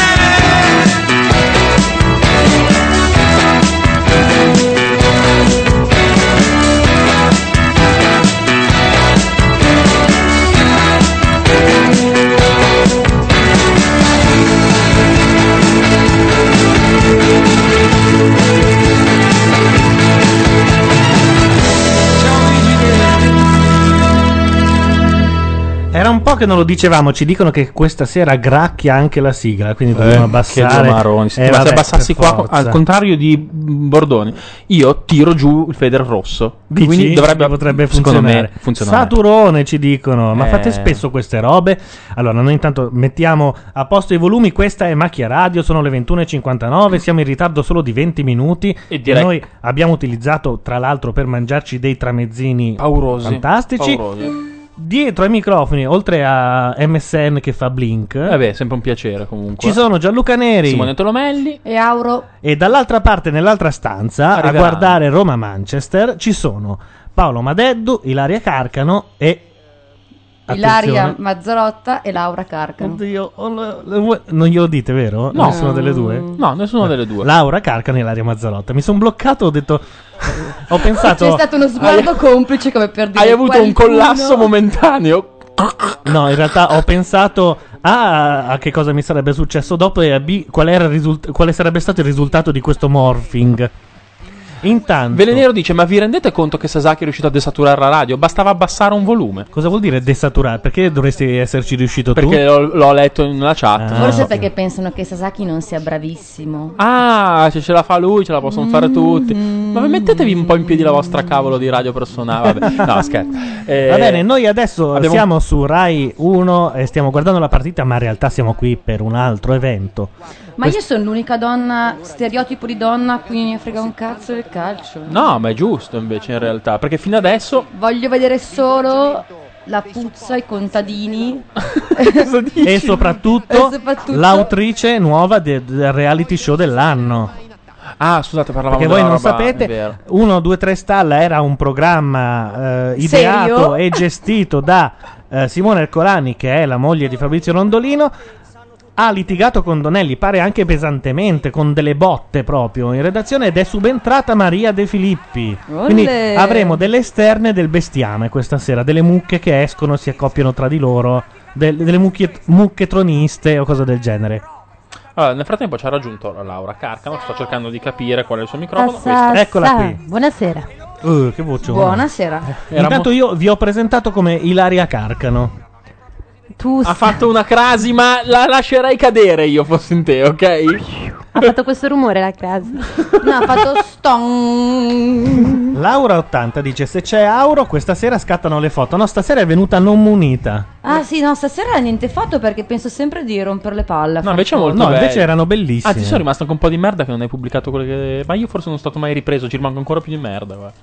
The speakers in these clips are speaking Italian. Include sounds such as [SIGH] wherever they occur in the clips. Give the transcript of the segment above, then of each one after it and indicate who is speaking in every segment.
Speaker 1: Era un po' che non lo dicevamo, ci dicono che questa sera gracchia anche la sigla,
Speaker 2: Eh,
Speaker 1: quindi dobbiamo abbassare. Eh,
Speaker 2: Ma se
Speaker 1: vabbè,
Speaker 2: abbassassi
Speaker 1: per
Speaker 2: qua,
Speaker 1: forza.
Speaker 2: al contrario di Bordoni, io tiro giù il Feder rosso.
Speaker 1: Dici?
Speaker 2: Quindi dovrebbe,
Speaker 1: potrebbe
Speaker 2: secondo
Speaker 1: funzionare.
Speaker 2: me, funzionare.
Speaker 1: Saturone ci dicono, ma
Speaker 2: Eh.
Speaker 1: fate spesso queste robe? Allora, noi intanto mettiamo a posto i volumi, questa è Macchia Radio, sono le 21.59, siamo in ritardo solo di 20 minuti.
Speaker 2: Mm. E direi-
Speaker 1: Noi abbiamo utilizzato, tra l'altro, per mangiarci dei tramezzini
Speaker 2: Paurosi.
Speaker 1: fantastici.
Speaker 2: Paurosi.
Speaker 1: Dietro ai microfoni, oltre a MSN che fa blink,
Speaker 2: Vabbè, Eh sempre un piacere comunque.
Speaker 1: ci sono Gianluca Neri.
Speaker 2: Simone Tolomelli.
Speaker 3: E Auro.
Speaker 1: E dall'altra parte, nell'altra stanza,
Speaker 2: Arriveranno.
Speaker 1: a guardare Roma-Manchester, ci sono Paolo Madeddu, Ilaria Carcano e...
Speaker 3: Ilaria
Speaker 1: Attenzione.
Speaker 3: Mazzarotta e Laura Carcano.
Speaker 1: Oddio, oh, lo- lo- non glielo dite, vero?
Speaker 2: No.
Speaker 1: Nessuna delle due?
Speaker 2: No, nessuna delle due.
Speaker 1: Laura Carcano e Ilaria Mazzarotta. Mi sono bloccato, ho detto... [LAUGHS] ho
Speaker 3: C'è
Speaker 1: pensato...
Speaker 3: stato uno sguardo complice come per dire
Speaker 2: Hai avuto un
Speaker 3: qualcuno-
Speaker 2: collasso momentaneo.
Speaker 1: No, in realtà ho pensato A, a che cosa mi sarebbe successo dopo e a B, qual era il risult- quale sarebbe stato il risultato di questo morphing. Intanto...
Speaker 2: Velenero dice: Ma vi rendete conto che Sasaki è riuscito a desaturare la radio? Bastava abbassare un volume.
Speaker 1: Cosa vuol dire desaturare? Perché dovresti esserci riuscito tu?
Speaker 2: Perché l'ho, l'ho letto in una chat.
Speaker 1: Ah.
Speaker 3: Forse
Speaker 1: ok.
Speaker 3: perché pensano che Sasaki non sia bravissimo.
Speaker 2: Ah, se ce la fa lui, ce la possono fare tutti.
Speaker 3: Mm-hmm.
Speaker 2: Ma mettetevi un po' in piedi la vostra cavolo di radio personale. Vabbè, no, scherzo. Eh,
Speaker 1: Va bene, noi adesso
Speaker 2: abbiamo-
Speaker 1: siamo su Rai 1 e stiamo guardando la partita, ma in realtà siamo qui per un altro evento.
Speaker 3: Ma io sono l'unica donna, stereotipo di donna a cui ne frega un cazzo del calcio.
Speaker 2: No, ma è giusto invece in realtà. Perché fino adesso.
Speaker 3: Voglio vedere solo la puzza, i contadini.
Speaker 2: Cosa dici? [LAUGHS]
Speaker 1: E soprattutto,
Speaker 3: E soprattutto-
Speaker 1: l'autrice nuova de- del reality show dell'anno.
Speaker 2: Ah, scusate, parlavamo
Speaker 1: Perché
Speaker 2: di
Speaker 1: voi non
Speaker 2: roba, è
Speaker 1: sapete,
Speaker 2: vero.
Speaker 1: 1, 2, 3 Stalla era un programma eh,
Speaker 3: Serio?
Speaker 1: ideato e gestito da eh, Simone Ercolani, che è la moglie di Fabrizio Rondolino. Ha litigato con Donelli, pare anche pesantemente, con delle botte proprio in redazione. Ed è subentrata Maria De Filippi. Quindi
Speaker 3: Olè.
Speaker 1: avremo delle esterne del bestiame questa sera, delle mucche che escono, si accoppiano tra di loro, del- delle mucchie, mucche troniste o cose del genere.
Speaker 2: Allora, nel frattempo ci ha raggiunto la Laura Carcano. Sto cercando di capire qual è il suo microfono. Questo.
Speaker 1: Eccola qui.
Speaker 3: Buonasera.
Speaker 1: Uh, che voce!
Speaker 3: Buonasera.
Speaker 2: Era
Speaker 1: Intanto io vi ho presentato come Ilaria Carcano.
Speaker 4: Tu
Speaker 2: Ha fatto una crasi, ma la lascerei cadere io fossi in te, ok?
Speaker 4: ha fatto questo rumore la crasi.
Speaker 3: No, ha fatto ston.
Speaker 4: Mm-hmm.
Speaker 1: Laura80 dice: Se c'è Auro, questa sera scattano le foto. No, stasera è venuta non munita.
Speaker 3: Ah sì, no, stasera niente foto perché penso sempre di rompere le palle.
Speaker 2: No, invece è molto
Speaker 1: no,
Speaker 2: bello.
Speaker 1: invece erano bellissime.
Speaker 2: Ah, ti sono rimasto con un po' di merda che non hai pubblicato quelle che... Ma io forse non sono stato mai ripreso, ci rimango ancora più di merda. guarda.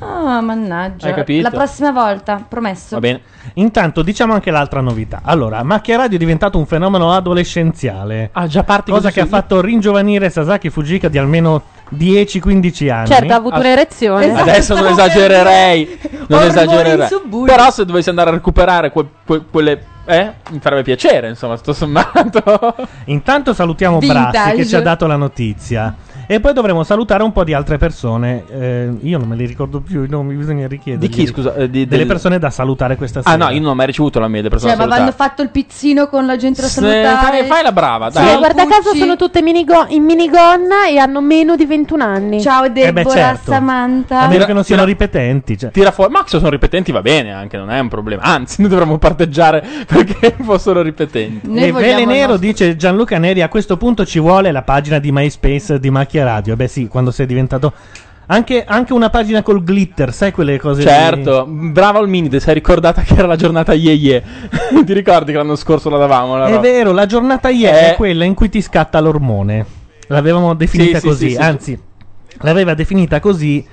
Speaker 3: Ah, mannaggia.
Speaker 2: Hai capito?
Speaker 3: La prossima volta, promesso.
Speaker 2: Va bene.
Speaker 1: Intanto, diciamo anche l'altra novità. Allora, Macchia Radio è diventato un fenomeno adolescenziale.
Speaker 2: Ah, già parti
Speaker 1: Cosa
Speaker 2: così
Speaker 1: che ha
Speaker 2: su-
Speaker 1: fatto ringiovanire Sasaki Fujika di almeno 10-15 anni.
Speaker 4: Certo, ha avuto
Speaker 2: Ah,
Speaker 4: un'erezione.
Speaker 3: esatto.
Speaker 2: Adesso
Speaker 4: [LAUGHS]
Speaker 2: non esagererei. Non
Speaker 3: Ormoni
Speaker 2: esagererei.
Speaker 3: subbuglio.
Speaker 2: Però se dovessi andare a recuperare que- que- quelle... Eh? Mi farebbe piacere, insomma, sto sommato.
Speaker 1: Intanto salutiamo
Speaker 3: Vintage.
Speaker 1: Brassi che ci ha dato la notizia. E poi dovremo salutare un po' di altre persone. Eh, io non me li ricordo più, non mi bisogna richiedere.
Speaker 2: Di chi, scusa? Eh, di-
Speaker 1: Delle
Speaker 2: del-
Speaker 1: persone da salutare questa sera.
Speaker 2: Ah, no, io non ho mai ricevuto la mail del
Speaker 3: Cioè, ma
Speaker 2: personale
Speaker 3: vanno fatto il pizzino con la gente da
Speaker 2: Fai,
Speaker 3: salutare.
Speaker 2: fai la brava,
Speaker 3: Sì,
Speaker 2: dai.
Speaker 4: Eh, guarda
Speaker 3: Cucci.
Speaker 4: caso sono tutte minigo- in minigonna e hanno meno di 21 anni.
Speaker 3: Ciao
Speaker 1: Eh
Speaker 3: Deborah,
Speaker 1: beh, certo. A
Speaker 3: Samantha.
Speaker 1: meno
Speaker 2: Tira-
Speaker 1: che non siano
Speaker 2: tira-
Speaker 1: ripetenti. cioè.
Speaker 2: Tira fuori, ma se sono ripetenti va bene anche, non è un problema. Anzi, noi dovremmo parteggiare [LAUGHS] perché fossero ripetenti.
Speaker 3: Noi
Speaker 1: e
Speaker 3: vogliamo
Speaker 1: Vele
Speaker 3: il
Speaker 1: Nero
Speaker 3: nostro-
Speaker 1: dice Gianluca Neri a questo punto ci vuole la pagina di MySpace di Macchia Radio. Eh Beh sì, quando sei diventato... Anche, anche una pagina col glitter, sai quelle cose lì?
Speaker 2: Certo, brava al Minide, sei ricordata che era la giornata Ye Ye. [LAUGHS] Ti ricordi che l'anno scorso la davamo? La
Speaker 1: È
Speaker 2: roba?
Speaker 1: vero, la giornata ieri è
Speaker 2: Eh.
Speaker 1: quella in cui ti scatta l'ormone. L'avevamo definita
Speaker 2: sì,
Speaker 1: così,
Speaker 2: sì, sì.
Speaker 1: anzi, l'aveva definita così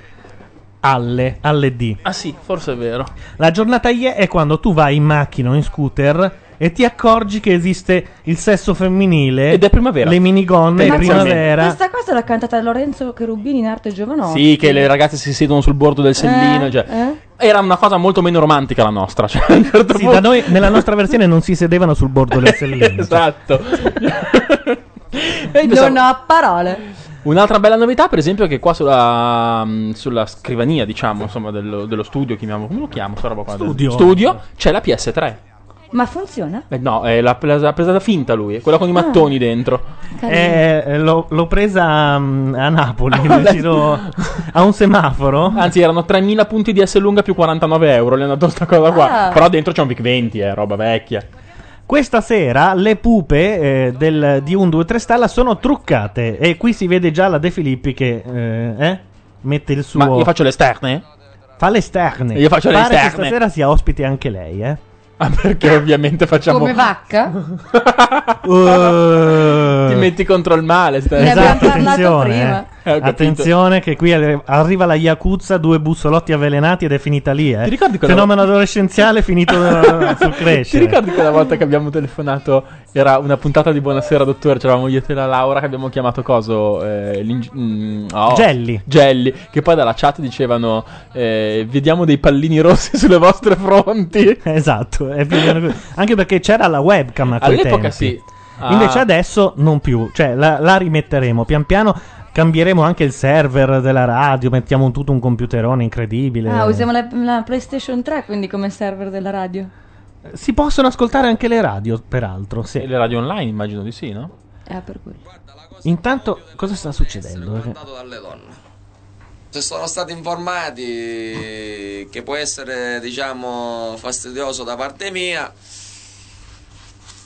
Speaker 1: alle, alle D.
Speaker 2: Ah sì, forse è vero.
Speaker 1: La giornata ieri è quando tu vai in macchina o in scooter e ti accorgi che esiste il sesso femminile. Ed è
Speaker 2: primavera.
Speaker 1: Le minigonne è
Speaker 3: Tendenzialmente.
Speaker 1: primavera.
Speaker 3: Questa qua è stata cantata da Lorenzo Cherubini in arte giovanotti.
Speaker 2: Sì, che le ragazze si siedono sul bordo del sellino.
Speaker 3: Eh,
Speaker 2: cioè,
Speaker 3: eh.
Speaker 2: Era una cosa molto meno romantica la nostra. [LAUGHS] Cioè, a un certo
Speaker 1: Sì,
Speaker 2: punto-
Speaker 1: da noi, nella nostra versione non si sedevano
Speaker 2: [LAUGHS]
Speaker 1: sul bordo del sellino.
Speaker 2: esatto.
Speaker 3: Non ho parole.
Speaker 2: Un'altra bella novità, per esempio, è che qua sulla, mm, sulla scrivania, diciamo, insomma, dello, dello studio, chiamiamo, come lo chiamo, sta roba qua?
Speaker 1: Studio.
Speaker 2: Studio, c'è la PS3.
Speaker 3: Ma funziona?
Speaker 2: Eh, no, è la, la, l'ha presa da finta lui, è quella con i
Speaker 3: Ah.
Speaker 2: mattoni dentro.
Speaker 1: Eh, eh, l'ho, l'ho presa mm, a
Speaker 2: [LAUGHS]
Speaker 1: Napoli, nel giro- a un semaforo.
Speaker 2: Anzi, erano 3000 punti di S lunga più 49 euro, le hanno dato sta cosa qua.
Speaker 3: Ah.
Speaker 2: Però dentro c'è un Vic 20, eh, roba vecchia.
Speaker 1: Questa sera le pupe eh, del, di 1, 2, 3 stalla sono truccate. E qui si vede già la De Filippi che eh, eh, mette il suo.
Speaker 2: Ma io faccio le esterne?
Speaker 1: Fa le esterne.
Speaker 2: Io faccio le
Speaker 1: Pare che
Speaker 2: esterne.
Speaker 1: stasera sia ospite anche lei, eh.
Speaker 2: Ah,
Speaker 3: [LAUGHS]
Speaker 2: perché ovviamente facciamo...
Speaker 3: Come
Speaker 5: [LAUGHS]
Speaker 3: vacca?
Speaker 2: Ti metti contro il male, stai...
Speaker 3: Ne abbiamo
Speaker 1: Esatto,
Speaker 3: parlato
Speaker 1: Uh. attenzione.
Speaker 3: prima.
Speaker 2: Eh, ho capito.
Speaker 1: attenzione che qui arri- arriva la Yakuza, due bussolotti avvelenati ed è finita lì, eh.
Speaker 2: Ti ricordi quella-
Speaker 1: Fenomeno adolescenziale finito
Speaker 2: [LAUGHS]
Speaker 1: eh, sul
Speaker 2: Ti
Speaker 1: crescere.
Speaker 2: ricordi quella volta che abbiamo telefonato? Era una puntata di Buonasera Dottore, c'eravamo io e te e la Laura che abbiamo chiamato coso? Eh, l'ing- mm, oh,
Speaker 1: Gelli.
Speaker 2: Gelli, che poi dalla chat dicevano eh, vediamo dei pallini rossi sulle vostre fronti.
Speaker 1: Esatto, è più o meno così. Anche perché c'era la webcam a quei
Speaker 2: All'epoca
Speaker 1: tempi.
Speaker 2: sì. Ah,
Speaker 1: Invece adesso non più, cioè la, la rimetteremo pian piano. Cambieremo anche il server della radio, mettiamo tutto un computerone incredibile.
Speaker 2: Eh.
Speaker 3: Ah, usiamo la, la PlayStation 3 quindi come server della radio.
Speaker 1: Si possono ascoltare anche le radio, peraltro. sì.
Speaker 2: Le radio online immagino di sì, no?
Speaker 3: Ah, per quello.
Speaker 1: Intanto, cosa sta succedendo?
Speaker 6: Guardato dalle donne. Se sono stati informati che può essere, diciamo, fastidioso da parte mia,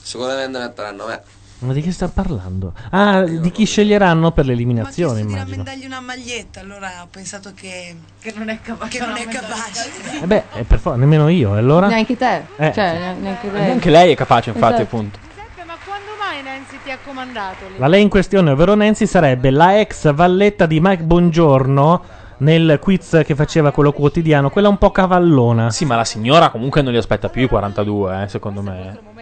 Speaker 6: sicuramente eh. metteranno me.
Speaker 1: Ma di che sta parlando? Ah, di chi sceglieranno per
Speaker 7: Ma che
Speaker 1: l'eliminazione,
Speaker 7: di
Speaker 1: immagino.
Speaker 7: rammendagli una maglietta, allora ho pensato che, che non è capace. Che non è capace.
Speaker 1: Eh beh, eh, per forza, nemmeno io, e allora?
Speaker 3: Neanche te.
Speaker 1: Eh.
Speaker 3: Cioè, ne- neanche te.
Speaker 2: Anche lei è capace, infatti,
Speaker 3: Esatto.
Speaker 2: appunto.
Speaker 8: Giuseppe, ma quando mai Nancy ti ha comandato lì?
Speaker 1: La lei in questione, ovvero Nancy, sarebbe la ex valletta di Mike Bongiorno nel quiz che faceva quello quotidiano, quella un po' cavallona.
Speaker 2: Sì, ma la signora comunque non li aspetta più i 42, eh, secondo me.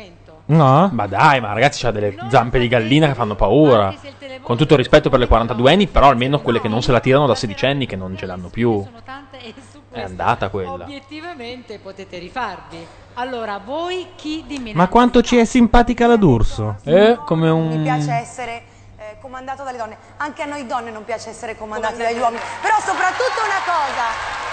Speaker 1: No?
Speaker 2: Ma dai, ma ragazzi, c'ha delle zampe di gallina che fanno paura. Con tutto il rispetto per le 42enni, però almeno quelle che non se la tirano da 16enni che non ce l'hanno più.
Speaker 8: Sono tante e su
Speaker 2: È
Speaker 8: questo
Speaker 2: andata quella.
Speaker 8: Obiettivamente potete rifarvi. Allora, voi chi di me?
Speaker 1: Ma quanto ci è simpatica la D'Urso?
Speaker 2: Eh, come un...
Speaker 9: Mi piace essere eh, comandato dalle donne. Anche a noi donne non piace essere comandati dagli uomini. Però soprattutto una cosa.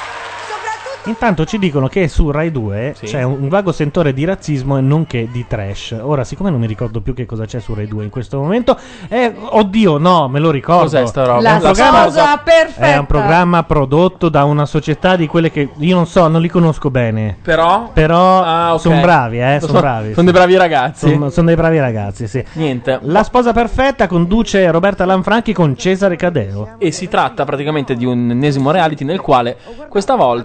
Speaker 9: Soprattutto
Speaker 1: Intanto ci dicono che su Rai 2
Speaker 2: Sì.
Speaker 1: c'è un vago sentore di razzismo e nonché di trash. Ora, siccome non mi ricordo più che cosa c'è su Rai 2 in questo momento, eh, oddio, no, me lo ricordo.
Speaker 2: Cos'è sta roba?
Speaker 3: La,
Speaker 1: Un programma-
Speaker 3: cosa, perfetta.
Speaker 1: È un programma prodotto da una società di quelle che io non so, non li conosco bene.
Speaker 2: Però...
Speaker 1: Però
Speaker 2: Ah, ok.
Speaker 1: sono bravi, eh,
Speaker 2: Lo
Speaker 1: sono
Speaker 2: so, [LAUGHS]
Speaker 1: bravi.
Speaker 2: Sono dei bravi ragazzi.
Speaker 1: Sono, sono dei bravi ragazzi, sì.
Speaker 2: Niente.
Speaker 1: La sposa perfetta conduce Roberta Lanfranchi con Cesare Cadeo.
Speaker 2: E si tratta praticamente di un ennesimo reality nel quale questa volta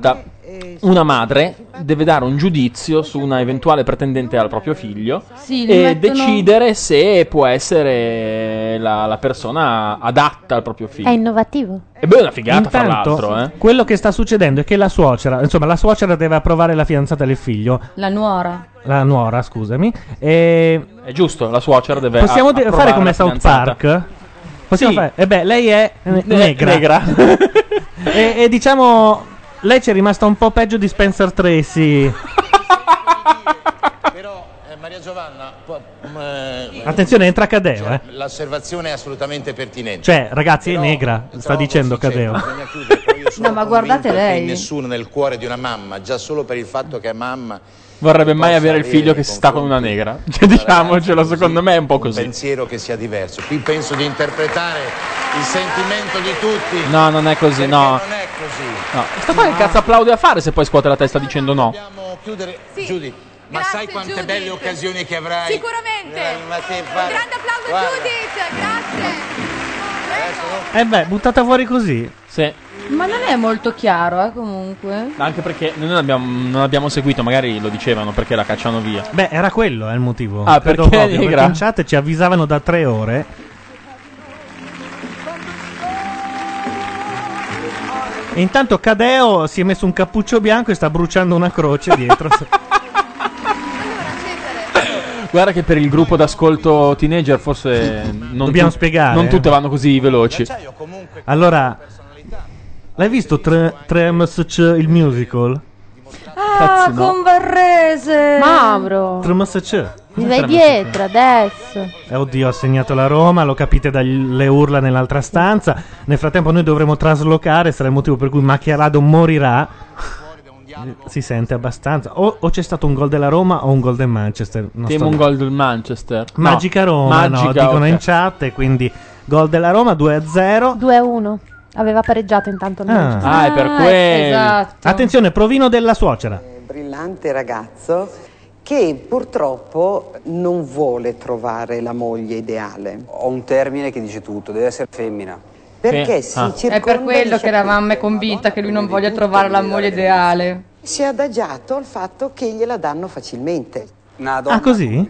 Speaker 2: una madre deve dare un giudizio su una eventuale pretendente al proprio figlio
Speaker 3: Sì, li
Speaker 2: e
Speaker 3: mettono-
Speaker 2: decidere se può essere la, la persona adatta al proprio
Speaker 4: È
Speaker 2: figlio.
Speaker 3: Eh,
Speaker 4: innovativo.
Speaker 2: E beh, è una figata,
Speaker 1: Intanto,
Speaker 2: fra l'altro, eh.
Speaker 1: quello che sta succedendo è che la suocera, insomma, la suocera deve approvare la fidanzata del figlio,
Speaker 3: La nuora.
Speaker 1: la nuora, scusami. E
Speaker 2: È giusto, la suocera deve
Speaker 1: possiamo
Speaker 2: a-
Speaker 1: de-
Speaker 2: approvare
Speaker 1: fare come
Speaker 2: la
Speaker 1: South
Speaker 2: fidanzata.
Speaker 1: Park? Possiamo
Speaker 2: Sì.
Speaker 1: fare. E beh, lei è eh,
Speaker 2: Ne-
Speaker 1: negra.
Speaker 2: negra. [LAUGHS]
Speaker 1: e, e diciamo, lei ci è rimasta un po' peggio di Spencer
Speaker 2: [LAUGHS]
Speaker 1: Tracy.
Speaker 10: Però eh, Maria Giovanna, può- m- eh,
Speaker 1: Attenzione, entra Cadeo, eh.
Speaker 10: l'osservazione è assolutamente pertinente.
Speaker 1: Cioè, ragazzi, è
Speaker 10: Però
Speaker 1: negra, sta
Speaker 10: trovo,
Speaker 1: dicendo
Speaker 10: sì, certo,
Speaker 1: Cadeo.
Speaker 10: bisogna chiudere, però io sono
Speaker 3: No, ma
Speaker 10: convinto
Speaker 3: guardate lei.
Speaker 10: Che nessuno nel cuore di una mamma, già solo per il fatto che è mamma.
Speaker 2: Vorrebbe mai
Speaker 10: possa
Speaker 2: avere il figlio
Speaker 10: avere
Speaker 2: che si sta con una
Speaker 10: confronti
Speaker 2: negra. [LAUGHS]
Speaker 10: di
Speaker 2: Cioè,
Speaker 10: una
Speaker 2: diciamocelo,
Speaker 10: ragazza
Speaker 2: secondo me è un po'
Speaker 10: Un
Speaker 2: così.
Speaker 10: pensiero che sia diverso. Qui penso di interpretare il sentimento di tutti.
Speaker 2: No, non è così,
Speaker 10: perché
Speaker 2: no.
Speaker 10: Non è così.
Speaker 2: No, sta qua che cazzo applaude a fare se poi scuote la testa dicendo no.
Speaker 10: Dobbiamo chiudere.
Speaker 8: Sì.
Speaker 10: Judy, ma
Speaker 8: Grazie,
Speaker 10: sai quante
Speaker 8: Judith.
Speaker 10: belle occasioni che avrai?
Speaker 8: Sicuramente.
Speaker 10: Ma che fare? Guarda,
Speaker 8: grazie.
Speaker 10: adesso non
Speaker 1: Eh beh, buttata fuori così.
Speaker 2: Sì.
Speaker 3: Ma non è molto chiaro, eh, comunque.
Speaker 2: Anche perché noi non abbiamo, non abbiamo seguito, magari lo dicevano perché la cacciano via.
Speaker 1: Beh, era quello eh, il motivo.
Speaker 2: Ah,
Speaker 1: Credo
Speaker 2: perché
Speaker 1: proprio,
Speaker 2: negra?
Speaker 1: in chat ci avvisavano da tre ore. E intanto Cadeo si è messo un cappuccio bianco e sta bruciando una croce dietro.
Speaker 8: Allora, Cesare,
Speaker 2: Guarda che per il gruppo d'ascolto teenager forse non,
Speaker 1: Dobbiamo spiegare,
Speaker 2: non
Speaker 1: eh.
Speaker 2: tutte vanno così veloci.
Speaker 1: Allora, l'hai visto Tre- Tremsc il musical?
Speaker 4: Ah,
Speaker 1: no. con
Speaker 4: Varrese. Mavro.
Speaker 1: Tremsc.
Speaker 4: Mi vai dietro adesso.
Speaker 1: Eh, oddio, ha segnato la Roma, lo capite dalle urla nell'altra stanza. Nel frattempo noi dovremo traslocare, sarà il motivo per cui Macchiarado morirà. Eh, Si sente abbastanza. O, o c'è stato un gol della Roma o un gol del Manchester. Non
Speaker 2: Temo
Speaker 1: sto-
Speaker 2: un gol del Manchester. No.
Speaker 1: Magica Roma, no,
Speaker 2: Magica,
Speaker 1: dicono
Speaker 2: ok.
Speaker 1: in chat, e quindi gol della Roma 2-0.
Speaker 4: 2-1. Aveva pareggiato intanto esatto. il
Speaker 1: Ah,
Speaker 4: Manchester.
Speaker 1: Attenzione, provino della suocera.
Speaker 5: brillante ragazzo che purtroppo non vuole trovare la moglie ideale. Ho un termine che dice tutto, deve essere femmina. Perché si
Speaker 1: Ah.
Speaker 5: circonda
Speaker 3: È per
Speaker 5: di
Speaker 3: quello che
Speaker 5: sciocchezze.
Speaker 3: eravamo convinta che lui non voglia trovare la moglie ideale.
Speaker 5: Si è adagiato al fatto che gliela danno facilmente.
Speaker 1: Ah, così?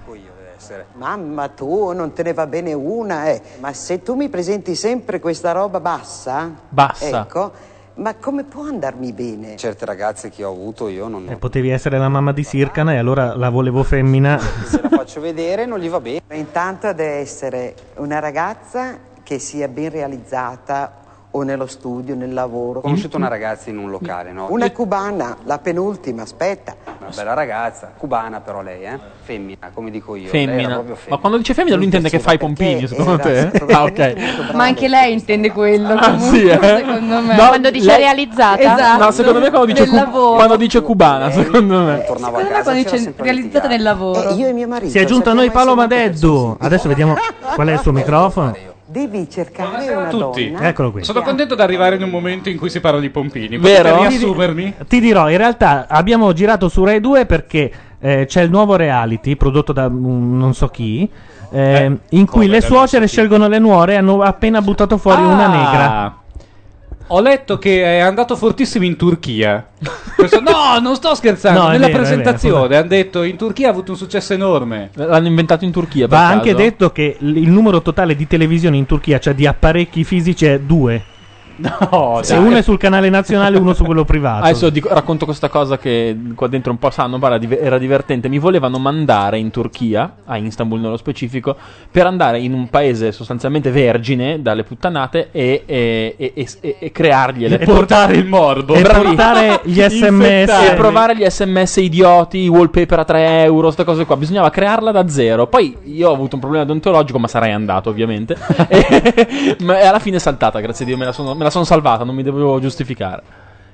Speaker 5: Mamma, tu non te ne va bene una, eh. Ma se tu mi presenti sempre questa roba bassa,
Speaker 1: Bassa.
Speaker 5: ecco, ma come può andarmi bene? Certe ragazze che ho avuto io non
Speaker 1: Eh, potevi essere la mamma di Sircana e allora la volevo femmina.
Speaker 5: la faccio vedere non gli va bene. Intanto deve essere una ragazza che sia ben realizzata o nello studio, nel lavoro.
Speaker 6: Ho conosciuto una ragazza in un locale, no?
Speaker 5: Una cubana, la penultima, aspetta.
Speaker 6: Una bella ragazza, cubana però lei, eh? Femmina, come dico io. Lei era
Speaker 2: Femmina.
Speaker 6: proprio femmina.
Speaker 2: Ma quando dice femmina lui intende che fa i pompini, secondo
Speaker 6: esatto,
Speaker 2: te? Ah, ok.
Speaker 3: Ma anche lei intende quello,
Speaker 2: Ah,
Speaker 3: comunque,
Speaker 2: sì, eh?
Speaker 3: secondo me.
Speaker 2: No,
Speaker 4: Quando dice
Speaker 3: lei-
Speaker 4: realizzata?
Speaker 3: Esatto.
Speaker 2: No, secondo me quando dice,
Speaker 3: Nel
Speaker 2: cu-
Speaker 3: lavoro.
Speaker 2: quando dice cubana, secondo me.
Speaker 6: Eh, Tornavo
Speaker 3: Secondo me quando dice realizzata nel lavoro.
Speaker 5: Eh, io e mio marito.
Speaker 1: Si è giunto a noi
Speaker 5: sappiamo
Speaker 1: Paolo Madeddu. Adesso vediamo qual è il suo microfono.
Speaker 5: essere- Devi cercare una
Speaker 11: tutti.
Speaker 5: donna.
Speaker 1: Eccolo qui.
Speaker 11: Sono contento di arrivare in un momento in cui si parla di pompini.
Speaker 1: Vero?
Speaker 11: Potete riassumermi?
Speaker 1: Ti dirò, in realtà abbiamo girato su Rai 2 perché eh, c'è il nuovo reality prodotto da mm, non so chi. eh, in cui le suocere scelgono le nuore e hanno appena buttato fuori una
Speaker 11: Ah,
Speaker 1: negra.
Speaker 11: Ho letto che è andato fortissimo in Turchia.
Speaker 1: [LAUGHS]
Speaker 11: Questo- no, non sto scherzando.
Speaker 1: No, è
Speaker 11: Nella
Speaker 1: vero, è vero.
Speaker 11: presentazione hanno detto in Turchia ha avuto un successo enorme.
Speaker 2: L'hanno inventato in Turchia.
Speaker 1: Va anche detto che l- il numero totale di televisioni in Turchia, cioè di apparecchi fisici, è due.
Speaker 2: No,
Speaker 1: Se uno è sul canale nazionale, uno su quello privato.
Speaker 2: Adesso dico- racconto questa cosa che qua dentro un po' sanno, ma era div- era divertente. Mi volevano mandare in Turchia, a Istanbul nello specifico, per andare in un paese sostanzialmente vergine dalle puttanate e, e, e- e- e- e creargliele.
Speaker 1: E portare il morbo. E portare
Speaker 2: [LAUGHS]
Speaker 1: gli SMS.
Speaker 2: E provare gli sms idioti, i wallpaper a 3 euro, queste cose qua. Bisognava crearla da zero. Poi io ho avuto un problema deontologico, ma sarei andato
Speaker 1: [LAUGHS]
Speaker 2: ovviamente. e, [LAUGHS] ma alla fine è saltata, grazie a Dio, me la sono, me la sono salvata, non mi dovevo giustificare.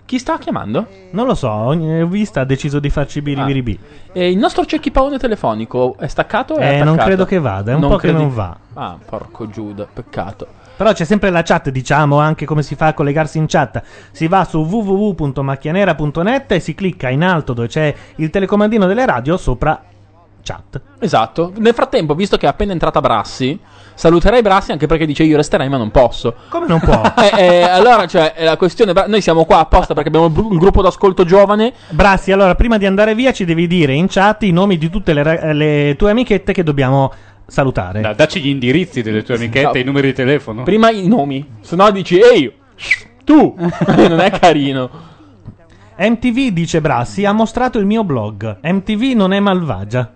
Speaker 2: Chi stava chiamando?
Speaker 1: Non lo so, ogni vista ha deciso di farci biribiribi.
Speaker 2: E Eh, il nostro cecchipaone telefonico è staccato? o è
Speaker 1: Eh, non
Speaker 2: attaccato?
Speaker 1: credo che vada, è un po' che
Speaker 2: credi-
Speaker 1: non va.
Speaker 2: Ah, porco Giuda, peccato.
Speaker 1: Però c'è sempre la chat, diciamo anche come si fa a collegarsi in chat. Si va su www.macchianera.net e si clicca in alto dove c'è il telecomandino delle radio sopra chat.
Speaker 2: Esatto. Nel frattempo, visto che è appena entrata Brassi, saluterei Brassi anche perché dice io resterei ma non posso.
Speaker 1: Come non
Speaker 8: [LAUGHS]
Speaker 1: può?
Speaker 2: [LAUGHS] Eh, eh, allora, cioè, è la questione. Bra- Noi siamo qua apposta perché abbiamo il bru- il gruppo d'ascolto giovane.
Speaker 1: Brassi, allora prima di andare via ci devi dire in chat i nomi di tutte le, ra- le tue amichette che dobbiamo salutare.
Speaker 11: Da- dacci gli indirizzi delle tue amichette, i numeri di telefono.
Speaker 2: Prima i nomi, se no dici ehi,
Speaker 1: [LAUGHS]
Speaker 2: tu. non è carino.
Speaker 1: MTV, dice Brassi, ha mostrato il mio blog. MTV non è malvagia.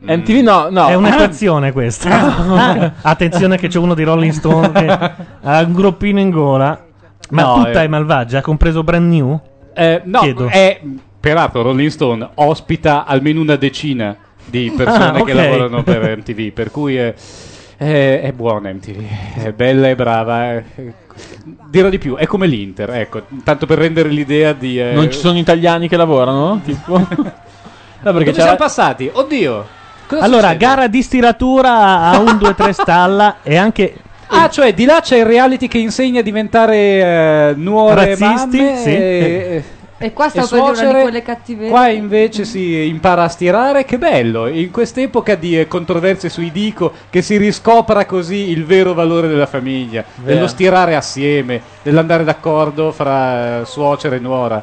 Speaker 2: MTV no, no. [LAUGHS]
Speaker 1: È un'equazione questa. Attenzione che c'è uno di Rolling Stone che ha un groppino in gola. Ma
Speaker 11: No,
Speaker 1: tutta
Speaker 11: eh.
Speaker 1: è malvagia, compreso Brand New?
Speaker 11: Eh, no,
Speaker 1: Chiedo.
Speaker 11: è peraltro Rolling Stone ospita almeno una decina di persone
Speaker 1: Ah,
Speaker 11: che
Speaker 1: ok.
Speaker 11: lavorano per MTV, per cui è, è- è buona MTV, è bella e brava. è- Dirò di più, è come l'Inter, ecco, tanto per rendere l'idea di... eh,
Speaker 2: Non ci sono italiani che lavorano?
Speaker 11: [LAUGHS]
Speaker 2: Tipo. no,
Speaker 11: Dove
Speaker 2: perché c'era-
Speaker 11: siamo passati? Oddio! Cosa
Speaker 1: allora,
Speaker 11: succede?
Speaker 1: gara di stiratura a 1, 2,
Speaker 2: [LAUGHS]
Speaker 1: 3 stalla e anche
Speaker 11: Ah, cioè di là c'è il reality che insegna a diventare eh, nuore
Speaker 1: Razzisti,
Speaker 11: mamme
Speaker 1: sì.
Speaker 11: e-
Speaker 3: E qua stavo
Speaker 11: e
Speaker 3: per dire una
Speaker 11: suocere.
Speaker 3: di quelle cattiverie.
Speaker 11: Qua invece si impara a stirare, che bello! In quest'epoca di eh, controversie sui dico, che si riscopra così il vero valore della famiglia,
Speaker 2: Vero.
Speaker 11: dello stirare assieme, dell'andare d'accordo fra eh, suocera e nuora.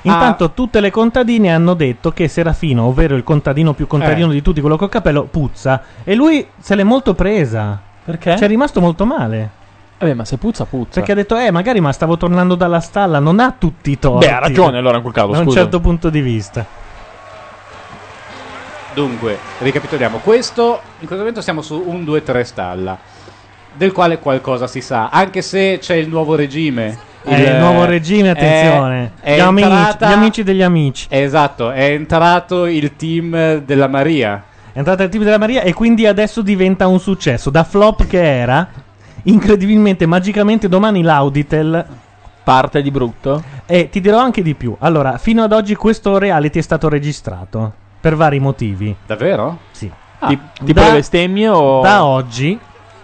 Speaker 1: Intanto
Speaker 2: Ah.
Speaker 1: tutte le contadine hanno detto che Serafino, ovvero il contadino più contadino
Speaker 11: Eh.
Speaker 1: di tutti, quello col cappello, puzza. E lui se l'è molto presa.
Speaker 2: Perché?
Speaker 1: C'è rimasto molto male.
Speaker 2: Vabbè, ma se puzza, puzza.
Speaker 1: Perché ha detto, eh, magari ma stavo tornando dalla stalla, non Eh, ha tutti i torti. certo
Speaker 2: Beh, ha ragione allora in quel caso,
Speaker 1: Da un
Speaker 2: scusa.
Speaker 1: certo punto di vista.
Speaker 11: Dunque, ricapitoliamo. Questo, in questo momento siamo su un 2-3 stalla, del quale qualcosa si sa, anche se c'è il nuovo regime.
Speaker 1: Eh, il nuovo regime, attenzione.
Speaker 11: è
Speaker 1: Gli amici-
Speaker 11: entrata-
Speaker 1: gli amici degli amici.
Speaker 11: Esatto, è entrato il team della Maria.
Speaker 1: È entrata il team della Maria e quindi adesso diventa un successo. Da flop che era, incredibilmente, magicamente domani l'Auditel
Speaker 2: parte di brutto.
Speaker 1: E ti dirò anche di più. Allora, fino ad oggi questo reality è stato registrato per vari motivi.
Speaker 11: Davvero?
Speaker 1: Sì. Ah,
Speaker 2: Ti- tipo le bestemmie o...
Speaker 1: Da oggi,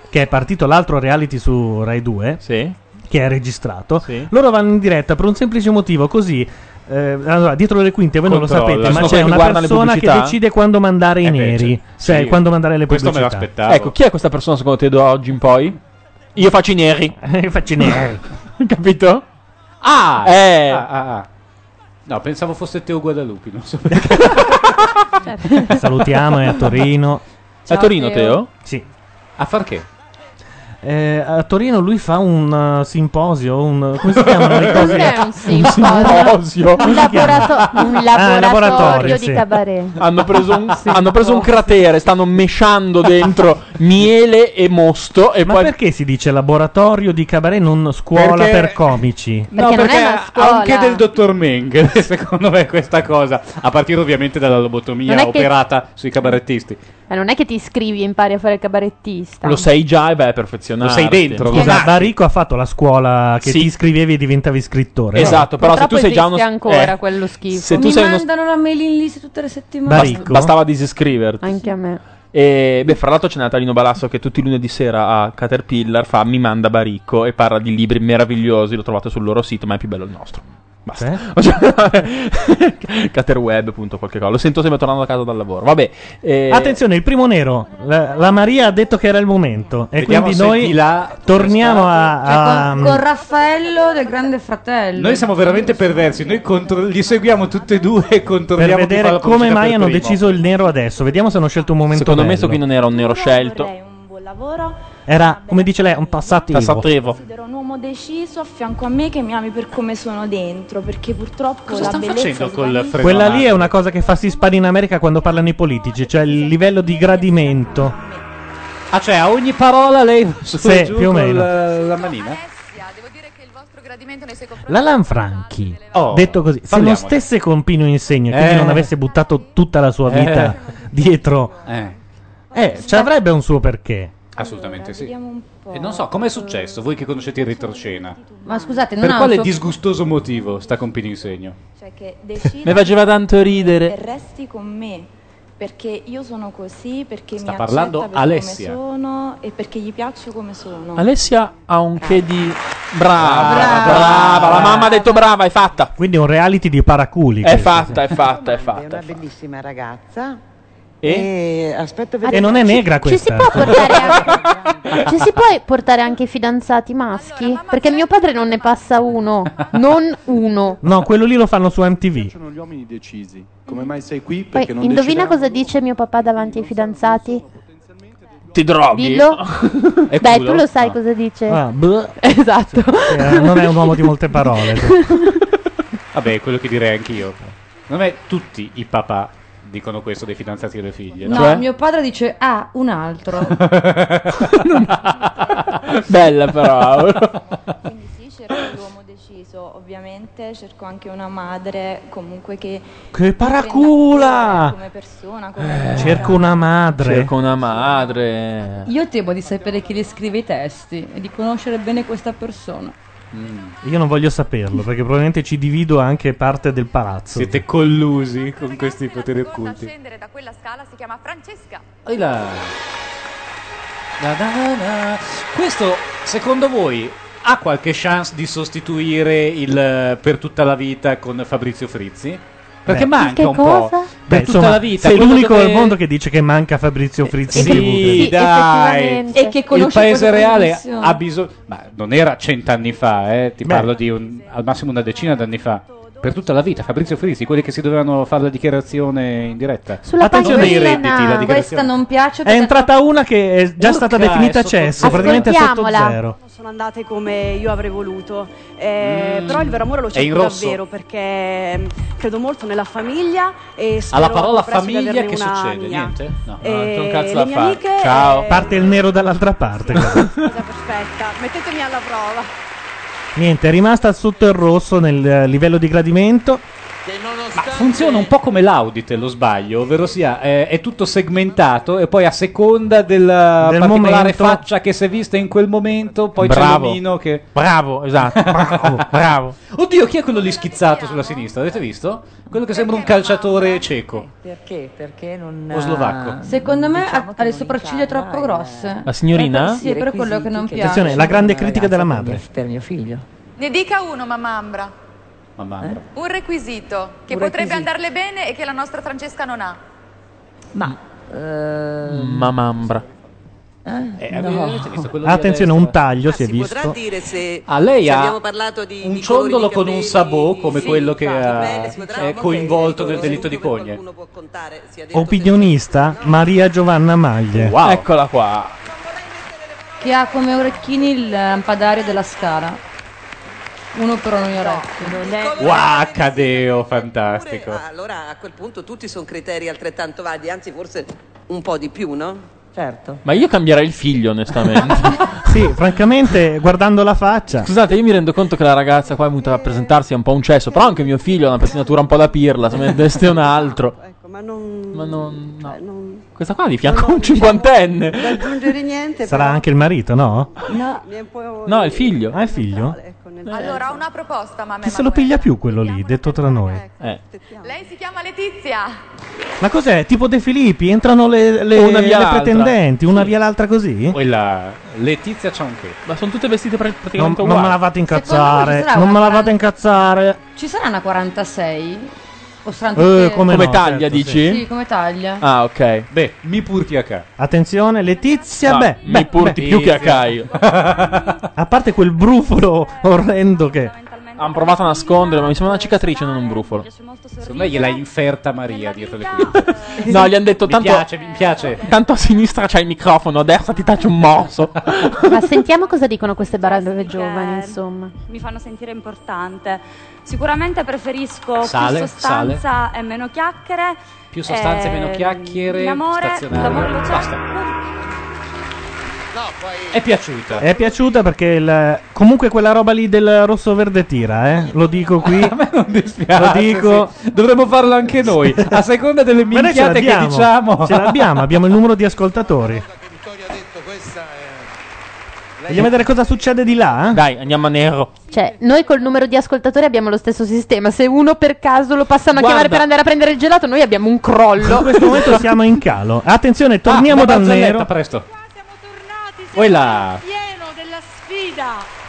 Speaker 1: che è partito l'altro reality su Rai 2, che è registrato, loro vanno in diretta per un semplice motivo, così... eh, allora, dietro le quinte, voi non lo
Speaker 11: Controlla.
Speaker 1: sapete, ma
Speaker 11: Sono
Speaker 1: c'è
Speaker 11: quelli che
Speaker 1: una
Speaker 11: guardano le
Speaker 1: persona che
Speaker 11: pubblicità?
Speaker 1: decide quando mandare i
Speaker 11: Eh beh,
Speaker 1: neri,
Speaker 11: cioè,
Speaker 1: cioè
Speaker 11: sì.
Speaker 1: quando mandare le
Speaker 11: Questo me
Speaker 1: pubblicità.
Speaker 11: l'aspettavo.
Speaker 2: Ecco, chi è questa persona secondo te da oggi in poi? Io faccio i neri.
Speaker 1: [LAUGHS] Io faccio i neri.
Speaker 2: [LAUGHS] Capito?
Speaker 11: Ah!
Speaker 2: Eh.
Speaker 11: Ah, ah, ah. No, pensavo fosse Teo Guadalupi, non so perché.
Speaker 1: Salutiamo, è a Torino.
Speaker 11: È a Torino, Teo? Teo?
Speaker 1: Sì.
Speaker 11: A far che?
Speaker 1: Eh, a Torino lui fa un eh, simposio, un, come si chiamano le cose?
Speaker 4: Cos'è un
Speaker 2: simposio?
Speaker 4: Un, laborato- un laboratorio,
Speaker 1: Ah, laboratorio,
Speaker 4: di
Speaker 1: sì.
Speaker 4: cabaret.
Speaker 2: Hanno preso
Speaker 1: [LAUGHS]
Speaker 2: un, hanno preso un cratere, stanno mesciando dentro miele e mosto. E
Speaker 1: Ma
Speaker 2: poi...
Speaker 1: perché si dice laboratorio di cabaret, non scuola
Speaker 11: Perché-
Speaker 1: per comici?
Speaker 11: No,
Speaker 4: Perché non
Speaker 11: perché
Speaker 4: è una scuola.
Speaker 11: anche del dottor Meng, [LAUGHS] secondo me, questa cosa. A partire ovviamente dalla lobotomia
Speaker 4: Non è che-
Speaker 11: operata sui cabarettisti.
Speaker 4: Ma non è che ti iscrivi e impari a fare il cabarettista.
Speaker 2: Lo sai già e vai a perfezionarti.
Speaker 11: Lo sei dentro, lo
Speaker 1: Scusa,
Speaker 11: sai.
Speaker 1: Barico ha fatto la scuola che
Speaker 2: Sì.
Speaker 1: ti iscrivevi e diventavi scrittore. no?
Speaker 2: Esatto, però se tu sei già uno...
Speaker 3: esiste ancora
Speaker 2: eh,
Speaker 3: quello schifo.
Speaker 2: se tu
Speaker 3: Mi
Speaker 2: sei uno-
Speaker 3: mandano la mailing list tutte le settimane.
Speaker 2: bast- bastava disiscriverti.
Speaker 3: Anche a me.
Speaker 2: E beh, fra l'altro c'è Natalino Balasso che tutti i lunedì sera a Caterpillar fa Mi manda Baricco e parla di libri meravigliosi. Lo trovate sul loro sito, ma è più bello il nostro. Basta. [LAUGHS]
Speaker 1: Cioè?
Speaker 2: Caterweb, appunto, qualche cosa. Lo sento sempre tornando a casa dal lavoro. Vabbè. eh,
Speaker 1: Attenzione, il primo nero. La, la Maria ha detto che era il momento. E
Speaker 11: Vediamo
Speaker 1: quindi
Speaker 11: se
Speaker 1: noi
Speaker 11: chi l'ha
Speaker 1: torniamo a. a-
Speaker 3: Con Raffaello del Grande Fratello.
Speaker 11: Noi siamo veramente perversi, noi contro- li seguiamo tutti e due e
Speaker 1: per
Speaker 11: controlliamo chi fa
Speaker 1: vedere
Speaker 11: la
Speaker 1: come
Speaker 11: pubblicità
Speaker 1: mai
Speaker 11: per
Speaker 1: hanno
Speaker 11: primo.
Speaker 1: deciso il nero adesso. Vediamo se hanno scelto un momento.
Speaker 2: secondo me,
Speaker 1: bello.
Speaker 2: sto qui non era un nero scelto.
Speaker 1: Era, come dice lei, un passativo.
Speaker 2: Passativo.
Speaker 9: Considero un uomo deciso a fianco a me che mi ami per come sono dentro, perché purtroppo
Speaker 11: Cosa
Speaker 9: la
Speaker 11: stanno
Speaker 9: bellezza
Speaker 11: facendo
Speaker 9: si
Speaker 11: col freno?
Speaker 1: Quella
Speaker 11: a
Speaker 1: lì è una cosa che fa si spari in America quando parlano i politici, cioè il livello di gradimento.
Speaker 11: mano? Ah, cioè a ogni parola lei su
Speaker 1: Sì,
Speaker 11: e giù
Speaker 1: più o
Speaker 11: con
Speaker 1: meno.
Speaker 11: La, la manina?
Speaker 1: La Lanfranchi,
Speaker 11: Oh,
Speaker 1: detto così, se
Speaker 11: parliamone.
Speaker 1: non stesse con Pino Insegno e quindi
Speaker 11: Eh.
Speaker 1: non avesse buttato tutta la sua vita
Speaker 11: Eh.
Speaker 1: dietro,
Speaker 11: Eh.
Speaker 1: eh, ci avrebbe un suo perché.
Speaker 11: Assolutamente sì. E non so, com'è successo? Voi che conoscete il retroscena.
Speaker 3: Ma scusate, non
Speaker 11: Per
Speaker 3: ha
Speaker 11: quale
Speaker 3: un suo-
Speaker 11: disgustoso motivo sta con Pino Insegno?
Speaker 9: Cioè che decidi
Speaker 2: Mi faceva tanto
Speaker 9: e
Speaker 2: ridere.
Speaker 9: resti con me, perché io sono così, perché
Speaker 11: Sta
Speaker 9: mi
Speaker 11: parlando
Speaker 9: accetta per
Speaker 11: Alessia.
Speaker 9: come sono e perché gli piaccio come sono.
Speaker 2: Alessia ha un che di.
Speaker 1: Ah,
Speaker 2: Brava, brava,
Speaker 9: Brava.
Speaker 2: La mamma ha detto brava, è fatta.
Speaker 1: Quindi è un reality di paraculi.
Speaker 2: È
Speaker 1: questo,
Speaker 2: fatta, è
Speaker 1: sì.
Speaker 2: fatta, è fatta. [LAUGHS]
Speaker 5: Una bellissima ragazza. Eh,
Speaker 2: E?
Speaker 5: aspetta,
Speaker 1: E non è negra
Speaker 4: Ci si
Speaker 1: questa. eh.
Speaker 4: può portare anche, ci si può portare anche i fidanzati maschi? Perché mio padre non ne passa uno, [LAUGHS] non uno.
Speaker 1: No, quello lì lo fanno su MTV.
Speaker 12: Sono gli uomini decisi. Come mai sei qui?
Speaker 4: Poi
Speaker 12: Perché non
Speaker 4: indovina
Speaker 12: decideranno?
Speaker 4: cosa dice mio papà davanti ai fidanzati?
Speaker 2: Ti droghi.
Speaker 4: Dillo.
Speaker 2: È
Speaker 4: Beh,
Speaker 2: culo?
Speaker 4: tu lo sai cosa dice.
Speaker 1: Ah, bleh.
Speaker 4: [LAUGHS] Esatto.
Speaker 1: Eh, non è un uomo di molte parole.
Speaker 11: [LAUGHS] Vabbè, quello che direi anch'io. Secondo me tutti i papà dicono questo dei fidanzati delle figlie.
Speaker 3: No, mio padre dice, ah, un altro.
Speaker 11: [LAUGHS]
Speaker 2: Bella però.
Speaker 9: Quindi sì, cerco l'uomo deciso, ovviamente cerco anche una madre comunque che
Speaker 1: Che
Speaker 9: paracula!
Speaker 1: paracula!
Speaker 9: come persona,
Speaker 4: Eh.
Speaker 9: come
Speaker 1: Eh, Cerco una madre.
Speaker 2: Cerco una madre.
Speaker 3: Io temo di sapere chi le scrive i testi e di conoscere bene questa persona.
Speaker 1: Io non voglio saperlo perché probabilmente ci divido anche parte del palazzo.
Speaker 11: Siete collusi con questi poteri occulti.
Speaker 13: scendere da quella scala si chiama Francesca.
Speaker 11: Ehi là. Da da da da. Questo, secondo voi, ha qualche chance di sostituire il eh, per tutta la vita con Fabrizio Frizzi? Perché
Speaker 1: Beh.
Speaker 11: manca
Speaker 1: Che
Speaker 11: un po'.
Speaker 1: cosa?
Speaker 11: Per
Speaker 1: Beh,
Speaker 11: tutta
Speaker 1: insomma,
Speaker 11: la vita.
Speaker 1: Sei
Speaker 11: quello
Speaker 1: l'unico
Speaker 11: dove-
Speaker 1: al mondo che dice che manca Fabrizio Frizzi. in
Speaker 11: Sì,
Speaker 1: TV.
Speaker 11: dai.
Speaker 3: effettivamente. E che
Speaker 11: il
Speaker 3: conosce
Speaker 11: paese
Speaker 3: questa
Speaker 11: reale
Speaker 3: trasmissione.
Speaker 11: ha bisogno. Ma non era cent'anni fa, eh, ti parlo di un- al massimo una decina d'anni fa. Per tutta la vita, Fabrizio Frisi, quelli che si dovevano fare la dichiarazione in diretta.
Speaker 1: Sulla Attenzione ai
Speaker 11: redditi, la dichiarazione.
Speaker 3: Questa non piace
Speaker 1: È
Speaker 3: perché
Speaker 1: entrata una che è già stata
Speaker 3: Urca,
Speaker 1: definita
Speaker 3: è sotto
Speaker 1: cesso, praticamente è sotto zero.
Speaker 14: Sono andate come io avrei voluto, eh,
Speaker 11: Mm.
Speaker 14: però il vero amore lo
Speaker 11: È in
Speaker 14: cerco
Speaker 11: rosso.
Speaker 14: davvero perché mm, credo molto nella famiglia e spero
Speaker 2: Alla parola
Speaker 14: presto di
Speaker 2: famiglia
Speaker 14: averne
Speaker 2: che
Speaker 14: una
Speaker 2: succede?
Speaker 14: mia.
Speaker 2: Niente? No,
Speaker 14: Eh,
Speaker 2: non c'è un cazzo
Speaker 14: le
Speaker 2: da
Speaker 14: mie
Speaker 2: fare.
Speaker 14: amiche,
Speaker 2: Ciao.
Speaker 14: eh,
Speaker 1: Parte il nero dall'altra
Speaker 4: [LAUGHS]
Speaker 1: parte. guarda.
Speaker 14: Cosa perfetta, mettetemi alla prova.
Speaker 1: Niente, è rimasta sotto il rosso nel eh, livello di gradimento.
Speaker 11: Ma funziona un po' come l'audit, lo sbaglio, ovvero sia eh, è tutto segmentato e poi a seconda della
Speaker 1: Del
Speaker 11: particolare
Speaker 1: momento-
Speaker 11: faccia che si è vista in quel momento, poi c'è
Speaker 2: Bravo.
Speaker 11: l'omino che...
Speaker 1: Bravo, esatto, bravo,
Speaker 11: [LAUGHS]
Speaker 1: bravo.
Speaker 11: Oddio, chi è quello lì schizzato sulla sinistra? Avete visto? Quello che sembra un calciatore cieco.
Speaker 8: Perché? Perché non... eh, diciamo
Speaker 11: O slovacco.
Speaker 3: Secondo me ha, ha le sopracciglia troppo grosse.
Speaker 1: La signorina?
Speaker 3: Sì, è per quello che non piace.
Speaker 1: Attenzione, la grande critica della madre.
Speaker 8: Per mio figlio.
Speaker 15: Ne dica uno, mamma Ambra.
Speaker 11: Mamma.
Speaker 15: Un requisito che
Speaker 8: Un
Speaker 15: potrebbe
Speaker 8: requisito.
Speaker 15: andarle bene e che la nostra Francesca non ha.
Speaker 8: Ma... eh,
Speaker 2: Mamambra.
Speaker 8: eh,
Speaker 11: avete-
Speaker 8: no.
Speaker 11: avete visto quello lì a
Speaker 1: Attenzione, un taglio si è
Speaker 16: Potrà
Speaker 1: visto.
Speaker 16: dire se
Speaker 11: Ah, lei
Speaker 16: se
Speaker 11: ha
Speaker 16: abbiamo parlato di
Speaker 11: Un ciondolo con un sabot come quello che ha-
Speaker 16: bene, si potrà-
Speaker 11: è coinvolto nel delitto di cogne.
Speaker 1: Opinionista Maria Giovanna Maglie. Ecco,
Speaker 2: Eccola qua.
Speaker 3: Che ha come orecchini il lampadario della scala. Uno per ogni orecchio.
Speaker 11: Wow, cadeo, fantastico.
Speaker 16: allora a quel punto tutti sono criteri altrettanto validi anzi forse un po' di più no?
Speaker 8: certo
Speaker 2: Ma io cambierei il figlio, onestamente.
Speaker 1: sì, francamente, guardando la [LAUGHS] faccia.
Speaker 2: Scusate, io mi rendo conto che la ragazza qua è venuta a presentarsi è un po' un cesso, però anche mio figlio ha una pettinatura un po' da pirla, se
Speaker 1: [LAUGHS]
Speaker 2: metteste un altro.
Speaker 17: ma non...
Speaker 2: Ma non...
Speaker 14: Cioè,
Speaker 17: eh, non-
Speaker 2: Questa qua ha di fianco a un
Speaker 1: diciamo
Speaker 2: cinquantenne.
Speaker 17: da aggiungere niente.
Speaker 1: Sarà Eh, anche il marito, no?
Speaker 17: No, mi è un po'...
Speaker 1: No, è il figlio. Ah, è il figlio?
Speaker 15: Allora ho una proposta, mamma.
Speaker 1: Chi se lo piglia più quello lì, detto tra noi?
Speaker 15: Lei si chiama Letizia.
Speaker 1: Ma cos'è? Tipo De Filippi, entrano le, le-
Speaker 11: Una via
Speaker 1: le
Speaker 11: l'altra.
Speaker 1: pretendenti, una via l'altra così?
Speaker 11: Quella Letizia c'ha un che.
Speaker 2: Ma sono tutte vestite pra-
Speaker 1: Non,
Speaker 2: praticamente
Speaker 1: non
Speaker 2: uguali.
Speaker 1: me la fate
Speaker 3: Secondo
Speaker 1: incazzare,
Speaker 3: voi ci sarà
Speaker 1: non
Speaker 3: una
Speaker 1: me la fate incazzare.
Speaker 3: Ci sarà una 46? O saranno
Speaker 1: Eh,
Speaker 3: tutte-
Speaker 1: come no,
Speaker 2: taglia,
Speaker 1: certo,
Speaker 2: dici?
Speaker 3: Sì, come taglia.
Speaker 2: Ah, ok.
Speaker 11: Beh, mi purti a ca.
Speaker 1: Attenzione, Letizia,
Speaker 2: No,
Speaker 1: beh,
Speaker 2: mi
Speaker 1: beh,
Speaker 2: porti
Speaker 1: beh. eh,
Speaker 2: più che a Caio.
Speaker 1: [LAUGHS] A parte quel brufolo orrendo che...
Speaker 2: Hanno provato a nascondere, ma mi sembra una cicatrice, non un brufolo.
Speaker 11: Secondo me gliela inferta Maria dietro le quinte.
Speaker 2: No, gli hanno detto tanto.
Speaker 11: Mi piace, mi piace.
Speaker 2: Tanto a sinistra c'hai il microfono, a destra ti taccio
Speaker 11: [LAUGHS]
Speaker 2: un morso.
Speaker 4: Ma sentiamo cosa dicono queste barabbe giovani, insomma.
Speaker 18: mi fanno sentire importante. Sicuramente preferisco
Speaker 11: Sale,
Speaker 18: più sostanza e meno chiacchiere.
Speaker 11: Più sostanze,
Speaker 18: Ehm,
Speaker 11: meno chiacchiere,
Speaker 18: L'amore,
Speaker 11: stazionario.
Speaker 18: l'amore lo cerco.
Speaker 11: È piaciuta.
Speaker 1: È piaciuta perché il- comunque quella roba lì del rosso verde tira, eh? Lo dico qui.
Speaker 2: [LAUGHS]
Speaker 1: Lo dico.
Speaker 11: Dovremmo farlo anche noi, a seconda delle
Speaker 1: Ma noi ce
Speaker 11: minchiate che
Speaker 1: l'abbiamo,
Speaker 11: diciamo.
Speaker 1: Ce l'abbiamo, abbiamo il numero di ascoltatori. Vogliamo vedere cosa succede di là? eh?
Speaker 2: Dai, andiamo a nero.
Speaker 4: Cioè, noi col numero di ascoltatori abbiamo lo stesso sistema. Se uno per caso lo passano a
Speaker 1: Guarda.
Speaker 4: chiamare per andare a prendere il gelato, noi abbiamo un crollo.
Speaker 1: In questo
Speaker 4: [LAUGHS]
Speaker 1: momento siamo in calo. Attenzione, torniamo
Speaker 11: Ah, la
Speaker 1: dal
Speaker 11: barzelletta,
Speaker 1: nero.
Speaker 11: presto. Poi là,
Speaker 9: Pieno della sfida.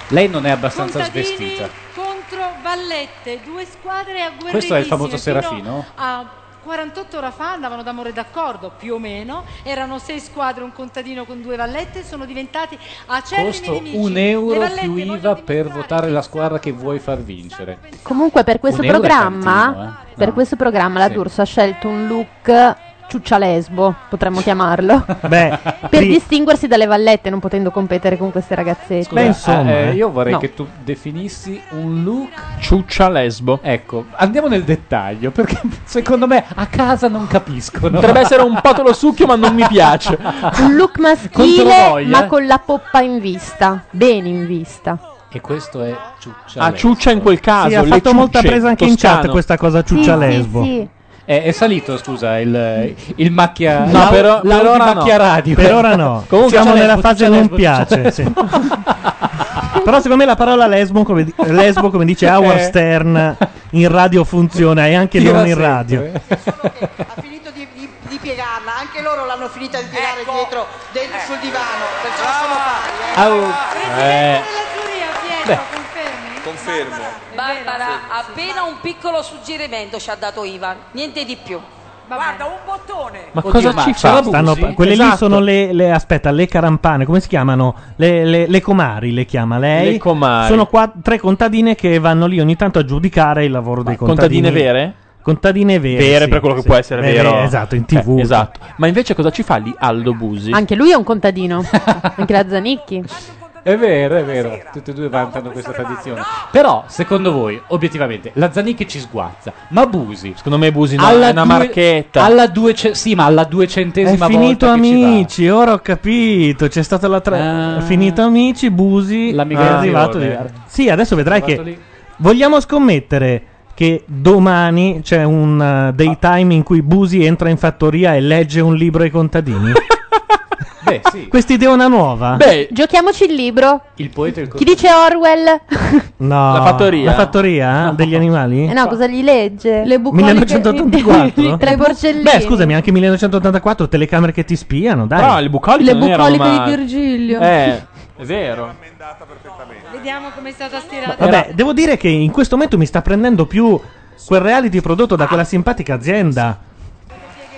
Speaker 11: lei non è abbastanza
Speaker 9: Contadini
Speaker 11: svestita.
Speaker 9: contro Vallette, due squadre agguerritissime.
Speaker 11: Questo è il famoso
Speaker 9: fino
Speaker 11: Serafino?
Speaker 9: A 48 ore fa andavano d'amore d'accordo, più o meno. Erano sei squadre, un contadino con due Vallette, sono diventati acerrimi
Speaker 11: Costo
Speaker 9: nemici.
Speaker 11: un
Speaker 9: Le
Speaker 11: euro
Speaker 9: Vallette
Speaker 11: più IVA per votare la squadra che vuoi far vincere.
Speaker 4: Comunque, per questo
Speaker 11: Un euro è
Speaker 4: programma,
Speaker 11: tantino, eh.
Speaker 4: per questo programma la
Speaker 11: Sì.
Speaker 4: D'Urso ha scelto un look ciuccia lesbo, potremmo
Speaker 11: [LAUGHS]
Speaker 4: chiamarlo,
Speaker 1: Beh,
Speaker 4: per
Speaker 1: sì.
Speaker 4: distinguersi dalle vallette, non potendo competere con queste ragazzette.
Speaker 11: Scusa, eh, io vorrei
Speaker 4: No.
Speaker 11: che tu definissi un look ciuccia lesbo. Ecco, andiamo nel dettaglio perché [LAUGHS] secondo me a casa non capiscono.
Speaker 2: Potrebbe essere un patolo succhio, ma non
Speaker 11: [LAUGHS]
Speaker 2: mi piace.
Speaker 4: un look
Speaker 11: Contro
Speaker 4: maschile,
Speaker 11: voglia,
Speaker 4: ma
Speaker 11: eh.
Speaker 4: con la poppa in vista, bene in vista.
Speaker 11: E questo è ciuccia.
Speaker 2: Ah, ciuccia in quel caso.
Speaker 1: Sì, ha
Speaker 2: le
Speaker 1: fatto
Speaker 2: ciucce,
Speaker 1: molta presa anche in chat
Speaker 2: Toscano.
Speaker 1: questa cosa ciuccia
Speaker 11: Boh.
Speaker 1: lesbo.
Speaker 11: Eh, È, è salito, scusa, il, il
Speaker 19: Eh,
Speaker 11: macchia.
Speaker 1: No, per-
Speaker 11: l'au-
Speaker 1: per
Speaker 11: l'au di
Speaker 1: ora no.
Speaker 11: macchia radio.
Speaker 1: Per ora
Speaker 19: [LAUGHS]
Speaker 1: no.
Speaker 11: [LAUGHS] Comunque,
Speaker 1: Siamo
Speaker 11: ciuccia
Speaker 1: nella
Speaker 11: lesbo,
Speaker 1: fase
Speaker 11: ciuccia
Speaker 1: non
Speaker 11: lesbo, ciuccia
Speaker 1: piace.
Speaker 11: lesbo.
Speaker 1: Però secondo me la parola lesbo, come, di- lesbo, come
Speaker 19: [LAUGHS]
Speaker 1: dice Howard
Speaker 11: Eh.
Speaker 1: Stern, in radio funziona e anche
Speaker 11: Tira
Speaker 1: non in
Speaker 11: sempre.
Speaker 1: radio.
Speaker 19: eh.
Speaker 20: ha finito di, di- di piegarla, anche loro l'hanno finita di piegare
Speaker 15: Ecco.
Speaker 20: dietro, dentro, sul divano, perciò sono pari. eh.
Speaker 21: Confermo.
Speaker 2: Eh.
Speaker 9: eh.
Speaker 22: Barbara, appena un piccolo suggerimento ci ha dato Ivan, niente di più.
Speaker 3: Guarda, un bottone.
Speaker 1: Ma
Speaker 3: Oddio,
Speaker 1: cosa ci
Speaker 3: c'è
Speaker 1: fa?
Speaker 3: la
Speaker 1: Stanno-
Speaker 3: Busi?
Speaker 1: quelle lì
Speaker 3: Esatto.
Speaker 1: sono le, le- Aspetta, le carampane, come si chiamano? Le, le- le comari le chiama lei.
Speaker 19: Le comari.
Speaker 1: Sono qua, tre contadine che vanno lì ogni tanto a giudicare il lavoro dei contadini.
Speaker 19: contadine vere?
Speaker 1: Contadine vere.
Speaker 19: Vere
Speaker 1: sì,
Speaker 19: per quello che
Speaker 1: sì.
Speaker 19: può essere
Speaker 1: Vere,
Speaker 19: vero.
Speaker 1: Esatto, in
Speaker 19: Eh,
Speaker 1: tv.
Speaker 19: esatto. Ma invece cosa ci fa lì Aldo Busi?
Speaker 4: Anche lui è
Speaker 11: [LAUGHS]
Speaker 4: un contadino. Anche la Zanicchi.
Speaker 11: È vero, è vero. Tutti e due vantano questa tradizione. Però, secondo voi, obiettivamente, la Zanicchi ci sguazza, ma Busi.
Speaker 19: Secondo me Busi no,
Speaker 11: alla
Speaker 19: è una
Speaker 11: due-
Speaker 19: marchetta.
Speaker 11: Alla duece- sì, ma alla
Speaker 1: È
Speaker 11: duecentesima
Speaker 1: finito
Speaker 11: volta che ci va.
Speaker 1: amici, ora ho capito. C'è stata la tre. È finito amici, Busi. È
Speaker 11: migrazione.
Speaker 1: arrivato lì. Sì, adesso vedrai
Speaker 11: È
Speaker 1: che.
Speaker 11: arrivato lì.
Speaker 1: Vogliamo scommettere che domani c'è un eh, daytime in cui Busi entra in fattoria e legge un libro ai contadini?
Speaker 11: Beh, sì.
Speaker 1: Quest'idea è una nuova?
Speaker 4: Ah. Giochiamoci il libro.
Speaker 11: Il poeta e il
Speaker 4: Chi
Speaker 11: [LAUGHS]
Speaker 4: dice Orwell?
Speaker 1: no.
Speaker 19: La fattoria?
Speaker 1: La fattoria degli animali?
Speaker 4: Eh no, cosa gli legge? Le
Speaker 1: 1984?
Speaker 4: [LAUGHS] Tre porcellini.
Speaker 1: Beh, scusami, anche 1984, telecamere che ti spiano, dai.
Speaker 2: Ah,
Speaker 19: Però le bucoliche Le non erano bucoliche di male.
Speaker 23: Virgilio.
Speaker 8: [LAUGHS]
Speaker 19: Eh, è vero.
Speaker 23: Vediamo come è stata stirata.
Speaker 1: Vabbè, devo dire che in questo momento mi sta prendendo più quel reality prodotto da quella simpatica azienda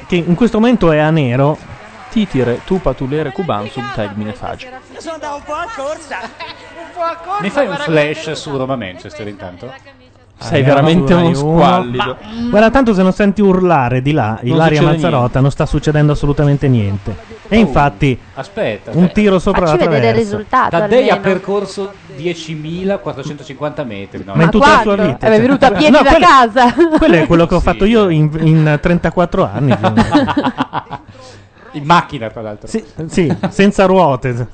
Speaker 1: che in questo momento è a nero.
Speaker 19: Titire, tu patulere cuban sub termine fagi.
Speaker 3: Io sono andata un po' a corsa. un po' a corsa.
Speaker 11: Mi fai un
Speaker 3: guarda-
Speaker 11: flash su Roma Manchester intanto?
Speaker 1: Sei veramente Ah, uno squallido.
Speaker 11: mm.
Speaker 1: Guarda, tanto se non senti urlare di là Ilaria
Speaker 11: succede
Speaker 1: Mazzarotta, non sta succedendo assolutamente niente. E
Speaker 11: Oh,
Speaker 1: infatti,
Speaker 11: Aspetta,
Speaker 1: un tiro sopra la traversa.
Speaker 11: Taddei ha percorso 10.450 metri. No?
Speaker 1: Ma in tutta la sua vita. cioè,
Speaker 4: Eh,
Speaker 1: vabbè, no, quello-
Speaker 4: casa.
Speaker 1: Quello è quello che ho fatto io in, in 34 anni. cioè.
Speaker 11: In macchina, tra l'altro.
Speaker 1: sì, sì, senza ruote.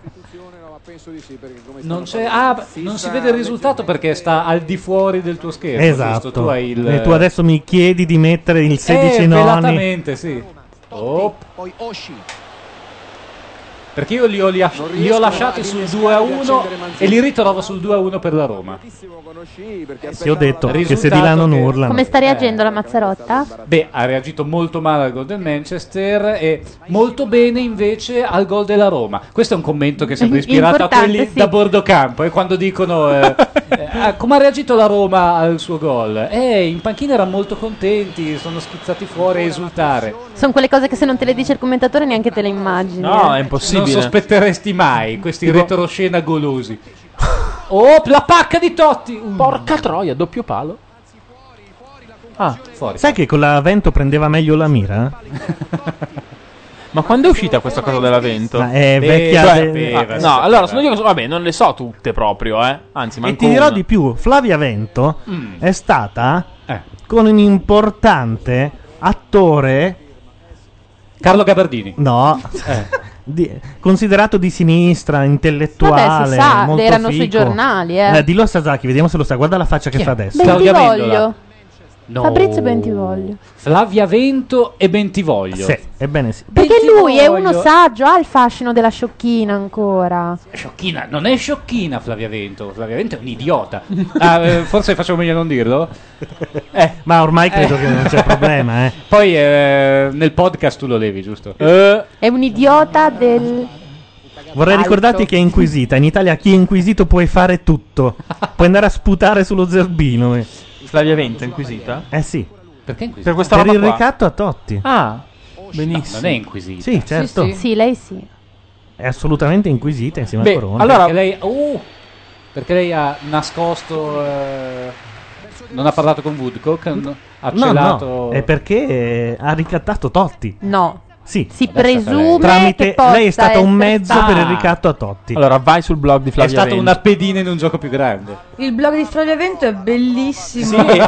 Speaker 11: Non, c'è- ah, beh, non si vede il risultato perché sta al di fuori del tuo schermo.
Speaker 1: Esatto.
Speaker 11: giusto? Tu hai il...
Speaker 1: E tu adesso mi chiedi di mettere il 16
Speaker 11: eh,
Speaker 1: noni.
Speaker 11: velatamente, sì. Oh. Perché io li ho, li
Speaker 2: Non
Speaker 11: li ho
Speaker 2: riescono
Speaker 11: lasciati
Speaker 2: a
Speaker 11: sul
Speaker 2: rinnescare,
Speaker 11: 2 a
Speaker 2: riaccendere
Speaker 11: 1
Speaker 2: Manzini.
Speaker 11: e li ritrovo sul 2 a 1 per la Roma.
Speaker 1: Sì, ho detto che se di là non urlano.
Speaker 4: [LAUGHS] Come sta reagendo la Mazzarotta?
Speaker 11: Beh, ha reagito molto male al gol del Manchester e molto bene invece al gol della Roma. Questo è un commento che è
Speaker 4: [LAUGHS]
Speaker 11: sempre ispirato a
Speaker 4: Importante,
Speaker 11: quelli
Speaker 4: sì.
Speaker 11: da bordo campo. E quando dicono
Speaker 4: [LAUGHS]
Speaker 11: eh, eh, ah, come ha reagito la Roma al suo gol? Eh, in panchina erano molto contenti, sono schizzati fuori a esultare.
Speaker 4: Sono quelle cose che se non te le dice il commentatore neanche te le immagini. eh.
Speaker 11: è impossibile. Non sospetteresti mai questi
Speaker 19: Tipo-
Speaker 11: retroscena golosi. Oh, la pacca di Totti! Mm.
Speaker 19: Porca troia, doppio palo. Ah, fuori.
Speaker 1: Sai che con l'avvento prendeva meglio la mira?
Speaker 19: Ma quando è uscita questa cosa dell'avvento?
Speaker 1: Ma è
Speaker 19: Beh,
Speaker 1: vecchia
Speaker 19: cioè,
Speaker 1: de-
Speaker 19: ah, no, allora sono io che so, vabbè, non le so tutte proprio, eh. Anzi, ma
Speaker 1: E ti dirò di più, Flavia Vento
Speaker 19: Mm.
Speaker 1: è stata
Speaker 11: Eh.
Speaker 1: con un importante attore...
Speaker 11: Carlo Eh. Gabardini.
Speaker 1: No. [LAUGHS] Di- considerato di sinistra, intellettuale,
Speaker 4: Vabbè, si sa,
Speaker 1: molto
Speaker 4: erano sui
Speaker 1: fico.
Speaker 4: giornali, eh.
Speaker 1: Eh, dillo a Sasaki, vediamo se lo sa. Guarda la faccia che
Speaker 11: Chi è?
Speaker 1: fa adesso.
Speaker 4: Bentivoglio.
Speaker 11: No.
Speaker 4: Fabrizio Bentivoglio.
Speaker 11: Flavia Vento e Bentivoglio.
Speaker 1: Sì, ebbene sì.
Speaker 4: Perché lui è uno
Speaker 11: Bentivoglio-
Speaker 4: saggio, ha il fascino della sciocchina ancora.
Speaker 11: Sciocchina, non è sciocchina Flavia Vento, Flavia Vento è un idiota. [LAUGHS] Ah, eh, forse facevo meglio a non dirlo.
Speaker 1: Ma ormai credo che non c'è problema, eh.
Speaker 11: Eh. [LAUGHS] Poi eh, nel podcast tu lo levi, giusto?
Speaker 4: È un idiota del...
Speaker 1: Vorrei
Speaker 4: Alto.
Speaker 1: ricordarti che è inquisita. In Italia chi è inquisito puoi fare tutto. Puoi andare a sputare sullo zerbino. Eh
Speaker 19: Flavia Vento inquisita?
Speaker 1: Eh sì.
Speaker 11: Perché inquisita?
Speaker 19: Per questa
Speaker 1: per
Speaker 19: roba
Speaker 1: il
Speaker 19: qua.
Speaker 1: ricatto a Totti.
Speaker 19: Ah, benissimo.
Speaker 11: non è inquisita.
Speaker 1: Sì, certo.
Speaker 4: Sì, lei sì.
Speaker 1: È assolutamente inquisita insieme
Speaker 11: Beh,
Speaker 1: a Corona.
Speaker 11: allora perché lei, uh, perché lei ha nascosto eh, non ha parlato con Woodcock, n- ha
Speaker 1: no,
Speaker 11: celato
Speaker 1: no, è perché eh, ha ricattato Totti.
Speaker 4: No.
Speaker 1: Sì.
Speaker 4: Si presume
Speaker 1: Tramite
Speaker 4: che possa
Speaker 1: lei è stato un
Speaker 4: essere
Speaker 1: mezzo
Speaker 4: stata-
Speaker 1: per
Speaker 11: Ah.
Speaker 1: il ricatto a Totti.
Speaker 19: Allora vai sul blog di
Speaker 11: è
Speaker 19: Flavia
Speaker 11: stata
Speaker 19: Vento.
Speaker 11: una pedina in un gioco più grande.
Speaker 3: Il blog di Flavia Vento è bellissimo.
Speaker 19: Sì,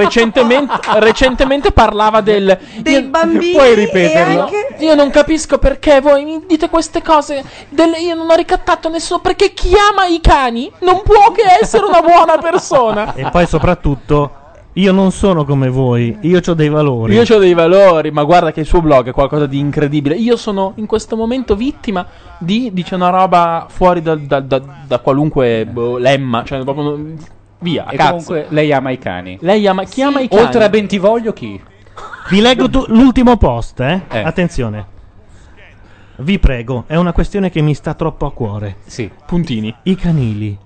Speaker 19: recentemente, recentemente parlava del
Speaker 3: Dei bambini
Speaker 19: Puoi
Speaker 3: e
Speaker 19: ripeterlo?
Speaker 3: anche-
Speaker 19: Io non capisco perché voi mi dite queste cose. del- io non ho ricattato nessuno perché chi ama i cani non può che essere una buona persona.
Speaker 1: E poi soprattutto io non sono come voi, io ho dei valori.
Speaker 19: [LAUGHS] Io ho dei valori, ma guarda che il suo blog è qualcosa di incredibile. Io sono in questo momento vittima di, dice una roba fuori da, da- da- da qualunque boh, lemma, cioè proprio non- via, a
Speaker 11: E
Speaker 19: cazzo.
Speaker 11: comunque lei ama i cani.
Speaker 19: Lei ama, chi ama i cani?
Speaker 11: Oltre a Bentivoglio chi?
Speaker 1: Vi leggo tu- l'ultimo post, eh? Attenzione. Vi prego, è una questione che mi sta troppo a cuore.
Speaker 11: Sì.
Speaker 19: Puntini.
Speaker 11: [LAUGHS]
Speaker 1: I canili.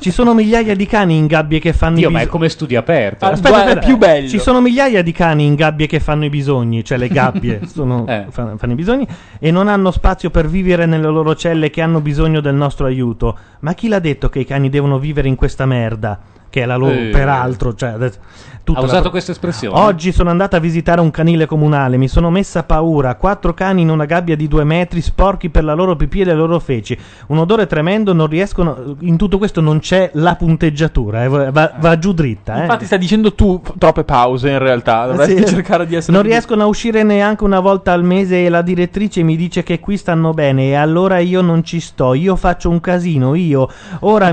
Speaker 1: Ci sono migliaia di cani in gabbie che fanno i
Speaker 11: Dio,
Speaker 1: bisogni.
Speaker 11: ma è come studio aperto.
Speaker 1: aspetta. Ci sono migliaia di cani in gabbie che fanno i bisogni, cioè le
Speaker 11: [LAUGHS]
Speaker 1: gabbie sono-
Speaker 11: Eh.
Speaker 1: fan- fanno i bisogni, e non hanno spazio per vivere nelle loro celle che hanno bisogno del nostro aiuto. Ma chi l'ha detto che i cani devono vivere in questa merda? Che è la loro,
Speaker 11: Eh.
Speaker 1: peraltro. Cioè, adesso- tutta
Speaker 11: Ha
Speaker 1: la
Speaker 11: usato
Speaker 1: pro-
Speaker 11: questa espressione.
Speaker 1: Oggi sono andata a visitare un canile comunale, mi sono messa a paura. Quattro cani in una gabbia di due metri, sporchi per la loro pipì e le loro feci. Un odore tremendo, non riescono. In tutto questo non c'è la punteggiatura, eh, va, va giù dritta. eh.
Speaker 2: Infatti, stai dicendo tu p- troppe pause. In realtà, dovresti
Speaker 1: Sì.
Speaker 2: cercare di essere.
Speaker 1: Non
Speaker 2: più-
Speaker 1: riescono a uscire neanche una volta al mese e la direttrice mi dice che qui stanno bene e allora io non ci sto, io faccio un casino, io ora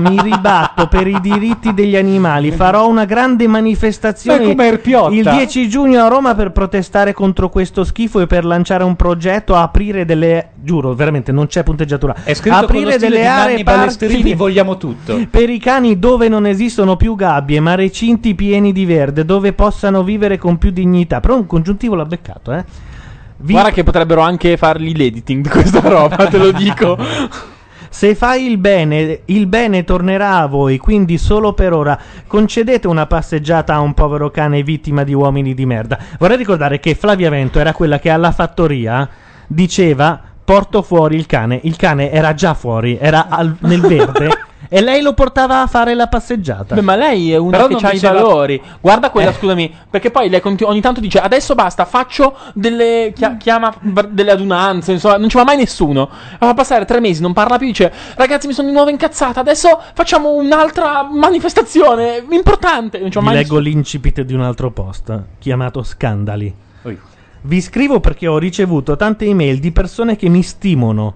Speaker 11: [LAUGHS]
Speaker 1: mi ribatto per i diritti degli animali, farò una grande manifestazione
Speaker 11: Ma come Erpiotta.
Speaker 1: il 10 giugno a Roma per protestare contro questo schifo e per lanciare un progetto, aprire delle... giuro, veramente non c'è punteggiatura,
Speaker 11: È scritto con lo
Speaker 1: aprire
Speaker 11: stile
Speaker 1: delle
Speaker 11: di Nanni
Speaker 1: aree
Speaker 11: Balesterini,
Speaker 1: parchi
Speaker 11: vogliamo tutto.
Speaker 1: per i cani dove non esistono più gabbie, ma recinti pieni di verde, dove possano vivere con più dignità. Però un congiuntivo l'ha beccato, eh. Vi-
Speaker 2: Guarda che potrebbero anche fargli l'editing di questa roba, te lo [LAUGHS] dico.
Speaker 1: Se fai il bene, il bene tornerà a voi, quindi solo per ora concedete una passeggiata a un povero cane vittima di uomini di merda. Vorrei ricordare che Flavia Vento era quella che alla fattoria diceva porto fuori il cane, il cane era già fuori, era al-
Speaker 2: [LAUGHS]
Speaker 1: nel verde e lei lo portava a fare la passeggiata.
Speaker 2: Beh, ma lei è una
Speaker 1: Però
Speaker 2: che
Speaker 1: non
Speaker 2: ha i
Speaker 1: diceva-
Speaker 2: valori. Guarda quella,
Speaker 1: Eh.
Speaker 2: scusami, perché poi lei conti- ogni tanto dice adesso basta, faccio delle chia- chiama br- delle adunanze, insomma, non ci va mai nessuno. Fa passare tre mesi, non parla più, dice "Ragazzi, mi sono di nuovo incazzata, adesso facciamo un'altra manifestazione importante". Non ci va
Speaker 1: Vi
Speaker 2: mai
Speaker 1: leggo l'incipit di un altro post eh, chiamato Scandali.
Speaker 11: Oi.
Speaker 1: Vi scrivo perché ho ricevuto tante email di persone che mi stimolano.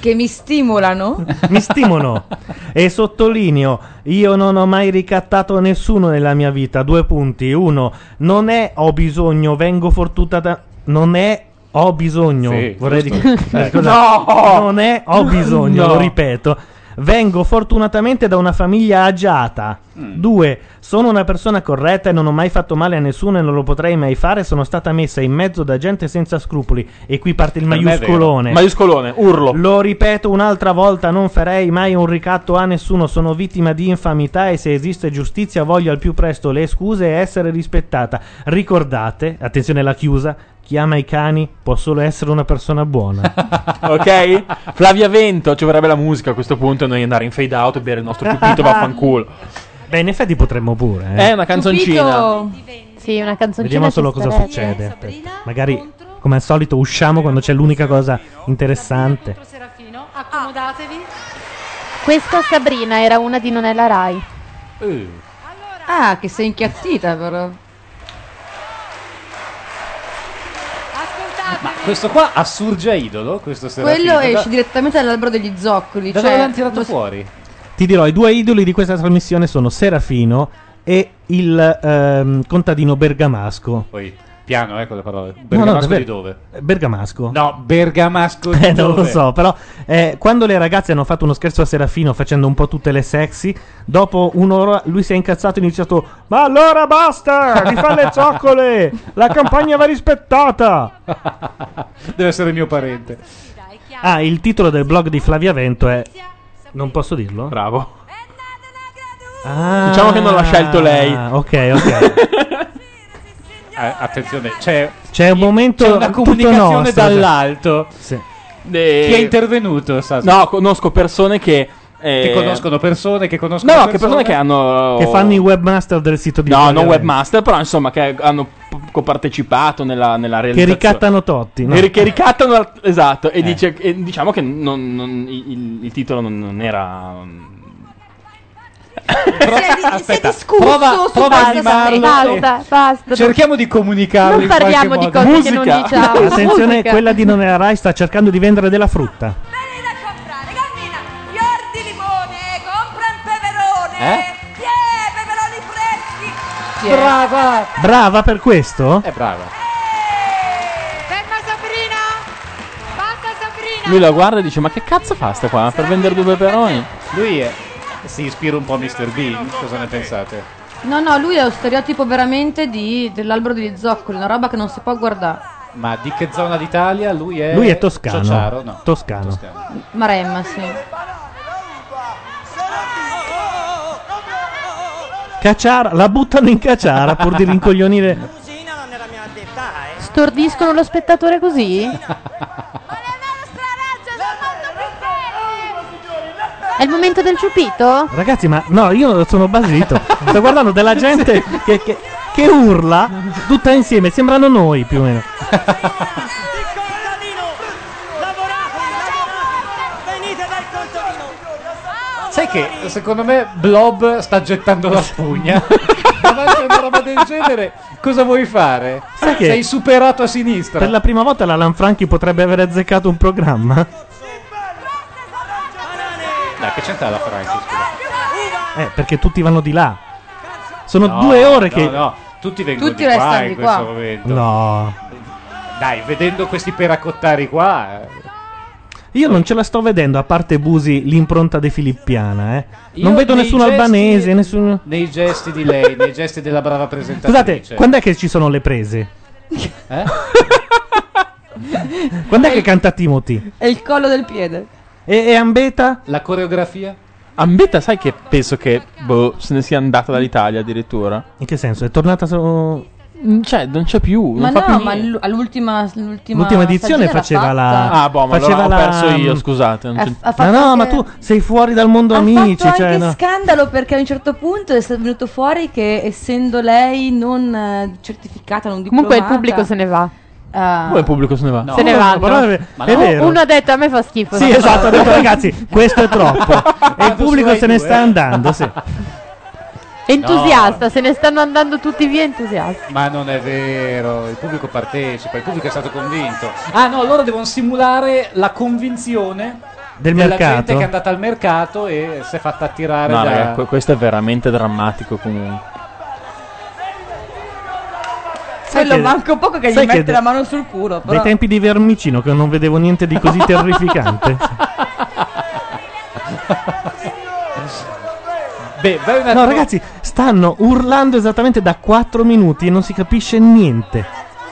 Speaker 3: Che mi stimolano.
Speaker 1: mi stimolano e sottolineo io non ho mai ricattato nessuno nella mia vita due punti uno non è ho bisogno vengo fortunata non è ho bisogno
Speaker 11: Sì,
Speaker 1: vorrei
Speaker 11: giusto.
Speaker 1: dire
Speaker 11: Eh.
Speaker 1: scusa,
Speaker 11: No!
Speaker 1: non è ho bisogno
Speaker 11: No.
Speaker 1: lo ripeto Vengo fortunatamente da una famiglia agiata.
Speaker 11: Mm.
Speaker 1: Due, sono una persona corretta e non ho mai fatto male a nessuno e non lo potrei mai fare. Sono stata messa in mezzo da gente senza scrupoli. E qui parte il
Speaker 2: Per me è vero.
Speaker 1: maiuscolone.
Speaker 2: Maiuscolone, urlo.
Speaker 1: Lo ripeto un'altra volta, non farei mai un ricatto a nessuno, sono vittima di infamità e se esiste giustizia voglio al più presto le scuse e essere rispettata. Ricordate, attenzione alla chiusa, chi ama i cani può solo essere una persona
Speaker 2: [LAUGHS]
Speaker 1: buona.
Speaker 2: ok? Flavia Vento, ci vorrebbe la musica a questo punto e noi andare in fade out e bere il nostro pupito vaffanculo.
Speaker 1: Beh, in effetti potremmo pure. eh.
Speaker 2: È una canzoncina.
Speaker 4: Sì, una canzoncina.
Speaker 1: Vediamo
Speaker 4: ci
Speaker 1: solo cosa
Speaker 4: starebbe.
Speaker 1: succede. Aspetta, Magari, come al solito, usciamo quando c'è l'unica cosa interessante.
Speaker 24: Serafino, accomodatevi.
Speaker 4: Ah. Questa Sabrina era una di Nonella Rai.
Speaker 1: Eh.
Speaker 3: Ah, che sei inchiattita però.
Speaker 11: Questo qua assurgia idolo, questo Serafino.
Speaker 3: Quello
Speaker 11: Da-
Speaker 3: esce direttamente dall'albero degli zoccoli.
Speaker 11: Da
Speaker 3: cioè,
Speaker 11: dove l'hanno tirato
Speaker 3: lo-
Speaker 11: fuori?
Speaker 1: Ti dirò, i due idoli di questa trasmissione sono Serafino e il ehm, contadino bergamasco.
Speaker 11: Poi, piano, ecco le parole. Bergamasco
Speaker 1: davvero.
Speaker 11: di dove?
Speaker 1: Eh, Bergamasco.
Speaker 11: No, Bergamasco di
Speaker 1: Eh,
Speaker 11: dove?
Speaker 1: non lo so, però eh, quando le ragazze hanno fatto uno scherzo a Serafino facendo un po' tutte le sexy, dopo un'ora lui si è incazzato e ha iniziato Ma allora basta, mi fa le zoccole, la campagna va rispettata.
Speaker 11: Deve essere mio parente.
Speaker 1: Ah, il titolo del blog di Flavia Vento è Non posso dirlo?
Speaker 2: Bravo.
Speaker 1: Ah,
Speaker 11: Diciamo che non l'ha scelto lei.
Speaker 1: Ok, ok.
Speaker 11: Eh, attenzione, c'è,
Speaker 1: C'è un momento
Speaker 11: c'è una
Speaker 1: tutto
Speaker 11: comunicazione
Speaker 1: nostro, cioè,
Speaker 11: dall'alto. Eh,
Speaker 1: Sì.
Speaker 11: Chi è intervenuto? Sa-
Speaker 2: No, conosco persone che
Speaker 11: Che
Speaker 2: eh,
Speaker 11: conoscono persone, che conoscono
Speaker 2: No, no,
Speaker 11: persone.
Speaker 2: che persone che hanno
Speaker 1: Che fanno i webmaster del sito di
Speaker 2: No,
Speaker 1: Flavia
Speaker 2: non
Speaker 1: Vento.
Speaker 2: webmaster, però insomma che hanno p- copartecipato nella, nella
Speaker 1: Che
Speaker 2: realizzazione.
Speaker 1: ricattano Eh. Totti, no?
Speaker 2: E ri- Che ricattano, la- esatto, e, dice- e diciamo che non- non- il, il- il titolo non, non era...
Speaker 11: Aspetta,
Speaker 4: Discusso
Speaker 11: prova,
Speaker 4: su
Speaker 11: prova a
Speaker 4: basta,
Speaker 11: animarlo.
Speaker 4: Basta, basta.
Speaker 11: e- Cerchiamo di comunicarlo.
Speaker 4: Non
Speaker 11: in qualche
Speaker 4: parliamo di
Speaker 11: modo.
Speaker 4: cose che non diciamo.
Speaker 1: [LAUGHS] Attenzione,
Speaker 4: Musica.
Speaker 1: quella di Non era Rai sta cercando di vendere della frutta.
Speaker 25: Fior di limone, compra un peperone.
Speaker 1: Eh?
Speaker 25: Tiè, peperoni freschi.
Speaker 11: Brava!
Speaker 2: Eh?
Speaker 1: Brava per questo?
Speaker 11: È brava.
Speaker 24: Ferma Sabrina! Basta Sabrina!
Speaker 2: Lui la guarda e dice ma che cazzo fa sta qua per vendere due peperoni?
Speaker 11: Lui è- si ispira un po' a Mr. Bean. Cosa ne pensate?
Speaker 3: No, no, lui è lo stereotipo veramente di- dell'albero degli zoccoli, una roba che non si può guardare.
Speaker 11: Ma di che zona d'Italia? Lui è.
Speaker 1: Lui è toscano.
Speaker 11: Ciociaro? No.
Speaker 1: Toscano.
Speaker 3: Maremma, sì.
Speaker 1: Cacciara, la buttano in cacciara pur di rincoglionire.
Speaker 4: Stordiscono lo
Speaker 1: [LAUGHS]
Speaker 4: spettatore così? È il momento del ciupito?
Speaker 1: Ragazzi, ma no, io sono basito. Sto guardando della
Speaker 4: [LAUGHS]
Speaker 1: gente che, che- che urla tutta insieme. Sembrano noi più o meno.
Speaker 11: Sai che secondo me Blob sta gettando la
Speaker 1: [LAUGHS]
Speaker 11: spugna. Davanti a una roba del genere, cosa vuoi fare?
Speaker 1: Sai che-
Speaker 11: Sei superato a sinistra.
Speaker 1: Per la prima volta la Lanfranchi potrebbe aver azzeccato un programma.
Speaker 11: Dai, che c'entra la Franchi?
Speaker 1: Eh, perché tutti vanno di là. Sono
Speaker 11: No,
Speaker 1: due ore
Speaker 11: no,
Speaker 1: che.
Speaker 11: No, tutti vengono
Speaker 1: Tutti
Speaker 11: di qua
Speaker 1: restano
Speaker 11: in
Speaker 1: di
Speaker 11: questo
Speaker 1: qua.
Speaker 11: momento.
Speaker 1: No.
Speaker 11: Dai, vedendo questi peracottari qua. eh.
Speaker 1: Io non ce la sto vedendo, a parte Busi, l'impronta de Filippiana. Eh. Non
Speaker 11: Io
Speaker 1: vedo
Speaker 11: nei
Speaker 1: nessun
Speaker 11: gesti-
Speaker 1: albanese, nessun.
Speaker 11: Nei gesti di lei, nei gesti della brava presentatrice.
Speaker 1: Scusate, quando è che ci sono le prese?
Speaker 11: Eh?
Speaker 1: Quando è che canta Timothy?
Speaker 8: È il collo del piede.
Speaker 1: E, e Ambeta?
Speaker 11: La coreografia?
Speaker 2: Ambetta, sai che penso che boh, se ne sia andata dall'Italia addirittura.
Speaker 1: In che senso? È tornata solo.
Speaker 2: Cioè, non c'è più.
Speaker 3: Ma
Speaker 2: non fa
Speaker 3: no,
Speaker 2: più
Speaker 3: ma
Speaker 2: niente.
Speaker 3: l- all'ultima, l'ultima,
Speaker 1: L'ultima edizione
Speaker 3: stagione l'ha
Speaker 1: faceva la.
Speaker 3: fatta.
Speaker 2: Ah, boh, ma
Speaker 1: faceva
Speaker 2: allora ho
Speaker 1: la-
Speaker 2: perso io, scusate, non
Speaker 3: Ha-
Speaker 2: c'è-
Speaker 3: ha
Speaker 1: Ma
Speaker 3: fatto
Speaker 1: no, ma
Speaker 3: anche-
Speaker 1: tu sei fuori dal mondo amici.
Speaker 3: fatto anche
Speaker 1: Cioè, no.
Speaker 3: scandalo perché a un certo punto è sta- venuto fuori che essendo lei non eh, certificata, non diplomata
Speaker 4: Comunque il pubblico se ne va.
Speaker 3: Ah.
Speaker 2: Come il pubblico se ne va?
Speaker 4: No. Se ne vanno.
Speaker 1: Però è-
Speaker 4: Ma
Speaker 1: è
Speaker 4: no.
Speaker 1: vero.
Speaker 4: Uno ha detto a me fa schifo.
Speaker 1: Sì,
Speaker 4: no?"
Speaker 1: esatto, ha detto ragazzi, questo è
Speaker 2: [LAUGHS]
Speaker 1: troppo.
Speaker 2: Ah,
Speaker 1: e il pubblico
Speaker 4: suoi
Speaker 1: se ne
Speaker 4: due.
Speaker 1: sta andando, sì.
Speaker 4: [LAUGHS] Entusiasta, se ne stanno andando tutti via
Speaker 11: [LAUGHS]
Speaker 4: entusiasti.
Speaker 11: Ma non è vero, il pubblico partecipa, il pubblico è stato convinto. Ah no, loro devono simulare la convinzione
Speaker 1: Del
Speaker 11: della gente
Speaker 1: mercato?
Speaker 11: che è andata al mercato e si è fatta attirare
Speaker 2: No,
Speaker 11: da...
Speaker 2: raga, que- questo è veramente drammatico comunque.
Speaker 1: Sai
Speaker 3: Quello
Speaker 1: che-
Speaker 3: manco poco che gli
Speaker 1: sai che
Speaker 3: mette
Speaker 1: de-
Speaker 3: la mano sul culo.
Speaker 2: eh.
Speaker 3: Però...
Speaker 1: Dai tempi di Vermicino che non vedevo niente di così terrificante.
Speaker 11: Beh, vai un
Speaker 1: No,
Speaker 11: attimo-
Speaker 1: ragazzi, stanno urlando esattamente da 4 minuti e non si capisce niente.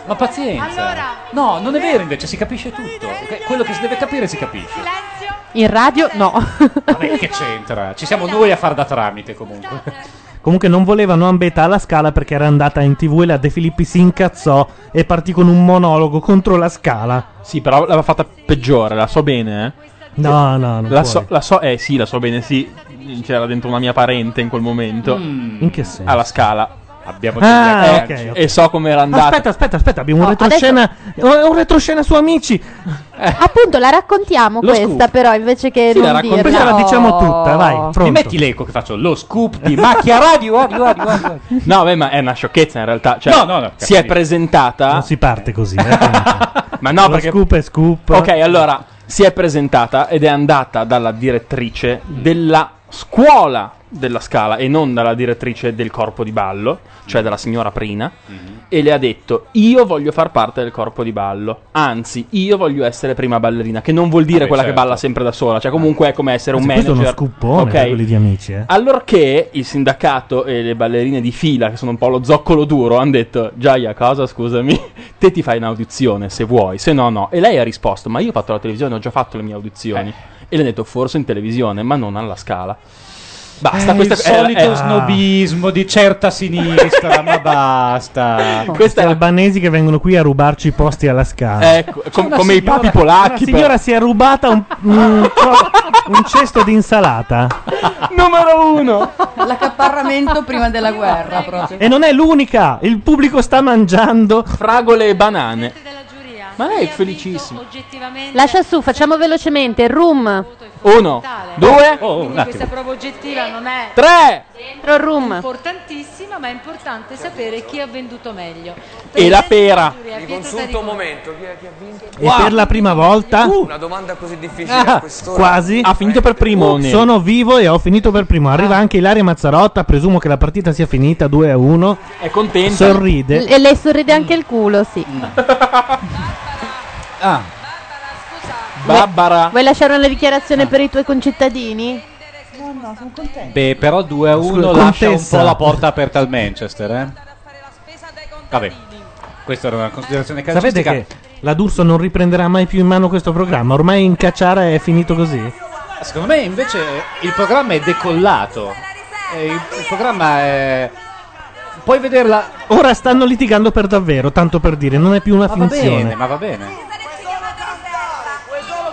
Speaker 11: Ma pazienza. No, non è vero invece, si capisce tutto. Que- Quello che si deve capire si capisce.
Speaker 4: In radio no.
Speaker 11: Vabbè, che c'entra? Ci siamo noi a far da tramite comunque.
Speaker 1: Comunque non volevano Ambeta alla scala perché era andata in tv e la De Filippi si incazzò e partì con un monologo contro la scala.
Speaker 2: Sì, però l'aveva fatta peggiore, la so bene, eh.
Speaker 1: No, no, non
Speaker 2: La
Speaker 1: puoi.
Speaker 2: so, la so, eh sì, la so bene, sì. C'era dentro una mia parente in quel momento.
Speaker 1: In che senso?
Speaker 2: Alla scala. Abbiamo
Speaker 1: Ah,
Speaker 2: degli
Speaker 1: ok,
Speaker 2: agganci.
Speaker 1: ok.
Speaker 2: E so com'era andata.
Speaker 1: Aspetta, aspetta, aspetta, abbiamo un
Speaker 4: No,
Speaker 1: retroscena. oh, Un retroscena su amici.
Speaker 4: Appunto, la raccontiamo
Speaker 1: Lo
Speaker 4: questa,
Speaker 1: scoop.
Speaker 4: però, invece che non dirla.
Speaker 1: Questa la diciamo tutta, vai.
Speaker 11: Mi
Speaker 1: Pronto.
Speaker 11: metti l'eco che faccio lo scoop di macchia radio, radio, radio, eh. [LAUGHS] radio.
Speaker 2: No, beh, ma è una sciocchezza in realtà. Cioè,
Speaker 11: No, no, no,
Speaker 2: si è presentata. Non
Speaker 1: si parte così. eh,
Speaker 2: [LAUGHS] ma no,
Speaker 1: Lo
Speaker 2: perché.
Speaker 1: scoop è scoop.
Speaker 2: Ok, allora si è presentata ed è andata dalla direttrice della scuola della Scala e non dalla direttrice del corpo di ballo, cioè dalla signora Prina, e le ha detto: Io voglio far parte del corpo di ballo. Anzi, io voglio essere prima ballerina, che non vuol dire
Speaker 1: Vabbè,
Speaker 2: quella
Speaker 1: certo.
Speaker 2: che balla sempre da sola, cioè comunque è come essere un
Speaker 1: Anzi,
Speaker 2: manager.
Speaker 1: Questo è uno scoopone per
Speaker 2: Ok. Ah,
Speaker 1: quelli di amici, eh.
Speaker 2: Allorché il sindacato e le ballerine di fila, che sono un po' lo zoccolo duro, hanno detto: Giaia, cosa scusami? [LAUGHS] Te ti fai un'audizione se vuoi, se no, no. E lei ha risposto: Ma io ho fatto la televisione, ho già fatto le mie audizioni. E le hanno detto: Forse in televisione, ma non alla scala. Basta,
Speaker 11: Eh,
Speaker 2: questo
Speaker 11: il solito snobismo di certa
Speaker 1: [LAUGHS]
Speaker 11: sinistra, ma basta.
Speaker 1: Questi albanesi che vengono qui a rubarci i posti alla scala.
Speaker 2: Ecco, com- come i papi polacchi.
Speaker 1: La
Speaker 2: però.
Speaker 1: signora si è rubata un, un- un cesto di insalata.
Speaker 2: [LAUGHS] Numero uno.
Speaker 3: [LAUGHS] L'accaparramento prima
Speaker 1: [LAUGHS]
Speaker 3: della guerra proprio.
Speaker 1: E non è l'unica. Il pubblico sta mangiando
Speaker 2: fragole e banane. Ma lei è felicissima.
Speaker 4: Lascia su, facciamo velocemente. Room.
Speaker 2: Uno, due,
Speaker 1: Oh,
Speaker 9: Questa prova oggettiva non è
Speaker 2: Tre!
Speaker 4: Dentro il room.
Speaker 9: importantissima, ma è importante sapere chi ha venduto meglio.
Speaker 2: E la pera.
Speaker 9: Pietro
Speaker 6: Vi consulto un momento. Chi è- chi ha vinto? Uh!
Speaker 1: E per la prima volta.
Speaker 6: Una domanda così difficile a
Speaker 1: Ah,
Speaker 6: quest'ora.
Speaker 1: quasi
Speaker 2: ha finito per primo Neri.
Speaker 1: Oh, sono vivo e ho finito per primo arriva anche Ilaria Mazzarotta presumo che la partita sia finita 2 a 1
Speaker 2: è contenta
Speaker 1: sorride
Speaker 4: E lei sorride anche il culo, sì.
Speaker 2: Mm.
Speaker 1: [LAUGHS]
Speaker 11: Ah.
Speaker 2: Barbara.
Speaker 4: Vuoi lasciare una dichiarazione per i tuoi concittadini?
Speaker 8: No, no, sono contenta.
Speaker 11: Beh, però 2 a 1
Speaker 1: Scusa,
Speaker 11: lascia un
Speaker 1: contessa.
Speaker 11: po' la porta aperta al Manchester, eh? Vabbè, questa era una considerazione
Speaker 1: sapete
Speaker 11: calcistica.
Speaker 1: che la D'Urso non riprenderà mai più in mano questo programma ormai in cacciara è finito così
Speaker 11: Secondo me invece il programma è decollato. Eh, il, il programma è. Puoi vederla.
Speaker 1: Ora stanno litigando per davvero, tanto per dire, non è più una
Speaker 11: Ma va
Speaker 1: finzione.
Speaker 11: bene, ma va bene.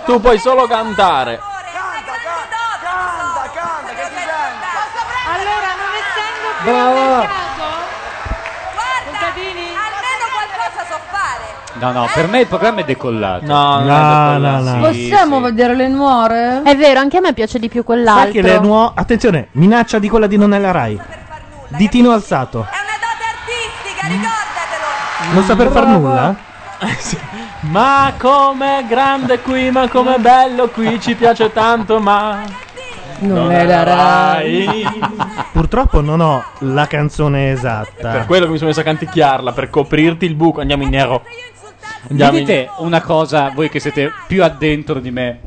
Speaker 19: Tu puoi solo cantare.
Speaker 23: Allora, non essendo più
Speaker 11: Brava.
Speaker 23: un mercato, contadini,
Speaker 26: almeno qualcosa so fare.
Speaker 11: No, no, per me il programma è decollato.
Speaker 1: No, no, no, no.
Speaker 6: Possiamo vedere le nuore?
Speaker 4: È vero, anche a me piace di più quell'altro.
Speaker 1: Sai che le nuo- Attenzione, minaccia di quella di Nonella Rai. Di Tino Alzato. Non saper far
Speaker 19: Brava.
Speaker 1: nulla?
Speaker 19: Ma com'è grande qui, ma com'è bello qui, ci piace tanto, ma.
Speaker 1: Non
Speaker 19: è la Rai.
Speaker 1: Purtroppo non ho la canzone esatta.
Speaker 19: Per quello che mi sono messo a canticchiarla, per coprirti il buco. Andiamo in nero.
Speaker 11: Mi
Speaker 19: Andiamo in-
Speaker 11: dite una cosa, voi che siete più addentro di me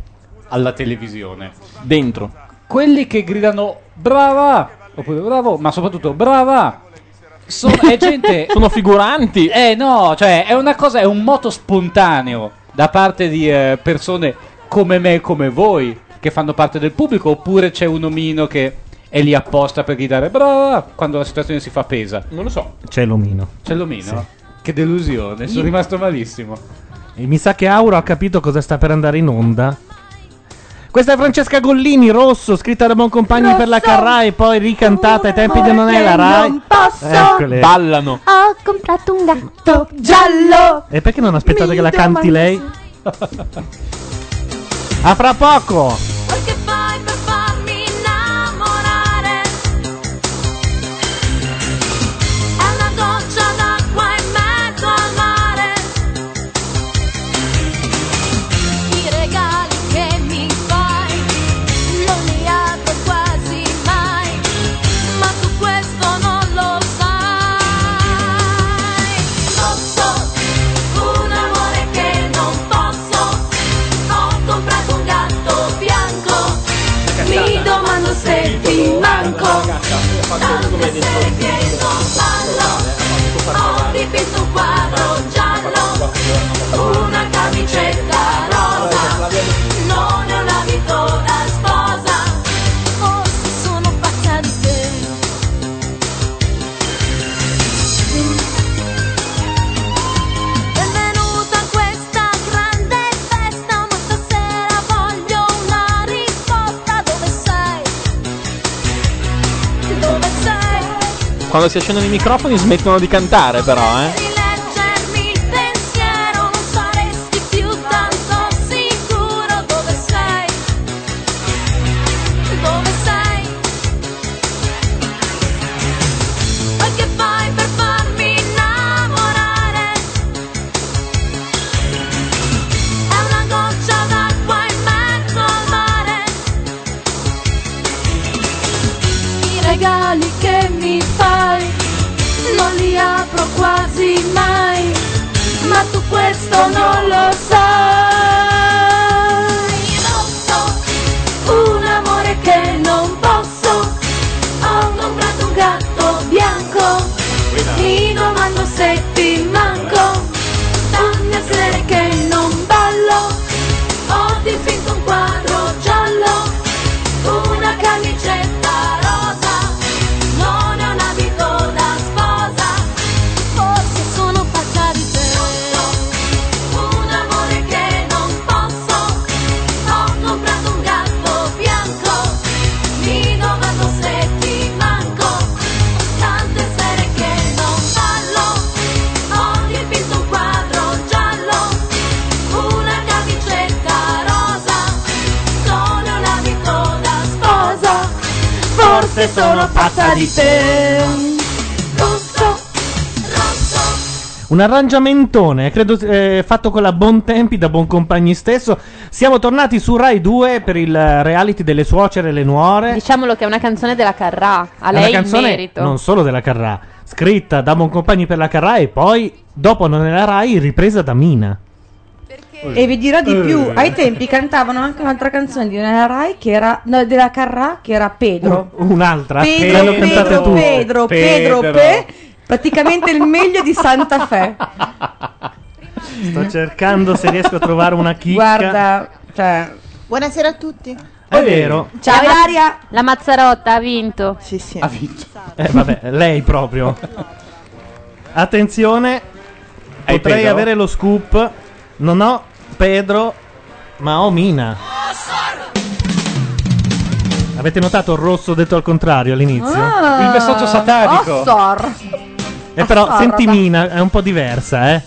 Speaker 11: alla televisione.
Speaker 19: Dentro.
Speaker 11: Quelli che gridano brava, oppure bravo, ma soprattutto brava. Sono, è gente...
Speaker 19: [LAUGHS] sono figuranti.
Speaker 11: Eh no, cioè è una cosa, è un moto spontaneo da parte di eh, persone come me e come voi che fanno parte del pubblico oppure c'è un omino che è lì apposta per gridare brava quando la situazione si fa pesa.
Speaker 19: Non lo so.
Speaker 1: C'è l'omino.
Speaker 11: C'è l'omino? Che delusione, sono
Speaker 1: Io-
Speaker 11: rimasto malissimo.
Speaker 1: E mi sa che Auro ha capito cosa sta per andare in onda. Questa è Francesca Gollini, rosso, scritta da Buoncompagni per la Carrai, poi ricantata ai tempi di Non è la Rai.
Speaker 4: non posso.
Speaker 1: Eccole.
Speaker 19: Ballano.
Speaker 4: Ho comprato un gatto giallo.
Speaker 1: E perché non aspettate
Speaker 4: Mi
Speaker 1: che la canti
Speaker 4: domando
Speaker 1: lei? A fra poco!
Speaker 8: che fai per farmi innamorare? È una goccia d'acqua in mezzo al mare. I regali che mi fai non li apro quasi mai, ma tu questo non lo sai. Rosso, un amore che non posso ho comprato un gatto bianco Mi domando se ti manco Tante sere che non ballo Ho dipinto un quadro giallo Una camicetta rosa Non è una vita da sposa Forse sono pazza di te Benvenuta a questa grande festa, ma stasera voglio una risposta. Dove sei? Dove sei?
Speaker 19: Quando si accendono i microfoni smettono di cantare, però, eh.
Speaker 8: Leggermi il pensiero, non saresti più tanto sicuro. Dove sei? Dove sei? Ma che fai per farmi innamorare? È una goccia d'acqua in mezzo al mare. I regali che mi fai non li apro quasi mai, ma tu questo non lo sai. Rosso, un amore che non posso, ho comprato un gatto bianco, mi domando se ti manco, tante sere che non ballo, ho dipinto un quadro giallo. Una camicetta rosa, non è un abito da sposa, forse sono pazza di te. Un amore che non posso, ho comprato un gatto bianco, mi domando se ti manco, tante sere che non ballo, ho dipinto un quadro giallo, una camicetta rosa. Sono una piccola sposa, forse sono pazza di te. Rosso, rosso,
Speaker 1: Un arrangiamentone, credo eh, fatto con la Bontempi da Buoncompagni stesso. Siamo tornati su Rai 2 per il reality delle suocere e le nuore.
Speaker 4: Diciamolo che è una canzone della Carrà, a
Speaker 1: È
Speaker 4: lei
Speaker 1: una canzone
Speaker 4: il merito.
Speaker 1: non solo della Carrà, scritta da Boncompagni per la Carrà e poi, dopo non è la Rai, ripresa da Mina.
Speaker 3: E vi dirò di
Speaker 1: Eh.
Speaker 3: più, ai tempi cantavano anche un'altra canzone di Nella Rai che era no, della Carrà che era Pedro.
Speaker 1: Un'altra,
Speaker 3: Pedro,
Speaker 1: l'hanno
Speaker 3: Pedro,
Speaker 1: cantata
Speaker 3: Pedro,
Speaker 1: tu.
Speaker 3: Pedro, Pedro,
Speaker 1: Pedro.
Speaker 3: Pe, praticamente il meglio di Santa Fe.
Speaker 1: Sto cercando se riesco a trovare una chicca.
Speaker 3: Guarda, cioè
Speaker 27: Buonasera a tutti.
Speaker 1: È vero. Eh,
Speaker 4: Ciao Ilaria. La Mazzarotta ha vinto.
Speaker 27: Sì, sì.
Speaker 1: Ha vinto. Eh, vabbè, lei proprio. Attenzione,
Speaker 11: Hai
Speaker 1: potrei
Speaker 11: Pedro?
Speaker 1: avere lo scoop. Non ho Pedro, ma ho Mina. Avete notato il rosso detto al contrario all'inizio?
Speaker 6: Ah,
Speaker 1: il messaggio satanico.
Speaker 6: Ossor.
Speaker 1: E Eh, però
Speaker 6: Assorba.
Speaker 1: senti Mina, è un po' diversa, eh.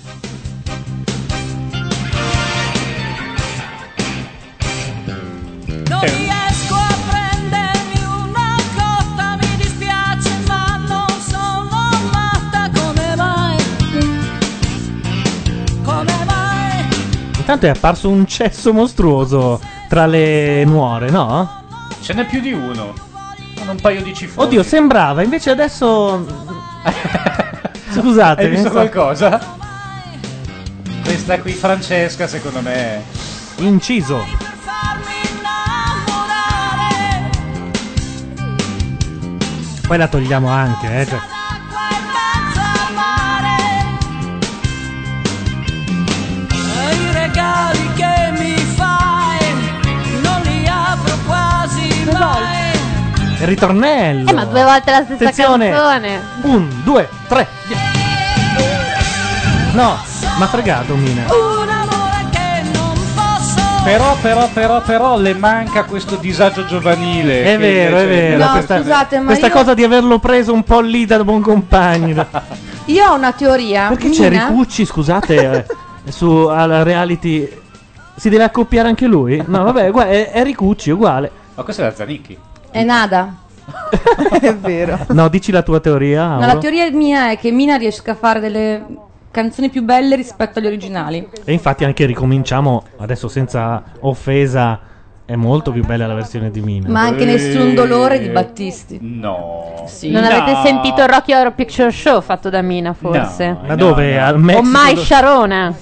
Speaker 8: Non riesco a prendermi una cotta, mi dispiace, ma non sono matta. Come mai? Come mai?
Speaker 1: Intanto è apparso un cesso mostruoso tra le nuore, no?
Speaker 11: Ce n'è più di uno. Sono un paio di cifoni.
Speaker 1: Oddio, sembrava, invece adesso.
Speaker 11: [LAUGHS]
Speaker 1: Scusate,
Speaker 11: Hai visto
Speaker 1: mi sta-
Speaker 11: qualcosa? Questa qui, Francesca, secondo me.
Speaker 1: Inciso. Poi la togliamo anche, eh. cioè.
Speaker 8: E i regali che mi fai non li apro quasi mai.
Speaker 1: Il ritornello.
Speaker 4: Eh, ma due volte la stessa
Speaker 1: Attenzione.
Speaker 4: canzone.
Speaker 1: Un, due, tre. via. No, ma fregato, Mina.
Speaker 8: Un amore che non posso.
Speaker 11: Però, però, però, però, le manca questo disagio giovanile.
Speaker 1: È
Speaker 11: Eh, che
Speaker 1: vero, è
Speaker 11: invece-
Speaker 1: vero. questa
Speaker 6: scusate, ma
Speaker 1: questa
Speaker 6: io-
Speaker 1: cosa di averlo preso un po' lì da buon
Speaker 11: [LAUGHS]
Speaker 1: compagno.
Speaker 6: Io ho una teoria.
Speaker 1: Perché
Speaker 6: Mina?
Speaker 1: c'è Ricucci, scusate, eh, su alla reality. Si deve accoppiare anche lui? No, vabbè, gua- è, è Ricucci, uguale.
Speaker 11: Ma questa è la Zanicchi.
Speaker 6: È nada.
Speaker 27: È vero.
Speaker 1: [LAUGHS] No, dici la tua teoria.
Speaker 6: No,
Speaker 1: Auro.
Speaker 6: la teoria mia è che Mina riesca a fare delle canzoni più belle rispetto agli originali.
Speaker 1: E infatti anche ricominciamo adesso senza offesa. È molto più bella la versione di Mina.
Speaker 6: Ma anche Nessun dolore di Battisti.
Speaker 11: No.
Speaker 4: Non
Speaker 1: No.
Speaker 4: avete sentito il Rocky Horror Picture Show fatto da Mina, forse?
Speaker 1: Ma dove? Al
Speaker 4: O
Speaker 1: Messico?
Speaker 4: mai Sharona.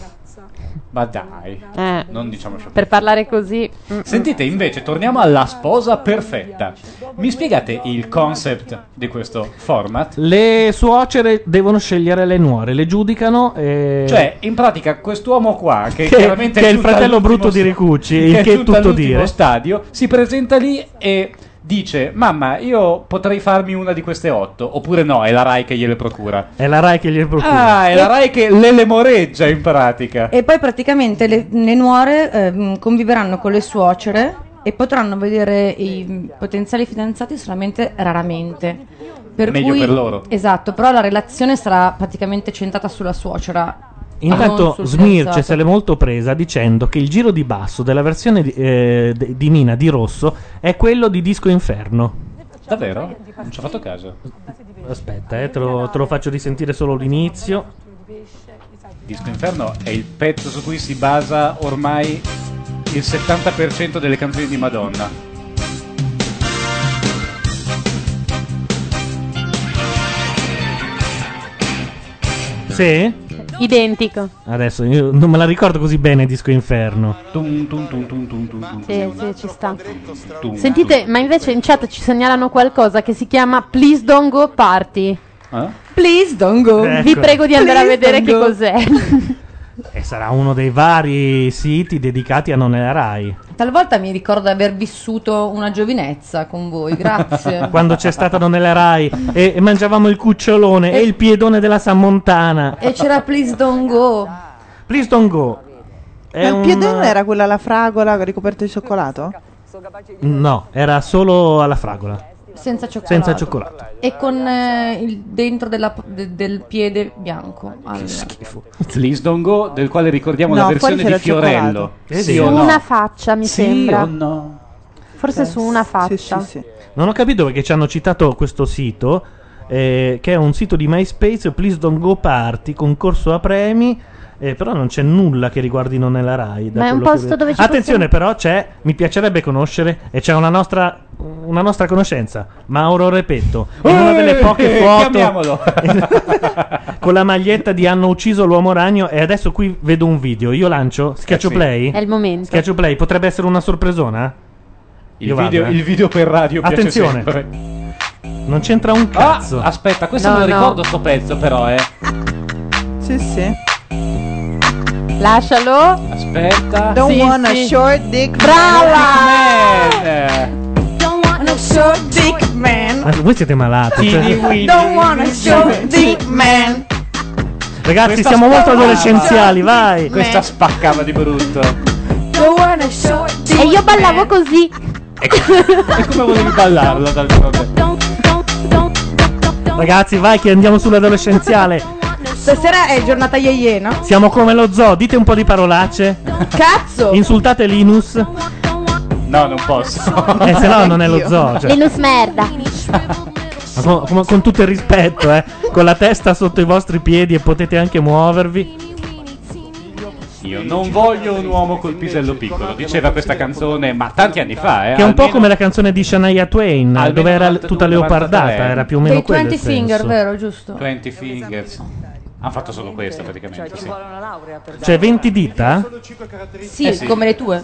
Speaker 11: Ma dai.
Speaker 4: Eh.
Speaker 11: Non diciamo sciocchezze.
Speaker 4: Per parlare così. Mm, mm.
Speaker 11: Sentite, invece, torniamo alla sposa perfetta. Mi spiegate il concept di questo format?
Speaker 1: Le suocere devono scegliere le nuore, le giudicano e...
Speaker 11: Cioè, in pratica, quest'uomo qua, che,
Speaker 1: Eh. Che-
Speaker 11: chiaramente
Speaker 1: che è il
Speaker 11: tutto
Speaker 1: fratello
Speaker 11: all'ultimo
Speaker 1: brutto di
Speaker 11: sta-
Speaker 1: Ricucci, il che
Speaker 11: è tutto
Speaker 1: tutto
Speaker 11: all'ultimo
Speaker 1: dire.
Speaker 11: stadio, si presenta lì e dice: Mamma, io potrei farmi una di queste otto. Oppure no, è la Rai che gliele procura.
Speaker 1: È la Rai che gli procura.
Speaker 11: Ah, è la Rai che le lemoreggia in pratica.
Speaker 6: E poi praticamente le, le nuore ehm, conviveranno con le suocere e potranno vedere i potenziali fidanzati solamente raramente. Per
Speaker 11: Meglio
Speaker 6: cui-
Speaker 11: per loro.
Speaker 6: Esatto, però la relazione sarà praticamente centrata sulla suocera. non
Speaker 1: Intanto
Speaker 6: sul
Speaker 1: Smirce
Speaker 6: fidanzato.
Speaker 1: se l'è molto presa dicendo che il giro di basso della versione di, eh, de- di Mina di rosso è quello di Disco Inferno.
Speaker 11: Davvero? Non ci ho fatto caso.
Speaker 1: Aspetta, eh, te, lo, te lo faccio risentire solo l'inizio.
Speaker 11: Disco Inferno è il pezzo su cui si basa ormai il 70% delle canzoni di Madonna.
Speaker 1: Sì?
Speaker 4: Identico.
Speaker 1: Adesso io non me la ricordo così bene Disco Inferno.
Speaker 11: Tum, tum, tum, tum, tum, tum, tum.
Speaker 4: Sì, sì, ci sta.
Speaker 11: Tum.
Speaker 4: Sentite, ma invece in chat ci segnalano qualcosa che si chiama Please Don't Go Party.
Speaker 11: Eh?
Speaker 6: Please don't go.
Speaker 1: Ecco.
Speaker 4: Vi prego di andare a
Speaker 6: Please
Speaker 4: vedere
Speaker 6: don't
Speaker 4: che
Speaker 6: go.
Speaker 4: cos'è.
Speaker 1: E sarà uno dei vari siti dedicati a Non è la Rai.
Speaker 6: Talvolta mi ricordo di aver vissuto una giovinezza con voi,
Speaker 11: [LAUGHS]
Speaker 6: grazie.
Speaker 1: [LAUGHS] Quando c'è stata Non è la Rai e, e mangiavamo il cucciolone e, il piedone della Sammontana.
Speaker 6: e c'era Please Don't Go.
Speaker 1: Please don't go. È
Speaker 27: Ma il
Speaker 1: un-
Speaker 27: piedone era quella la fragola ricoperta di cioccolato?
Speaker 1: No, era solo alla fragola.
Speaker 6: Senza cioccolato.
Speaker 1: Senza cioccolato.
Speaker 6: E con eh, il dentro della- de- del piede bianco. Allora.
Speaker 11: Please Don't Go, del quale ricordiamo
Speaker 6: No,
Speaker 11: la
Speaker 6: fuori
Speaker 11: versione di
Speaker 6: c'era il
Speaker 11: Fiorello.
Speaker 1: cioccolato. Eh
Speaker 11: Sì
Speaker 1: sì.
Speaker 11: o
Speaker 4: Su
Speaker 11: no?
Speaker 4: una faccia, mi
Speaker 11: Sì
Speaker 4: sembra.
Speaker 11: o no?
Speaker 4: Forse su una faccia.
Speaker 1: Non ho capito perché ci hanno citato questo sito, eh, che è un sito di MySpace, Please Don't Go Party, concorso a premi, eh, però non c'è nulla che riguardino nella RAI. da
Speaker 4: Ma è un
Speaker 1: quello che
Speaker 4: posto
Speaker 1: vedo.
Speaker 4: dove ci
Speaker 1: Attenzione però c'è, mi piacerebbe conoscere, e c'è una nostra, una nostra conoscenza, Mauro Repetto, in una delle poche
Speaker 11: [LAUGHS] Eh,
Speaker 1: foto
Speaker 11: chiamiamolo.
Speaker 1: [LAUGHS] con la maglietta di hanno ucciso l'uomo ragno e adesso qui vedo un video, io lancio, schiaccio
Speaker 11: Eh sì.
Speaker 1: play,
Speaker 4: È il momento.
Speaker 1: schiaccio play, potrebbe essere una sorpresona?
Speaker 11: Il
Speaker 1: Io vado,
Speaker 11: video,
Speaker 1: eh.
Speaker 11: il video per radio piace
Speaker 1: Attenzione.
Speaker 11: sempre.
Speaker 1: Non c'entra un cazzo.
Speaker 11: Ah, aspetta, questo
Speaker 1: No,
Speaker 11: me lo
Speaker 1: no.
Speaker 11: ricordo sto pezzo però, eh.
Speaker 27: Sì, sì.
Speaker 4: Lascialo.
Speaker 11: Aspetta.
Speaker 27: Don't
Speaker 4: Sì,
Speaker 27: wanna
Speaker 4: sì.
Speaker 27: short dick.
Speaker 4: Brava!
Speaker 11: Eh,
Speaker 27: Don't wanna short dick man.
Speaker 1: Ma Ah, voi siete malati.
Speaker 27: Teeny
Speaker 1: cioè.
Speaker 27: weeny. Don't wanna short dick man.
Speaker 1: Ragazzi,
Speaker 11: Questa
Speaker 1: siamo molto
Speaker 11: spaccava.
Speaker 1: adolescenziali, vai.
Speaker 11: Questa spaccava di brutto.
Speaker 4: Don't wanna show E io ballavo così.
Speaker 11: E
Speaker 4: [LAUGHS]
Speaker 11: come volevi ballarla dal
Speaker 1: Ragazzi, vai che andiamo sull'adolescenziale.
Speaker 3: Stasera è giornata yeye, no?
Speaker 1: Siamo come lo zoo, dite un po' di parolacce.
Speaker 3: Cazzo!
Speaker 1: Insultate Linus.
Speaker 11: No, non posso.
Speaker 1: Eh, se no non è lo zoo. Cioè.
Speaker 4: Linus merda.
Speaker 1: Ma con, con- con tutto il rispetto, eh. Con la testa sotto i vostri piedi e potete anche muovervi.
Speaker 11: Io non voglio un uomo col pisello piccolo, diceva questa canzone, ma tanti anni fa, eh.
Speaker 1: Che è un po'
Speaker 11: almeno-
Speaker 1: come la canzone di Shania Twain, eh, dove era tutta
Speaker 11: 92,
Speaker 1: leopardata,
Speaker 11: 93.
Speaker 1: era più o meno
Speaker 3: Dei
Speaker 1: quello. il
Speaker 3: 20 finger,
Speaker 1: senso.
Speaker 3: vero? Giusto.
Speaker 11: 20 fingers. Hanno fatto solo questa praticamente, sì.
Speaker 1: Cioè 20 dita?
Speaker 3: Sì,
Speaker 11: Eh sì.
Speaker 3: come le tue.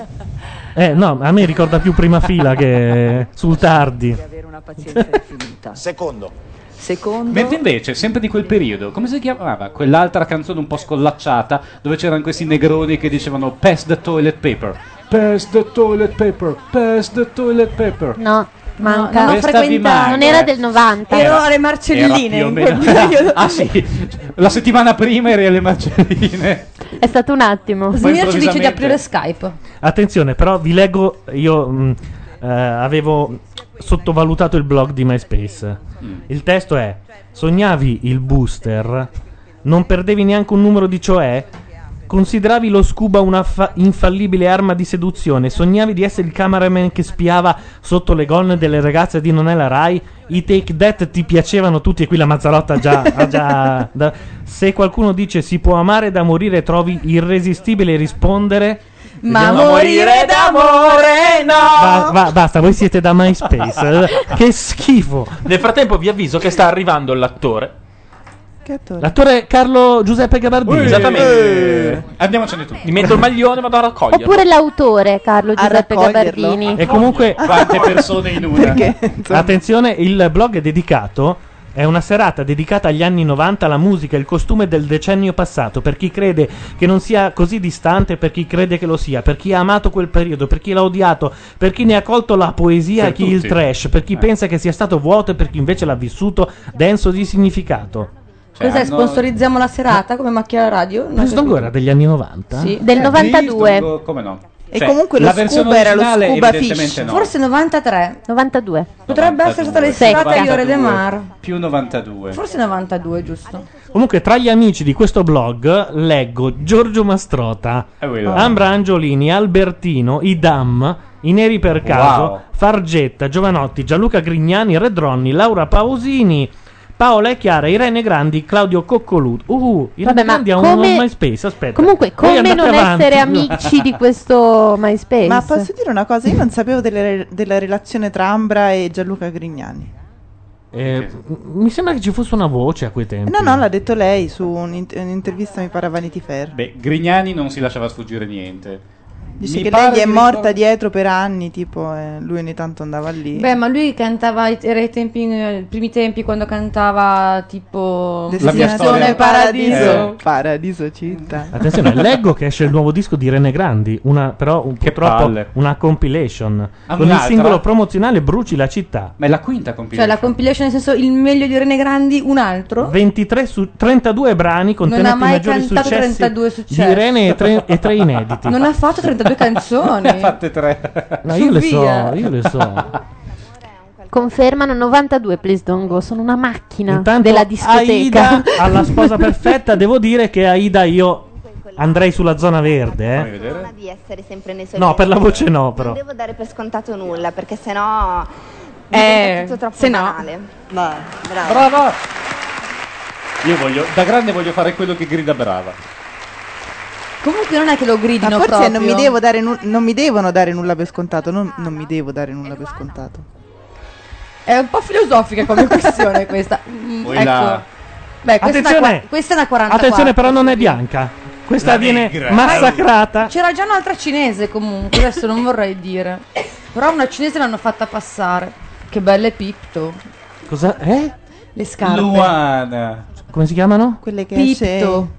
Speaker 1: Eh no, a me ricorda più prima fila che sul tardi.
Speaker 8: [LAUGHS]
Speaker 5: Secondo. Secondo.
Speaker 11: Mentre invece, sempre di quel periodo, come si chiamava? Quell'altra canzone un po' scollacciata dove c'erano questi negroni che dicevano Pass the toilet paper. Pass the toilet paper, pass the toilet paper.
Speaker 4: No,
Speaker 11: No,
Speaker 4: manca.
Speaker 11: non ho Questa vi frequentato. manca,
Speaker 4: Non era
Speaker 11: eh.
Speaker 4: del 90.
Speaker 11: Era- era più o meno- ah sì, la settimana prima eri alle marcelline.
Speaker 4: È stato un attimo.
Speaker 3: Smirno ci dice di
Speaker 1: improvvisamente-
Speaker 3: aprire Skype.
Speaker 1: Attenzione, però vi leggo, io mh, eh, avevo sottovalutato il blog di MySpace. Il testo è: Sognavi il booster, non perdevi neanche un numero di cioè. Consideravi lo scuba una fa- infallibile arma di seduzione. Sognavi di essere il cameraman che spiava sotto le gonne delle ragazze di Non è la Rai. I take that ti piacevano tutti. E qui la Mazzarotta già. ha già da- se qualcuno dice si può amare da morire, trovi irresistibile rispondere.
Speaker 3: Ma
Speaker 1: Vediamo-
Speaker 3: morire d'amore no!
Speaker 1: Va- va- basta, voi siete da
Speaker 3: [LAUGHS]
Speaker 1: MySpace. che schifo.
Speaker 19: Nel frattempo vi avviso che sta arrivando l'attore.
Speaker 1: L'attore Carlo Giuseppe Gabardini.
Speaker 19: Esattamente.
Speaker 11: Andiamocene tutti.
Speaker 19: Mi metto il maglione e vado a raccoglierlo.
Speaker 4: Oppure l'autore, Carlo Giuseppe Ah,
Speaker 1: raccoglierlo.
Speaker 4: Gabardini.
Speaker 1: E comunque-
Speaker 11: Quante persone in una.
Speaker 1: Attenzione, il blog è dedicato. È una serata dedicata agli anni 90, alla musica e il costume del decennio passato. Per chi crede che non sia così distante, per chi crede che lo sia, per chi ha amato quel periodo, per chi l'ha odiato, per chi ne ha colto la poesia
Speaker 11: Per
Speaker 1: e chi il
Speaker 11: tutti. Eh.
Speaker 1: trash, per chi pensa che sia stato vuoto e per chi invece l'ha vissuto denso di significato.
Speaker 11: Cioè,
Speaker 3: Cos'è? Sponsorizziamo la serata come macchia alla radio? Non ho
Speaker 1: Questo
Speaker 3: capito.
Speaker 1: ancora era degli anni 90?
Speaker 3: Sì, del 92.
Speaker 11: Disco, come no?
Speaker 3: E
Speaker 11: Cioè,
Speaker 3: comunque lo
Speaker 11: la versione
Speaker 3: scuba era lo
Speaker 11: originale
Speaker 3: scuba
Speaker 11: evidentemente
Speaker 3: fish.
Speaker 11: no.
Speaker 3: Forse 93.
Speaker 4: 92.
Speaker 3: Potrebbe essere stata l'estate di Iore De Mar.
Speaker 11: 92, Più 92.
Speaker 3: Forse 92, giusto?
Speaker 1: Comunque, tra gli amici di questo blog leggo Giorgio Mastrota,
Speaker 11: quello.
Speaker 1: Ambra Angiolini, Albertino, Idam, I Neri per caso,
Speaker 11: Wow.
Speaker 1: Fargetta, Giovanotti, Gianluca Grignani, Redronni, Laura Pausini. Paola e Chiara, Irene Grandi, Claudio Coccolut. Uh, Irene
Speaker 4: Vabbè, ma
Speaker 1: Grandi ha un
Speaker 4: come-
Speaker 1: MySpace, aspetta.
Speaker 4: Comunque,
Speaker 1: Voi
Speaker 4: come
Speaker 1: andate
Speaker 4: non
Speaker 1: avanti.
Speaker 4: essere
Speaker 1: [LAUGHS]
Speaker 4: amici di questo MySpace?
Speaker 27: Ma posso dire una cosa? Io non sapevo delle- della relazione tra Ambra e Gianluca Grignani.
Speaker 1: Eh, m- mi sembra che ci fosse una voce a quei tempi.
Speaker 27: No, no, l'ha detto lei su un'int- un'intervista, mi pare, a Vanity Fair.
Speaker 11: Beh, Grignani non si lasciava sfuggire niente.
Speaker 27: Dice
Speaker 11: Mi
Speaker 27: che
Speaker 11: pare
Speaker 27: lei gli è
Speaker 11: di
Speaker 27: morta
Speaker 11: ricordare-
Speaker 27: dietro per anni, tipo, eh, lui ogni tanto andava lì.
Speaker 3: Beh, ma lui cantava, era ai tempi, ai primi tempi quando cantava tipo...
Speaker 27: La mia storia.
Speaker 3: Paradiso.
Speaker 27: Eh. Paradiso città.
Speaker 11: [LAUGHS]
Speaker 1: Attenzione, leggo che esce il nuovo disco di Irene Grandi, una, però un, purtroppo
Speaker 11: palle.
Speaker 1: una compilation.
Speaker 11: Ah,
Speaker 1: con il
Speaker 11: un'altra?
Speaker 1: singolo promozionale Bruci la città.
Speaker 11: Ma è la quinta
Speaker 3: Cioè la compilation nel senso il meglio di Rene Grandi,
Speaker 1: [LAUGHS]
Speaker 3: un altro.
Speaker 1: 23 su 32 brani
Speaker 3: Non ha
Speaker 1: contenenti i
Speaker 3: mai
Speaker 1: maggiori
Speaker 3: cantato
Speaker 1: successi,
Speaker 3: 32
Speaker 1: di
Speaker 3: successi.
Speaker 1: Irene e tre, e tre inediti.
Speaker 11: [LAUGHS]
Speaker 3: Non ha fatto 32 canzoni.
Speaker 11: fatte tre.
Speaker 1: No, io le so,
Speaker 4: Via.
Speaker 1: io le
Speaker 3: [LAUGHS]
Speaker 1: so.
Speaker 4: Confermano 92, please don't go. Sono una macchina
Speaker 1: Intanto
Speaker 4: della discoteca. [LAUGHS]
Speaker 1: Aida alla sposa perfetta, devo dire che Aida io andrei sulla zona verde, eh.
Speaker 28: forma di essere sempre nei suoi
Speaker 1: No, per la
Speaker 28: piedi.
Speaker 1: voce no, però.
Speaker 28: Non devo dare per scontato nulla, perché sennò
Speaker 3: Eh,
Speaker 28: diventa tutto troppo
Speaker 3: se no.
Speaker 28: banale.
Speaker 11: Brava! Io voglio, da grande voglio fare quello che grida brava.
Speaker 3: Comunque non è che lo
Speaker 27: Ma
Speaker 3: gridino
Speaker 27: forse
Speaker 3: proprio.
Speaker 27: non mi devo dare nu- non mi devono dare nulla per scontato, non, non mi devo dare nulla per scontato.
Speaker 3: È un po' filosofica
Speaker 1: [LAUGHS]
Speaker 3: come questione questa. Mm,
Speaker 27: Voi
Speaker 3: ecco.
Speaker 11: Ah.
Speaker 27: là.
Speaker 3: Beh, questa, è una,
Speaker 1: Attenzione!
Speaker 3: qua- questa è una 44.
Speaker 1: Attenzione, però non è bianca. Questa viene
Speaker 3: negra.
Speaker 1: massacrata.
Speaker 3: C'era già un'altra cinese comunque, adesso non vorrei dire. Però una cinese l'hanno fatta passare. Che belle Pipto.
Speaker 1: Cosa? Eh?
Speaker 3: Le scarpe.
Speaker 11: Luana.
Speaker 1: Come si chiamano?
Speaker 27: Quelle che
Speaker 3: Pipto.
Speaker 27: esce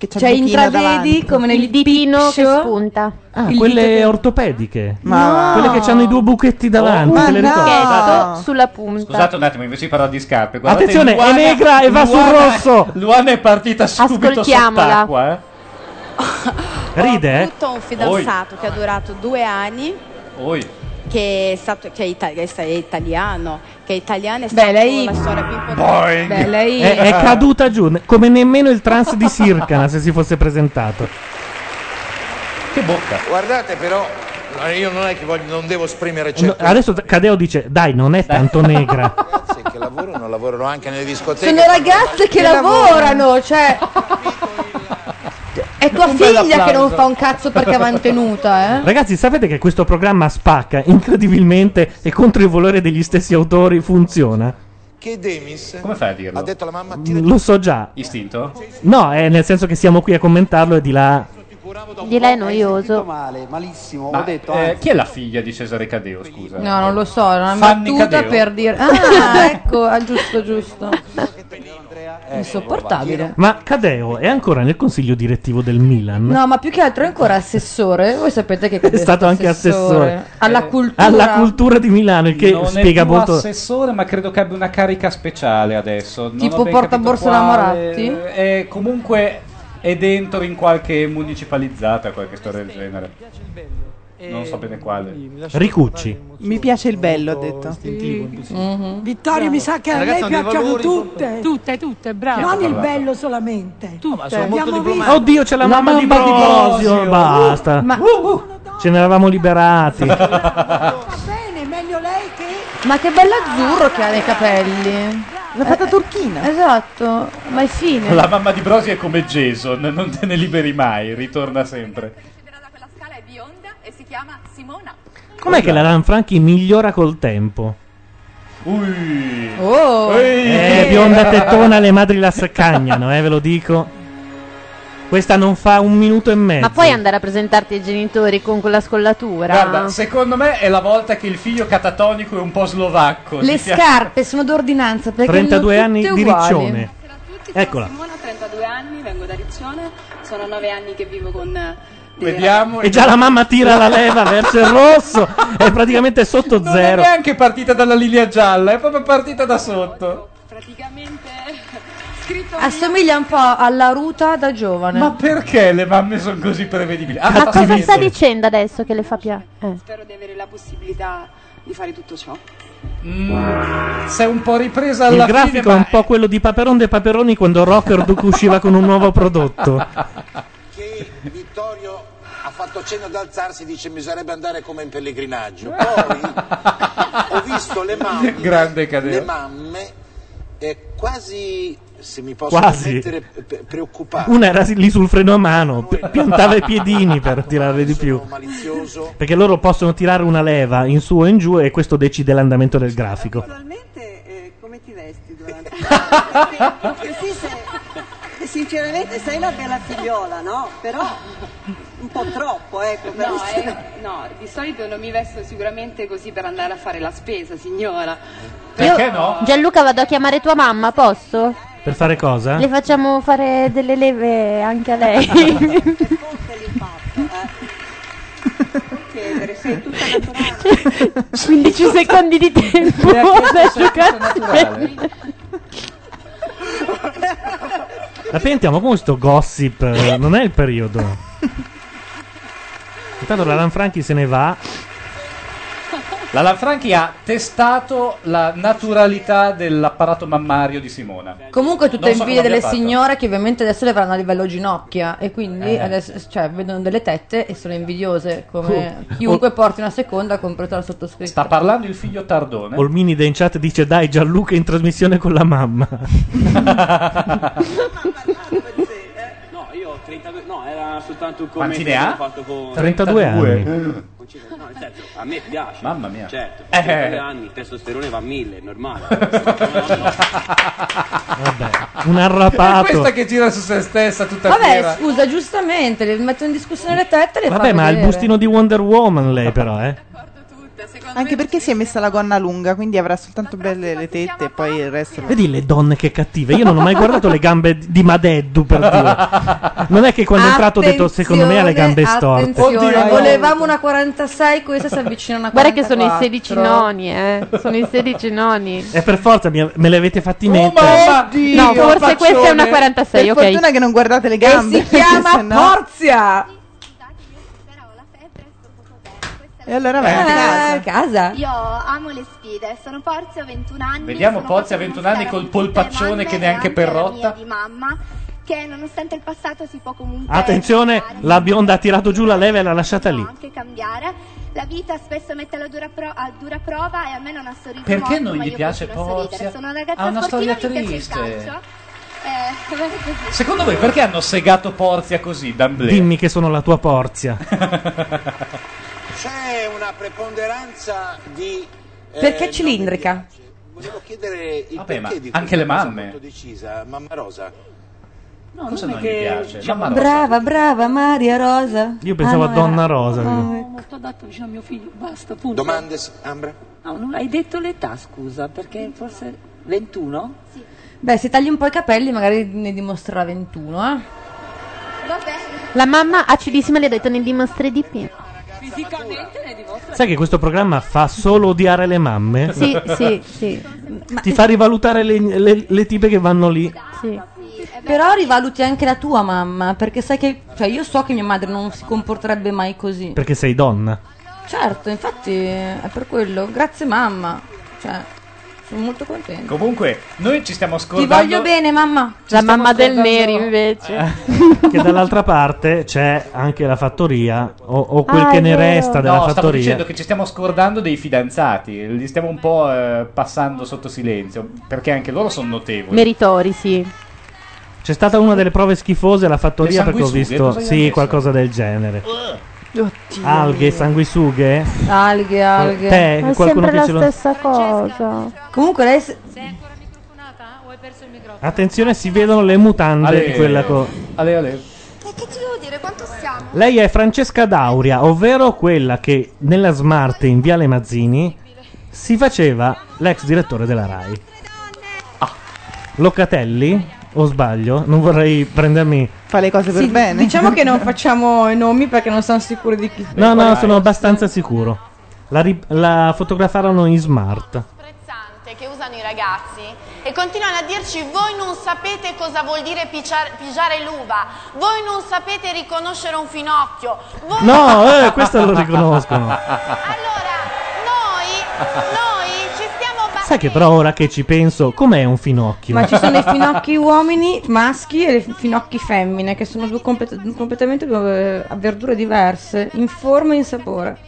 Speaker 27: che c'è
Speaker 6: Cioè,
Speaker 27: il ditino
Speaker 6: intravedi
Speaker 27: davanti.
Speaker 6: come nel ditino
Speaker 4: che spunta.
Speaker 1: Ah,
Speaker 6: Il
Speaker 1: quelle
Speaker 6: dito che-
Speaker 1: ortopediche.
Speaker 6: Ma-
Speaker 1: Quelle che hanno i due buchetti davanti.
Speaker 4: Un
Speaker 1: te le ricordi?
Speaker 4: buchetto sulla punta.
Speaker 11: Scusate un attimo, invece di parlare di scarpe. guardate,
Speaker 1: Attenzione, è
Speaker 11: Luana-
Speaker 1: negra e va sul
Speaker 11: Luana-
Speaker 1: rosso.
Speaker 11: Luana è partita subito
Speaker 5: Ascoltiamola.
Speaker 11: sott'acqua.
Speaker 5: [LAUGHS]
Speaker 11: Eh.
Speaker 1: Ride, eh?
Speaker 5: avuto un fidanzato che ha durato due anni, che è, stato, che è, ita- che è italiano, che è italiano, è stata la storia più importante.
Speaker 1: È, è caduta giù, ne- come nemmeno il trans di Sircana se si fosse presentato.
Speaker 11: Che bocca.
Speaker 10: Guardate però, Eh, io non è che voglio, non devo esprimere
Speaker 1: No,
Speaker 10: certo.
Speaker 1: adesso t- Cadeo dice, dai, non è tanto
Speaker 11: [LAUGHS]
Speaker 1: negra.
Speaker 10: ragazze che lavorano, lavorano anche nelle discoteche.
Speaker 3: Sono ragazze che lavorano, cioè. È tua
Speaker 1: Un bel
Speaker 3: figlia che non
Speaker 1: applauso.
Speaker 3: fa un cazzo perché va mantenuta, eh?
Speaker 1: Ragazzi, sapete che questo programma spacca incredibilmente e contro il volere degli stessi autori funziona?
Speaker 10: Che Demis
Speaker 11: Come fai a dirlo?
Speaker 10: ha detto alla mamma
Speaker 1: Mm, Lo so già.
Speaker 11: Istinto?
Speaker 1: No, è nel senso che siamo qui a commentarlo e di là.
Speaker 4: Di lei è noioso.
Speaker 11: male, malissimo.
Speaker 10: ho detto,
Speaker 11: eh,
Speaker 10: anzi.
Speaker 11: chi è la figlia di Cesare Cadeo? Scusa.
Speaker 3: No, non lo so, era una
Speaker 11: Fanny
Speaker 3: battuta
Speaker 11: Cadeo.
Speaker 3: per dire.
Speaker 11: [LAUGHS]
Speaker 3: Ah, ecco, ah, giusto, giusto. Insopportabile.
Speaker 1: Ma Cadeo è ancora nel consiglio direttivo del Milan.
Speaker 3: No, ma più che altro è ancora assessore. Voi sapete che
Speaker 1: È stato anche assessore.
Speaker 11: Eh.
Speaker 3: alla cultura.
Speaker 1: Alla cultura di Milano, il che
Speaker 11: non
Speaker 1: spiega
Speaker 11: è più
Speaker 1: molto.
Speaker 11: assessore, ma credo che abbia una carica speciale adesso. Non
Speaker 3: Tipo
Speaker 11: ho ben
Speaker 3: portaborse
Speaker 11: capito
Speaker 3: alla
Speaker 11: quale.
Speaker 3: Moratti?
Speaker 11: È comunque è dentro in qualche municipalizzata, qualche storia del genere. Non so bene quale.
Speaker 1: Ricucci.
Speaker 27: Mi piace il bello, ha detto.
Speaker 3: Mm-hmm.
Speaker 16: Vittorio, mi sa che a lei
Speaker 27: Ragazzi, hanno dei
Speaker 16: piacciono
Speaker 27: valori
Speaker 16: tutte. Tutte, tutte, bravo. Non il
Speaker 1: Brava.
Speaker 16: bello solamente. Tutte.
Speaker 1: sono molto
Speaker 16: Abbiamo
Speaker 1: diplomatici.
Speaker 16: visto-
Speaker 1: Oddio, c'è la, mamma, di Brosio. Basta.
Speaker 16: Ma-
Speaker 1: Ce ne
Speaker 11: [LAUGHS]
Speaker 1: eravamo liberati.
Speaker 16: Bene, meglio lei che...
Speaker 3: Ma che bell'azzurro che ha nei capelli. La fatta turchina. Esatto, ma è fine.
Speaker 11: La mamma di Brosi è come Jason, non te ne liberi mai, ritorna sempre.
Speaker 29: e si chiama Simona.
Speaker 1: Com'è che la Lanfranchi migliora col tempo?
Speaker 11: Ui.
Speaker 3: Oh.
Speaker 1: Eh, bionda tettona, le madri la scagnano, eh, ve lo dico. Questa non fa un minuto e mezzo.
Speaker 4: Ma puoi andare a presentarti ai genitori con quella scollatura? Ah.
Speaker 11: Guarda, secondo me è la volta che il figlio catatonico è un po' slovacco.
Speaker 3: Le
Speaker 11: si chiama-
Speaker 3: scarpe sono d'ordinanza perché
Speaker 1: 32
Speaker 3: sono
Speaker 1: anni
Speaker 3: tutte
Speaker 1: di
Speaker 3: uguali.
Speaker 1: riccione. Eccola.
Speaker 30: Simona, 32 anni, vengo da Riccione, sono 9 anni che vivo con... eh, dei
Speaker 11: Vediamo.
Speaker 1: E già la mamma tira la leva verso il rosso. È praticamente sotto
Speaker 11: Non è
Speaker 1: zero.
Speaker 11: neanche partita dalla linea gialla, è proprio partita da sotto.
Speaker 30: Praticamente scritto
Speaker 3: Assomiglia un po' alla Ruta da giovane.
Speaker 11: Ma perché le mamme sono così prevedibili? Ah,
Speaker 4: Ma cosa
Speaker 11: finito.
Speaker 4: sta dicendo adesso che le fa eh? piacere?
Speaker 30: spero di avere la possibilità di fare tutto ciò.
Speaker 11: Sei un po' ripresa
Speaker 1: Il
Speaker 11: alla
Speaker 1: grafico
Speaker 11: fine,
Speaker 1: è
Speaker 11: ma
Speaker 1: un po' quello di Paperon dei Paperoni quando Rocker Duke usciva con un nuovo prodotto.
Speaker 10: che Vittorio ha fatto cenno ad alzarsi e dice bisognerebbe andare come in pellegrinaggio. Poi ho visto le mamme,
Speaker 11: [LAUGHS] Grande Cadeo.
Speaker 10: le mamme eh, quasi, se mi posso
Speaker 1: Quasi.
Speaker 10: permettere, pe- preoccupate.
Speaker 1: Una era lì sul freno a mano, pi- piantava i piedini per tirarle di più.
Speaker 10: malizioso.
Speaker 1: Perché loro possono tirare una leva in su o in giù e questo decide l'andamento del grafico.
Speaker 18: Naturalmente, eh, come ti vesti durante
Speaker 30: [LAUGHS]
Speaker 18: Perché sì, se- sinceramente sei una bella figliola, no? Però un po' troppo, ecco. per-
Speaker 30: No, eh, no, di solito non mi vesto sicuramente così per andare a fare la spesa, signora.
Speaker 4: Io- Gianluca, vado a chiamare tua mamma, posso?
Speaker 1: Per fare cosa?
Speaker 4: Le facciamo fare delle leve anche a lei.
Speaker 30: sei tutta
Speaker 4: 15 secondi di tempo per giocare.
Speaker 1: La pentiamo con questo gossip, eh, non è il periodo. Intanto la Lanfranchi se ne va.
Speaker 11: La Lanfranchi ha testato la naturalità dell'apparato mammario di Simona.
Speaker 3: Comunque tutte
Speaker 11: Non so
Speaker 3: invidie
Speaker 11: come
Speaker 3: delle
Speaker 11: abbia fatto.
Speaker 3: signore che ovviamente adesso le avranno a livello ginocchia e quindi
Speaker 11: Eh.
Speaker 3: adesso cioè, vedono delle tette e sono invidiose come chiunque porti una seconda compresa la sottoscritta.
Speaker 11: Sta parlando il figlio Tardone.
Speaker 1: Olminide in chat dice dai Gianluca in trasmissione con la mamma.
Speaker 13: No, io ho 32, no, era soltanto un
Speaker 11: Quanti
Speaker 13: commento
Speaker 11: ne
Speaker 13: che
Speaker 11: ha?
Speaker 13: ho fatto con
Speaker 1: 32 anni.
Speaker 13: No, nel senso, Certo, a me piace.
Speaker 11: Mamma mia.
Speaker 13: Certo,
Speaker 11: Eh.
Speaker 13: a 32 anni, il testosterone va a 1000, è
Speaker 11: [LAUGHS]
Speaker 13: normale. Vabbè.
Speaker 11: [LAUGHS]
Speaker 1: Un
Speaker 11: È
Speaker 1: arrapato.
Speaker 11: questa che gira su se stessa tutta
Speaker 3: Vabbè,
Speaker 11: fiera.
Speaker 3: scusa, giustamente, le metto in discussione le tette e le fa
Speaker 1: Vabbè, ma ha il
Speaker 3: vedere.
Speaker 1: bustino di Wonder Woman lei però, eh.
Speaker 29: secondo
Speaker 27: Anche perché si è messa la gonna lunga, quindi avrà soltanto belle le tette e poi il resto.
Speaker 1: Vedi le donne che cattive. Io non ho mai guardato le gambe di di Madeddu per dire. Non è che quando è entrato ho detto secondo me ha le gambe storte.
Speaker 3: Attenzione,
Speaker 1: Oddio.
Speaker 3: volevamo una 46, questa si avvicina a una 44.
Speaker 4: Guarda che sono i 16 noni, eh. Sono i 16 noni.
Speaker 1: E per forza mi- me le avete fatti mettere.
Speaker 4: mamma! Oddio, No, forse faccione. questa è una 46,
Speaker 27: per
Speaker 4: ok.
Speaker 27: fortuna che non guardate le gambe.
Speaker 4: si chiama
Speaker 27: se no-
Speaker 3: Porzia!
Speaker 27: E allora
Speaker 3: Eh,
Speaker 27: vai a casa.
Speaker 9: Eh,
Speaker 31: Io amo le sfide, sono Porzio, 21 anni.
Speaker 11: Vediamo
Speaker 31: sono
Speaker 11: Pozzi a
Speaker 31: proprio
Speaker 11: 21 anni
Speaker 31: una
Speaker 11: col polpaccione che neanche per
Speaker 31: sfida mia
Speaker 11: rotta.
Speaker 31: di mamma, che nonostante il passato si può comunque
Speaker 1: Attenzione, la bionda ha tirato giù la leva e l'ha lasciata lì.
Speaker 31: anche cambiare. La vita spesso mette alla dura, pro- a dura prova e a me non ha sorriso
Speaker 11: Perché
Speaker 31: molto,
Speaker 11: non
Speaker 31: ma
Speaker 11: gli
Speaker 31: io
Speaker 11: piace
Speaker 31: continuo a sorridere.
Speaker 11: Porzia?
Speaker 31: Sono una ragazza
Speaker 11: Ha una
Speaker 31: sportiva,
Speaker 11: storia
Speaker 31: mi piace il
Speaker 11: triste.
Speaker 31: calcio. Eh,
Speaker 11: Secondo voi perché hanno segato Porzia così, D'Amblè?
Speaker 1: Dimmi che sono la tua Porzia.
Speaker 10: C'è una preponderanza di... eh,
Speaker 16: Perché
Speaker 10: no,
Speaker 16: cilindrica?
Speaker 10: Volevo chiedere il
Speaker 11: Vabbè, ma
Speaker 10: perché di
Speaker 11: anche le
Speaker 10: questa cosa
Speaker 11: mamme.
Speaker 10: molto decisa, mamma Rosa.
Speaker 11: No, cosa
Speaker 10: non è
Speaker 11: non
Speaker 10: che-
Speaker 11: gli piace?
Speaker 10: diciamo-
Speaker 11: Mamma Rosa.
Speaker 3: Brava, brava Maria Rosa.
Speaker 1: Io pensavo
Speaker 3: Ah,
Speaker 1: a
Speaker 3: no,
Speaker 1: Donna
Speaker 3: era-
Speaker 1: Rosa.
Speaker 3: no,
Speaker 1: credo.
Speaker 3: ecco.
Speaker 16: Molto adatto vicino a mio figlio, basta, punto.
Speaker 10: Domande, Ambra?
Speaker 16: No, non hai detto l'età, scusa, perché forse 21? Sì.
Speaker 3: Beh, se tagli un po' i capelli magari ne dimostrerà 21, eh.
Speaker 4: La mamma acidissima le ha detto ne dimostri di più.
Speaker 16: Fisicamente ne dimostra.
Speaker 1: Sai che questo programma fa solo odiare le mamme?
Speaker 4: Sì, sì, sì.
Speaker 1: Ti fa rivalutare le, le- le tipe che vanno lì.
Speaker 3: Però rivaluti anche la tua mamma, perché sai che cioè io so che mia madre non si comporterebbe mai così.
Speaker 1: Perché sei donna.
Speaker 3: Certo, infatti è per quello. Grazie mamma. Cioè, sono molto contenta.
Speaker 11: Comunque, noi ci stiamo
Speaker 3: Ti
Speaker 11: scordando.
Speaker 3: voglio bene, mamma.
Speaker 4: La mamma del Neri
Speaker 3: invece.
Speaker 6: Eh.
Speaker 1: Che dall'altra parte c'è anche la fattoria. O, o quel
Speaker 11: Ah,
Speaker 1: che
Speaker 11: è
Speaker 1: ne
Speaker 11: vero.
Speaker 1: resta della
Speaker 11: no, stavo
Speaker 1: fattoria.
Speaker 11: dicendo che ci stiamo scordando dei fidanzati, li stiamo un po' eh, passando sotto silenzio, perché anche loro sono notevoli.
Speaker 4: Meritori, sì.
Speaker 1: C'è stata una delle prove schifose alla fattoria
Speaker 11: Le
Speaker 1: perché ho
Speaker 11: sanguisughe,
Speaker 1: visto.
Speaker 11: cosa gli hanno
Speaker 1: Sì,
Speaker 11: messo?
Speaker 1: qualcosa del genere.
Speaker 3: Oddio.
Speaker 1: Alghe,
Speaker 3: mio.
Speaker 1: sanguisughe.
Speaker 3: Alghe, alghe.
Speaker 6: Eh,
Speaker 1: Te,
Speaker 4: È
Speaker 1: qualcuno
Speaker 4: sempre
Speaker 1: che
Speaker 4: la
Speaker 1: ce lo-
Speaker 4: stessa cosa.
Speaker 3: Comunque lei se-
Speaker 1: Attenzione, si vedono le mutande
Speaker 11: Ale.
Speaker 1: di quella co-
Speaker 11: Ale, ale.
Speaker 31: che ti devo dire? Quanto siamo?
Speaker 1: Lei è Francesca Dauria, ovvero quella che nella Smart in Viale Mazzini si faceva l'ex direttore della Rai.
Speaker 6: Ah.
Speaker 1: Locatelli, o sbaglio, non vorrei prendermi...
Speaker 27: Fa le cose per
Speaker 6: Sì,
Speaker 27: bene.
Speaker 6: Diciamo che non facciamo i nomi perché non sono sicuri di chi.
Speaker 1: No, no, sono abbastanza sicuro. La, ri- la fotografarono in Smart.
Speaker 32: imbarazzante che usano i ragazzi e continuano a dirci voi non sapete cosa vuol dire pigiar- pigiare l'uva, voi non sapete riconoscere
Speaker 11: [LAUGHS]
Speaker 32: un finocchio, voi
Speaker 1: No, eh, questo lo
Speaker 6: [LAUGHS]
Speaker 1: riconoscono.
Speaker 32: noi ci stiamo battendo.
Speaker 1: Sai che però ora che ci penso, com'è un finocchio?
Speaker 6: Ma ci sono
Speaker 1: [LAUGHS]
Speaker 6: i finocchi uomini maschi e i finocchi femmine, che sono due complet- completamente due eh, verdure diverse, in forma e in sapore.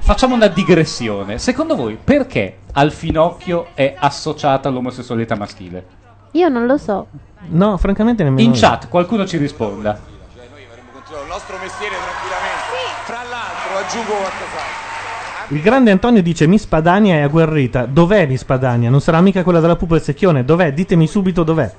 Speaker 11: Facciamo una digressione. Secondo voi perché al finocchio è associata l'omosessualità maschile?
Speaker 4: Io non lo so.
Speaker 1: No, francamente nemmeno.
Speaker 11: In
Speaker 1: io.
Speaker 11: chat qualcuno ci risponda.
Speaker 30: Il nostro mestiere tranquillamente. Fra l'altro aggiungo qualcos'altro.
Speaker 1: Il grande Antonio dice: Miss Padania è agguerrita. Dov'è Miss Padania? Non sarà mica quella della pupa e secchione. Dov'è? Ditemi subito dov'è.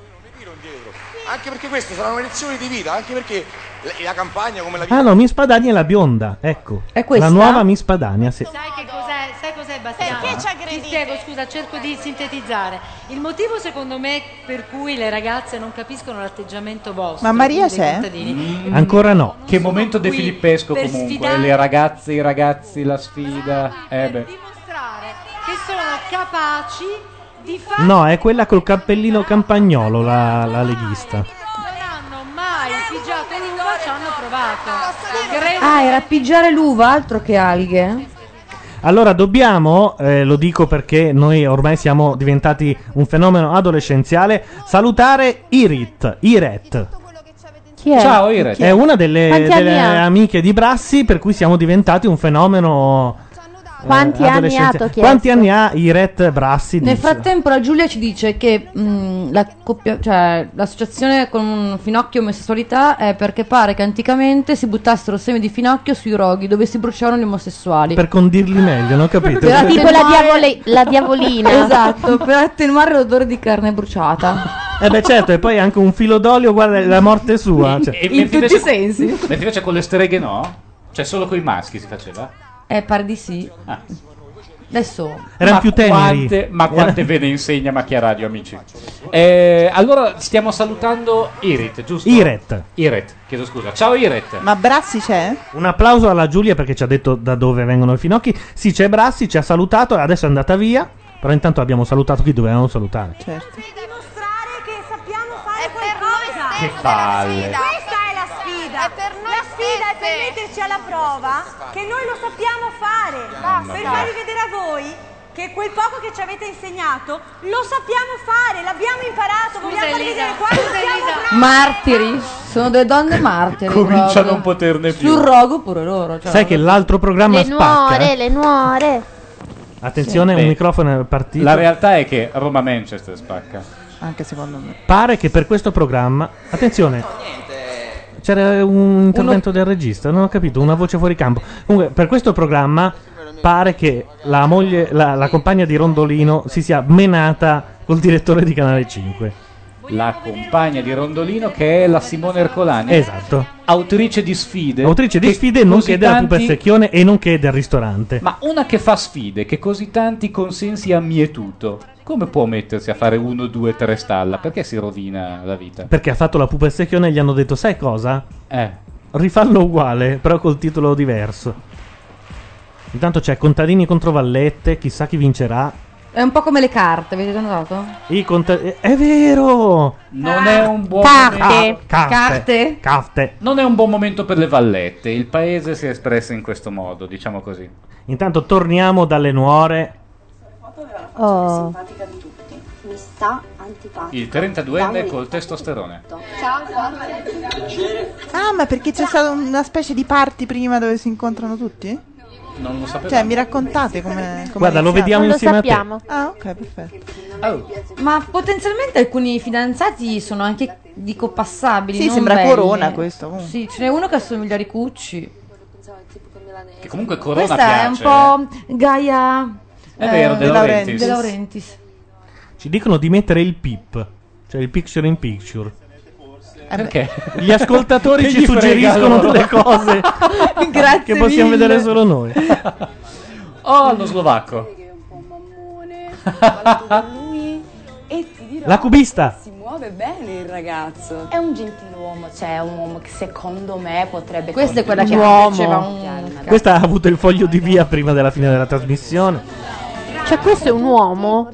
Speaker 30: Anche perché queste saranno lezioni di vita, anche perché la, la campagna come la vita
Speaker 1: Ah no, Miss Padania è la bionda. Ecco.
Speaker 30: È questa?
Speaker 1: La nuova Miss Padania, sì.
Speaker 23: Sai che cos'è, sai cos'è Bastiano?
Speaker 32: Perché ci
Speaker 23: Ti spiego, scusa, cerco di sintetizzare. Il motivo secondo me per cui le ragazze non capiscono l'atteggiamento vostro.
Speaker 27: Ma Maria
Speaker 23: quindi dei
Speaker 27: c'è?
Speaker 23: contadini,
Speaker 11: Mm.
Speaker 1: Mm. Ancora no.
Speaker 11: Che momento De
Speaker 23: qui
Speaker 11: Filippesco
Speaker 23: per
Speaker 11: comunque.
Speaker 23: sfidare- Ah,
Speaker 11: Le ragazze, i ragazzi, la sfida. Eh beh.
Speaker 23: dimostrare che sono capaci di fare
Speaker 1: No, è quella col cappellino campagnolo, la, la leghista.
Speaker 23: hanno mai pigiato l'uva, ci hanno provato. Credo
Speaker 6: Ah, era pigiare l'uva, altro che alghe.
Speaker 1: Allora dobbiamo, eh, lo dico perché noi ormai siamo diventati un fenomeno adolescenziale, salutare Irit. Iret.
Speaker 4: Chi è?
Speaker 11: Ciao, Iret.
Speaker 1: È una delle,
Speaker 4: Quanti anni
Speaker 1: delle
Speaker 4: ha?
Speaker 1: amiche di Brassi per cui siamo diventati un fenomeno... eh,
Speaker 3: Quanti anni ha,
Speaker 1: adolescenziale.
Speaker 3: t'ho chiesto?
Speaker 1: Quanti anni ha Iret Brassi?
Speaker 3: Nel
Speaker 1: dice.
Speaker 3: frattempo la Giulia ci dice che mh, la coppia- cioè, l'associazione con finocchio e omosessualità è perché pare che anticamente si buttassero semi di finocchio sui roghi dove si bruciavano gli omosessuali.
Speaker 1: Per condirli meglio, non ho capito.
Speaker 3: Per
Speaker 4: Tipo la,
Speaker 3: attenuare-
Speaker 4: diavole- la diavolina.
Speaker 3: [LAUGHS] Esatto, per attenuare l'odore di
Speaker 1: [LAUGHS]
Speaker 3: carne bruciata.
Speaker 1: Eh beh certo, e poi anche un filo d'olio, guarda, è la morte sua. cioè.
Speaker 11: E mentre invece-
Speaker 3: sensi.
Speaker 11: Mentre invece con le streghe no? Cioè, solo con i maschi si faceva?
Speaker 3: Eh, pare di sì.
Speaker 11: Ah.
Speaker 3: Adesso.
Speaker 11: Ma quante- ma quante ve ne insegna Macchia Radio,
Speaker 1: [LAUGHS]
Speaker 11: amici? Eh, allora, stiamo salutando Iret, giusto?
Speaker 1: Iret.
Speaker 11: Iret, chiedo scusa. Ciao
Speaker 27: [LAUGHS]
Speaker 11: Iret.
Speaker 27: Ma Brassi c'è?
Speaker 1: Un applauso alla Giulia perché ci ha detto da dove vengono i finocchi. Sì, c'è Brassi, ci ha salutato, adesso è andata via. Però intanto abbiamo salutato chi dovevamo salutare.
Speaker 27: Certo.
Speaker 8: È per noi
Speaker 1: Che palle.
Speaker 26: Questa è la sfida. la sfida è per metterci alla prova che noi lo sappiamo fare.
Speaker 8: Basta.
Speaker 26: Per farvi vedere a voi che quel poco che ci avete insegnato lo sappiamo fare, l'abbiamo imparato, vogliamo farvi vedere quanto siamo bravi.
Speaker 3: Martiri. Sono delle donne martiri.
Speaker 1: Comincia a non
Speaker 3: proprio.
Speaker 1: poterne più.
Speaker 3: Sul rogo pure loro. Cioè.
Speaker 1: Sai che l'altro programma
Speaker 3: Le
Speaker 1: spacca. eh?
Speaker 4: le nuore.
Speaker 1: Attenzione,
Speaker 11: Sì.
Speaker 1: un
Speaker 11: Beh,
Speaker 1: microfono è partito.
Speaker 11: La realtà è che Roma-Manchester spacca.
Speaker 27: Anche secondo me.
Speaker 1: Pare che per questo programma. Attenzione. C'era un intervento del regista, non ho capito, una voce fuori campo. Comunque, per questo programma pare che la moglie, la, la compagna di Rondolino si sia menata col direttore di Canale 5.
Speaker 11: La compagna di Rondolino che è la Simone Ercolani.
Speaker 1: Esatto.
Speaker 11: Autrice di sfide.
Speaker 1: Autrice di
Speaker 11: Che
Speaker 1: sfide non
Speaker 11: così
Speaker 1: che della
Speaker 11: tanti-
Speaker 1: pupersecchione e non che del ristorante.
Speaker 11: Ma una che fa sfide, che così tanti consensi ha mietuto. Come può mettersi a fare uno, due, tre stalla? Perché si rovina la vita?
Speaker 1: Perché ha fatto la pupersecchione e gli hanno detto, sai cosa?
Speaker 11: Eh.
Speaker 1: Rifallo uguale, però col titolo diverso. Intanto c'è Contadini contro Vallette, chissà chi vincerà.
Speaker 3: È un po' come le carte, avete notato?
Speaker 1: I conta- è vero!
Speaker 11: Non è un buon momento.
Speaker 3: Carte.
Speaker 11: Non è un buon momento per le vallette. Il paese si è espresso in questo modo, diciamo così.
Speaker 1: Intanto torniamo dalle nuore.
Speaker 28: Oh. simpatica di tutti. Mi sta antipatica.
Speaker 11: Il 32enne col testosterone.
Speaker 28: Ciao, guarda.
Speaker 27: Ah, ma perché c'è stata una specie di party prima dove si incontrano tutti?
Speaker 11: Non lo sapevo.
Speaker 27: Cioè, mi raccontate come.
Speaker 1: Guarda, lo vediamo Non lo insieme a te. sappiamo.
Speaker 27: Ah, ok, perfetto.
Speaker 3: Ma potenzialmente alcuni fidanzati sono anche, dico, passabili.
Speaker 27: Sì,
Speaker 3: non
Speaker 27: sembra
Speaker 3: belli.
Speaker 27: Corona questo,
Speaker 4: Mm.
Speaker 27: comunque.
Speaker 3: Sì, ce n'è uno che assomiglia a Ricucci.
Speaker 11: Che comunque Corona
Speaker 3: Questa
Speaker 11: piace.
Speaker 3: è un po' Gaia. eh,
Speaker 11: È vero, De Laurentiis.
Speaker 3: De Laurentiis.
Speaker 1: Ci dicono di mettere il PIP, cioè il picture in picture.
Speaker 3: Eh
Speaker 11: Perché?
Speaker 1: Gli
Speaker 11: [LAUGHS]
Speaker 1: ascoltatori
Speaker 11: Che
Speaker 1: ci
Speaker 11: gli frega
Speaker 1: suggeriscono
Speaker 11: loro? [LAUGHS]
Speaker 1: delle cose
Speaker 3: Grazie
Speaker 1: che possiamo
Speaker 3: mille.
Speaker 1: vedere solo noi.
Speaker 11: Oh, lo slovacco.
Speaker 33: lui e ti dirò
Speaker 1: Ah, La cubista.
Speaker 33: si muove bene il ragazzo è un gentiluomo cioè un uomo che secondo me potrebbe
Speaker 3: Questa è quella che
Speaker 33: contribuire.
Speaker 3: faceva
Speaker 1: Questa ha avuto il foglio di via prima della fine della trasmissione.
Speaker 4: Cioè, questo è un uomo?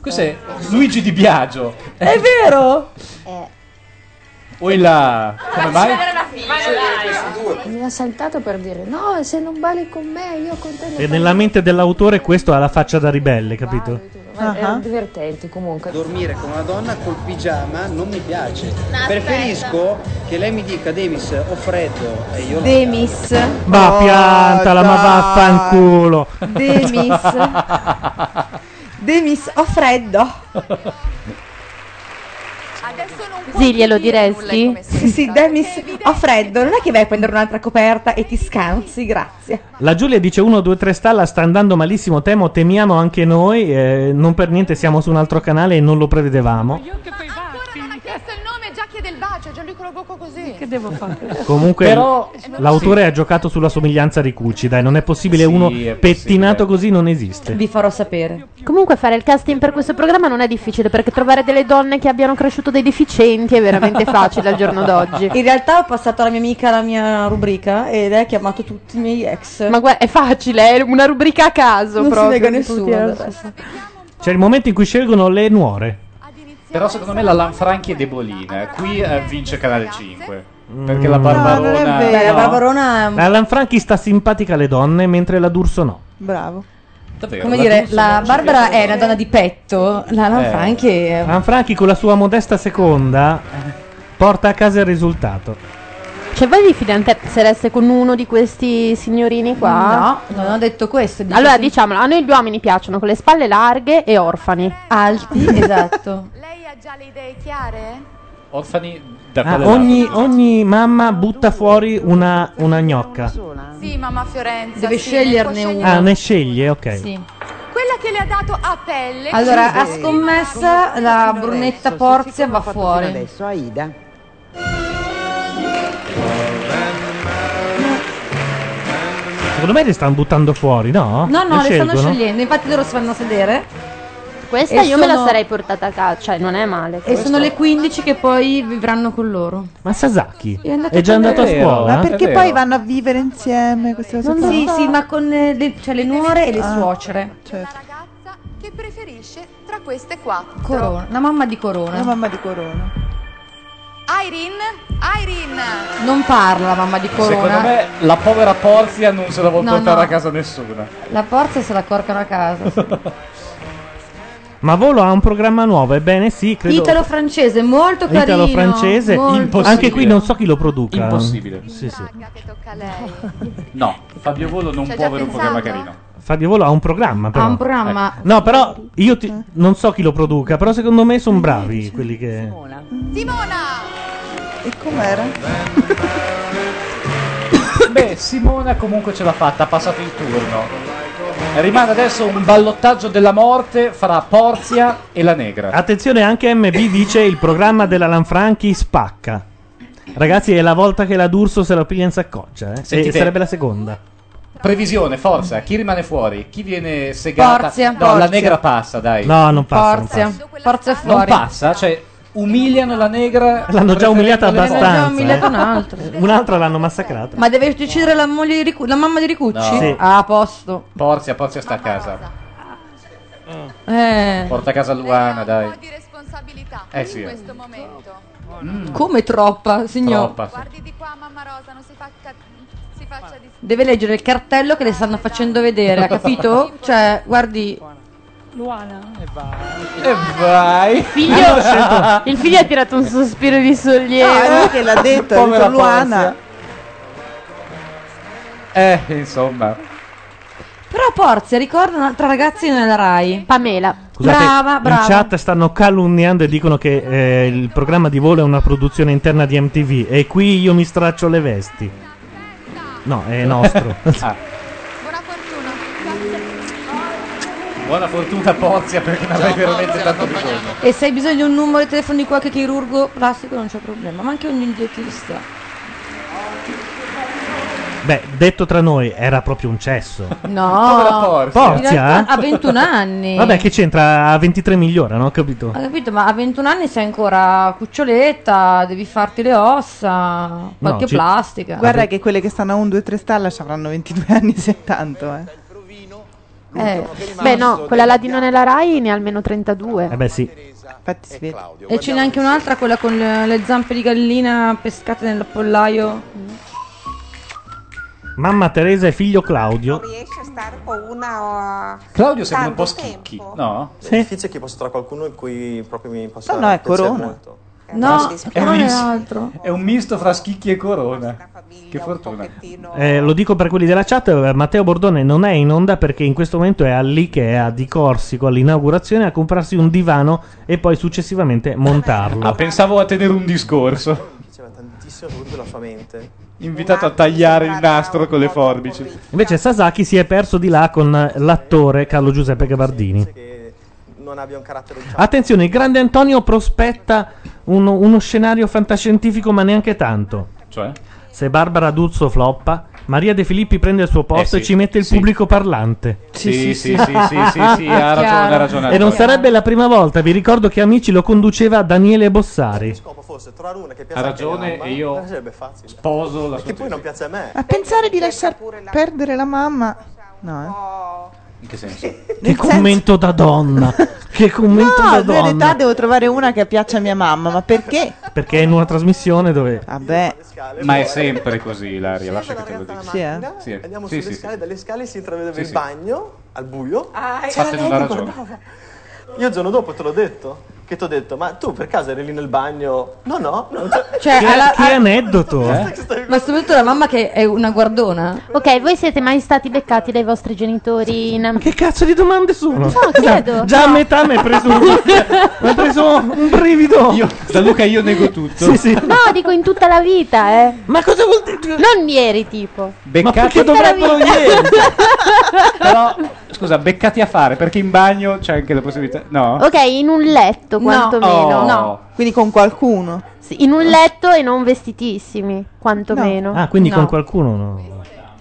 Speaker 11: Questo è Luigi Di Biagio. Eh.
Speaker 3: È vero!
Speaker 11: Oi là. Come mai?
Speaker 2: Mi ha saltato per dire no, se non balli con me, io con te non
Speaker 1: E nella mente dell'autore questo ha la faccia da ribelle, capito?
Speaker 2: ballo". Era
Speaker 9: Ah.
Speaker 2: divertente comunque.
Speaker 9: Dormire con una donna col pigiama non mi piace.
Speaker 2: aspetta.
Speaker 9: Preferisco che lei mi dica Demis ho freddo e io
Speaker 2: Demis.
Speaker 1: Ma piantala, ma vaffanculo. [LAUGHS]
Speaker 2: Demis.
Speaker 6: Demis, ho freddo.
Speaker 4: Sì, glielo diresti?
Speaker 6: Sì, sì, Demis, ho freddo. Non è che vai a prendere un'altra coperta e ti scansi, grazie.
Speaker 1: La Giulia dice 1, 2, 3 stalla, sta andando malissimo, temo, temiamo anche noi, eh, non per niente siamo su un altro canale e non lo prevedevamo.
Speaker 29: non ha chiesto il nome, già chiede il bacio, già lui con la bocca così. Che
Speaker 3: devo fare?
Speaker 1: [LAUGHS] Comunque
Speaker 29: Però-
Speaker 9: eh,
Speaker 1: l'autore ha giocato sulla somiglianza di Cucci, dai, non è possibile
Speaker 11: Sì,
Speaker 1: uno
Speaker 11: è possibile.
Speaker 1: pettinato così non esiste.
Speaker 3: Vi farò sapere.
Speaker 4: Comunque fare il casting per questo programma non è difficile perché trovare delle donne che abbiano cresciuto dei deficienti è
Speaker 3: [LAUGHS]
Speaker 4: veramente facile al giorno d'oggi.
Speaker 3: In realtà ho passato alla mia amica la mia rubrica e lei ha chiamato tutti i miei ex.
Speaker 4: Ma guarda, è facile, è una rubrica a caso
Speaker 3: Non si
Speaker 4: proprio.
Speaker 3: nega
Speaker 4: di
Speaker 3: nessuno
Speaker 4: tutti, eh.
Speaker 3: adesso.
Speaker 1: C'è il momento in cui scelgono le nuore.
Speaker 11: Però secondo me la Lanfranchi è debolina. Qui eh, vince Canale 5. Perché
Speaker 1: Mm.
Speaker 11: la Barbarona.
Speaker 3: Beh, la
Speaker 11: No?
Speaker 3: Barbarona è un-
Speaker 1: La Lanfranchi sta simpatica alle donne, mentre la D'Urso no.
Speaker 27: Bravo.
Speaker 11: Davvero,
Speaker 3: Come dire, la Barbara
Speaker 11: piace.
Speaker 3: è una donna di petto, la
Speaker 11: Eh.
Speaker 3: Lanfranchi è...
Speaker 1: Lanfranchi con la sua modesta seconda porta a casa il risultato.
Speaker 4: Cioè, voi vi fidanzereste con uno di questi signorini qua?
Speaker 3: No, non ho detto questo. dico
Speaker 4: Allora,
Speaker 3: sì.
Speaker 4: diciamolo, a noi gli uomini piacciono con le spalle larghe e orfani.
Speaker 3: Alti,
Speaker 4: [LAUGHS]
Speaker 3: esatto.
Speaker 29: Lei ha già le idee chiare?
Speaker 11: Orfani da
Speaker 1: Ah,
Speaker 11: quelle
Speaker 1: ogni, ogni mamma butta fuori una, una gnocca.
Speaker 29: Sì, mamma Fiorenza.
Speaker 3: Deve
Speaker 29: sì,
Speaker 3: sceglierne
Speaker 29: ne può
Speaker 1: Ah,
Speaker 29: scegliere-
Speaker 1: ne sceglie, ok.
Speaker 29: Quella che le ha dato a pelle.
Speaker 3: Allora,
Speaker 29: Sì,
Speaker 3: a
Speaker 29: sì.
Speaker 3: scommessa la brunetta Porzia va fuori.
Speaker 34: Adesso Aida.
Speaker 1: Secondo me li stanno buttando fuori, no?
Speaker 3: No, no, le stanno
Speaker 1: scelgono?
Speaker 3: scegliendo, infatti loro si vanno a sedere.
Speaker 4: Questa
Speaker 3: E
Speaker 4: io me la
Speaker 3: sono-
Speaker 4: sarei portata a casa, cioè non è male.
Speaker 3: E sono le 15 che poi vivranno con loro.
Speaker 1: Ma Sasaki
Speaker 3: È andato
Speaker 1: è già
Speaker 3: con-
Speaker 1: andato a
Speaker 3: È vero,
Speaker 1: scuola?
Speaker 3: ma perché
Speaker 1: È
Speaker 3: poi
Speaker 1: vero.
Speaker 27: Vanno a vivere insieme queste cose
Speaker 3: Non
Speaker 27: qua.
Speaker 3: sì, sì, ma con eh, le, cioè, le nuore e le
Speaker 27: Ah,
Speaker 3: suocere.
Speaker 27: certo.
Speaker 9: Che preferisce tra queste quattro?
Speaker 3: Corona, la mamma di Corona.
Speaker 27: La mamma di Corona.
Speaker 9: Irene? Irene!
Speaker 3: Non parla la mamma di Corona.
Speaker 11: Secondo me la povera Porzia non se la vuol
Speaker 3: No,
Speaker 11: portare
Speaker 3: no.
Speaker 11: a casa nessuna.
Speaker 3: La forza se la corcano a casa.
Speaker 1: Ma Volo ha un programma nuovo, ebbene sì, credo.
Speaker 3: Italo-francese, molto carino.
Speaker 1: francese
Speaker 3: molto-
Speaker 1: Anche qui non so chi lo produca.
Speaker 11: Impossibile.
Speaker 1: Sì, sì.
Speaker 11: No, Fabio Volo non
Speaker 3: Ci hai
Speaker 11: può
Speaker 3: già
Speaker 11: avere un programma
Speaker 3: pensato?
Speaker 11: carino.
Speaker 1: Fabio Volo ha un programma, però.
Speaker 3: Ha un programma.
Speaker 1: Ecco. No, però io ti- non so chi lo produca, però secondo me sono bravi quelli che.
Speaker 27: E com'era?
Speaker 11: Beh, Simona comunque ce l'ha fatta, ha passato il turno. Rimane adesso un ballottaggio della morte fra Porzia e la Negra.
Speaker 1: Attenzione, anche MB dice il programma della Lanfranchi spacca. Ragazzi, è la volta che la D'Urso se la piglia in saccoccia. Eh?
Speaker 11: Sentite.
Speaker 1: E sarebbe la seconda.
Speaker 11: Previsione, forza, chi rimane fuori? Chi viene segata?
Speaker 3: Porzia.
Speaker 11: No, la
Speaker 3: Porzia.
Speaker 11: Negra passa, dai.
Speaker 1: No, non passa. non
Speaker 3: Forza,
Speaker 1: passa.
Speaker 3: forza
Speaker 11: Non
Speaker 3: fuori.
Speaker 11: passa, cioè umiliano la Negra.
Speaker 1: L'hanno già umiliata
Speaker 11: L'hanno già
Speaker 1: abbastanza.
Speaker 3: umiliata
Speaker 1: eh.
Speaker 3: un'altra.
Speaker 1: Un'altra l'hanno massacrata.
Speaker 3: Ma deve decidere la, moglie di Ricu- la mamma di Ricucci?
Speaker 11: No. Sì.
Speaker 3: Ah, a posto.
Speaker 11: Porzia, Porzia sta a casa.
Speaker 3: Eh.
Speaker 11: Porta a casa Luana, dai. Eh sì. Mm.
Speaker 9: Questo momento.
Speaker 3: Come troppa, signor.
Speaker 11: Troppa, sì.
Speaker 9: Guardi di qua, mamma Rosa, non si fa ca- si faccia di
Speaker 3: Deve leggere il cartello che le stanno
Speaker 1: [LAUGHS]
Speaker 3: facendo vedere, ha capito? Cioè, guardi,
Speaker 9: Luana. E
Speaker 11: E vai.
Speaker 4: Figlio- il figlio ha tirato un sospiro di sollievo.
Speaker 27: No, è lui che l'ha detto, ha Povera detto Luana. Porzia.
Speaker 11: Eh, insomma.
Speaker 3: Però Porzia ricorda un'altra ragazzina nella Rai.
Speaker 4: Pamela.
Speaker 1: Scusate,
Speaker 3: brava, brava.
Speaker 1: in chat stanno calunniando e dicono che eh, il programma di volo è una produzione interna di MTV e qui io mi straccio le vesti. No, è
Speaker 3: [LAUGHS]
Speaker 1: nostro.
Speaker 11: Ah, buona fortuna Porzia perché ne avrei veramente tanto bisogno.
Speaker 3: E se hai bisogno di un numero di telefono di qualche chirurgo plastico non c'è problema, ma anche un idiotista.
Speaker 1: Beh, detto tra noi, era proprio un cesso.
Speaker 3: No,
Speaker 35: Povera Porzia.
Speaker 3: In realtà
Speaker 1: Porzia?
Speaker 3: Ha 21 anni.
Speaker 1: eh? Vabbè, che c'entra? A 23 migliora, no? Capito?
Speaker 3: Ha capito, ma a 21 anni sei ancora cuccioletta, devi farti le ossa, qualche
Speaker 27: ci-
Speaker 3: plastica.
Speaker 27: Guarda che quelle che stanno a 1, 2, 3 stalla ci avranno 22 [LAUGHS] anni se tanto, eh.
Speaker 4: Eh, Beh no, quella là di non è la Rai ne ha almeno 32.
Speaker 1: Eh beh sì.
Speaker 27: Infatti si vede.
Speaker 3: E ce n'è anche un'altra, quella con le le zampe di gallina pescate nel pollaio.
Speaker 1: Mamma Teresa e figlio Claudio.
Speaker 36: riesce a stare con una uh,
Speaker 11: Claudio sembra un po'
Speaker 36: tanto tempo.
Speaker 11: schicchi, no?
Speaker 1: Sì.
Speaker 8: È difficile che posso trovare qualcuno in cui proprio mi possa
Speaker 27: No, no, è
Speaker 8: piacere
Speaker 27: Corona.
Speaker 8: molto.
Speaker 3: No,
Speaker 11: Eh, È un,
Speaker 3: non è
Speaker 11: mis-
Speaker 3: altro.
Speaker 11: è un misto fra schicchi e corona. Che fortuna.
Speaker 1: Eh, lo dico per quelli della chat, eh, Matteo Bordone non è in onda perché in questo momento è all'IKEA di Corsico all'inaugurazione a comprarsi un divano e poi successivamente montarlo.
Speaker 11: Ah, pensavo a tenere un discorso.
Speaker 8: Mi piaceva tantissimo soprattutto la sua mente.
Speaker 11: Invitato a tagliare il nastro con le forbici.
Speaker 1: Invece Sasaki si è perso di là con l'attore Carlo Giuseppe Gabardini.
Speaker 8: Che non abbia un carattere diciamo,
Speaker 1: Attenzione, il grande Antonio prospetta uno, uno scenario fantascientifico, ma neanche tanto.
Speaker 11: Cioè?
Speaker 1: Se Barbara Duzzo floppa, Maria De Filippi prende il suo posto
Speaker 11: Eh sì,
Speaker 1: e ci mette il pubblico parlante.
Speaker 11: Sì, sì, sì, sì, sì, sì, sì, ha ragione, ha ragione.
Speaker 1: E non
Speaker 11: Antonio.
Speaker 1: sarebbe la prima volta, vi ricordo che Amici lo conduceva Daniele Bossari.
Speaker 8: scopo fosse trovare una che
Speaker 11: Ha
Speaker 8: piace
Speaker 11: ragione,
Speaker 8: anche a mamma,
Speaker 11: e io
Speaker 8: sarebbe facile.
Speaker 11: sposo la sua
Speaker 8: Perché poi non piace a me. Eh,
Speaker 27: A pensare di lasciar perdere la mamma. No, eh.
Speaker 11: In che senso?
Speaker 1: Che commento da
Speaker 8: [LAUGHS]
Speaker 1: donna! Che
Speaker 27: eh.
Speaker 1: commento
Speaker 27: No,
Speaker 1: da
Speaker 27: in realtà
Speaker 1: donna!
Speaker 27: devo trovare una che piaccia a mia mamma, ma perché?
Speaker 1: Perché è in una trasmissione dove.
Speaker 8: Ah,
Speaker 27: Vabbè.
Speaker 11: Ma è sempre così, Ilaria, lascia che te lo dica.
Speaker 27: Sì, eh.
Speaker 11: Sì,
Speaker 8: Andiamo
Speaker 11: sì,
Speaker 8: sulle
Speaker 11: sì,
Speaker 8: scale, dalle scale si intravedeva
Speaker 11: Sì,
Speaker 8: il
Speaker 11: sì.
Speaker 8: bagno al buio. Ah,
Speaker 11: è- Fatene una ragione.
Speaker 8: Io il giorno dopo te l'ho detto. Che ti ho detto, ma tu per caso eri lì nel bagno? No, no, non c'è.
Speaker 3: [LAUGHS] Cioè,
Speaker 1: che,
Speaker 3: alla-
Speaker 1: che aneddoto!
Speaker 13: Ah,
Speaker 1: eh?
Speaker 3: Ma soprattutto la mamma che è una guardona.
Speaker 4: Ok, voi siete mai stati beccati dai vostri genitori in...
Speaker 1: Che cazzo di domande sono? Esatto,
Speaker 4: No, chiedo.
Speaker 1: Già a metà mi hai preso
Speaker 13: [LAUGHS]
Speaker 1: un, mi hai preso un brivido.
Speaker 11: Da Luca io nego tutto.
Speaker 8: [LAUGHS]
Speaker 1: Sì, sì.
Speaker 4: No, dico in tutta la vita, eh.
Speaker 1: Ma cosa vuol dire?
Speaker 4: Non ieri, tipo.
Speaker 11: Beccati-
Speaker 4: perché dovrebbero
Speaker 11: ieri? Però, scusa, beccati a fare, perché in bagno c'è anche la possibilità... No?
Speaker 4: Ok, in un letto, quantomeno.
Speaker 11: Oh. No.
Speaker 27: Quindi con qualcuno.
Speaker 4: Sì, in un letto e non vestitissimi, quantomeno.
Speaker 1: Ah, quindi con Ah, qualcuno no.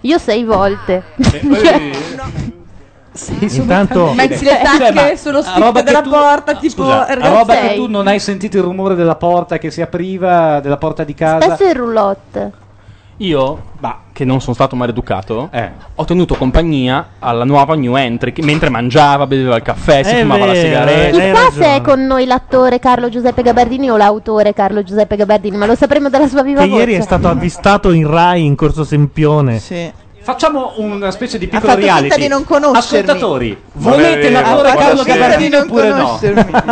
Speaker 4: Io sei volte.
Speaker 11: Eh,
Speaker 13: Cioè,
Speaker 4: [LAUGHS]
Speaker 1: Intanto
Speaker 3: Metti le tacche sullo
Speaker 11: Cioè, a
Speaker 3: specchio
Speaker 11: roba che
Speaker 3: della
Speaker 11: tu- Ah,
Speaker 3: porta, tipo
Speaker 11: Scusa, a
Speaker 3: ragazzi,
Speaker 11: roba che
Speaker 3: sei.
Speaker 11: tu non hai sentito il rumore della porta che si apriva, della porta di casa.
Speaker 4: Spesso il roulotte.
Speaker 2: Io, bah, che non sono stato maleducato,
Speaker 19: Eh.
Speaker 2: ho tenuto compagnia alla nuova new entry che mentre mangiava, beveva il caffè, si
Speaker 1: È
Speaker 2: fumava la
Speaker 1: vero,
Speaker 2: sigaretta.
Speaker 4: Chissà se è con noi l'attore Carlo Giuseppe Gabardini o l'autore Carlo Giuseppe Gabardini, ma lo sapremo dalla sua viva
Speaker 1: Che
Speaker 4: voce.
Speaker 1: ieri è stato avvistato in Rai in Corso Sempione.
Speaker 11: Facciamo una specie di piccolo
Speaker 1: fatto finta
Speaker 11: reality.
Speaker 1: di non conoscermi.
Speaker 11: Ascoltatori,
Speaker 1: Non è
Speaker 11: volete
Speaker 1: vero,
Speaker 11: l'attore
Speaker 1: guarda
Speaker 11: Carlo
Speaker 1: che-
Speaker 11: Gabardini
Speaker 1: finta di
Speaker 11: oppure
Speaker 1: non
Speaker 11: no?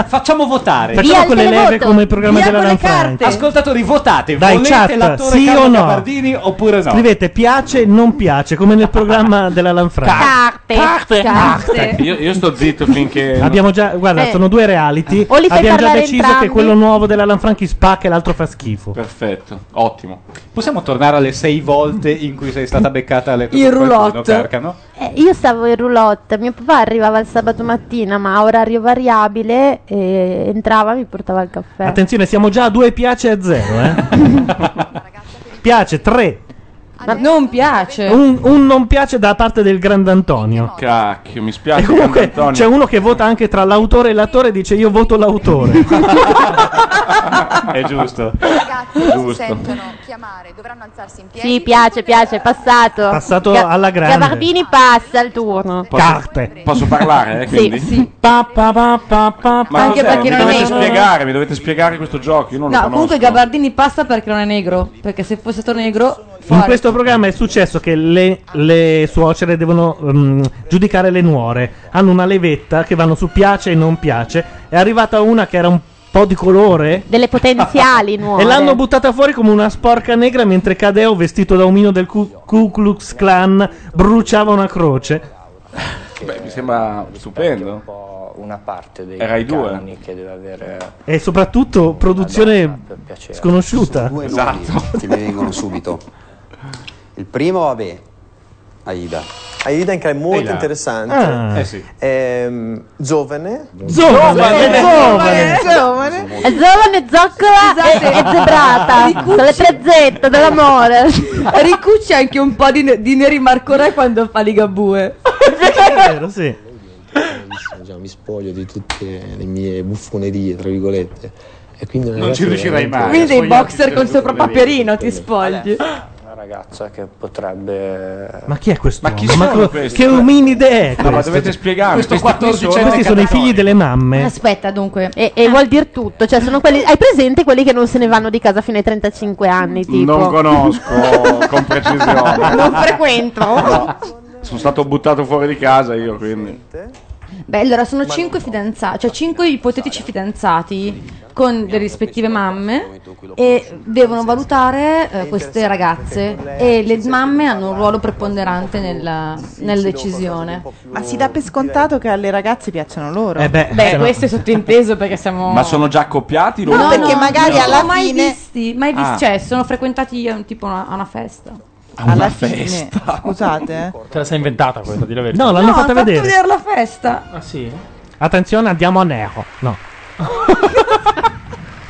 Speaker 11: Facciamo votare.
Speaker 1: Facciamo Via il quelle leve televoto. come il programma Via della con le Lanfranchi. carte.
Speaker 11: Ascoltatori, votate.
Speaker 1: Dai,
Speaker 11: volete
Speaker 1: chat,
Speaker 11: l'attore
Speaker 1: sì
Speaker 11: Carlo
Speaker 1: o no?
Speaker 11: Gabardini oppure no?
Speaker 1: Scrivete piace, non piace, come nel programma della Lanfranchi.
Speaker 4: Carte.
Speaker 13: Eh, Io, io sto zitto finché.
Speaker 1: [LAUGHS] Abbiamo già, guarda,
Speaker 13: Eh.
Speaker 1: sono due reality.
Speaker 13: O li fai
Speaker 1: Abbiamo già
Speaker 13: parlare
Speaker 1: deciso
Speaker 13: entrambi?
Speaker 1: che quello nuovo della Lanfranchi spacca e l'altro fa schifo.
Speaker 11: Perfetto, ottimo. Possiamo tornare alle sei volte in cui sei
Speaker 1: [LAUGHS]
Speaker 11: stata beccata alle
Speaker 4: Il roulotte.
Speaker 11: Carcano?
Speaker 4: Eh, io stavo in roulotte, mio papà arrivava il sabato mattina, ma a orario variabile, e entrava e mi portava il
Speaker 13: Eh.
Speaker 4: caffè.
Speaker 1: Attenzione, siamo già a due piace e zero, eh.
Speaker 13: [LAUGHS]
Speaker 1: piace, tre.
Speaker 3: Ma non piace.
Speaker 1: Un, un non piace da parte del grand'Antonio.
Speaker 13: Cacchio, mi spiace.
Speaker 1: Comunque,
Speaker 13: Antonio.
Speaker 1: c'è uno che vota anche tra l'autore e l'attore e dice io voto l'autore.
Speaker 3: [LAUGHS]
Speaker 13: È giusto.
Speaker 9: Ragazzi, se
Speaker 1: Giusto.
Speaker 9: sentono chiamare, dovranno alzarsi in piedi.
Speaker 4: Sì, piace, piace, è passato.
Speaker 1: Passato alla grande.
Speaker 4: Gabardini passa il turno.
Speaker 1: Carte.
Speaker 13: Posso parlare? eh,
Speaker 4: Sì,
Speaker 13: quindi?
Speaker 4: sì.
Speaker 1: Pa, pa, pa, pa, pa,
Speaker 13: Ma
Speaker 3: Anche
Speaker 13: cos'è? mi
Speaker 3: perché non è
Speaker 13: dovete
Speaker 3: nero.
Speaker 13: spiegare, mi dovete spiegare questo gioco. Io non lo
Speaker 3: No,
Speaker 13: conosco.
Speaker 3: comunque Gabardini passa perché non è negro. Perché se fosse stato negro,
Speaker 1: In questo programma è successo che le, le suocere devono ehm, giudicare le nuore. Hanno una levetta che vanno su piace e non piace. È arrivata una che era un po' di colore. [LAUGHS]
Speaker 4: Delle potenziali nuove.
Speaker 1: E l'hanno buttata fuori come una sporca negra mentre Cadeo, vestito da omino del Ku, Ku Klux Klan, bruciava una croce.
Speaker 13: Beh, mi sembra stupendo.
Speaker 5: Una parte dei
Speaker 13: Era i due.
Speaker 5: canoni che deve avere
Speaker 1: E soprattutto produzione sconosciuta.
Speaker 5: due nomi che mi vengono subito. Il primo, vabbè, Aida.
Speaker 8: Aida Inca è molto
Speaker 5: Ehi là.
Speaker 8: interessante.
Speaker 5: Ah. Eh sì.
Speaker 8: Ehm, giovane.
Speaker 4: Giovane,
Speaker 8: Giovane,
Speaker 4: giovane.
Speaker 8: giovane.
Speaker 4: È giovane, zoccola
Speaker 3: Esatto.
Speaker 4: e, e
Speaker 3: [LAUGHS]
Speaker 4: zebrata. Con le tre Z dell'amore.
Speaker 3: Ricucci anche un po' di, ne- di Neri Marco Re quando fa Ligabue.
Speaker 10: Diciamo, mi spoglio di tutte le mie buffonerie, tra virgolette. E quindi una
Speaker 13: Non
Speaker 10: ragazza
Speaker 13: ci riuscirai
Speaker 10: veramente-
Speaker 13: mai.
Speaker 3: Ah,
Speaker 13: certo
Speaker 3: Quindi
Speaker 11: Eh,
Speaker 3: dei boxer con sopra paperino ti spogli.
Speaker 5: Una ragazza che potrebbe... eh,
Speaker 1: Ma chi è questo?
Speaker 5: chi sono questi?
Speaker 1: che uminide è
Speaker 5: No, ma
Speaker 1: questo?
Speaker 5: dovete spiegarmi, Questo questi qui 14enne sono-
Speaker 1: Questi sono i figli delle mamme.
Speaker 3: Aspetta, dunque.
Speaker 4: E, e vuol dire tutto. Cioè, sono quelli. Hai presente quelli che non se ne vanno di casa fino ai 35 anni? Tipo.
Speaker 13: Non
Speaker 4: [LAUGHS]
Speaker 13: conosco con precisione.
Speaker 4: Non frequento.
Speaker 13: Sono stato buttato fuori di casa io, quindi.
Speaker 3: Beh, allora sono cinque fidanzati, cioè cinque ipotetici fidanzati con le rispettive mamme e devono valutare eh, queste ragazze e le mamme hanno un ruolo preponderante nella, nella decisione.
Speaker 27: Ma si dà per scontato che alle ragazze piacciono loro.
Speaker 13: Eh beh,
Speaker 3: Beh,
Speaker 13: se no-
Speaker 3: questo è sottinteso perché siamo...
Speaker 13: Ma sono già accoppiati
Speaker 3: No,
Speaker 13: loro?
Speaker 27: perché magari
Speaker 3: no,
Speaker 27: alla
Speaker 3: mai
Speaker 27: fine-
Speaker 3: visti, mai visti,
Speaker 13: Ah.
Speaker 3: cioè sono frequentati eh, tipo a una festa.
Speaker 13: Alla
Speaker 27: Alla
Speaker 13: fine.
Speaker 27: fine, scusate. eh.
Speaker 2: Te la sei inventata questa, di la verità.
Speaker 1: No, l'hanno
Speaker 3: no,
Speaker 1: fatta
Speaker 3: hanno fatto
Speaker 1: vedere.
Speaker 3: vedere la festa.
Speaker 2: Ah, sì?
Speaker 1: Attenzione, andiamo a nero. No.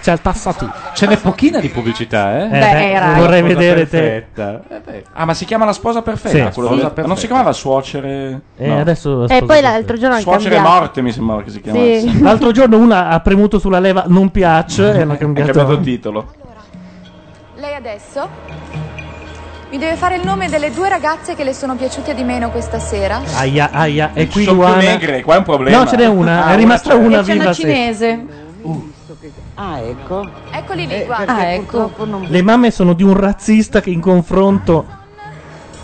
Speaker 1: C'è il passato.
Speaker 11: Ce n'è pochina di pubblicità, eh?
Speaker 1: Beh, beh, era- vorrei
Speaker 13: La sposa
Speaker 1: vedere te.
Speaker 13: perfetta. Eh, beh. Ah, ma si chiama la sposa perfetta. quella
Speaker 1: Sì. Sì.
Speaker 13: cosa perfetta. Non si chiamava suocere.
Speaker 1: Eh, adesso la
Speaker 4: E poi l'altro giorno hanno
Speaker 13: Suocere
Speaker 4: cambiato.
Speaker 13: morte mi sembrava che si chiamasse.
Speaker 4: Sì.
Speaker 1: L'altro giorno una ha premuto sulla leva non piace e hanno
Speaker 13: Ha
Speaker 1: cambiato.
Speaker 13: cambiato il titolo.
Speaker 9: Lei adesso mi deve fare il nome delle due ragazze che le sono piaciute di meno questa sera.
Speaker 1: Aia, aia, e qui
Speaker 13: Sono più
Speaker 1: Luana.
Speaker 13: negre, qua è un problema.
Speaker 1: No, ce n'è una,
Speaker 13: Ah,
Speaker 1: è rimasta
Speaker 13: una c'è.
Speaker 1: una
Speaker 13: E c'è una
Speaker 1: viva. sì.
Speaker 3: Cinese.
Speaker 37: Ah, ecco.
Speaker 9: Eccoli
Speaker 27: Eh,
Speaker 9: lì,
Speaker 3: guarda. Ah, ecco.
Speaker 1: Le mamme sono di un razzista che in confronto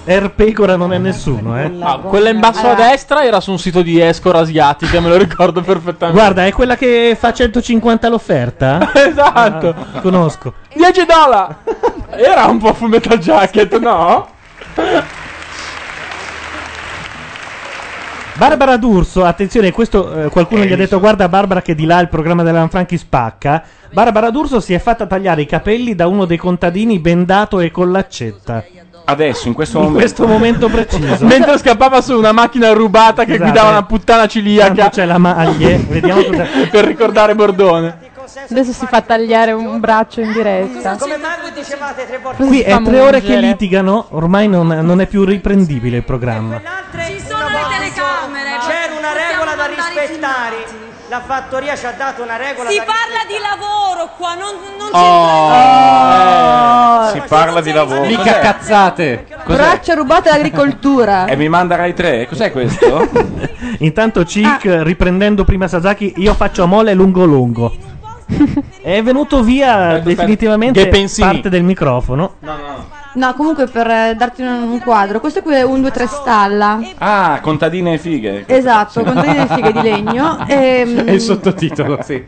Speaker 1: Er Pecora non è nessuno, eh.
Speaker 2: Ah, quella in basso a destra era su un sito di escort asiatica, me lo ricordo perfettamente.
Speaker 1: Guarda, è quella che fa 150 l'offerta?
Speaker 2: [LAUGHS] Esatto.
Speaker 1: Ah, conosco.
Speaker 2: 10 dollari! Era un po' full metal jacket, no?
Speaker 1: Barbara D'Urso, attenzione, questo eh, qualcuno gli ha detto guarda Barbara che di là il programma della Lanfranchi spacca. Barbara D'Urso si è fatta tagliare i capelli da uno dei contadini bendato e con l'accetta.
Speaker 13: Adesso, in questo
Speaker 1: In
Speaker 13: momento.
Speaker 1: questo momento
Speaker 13: [LAUGHS]
Speaker 1: preciso.
Speaker 2: [LAUGHS] Mentre scappava su una macchina rubata che
Speaker 1: Esatto.
Speaker 2: guidava una puttana ciliaca. [LAUGHS]
Speaker 1: C'è la maglia, vediamo cosa
Speaker 2: per ricordare Bordone.
Speaker 38: senso
Speaker 4: Adesso si fa tagliare un braccio in diretta.
Speaker 38: Come Margot dicevate tre porte
Speaker 1: Qui è tre ore che
Speaker 4: mungere.
Speaker 1: litigano, ormai non, non è più riprendibile il programma.
Speaker 38: Ci sono le telecamere. C'era una regola da rispettare. La fattoria ci ha dato una regola
Speaker 39: Si
Speaker 38: da
Speaker 39: parla di lavoro qua, non, non c'è
Speaker 13: Oh, si parla di lavoro.
Speaker 11: Mica
Speaker 13: Cos'è?
Speaker 11: cazzate.
Speaker 13: Cos'è?
Speaker 3: Braccia rubate all'agricoltura.
Speaker 13: E mi manderai tre? Cos'è questo?
Speaker 4: [LAUGHS]
Speaker 1: Intanto Chic, riprendendo prima Sasaki, io faccio a mole lungo lungo. è venuto via definitivamente
Speaker 2: Che pensi?
Speaker 1: parte del microfono.
Speaker 3: No, comunque per eh, darti un, un quadro, questo qui è un 2-3 stalla.
Speaker 13: Ah, contadine e fighe.
Speaker 3: Esatto, contenere fighe di legno. E, mm,
Speaker 13: [LAUGHS]
Speaker 4: Ehm,
Speaker 13: È il sottotitolo,
Speaker 2: sì.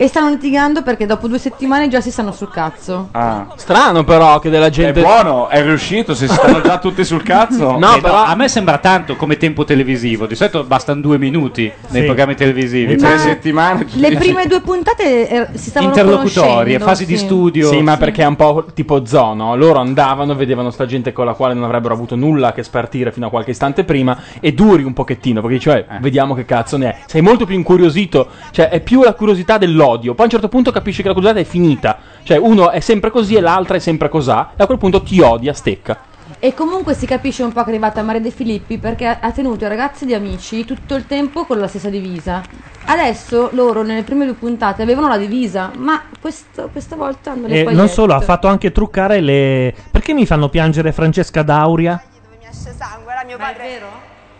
Speaker 3: e stanno litigando perché dopo due settimane già si stanno sul cazzo.
Speaker 2: Strano però che della
Speaker 13: gente... È buono, è riuscito, se si stanno già tutti sul
Speaker 2: [LAUGHS]
Speaker 13: cazzo.
Speaker 11: Eh no, a me sembra tanto come tempo televisivo. Di solito bastano due minuti nei
Speaker 13: Sì.
Speaker 11: programmi televisivi.
Speaker 13: In tre Ma settimane
Speaker 3: Le prime due puntate eh, si stavano
Speaker 2: interlocutori,
Speaker 3: conoscendo,
Speaker 2: fasi di
Speaker 3: sì.
Speaker 2: studio. Sì, ma perché è un po' tipo zono. Loro andavano, vedevano sta gente con la quale non avrebbero avuto nulla che spartire fino a qualche istante prima e duri un pochettino, perché cioè, vediamo che cazzo ne è. Sei molto più incuriosito, cioè è più la curiosità dell'odio. Poi a un certo punto capisci che la curiosità è finita. Cioè uno è sempre così e l'altra è sempre cosà e a quel punto ti odia, stecca.
Speaker 3: E comunque si capisce un po' che è arrivata Maria De Filippi perché ha ha tenuto i ragazzi di amici tutto il tempo con la stessa divisa. Adesso loro nelle prime due puntate avevano la divisa, ma questo- questa volta hanno le
Speaker 1: E Eh,
Speaker 3: pagliette.
Speaker 1: non solo, ha fatto anche truccare le. Perché mi fanno piangere Francesca Dauria?
Speaker 9: Ma è vero?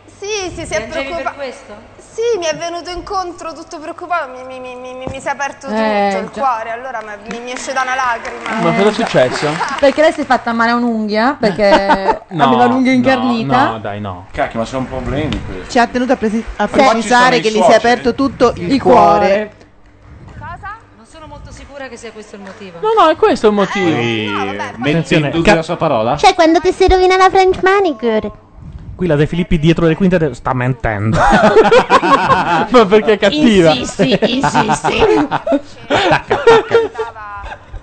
Speaker 9: Sì, sì, si è
Speaker 40: Piangevi
Speaker 9: preoccupato. Sì, mi è venuto incontro tutto preoccupato, mi, mi- mi- mi- mi- mi si è aperto tutto
Speaker 3: Eh,
Speaker 9: il
Speaker 3: già.
Speaker 9: cuore, allora ma- mi, mi esce da una lacrima.
Speaker 2: Ma cosa è successo?
Speaker 3: Perché lei si è fatta male a un'unghia perché
Speaker 13: [LAUGHS] No,
Speaker 3: aveva l'unghia
Speaker 13: no,
Speaker 3: incarnita.
Speaker 2: No, dai, no.
Speaker 13: Cacchio, ma sono problemi questi.
Speaker 27: Ci ha tenuto a, presi- a
Speaker 13: Sì. Qua ci sono
Speaker 27: precisare
Speaker 13: i eh?
Speaker 27: che gli si
Speaker 13: suoceri.
Speaker 27: è aperto tutto il,
Speaker 13: Il
Speaker 27: cuore.
Speaker 13: cuore.
Speaker 39: Non sono molto sicura che sia questo il motivo.
Speaker 2: No, no, è questo il motivo.
Speaker 11: Metti in dubbio la sua parola?
Speaker 41: Cioè, quando ti si rovina la French manicure.
Speaker 1: Qui la De Filippi dietro le quinte de- sta
Speaker 2: [LAUGHS]
Speaker 1: mentendo.
Speaker 2: Ma perché è
Speaker 9: cattiva? Insisti, insisti.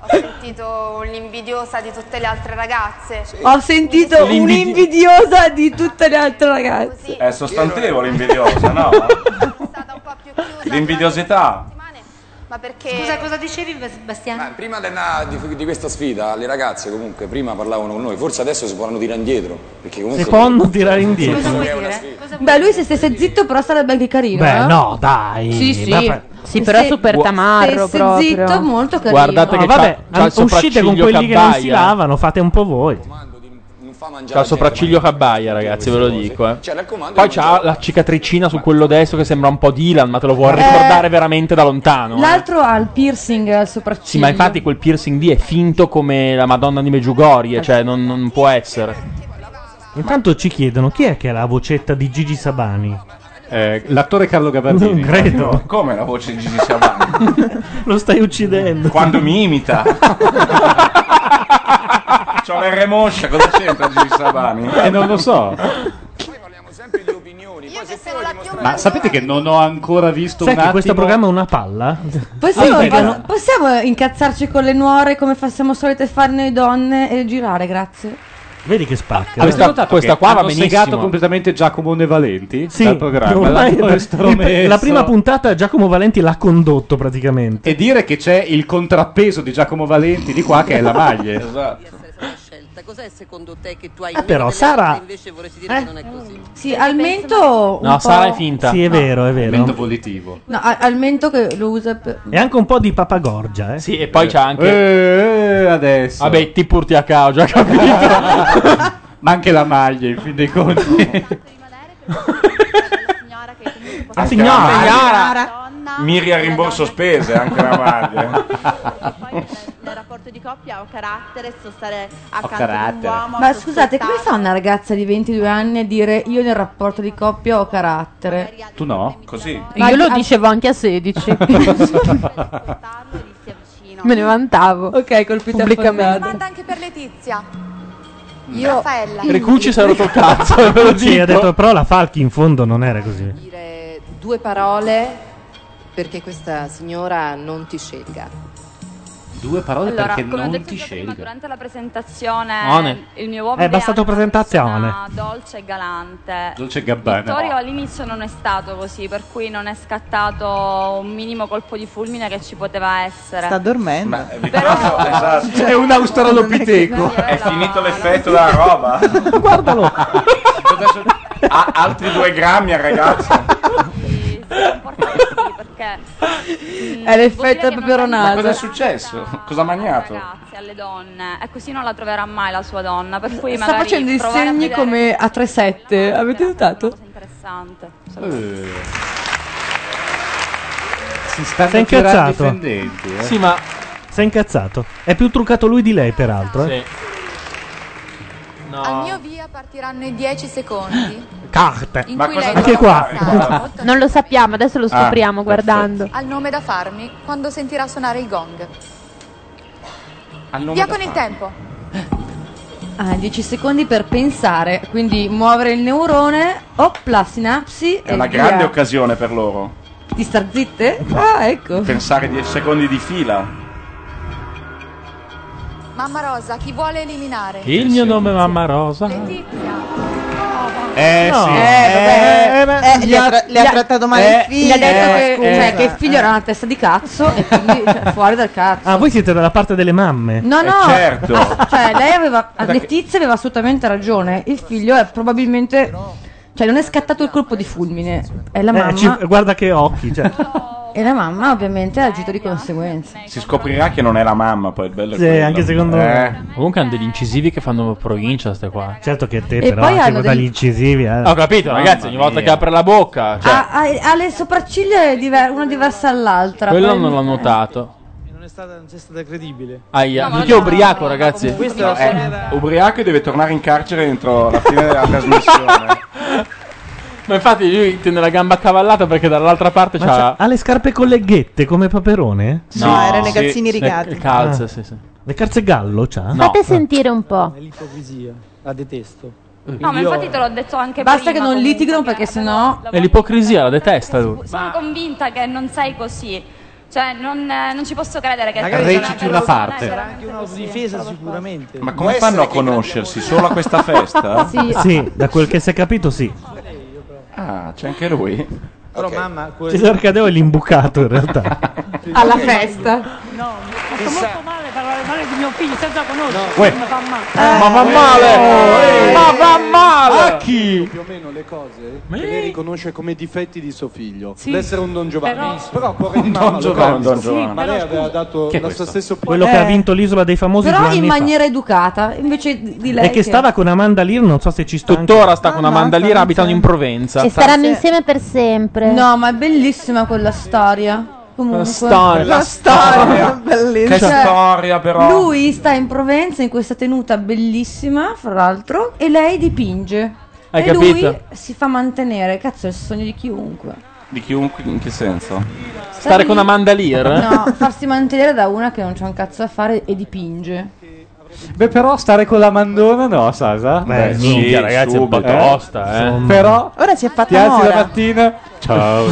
Speaker 9: Ho sentito l'invidiosa di tutte le altre ragazze.
Speaker 3: Ho sentito un'invidiosa di tutte le altre ragazze.
Speaker 13: È sostantivo l'invidiosa, no? L'invidiosità.
Speaker 9: Ma perché...
Speaker 39: Scusa, cosa dicevi Bas- Bastiano?
Speaker 6: Prima della- di, di questa sfida, le ragazze comunque prima parlavano con noi, forse adesso si potranno tirare indietro. Perché comunque
Speaker 1: Si possono tirare indietro. Cosa vuoi
Speaker 6: È una
Speaker 1: dire?
Speaker 6: sfida.
Speaker 3: Beh, lui se stesse zitto però sarebbe anche carino.
Speaker 1: Beh,
Speaker 3: eh?
Speaker 1: no, dai.
Speaker 3: Sì, sì.
Speaker 1: Ma-
Speaker 3: Sì, però è super Gua- tamarro stesse proprio. zitto, molto carino. Guardate
Speaker 1: No,
Speaker 3: che
Speaker 1: vabbè,
Speaker 2: c'ha- c'ha il
Speaker 1: uscite con
Speaker 2: sopracciglio
Speaker 1: quelli che non si
Speaker 2: cabbaia.
Speaker 1: lavano, fate un po' voi.
Speaker 2: C'ha il sopracciglio che abbaia, ragazzi, ve lo dico. eh.
Speaker 6: raccomando,
Speaker 2: Poi c'ha la cicatricina su quello destro che sembra un po' Dylan, ma te lo
Speaker 3: Eh.
Speaker 2: vuoi ricordare veramente da lontano. eh.
Speaker 3: L'altro ha il piercing al sopracciglio.
Speaker 2: Sì, ma infatti quel piercing lì è finto come la Madonna di Meggiugorie, cioè non, non può essere.
Speaker 1: Intanto ci chiedono chi è che ha la vocetta di Gigi Sabani.
Speaker 11: l'attore Carlo Gabardini.
Speaker 1: Non credo.
Speaker 13: Come la voce di Gigi Sabani?
Speaker 1: Lo stai uccidendo.
Speaker 13: Quando mi imita. C'ho le remoscia, cosa c'entra Gigi Sabani?
Speaker 11: E Eh, non lo so.
Speaker 6: Io che sono la più
Speaker 11: Ma sapete che non ho ancora visto un
Speaker 1: Sai che
Speaker 11: attimo.
Speaker 1: questo programma è una palla?
Speaker 3: Possiamo,
Speaker 11: Ah,
Speaker 3: inca- possiamo incazzarci con le nuore come fa- siamo solite fare noi donne e girare, grazie.
Speaker 1: Vedi che spacca.
Speaker 11: Avete notato che
Speaker 2: qua va
Speaker 11: hanno
Speaker 2: benissimo.
Speaker 11: segato completamente Giacomo e Valenti
Speaker 1: Sì,
Speaker 11: dal programma.
Speaker 1: ormai-
Speaker 11: L'hanno estromesso.
Speaker 1: la prima puntata Giacomo Valenti l'ha condotto praticamente.
Speaker 11: E dire che c'è il contrappeso di Giacomo Valenti di qua che è la maglia.
Speaker 13: [LAUGHS] Esatto.
Speaker 8: Cos'è secondo te che tu hai
Speaker 1: Eh, però Sara
Speaker 8: invece vorresti dire che non è così?
Speaker 3: Eh? Sì, al mento... un po'-
Speaker 1: finta. Sì, è vero, è vero.
Speaker 11: Mento volitivo.
Speaker 3: No, a- al mento che lo usa per...
Speaker 1: E anche un po' di Papagorgia, eh.
Speaker 2: Sì, e poi c'ha anche.
Speaker 11: Eh, adesso.
Speaker 2: Vabbè, ti purti a cao, già capito.
Speaker 11: [LAUGHS] Ma anche la maglia, in fin dei conti.
Speaker 13: La
Speaker 2: signora.
Speaker 13: Miria rimborso spese, anche la maglia.
Speaker 8: Nel rapporto di coppia ho carattere, so stare
Speaker 13: Ho
Speaker 8: accanto a un
Speaker 13: carattere.
Speaker 8: uomo.
Speaker 3: Ma
Speaker 8: so
Speaker 3: scusate,
Speaker 8: ascoltare.
Speaker 3: come fa una ragazza di 22 anni a dire io nel rapporto di coppia ho carattere?
Speaker 11: Tu no?
Speaker 13: Così.
Speaker 3: Ma-
Speaker 4: Io lo dicevo anche a 16.
Speaker 3: [LAUGHS]
Speaker 4: Me ne vantavo.
Speaker 3: Ok, colpita
Speaker 4: pubblicamente.
Speaker 42: Domanda anche per Letizia.
Speaker 8: Io-
Speaker 42: Raffaella.
Speaker 2: Ricucci si è rotto il cazzo, [LAUGHS] ve lo dico.
Speaker 1: Sì, ha detto, però la Falchi in fondo non era così.
Speaker 8: Due parole perché questa signora non ti scelga.
Speaker 23: Due parole
Speaker 18: Allora,
Speaker 23: perché
Speaker 18: come ho
Speaker 23: non
Speaker 18: detto
Speaker 23: ti
Speaker 18: già prima,
Speaker 23: scegli.
Speaker 18: durante la presentazione,
Speaker 23: One.
Speaker 18: il mio
Speaker 11: Eh,
Speaker 18: uomo
Speaker 1: È
Speaker 18: ideale era
Speaker 1: bastato
Speaker 18: una
Speaker 1: presentazione.
Speaker 18: persona dolce e galante.
Speaker 23: Dolce e Gabbana.
Speaker 18: Vittorio all'inizio non è stato così, per cui non è scattato un minimo colpo di fulmine che ci poteva essere.
Speaker 27: Sta dormendo.
Speaker 13: eh, [LAUGHS] Esatto.
Speaker 23: È un australopiteco.
Speaker 13: È [LAUGHS] finito l'effetto della roba.
Speaker 1: [LAUGHS] Guardalo.
Speaker 13: Ha altri due grammi al ragazzo.
Speaker 18: Perché
Speaker 3: [LAUGHS] È l'effetto
Speaker 18: Ma
Speaker 3: peperonato.
Speaker 18: cosa è
Speaker 13: successo? Cosa ha mangiato?
Speaker 18: grazie alle donne, e così non la troverà mai la sua donna. Per cui
Speaker 3: Sta
Speaker 18: magari
Speaker 3: facendo i
Speaker 18: provare a
Speaker 3: segni
Speaker 18: vedere
Speaker 3: come a 3-7. Avete notato?
Speaker 18: è interessante.
Speaker 23: Si stanno
Speaker 1: Sei
Speaker 23: tirando i
Speaker 1: incazzato.
Speaker 23: fendenti. eh.
Speaker 1: Sì, ma. Sei incazzato. È più truccato lui di lei, peraltro. eh. Ah.
Speaker 9: Al mio via partiranno i 10 secondi.
Speaker 1: Carte.
Speaker 9: In cui lei
Speaker 1: Anche qua.
Speaker 9: dovrà
Speaker 4: Non lo sappiamo, adesso lo
Speaker 1: Ah,
Speaker 4: scopriamo guardando.
Speaker 9: Al nome da farmi quando sentirà suonare il gong.
Speaker 23: Al nome
Speaker 9: Via
Speaker 23: da
Speaker 9: con il
Speaker 23: fare.
Speaker 9: tempo.
Speaker 3: Ah, 10 secondi per pensare. Quindi muovere il neurone. Opla, sinapsi.
Speaker 13: È
Speaker 3: e
Speaker 13: una
Speaker 3: via.
Speaker 13: grande occasione per loro.
Speaker 3: Di star zitte? Ah, ecco.
Speaker 13: Pensare 10 secondi di fila.
Speaker 9: Mamma Rosa, chi vuole eliminare?
Speaker 1: Il mio nome è Mamma Rosa.
Speaker 23: Eh
Speaker 1: No.
Speaker 23: sì.
Speaker 1: Eh,
Speaker 3: vabbè.
Speaker 27: Eh, gli ha tra- le ha trattato male il
Speaker 3: eh,
Speaker 27: figlio.
Speaker 3: Gli ha detto
Speaker 27: Eh,
Speaker 3: che,
Speaker 27: scusa.
Speaker 3: cioè, che il figlio era una testa di cazzo e quindi cioè, fuori dal cazzo.
Speaker 1: Ah, voi siete dalla parte delle mamme.
Speaker 23: Eh,
Speaker 3: No, no, [LAUGHS]
Speaker 1: certo.
Speaker 3: Ah, cioè, lei aveva, Letizia aveva assolutamente ragione. Il figlio è probabilmente, cioè, non è scattato il colpo di fulmine. È
Speaker 1: Eh,
Speaker 3: la mamma,
Speaker 1: guarda che occhi. cioè.
Speaker 3: e la mamma, ovviamente, ha agito di conseguenza.
Speaker 13: Si scoprirà che non è la mamma, poi il bello è
Speaker 1: Sì,
Speaker 13: quello.
Speaker 1: anche secondo me.
Speaker 2: Comunque hanno degli incisivi che fanno provincia, ste qua.
Speaker 1: Certo che te,
Speaker 3: E però, poi anche hanno con degli- dagli
Speaker 1: incisivi. eh.
Speaker 2: Ho capito,
Speaker 1: Mamma
Speaker 2: ragazzi, ogni volta
Speaker 1: mia.
Speaker 2: che apre la bocca. Cioè,
Speaker 3: Ha, ha- ha le sopracciglia diver- una diversa dall'altra.
Speaker 2: quello
Speaker 3: Poi-
Speaker 2: non
Speaker 13: Eh.
Speaker 2: l'ho notato.
Speaker 34: Non è stata, non c'è stata credibile.
Speaker 2: Aia,
Speaker 34: No,
Speaker 2: mica
Speaker 34: no,
Speaker 2: ubriaco,
Speaker 34: no,
Speaker 2: ragazzi.
Speaker 34: comunque
Speaker 13: No, è ubriaco e deve tornare in carcere entro la fine della trasmissione.
Speaker 1: [LAUGHS]
Speaker 2: Ma infatti lui tiene la gamba accavallata perché dall'altra parte
Speaker 1: Ma
Speaker 2: c'ha...
Speaker 1: c'ha- ha le scarpe con le ghette come paperone?
Speaker 2: No, No, erano i sì,
Speaker 27: calzini sì, rigati.
Speaker 2: le calze,
Speaker 1: Ah.
Speaker 2: sì, sì.
Speaker 1: Le calze gallo c'ha?
Speaker 4: Fate
Speaker 13: eh.
Speaker 4: sentire un po'.
Speaker 34: L'ipocrisia, la detesto.
Speaker 1: Eh,
Speaker 18: No, ma infatti te l'ho detto anche
Speaker 3: Basta
Speaker 18: prima.
Speaker 3: che non litigano perché sennò
Speaker 2: È l'ipocrisia, la detesta lui.
Speaker 18: Sono convinta che non sei così. Cioè, non, eh, non ci posso credere che
Speaker 34: Magari
Speaker 18: sei
Speaker 13: reciti una parte.
Speaker 18: persona veramente
Speaker 34: Difesa sicuramente.
Speaker 13: Ma come fanno a conoscersi? Solo a questa
Speaker 3: [LAUGHS]
Speaker 13: festa?
Speaker 34: Sì.
Speaker 1: Sì, da quel che si è capito, sì.
Speaker 13: Ah, c'è anche lui.
Speaker 34: Però mamma, quel-
Speaker 1: Cesar Cadeo è l'imbucato in realtà.
Speaker 3: [LAUGHS] alla festa.
Speaker 43: No, mi ha fatto molto male parlare male di mio figlio senza conoscerlo.
Speaker 1: Uè.
Speaker 43: Mi fa male.
Speaker 1: Ma
Speaker 9: Eh.
Speaker 1: va
Speaker 34: male!
Speaker 43: Ma va
Speaker 2: male!
Speaker 34: A chi? Più o meno le cose che lei riconosce come difetti di suo figlio.
Speaker 43: Sì.
Speaker 34: L'essere un Don Giovanni.
Speaker 43: Però-
Speaker 34: Però, cuore di
Speaker 13: Un
Speaker 34: mamma
Speaker 13: Don
Speaker 34: lo
Speaker 13: Giovanni,
Speaker 34: capisco.
Speaker 13: Don Giovanni.
Speaker 34: Ma lei
Speaker 13: Però,
Speaker 34: aveva
Speaker 13: scusa,
Speaker 34: dato
Speaker 13: chi è
Speaker 34: la
Speaker 13: questo?
Speaker 34: sua stessa opinione.
Speaker 1: Quello che ha vinto l'isola dei famosi
Speaker 3: Eh. Però
Speaker 1: due
Speaker 3: in
Speaker 1: anni fa.
Speaker 3: maniera educata, invece di lei.
Speaker 1: E che stava con Amanda Lear, non so se ci sta.
Speaker 2: Tuttora sta con Amanda Lear, abitano in Provenza.
Speaker 4: E staranno insieme per sempre.
Speaker 3: No, ma è bellissima quella storia. Comunque.
Speaker 2: storia. La
Speaker 3: storia,
Speaker 13: Che storia però.
Speaker 3: Lui sta in Provenza in questa tenuta bellissima, fra l'altro, e lei dipinge.
Speaker 13: Hai
Speaker 3: e lui
Speaker 13: capito?
Speaker 3: si fa mantenere. Cazzo, è il sogno di chiunque.
Speaker 13: Di chiunque, in che senso?
Speaker 3: Stare con Amanda
Speaker 2: Lear?
Speaker 3: No, farsi mantenere da una che non c'ha un cazzo da fare e dipinge.
Speaker 11: Beh, però stare con la mandona no, Sasa.
Speaker 2: Beh, sì, minchia, ragazzi, è un po' tosta, eh. Insomma.
Speaker 11: Però
Speaker 27: Ora si è
Speaker 11: ti
Speaker 27: fatta
Speaker 11: alzi la
Speaker 27: mora.
Speaker 11: mattina. [LAUGHS] Ciao.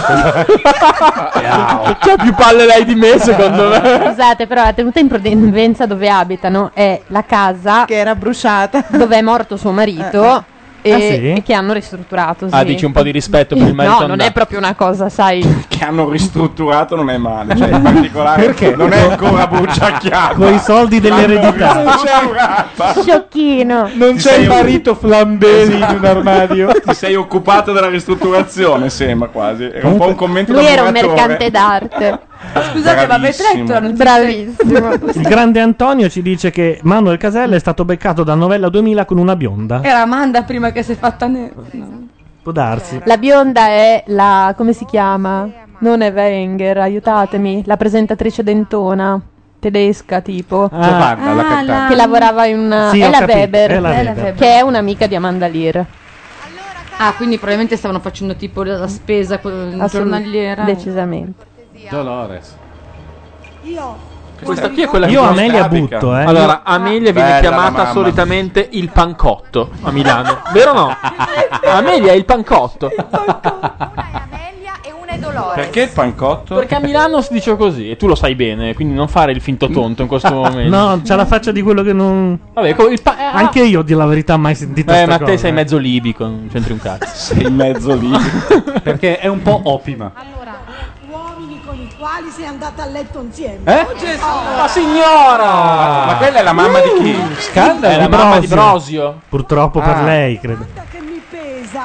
Speaker 2: C'ha più palle lei di me, secondo me.
Speaker 4: Scusate, però la tenuta in Provenza dove abitano è la casa che
Speaker 27: era bruciata
Speaker 4: dove è morto suo marito e,
Speaker 2: Ah, sì?
Speaker 4: e che hanno ristrutturato.
Speaker 2: Ah,
Speaker 4: sì.
Speaker 2: dici un po' di rispetto per il marito
Speaker 4: No, non è
Speaker 2: andato.
Speaker 4: proprio una
Speaker 2: [LAUGHS]
Speaker 4: cosa, sai.
Speaker 13: Che hanno ristrutturato non è male, [LAUGHS] cioè in particolare
Speaker 1: Perché?
Speaker 13: non è [LAUGHS] ancora bruciacchiata.
Speaker 1: Coi soldi dell'eredità.
Speaker 13: L'hanno
Speaker 4: [LAUGHS] Sciocchino.
Speaker 11: Non
Speaker 13: Ti
Speaker 11: c'è
Speaker 13: sei
Speaker 11: il
Speaker 13: un-
Speaker 11: marito flambeli in un armadio.
Speaker 13: Ti sei occupato della ristrutturazione, sembra quasi. Era un po' un commento
Speaker 4: Lui
Speaker 13: da
Speaker 4: era un
Speaker 13: muratore.
Speaker 4: mercante d'arte.
Speaker 13: Scusate, ma avete Bravissimo. letto la notizia?
Speaker 4: Bravissimo.
Speaker 1: Il grande Antonio ci dice che Manuel Casella è stato beccato da Novella 2000 con una bionda.
Speaker 3: Era Amanda prima che si è fatta ne-
Speaker 1: Può darsi.
Speaker 4: La bionda è la. come si chiama? Non è Wenger, aiutatemi. La presentatrice dentona. Tedesca, tipo.
Speaker 3: Ah.
Speaker 33: Ah,
Speaker 44: Giovanna,
Speaker 13: la
Speaker 44: cantante.
Speaker 4: Che lavorava in una.
Speaker 3: Sì,
Speaker 4: è,
Speaker 3: ho
Speaker 4: la
Speaker 3: capito,
Speaker 4: Weber,
Speaker 3: è la È la Weber. Weber.
Speaker 4: Che è un'amica di Amanda Lear.
Speaker 3: Ah, quindi probabilmente stavano facendo tipo la spesa con-
Speaker 4: Assolut-
Speaker 3: giornaliera.
Speaker 4: Decisamente.
Speaker 23: Dolores.
Speaker 2: Questa qui è quella che
Speaker 1: Io
Speaker 2: fa-
Speaker 1: Amelia
Speaker 2: strabica.
Speaker 1: butto, eh.
Speaker 2: Allora, Amelia viene
Speaker 1: Bella la
Speaker 2: chiamata
Speaker 1: mamma.
Speaker 2: solitamente il pancotto a
Speaker 9: [LAUGHS]
Speaker 2: Milano. Vero o no? Amelia è il pancotto.
Speaker 9: Amelia e una è
Speaker 45: Irene Dolores.
Speaker 2: Perché il
Speaker 45: Perché
Speaker 2: pancotto? Perché a Milano si dice così e tu lo sai bene, quindi non fare il finto tonto in questo momento.
Speaker 1: [LAUGHS] No, c'ha la faccia di quello che non.
Speaker 2: Vabbè, co- il pa- eh, ah.
Speaker 1: Anche io, di la verità, mai sentito.
Speaker 2: Beh,
Speaker 1: sta
Speaker 2: Eh, ma te
Speaker 1: cosa. eh.
Speaker 2: sei mezzo libico, non c'entri un cazzo.
Speaker 13: [LAUGHS] sei mezzo
Speaker 2: [LAUGHS]
Speaker 13: libico. Perché è un po' opima.
Speaker 9: Uomini con i quali sei andata a letto insieme.
Speaker 13: Eh?
Speaker 9: Oh, Gesù.
Speaker 2: Ma signora!
Speaker 13: Ma quella è la mamma di
Speaker 1: Uh,
Speaker 13: chi?
Speaker 2: Scandalo. È la mamma di Brosio.
Speaker 1: Purtroppo per
Speaker 2: Ah.
Speaker 1: lei, credo.
Speaker 9: Guarda che mi pesa.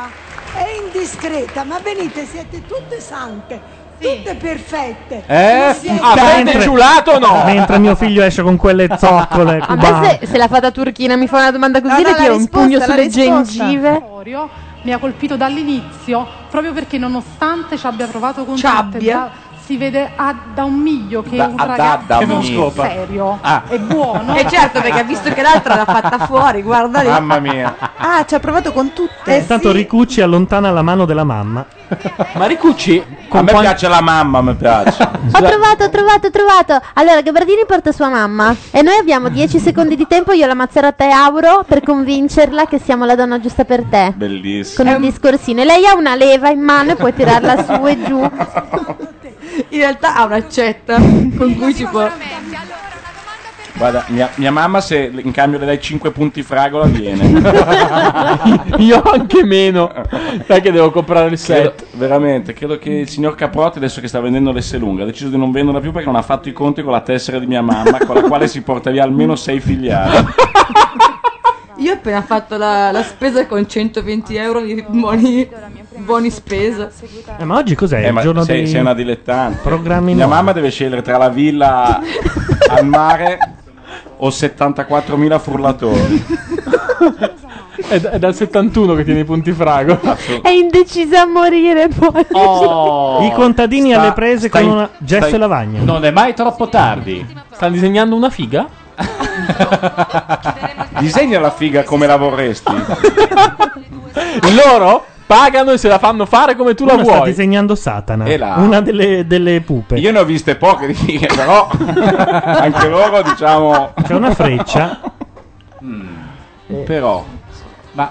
Speaker 9: È indiscreta, ma venite, siete tutte sante, tutte perfette.
Speaker 1: Eh?
Speaker 2: Eh?
Speaker 9: Non siete-
Speaker 2: Ah,
Speaker 1: Ah. mentre- Mentre mio figlio esce con
Speaker 2: [LAUGHS]
Speaker 1: quelle
Speaker 3: Eh,
Speaker 1: zoccole
Speaker 4: A me
Speaker 1: cubane.
Speaker 4: se, se la fata turchina mi fa una domanda così
Speaker 33: No, no,
Speaker 4: le
Speaker 33: la
Speaker 4: tiro un
Speaker 33: risposta,
Speaker 4: pugno
Speaker 33: la
Speaker 4: sulle
Speaker 33: risposta.
Speaker 4: gengive.
Speaker 33: Vittorio mi ha colpito dall'inizio proprio perché nonostante ci abbia provato con cattedra si vede a, da un miglio che
Speaker 3: Da-
Speaker 33: è un
Speaker 3: a-
Speaker 33: ragazzo
Speaker 3: da- da un miglio.
Speaker 33: serio
Speaker 3: Ah.
Speaker 9: [LAUGHS]
Speaker 33: è buono
Speaker 3: Eh certo, perché ha
Speaker 33: [LAUGHS]
Speaker 3: visto che l'altra l'ha fatta fuori, guarda lì.
Speaker 13: Mamma mia.
Speaker 46: Ah, ci ha provato con
Speaker 4: Eh,
Speaker 46: tutte.
Speaker 1: Intanto Ricucci allontana la mano della mamma.
Speaker 2: Ma Ricucci.
Speaker 13: A me piace la mamma, mi piace.
Speaker 4: Ho trovato, ho trovato, ho trovato. Allora, Gabardini porta sua mamma. E noi abbiamo 10 secondi di tempo. Io la mazzerata e Auro per convincerla che siamo la donna giusta per te. Con
Speaker 13: Bellissimo.
Speaker 4: il discorsino. E lei ha una leva in mano e puoi tirarla su e giù.
Speaker 3: In realtà ha
Speaker 4: [LAUGHS]
Speaker 3: un'accetta con cui si può.
Speaker 13: Guarda, mia, mia mamma se in cambio le dai 5 punti fragola viene.
Speaker 2: [LAUGHS] Io anche meno. Sai che devo comprare il set.
Speaker 13: veramente, credo che il signor Caprotti, adesso che sta vendendo l'Esselunga, ha deciso di non venderla più perché non ha fatto i conti con la tessera di mia mamma, con la quale si porta via almeno 6 filiali.
Speaker 3: Io ho appena fatto la, la spesa con 120 euro di buoni, buoni spesa.
Speaker 1: Eh, ma oggi cos'è?
Speaker 13: Eh,
Speaker 1: il
Speaker 13: ma
Speaker 1: giorno
Speaker 13: sei,
Speaker 1: dei-
Speaker 13: sei una dilettante.
Speaker 1: Programmi
Speaker 13: Mia
Speaker 1: nuovi.
Speaker 13: mamma deve scegliere tra la villa al mare o 74.000 frullatori.
Speaker 2: È, da- è dal 71 che tiene i punti frago.
Speaker 4: È indecisa a morire poi.
Speaker 2: Oh.
Speaker 1: I contadini alle prese con una gesso e lavagna.
Speaker 11: Non è mai troppo tardi.
Speaker 2: Stanno disegnando una figa?
Speaker 13: Disegna la figa come la vorresti.
Speaker 2: [LAUGHS] Loro pagano e se la fanno fare come tu la
Speaker 1: Uno sta
Speaker 2: vuoi.
Speaker 1: disegnando Satana.
Speaker 13: E là.
Speaker 1: Una delle, delle pupe.
Speaker 13: Io ne ho viste poche di fighe, Eh, però anche loro diciamo... Mm.
Speaker 1: C'è una freccia. Eh.
Speaker 13: Però...
Speaker 11: Ma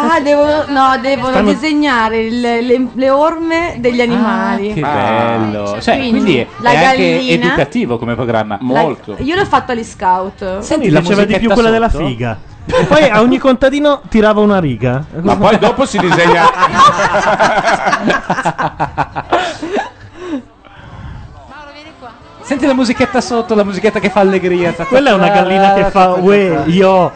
Speaker 3: Ah, devono, no, devono
Speaker 11: Stanno-
Speaker 3: disegnare il- le, le orme
Speaker 1: Ah,
Speaker 3: degli animali.
Speaker 11: Che bello. Cioè,
Speaker 3: Quindi,
Speaker 11: quindi è,
Speaker 3: la
Speaker 11: è anche
Speaker 3: gallina-
Speaker 11: educativo come programma.
Speaker 3: La- io l'ho fatto agli scout.
Speaker 1: Senti, piaceva di più quella della figa. E poi a ogni contadino tirava una riga.
Speaker 13: Ma poi dopo si disegna...
Speaker 11: Senti la musichetta sotto, la musichetta che fa allegria.
Speaker 1: [LAUGHS] Quella è una gallina che fa uè, io.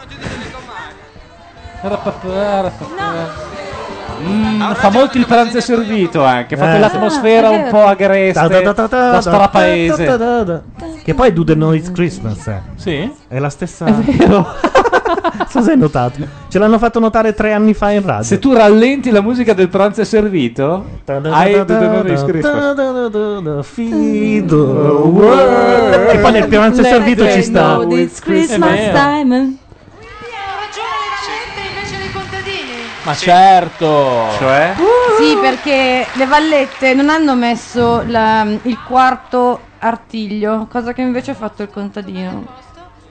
Speaker 11: Mm, fa molto il pranzo servito anche. Fa
Speaker 1: Eh.
Speaker 11: quell'atmosfera un po' agreste.
Speaker 1: Ta ta ta ta
Speaker 11: Da
Speaker 1: ta ta
Speaker 11: strapaese.
Speaker 1: ta ta ta. Che poi Do the Noise Christmas. eh.
Speaker 2: Sì?
Speaker 1: È la stessa. È vero. Non [LAUGHS] so se hai notato. Ce l'hanno fatto notare tre anni fa in radio.
Speaker 11: Se tu rallenti la musica del pranzo è servito, hai
Speaker 1: ta ta
Speaker 11: The Memories
Speaker 1: ta
Speaker 11: Christmas.
Speaker 1: Fido. world. E poi nel pranzo
Speaker 3: Let
Speaker 1: servito
Speaker 3: them
Speaker 1: ci sta.
Speaker 3: know It's Christmas
Speaker 2: È vero.
Speaker 3: time.
Speaker 2: Ma certo.
Speaker 13: Cioè?
Speaker 47: Sì, perché le vallette non hanno messo la- il quarto artiglio, cosa che invece ha fatto il contadino.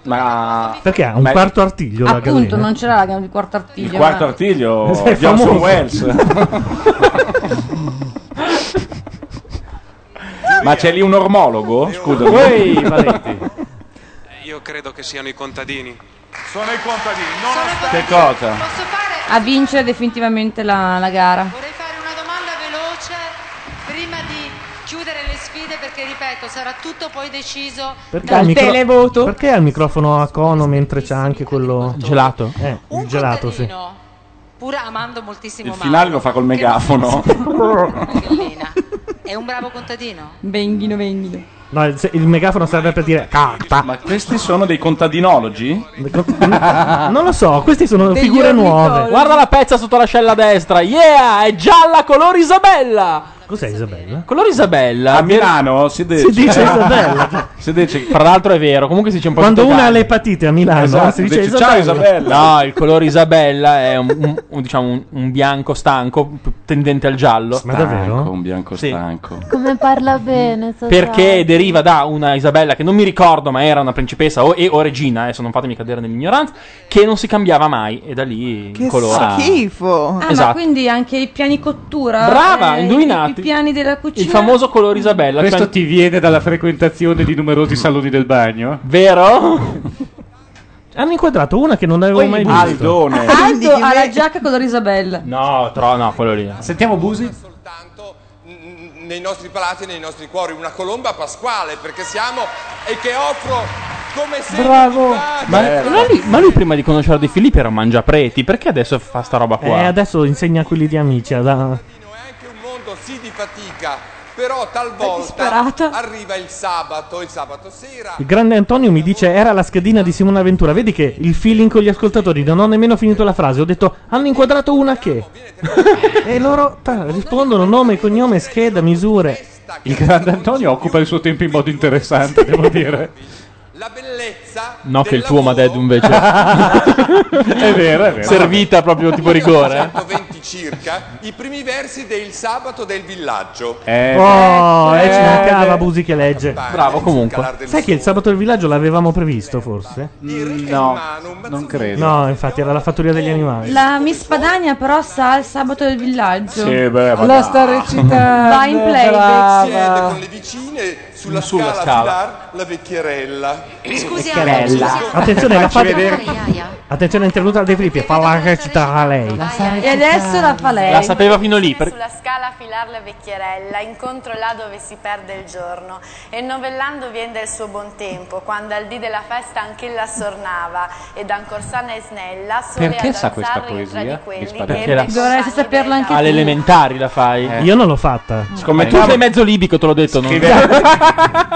Speaker 13: Ma...
Speaker 1: Perché ha un
Speaker 13: Ma-
Speaker 1: quarto artiglio la
Speaker 47: Appunto,
Speaker 1: gallina?
Speaker 47: non c'era la- il quarto artiglio.
Speaker 13: Il quarto
Speaker 47: ma-
Speaker 13: artiglio
Speaker 1: [LAUGHS] Sei
Speaker 13: di Orson
Speaker 1: famoso.
Speaker 13: Welles. Ma c'è lì un ormologo? Scusami.
Speaker 11: Uè, Valenti.
Speaker 6: Io credo che siano i contadini.
Speaker 13: Sono i contadini, Che cosa?
Speaker 47: A vincere definitivamente la, la gara.
Speaker 18: veloce prima di chiudere le sfide perché ripeto sarà tutto poi deciso
Speaker 1: Perché ha il micro- Perché ha il microfono a cono mentre c'è anche quello. Gelato? Eh, il gelato, sì.
Speaker 18: pur amando moltissimo
Speaker 13: Il finale lo fa col megafono.
Speaker 18: Mauro. è un bravo contadino
Speaker 3: Venghino, venghino.
Speaker 1: No, il, se- il megafono serve per dire carta.
Speaker 13: Ma questi sono dei contadinologi?
Speaker 1: [LAUGHS] Ah, Non lo so, queste sono
Speaker 13: Degli
Speaker 1: figure nuove.
Speaker 13: ornitologi.
Speaker 2: Guarda la pezza sotto l'ascella destra. Yeah, è gialla color Isabella.
Speaker 1: Cos'è Isabella?
Speaker 2: Colore Isabella.
Speaker 13: A Milano si dice, Eh,
Speaker 1: Si dice Isabella.
Speaker 2: si dice, tra l'altro è vero, comunque si dice un po'
Speaker 1: Quando
Speaker 2: tutte
Speaker 1: una
Speaker 2: le
Speaker 1: ha l'epatite a Milano
Speaker 2: Esatto,
Speaker 1: Ah, si dice
Speaker 2: dici,
Speaker 1: Isabella.
Speaker 2: "Ciao, Isabella". No, il colore Isabella è un, un- un- diciamo, un, un bianco stanco più tendente al giallo.
Speaker 13: Ma davvero? Stanco,
Speaker 2: Un bianco stanco.
Speaker 4: Come parla bene. so
Speaker 2: Perché deriva da una Isabella che non mi ricordo, ma era una principessa o, e, o regina, adesso non fatemi cadere nell'ignoranza, che non si cambiava mai e da lì il
Speaker 27: Che
Speaker 2: colore.
Speaker 27: schifo.
Speaker 3: Ah, ma
Speaker 2: Esatto.
Speaker 3: quindi anche i piani cottura.
Speaker 2: Brava,
Speaker 47: eh,
Speaker 3: i-
Speaker 2: indovinati.
Speaker 3: I piani della cucina.
Speaker 2: Il famoso colore Isabella.
Speaker 11: Eh, Questo
Speaker 2: cioè-
Speaker 11: ti viene dalla frequentazione di numerosi saloni del bagno?
Speaker 2: Vero?
Speaker 1: Hanno inquadrato una che non avevo
Speaker 3: Poi
Speaker 1: mai visto.
Speaker 11: Aldone.
Speaker 3: Aldo ha la giacca color Isabella.
Speaker 2: No, tro- no, quello lì.
Speaker 11: Sentiamo Busi.
Speaker 6: nei nostri palati e nei nostri cuori una colomba pasquale perché siamo e che offro come segno
Speaker 2: Bravo.
Speaker 6: di pace.
Speaker 2: Ma, ma lui, ma lui prima di conoscere De Filippi era un mangiapreti, perché adesso fa sta roba
Speaker 1: E
Speaker 2: qua?
Speaker 1: adesso insegna a quelli di amici. ad-
Speaker 6: un mondo sì di fatica però talvolta
Speaker 3: disperata.
Speaker 6: arriva il sabato il sabato sera
Speaker 1: Il grande Antonio mi dice: Era la schedina di Simona Ventura. Vedi che il feeling con gli ascoltatori. Non ho nemmeno finito la frase. Ho detto: Hanno inquadrato una che. [LAUGHS] e loro ta, rispondono: nome, cognome, scheda, misure.
Speaker 11: Il grande Antonio occupa il suo tempo in modo interessante, devo dire.
Speaker 2: No, che il tuo Maded invece.
Speaker 11: È vero, è vero.
Speaker 2: Servita proprio tipo rigore. eh?
Speaker 6: 120 circa i primi versi del sabato del villaggio
Speaker 1: oh,
Speaker 6: Ecco.
Speaker 1: e ci
Speaker 6: Eh,
Speaker 1: mancava
Speaker 6: beh.
Speaker 1: Busi che legge.
Speaker 6: Bravo, comunque.
Speaker 1: Sai che il sabato del villaggio l'avevamo previsto, forse?
Speaker 11: No, non credo.
Speaker 1: No, infatti, era la fattoria degli animali.
Speaker 3: La Miss Padania però sa il sabato del villaggio.
Speaker 1: Sì, beh, ma La dai.
Speaker 3: Ah,
Speaker 1: sta recitando,
Speaker 3: Va in playback.
Speaker 6: siede con le vicine sulla,
Speaker 2: Sulla
Speaker 6: scala,
Speaker 2: scala.
Speaker 6: a filar la vecchierella
Speaker 1: Che bella. Attenzione, la fate- Attenzione, è intervenuta la De Filippi e fa la recita a lei.
Speaker 3: E adesso [LAUGHS] la fa lei.
Speaker 1: La sapeva fino lì, per-
Speaker 9: Sulla scala a filar la vecchierella, incontro là dove si perde il giorno. E novellando vien del suo buon tempo, quando al dì della festa anch'ella sornava, ed ancor sana e snella, sole
Speaker 2: Perché
Speaker 9: ad
Speaker 2: sa
Speaker 9: alzar
Speaker 2: questa
Speaker 9: rientra
Speaker 2: poesia?
Speaker 9: di quelli
Speaker 2: Mi spaventa.
Speaker 9: che
Speaker 2: Perché la-
Speaker 9: ebbe
Speaker 3: Dovresti saperla anche
Speaker 2: Alle
Speaker 3: tu.
Speaker 2: elementari la fai.
Speaker 1: Eh. Io non l'ho fatta.
Speaker 2: Siccome tu sei mezzo libico, te l'ho detto. Non...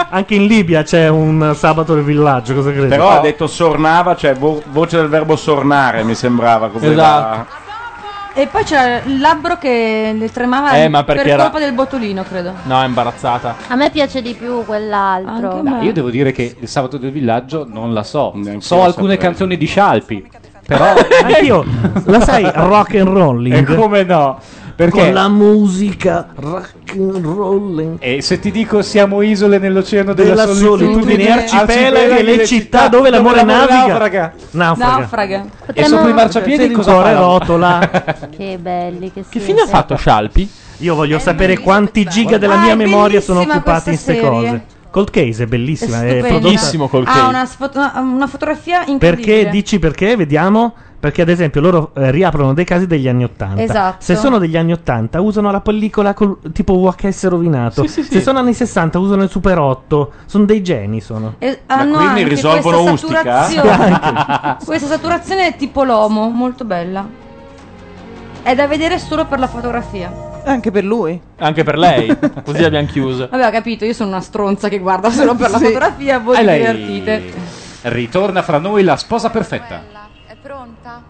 Speaker 1: Anche in Libia c'è un sabato del villaggio, cosa credi?
Speaker 13: Però
Speaker 11: Oh.
Speaker 13: ha detto sornava, cioè vo- voce del verbo sornare, mi sembrava. Come
Speaker 2: Esatto.
Speaker 3: E poi c'era il labbro che le tremava
Speaker 2: Eh, ma perché
Speaker 3: per
Speaker 2: era-
Speaker 3: colpa del botulino, credo.
Speaker 2: No, è imbarazzata.
Speaker 4: A me piace di più quell'altro.
Speaker 3: Anche a me.
Speaker 11: Io devo dire che il sabato del villaggio non la so.
Speaker 2: io
Speaker 11: So
Speaker 2: la
Speaker 11: alcune
Speaker 2: saprei.
Speaker 11: canzoni di Scialpi. Però
Speaker 1: [LAUGHS] anch'io la sai rock and rolling.
Speaker 11: E come no? Perché
Speaker 1: Con la musica rock and rolling.
Speaker 11: E se ti dico siamo isole nell'oceano della,
Speaker 1: Della solitudine, arcipelagi e le città dove l'amore naviga. Naufraga.
Speaker 3: Naufraga.
Speaker 11: E sopra i marciapiedi
Speaker 1: Sì,
Speaker 11: cosa
Speaker 1: cuore
Speaker 11: fanno?
Speaker 1: rotola.
Speaker 4: Che belli che,
Speaker 1: Che
Speaker 4: siete.
Speaker 1: fine ha fatto
Speaker 2: Scialpi?
Speaker 1: Io voglio sapere quanti giga della
Speaker 3: Ah,
Speaker 1: mia
Speaker 3: è
Speaker 1: memoria sono
Speaker 3: bellissima
Speaker 1: occupati in
Speaker 3: questa
Speaker 1: queste
Speaker 3: serie.
Speaker 1: cose. Cold Case è bellissima, è,
Speaker 3: Stupenda.
Speaker 1: prodotta
Speaker 3: Ha una, sfot- una- una fotografia incredibile.
Speaker 1: Perché dici perché? Vediamo. Perché ad esempio loro eh, riaprono dei casi degli anni 80.
Speaker 3: Esatto.
Speaker 1: Se sono degli anni 80 usano la pellicola col- tipo VHS rovinato.
Speaker 3: Sì, sì, sì.
Speaker 1: Se sono anni 60 usano il Super 8. Sono dei geni sono.
Speaker 3: E
Speaker 1: quindi
Speaker 3: hanno Eh, ah, anche
Speaker 1: risolvono
Speaker 3: questa
Speaker 1: Ustica?
Speaker 3: saturazione. questa saturazione è tipo l'omo, molto bella. È da vedere solo per la fotografia.
Speaker 27: Anche per lui.
Speaker 2: Anche per lei. Così l'abbiamo chiusa.
Speaker 3: Vabbè, ho capito, io sono una stronza che guarda
Speaker 1: [LAUGHS]
Speaker 3: solo per la
Speaker 9: Sì.
Speaker 3: fotografia, voi
Speaker 11: E
Speaker 1: Ah,
Speaker 3: vi
Speaker 11: lei-
Speaker 3: divertite.
Speaker 11: Ritorna fra noi la sposa perfetta.
Speaker 9: È pronta?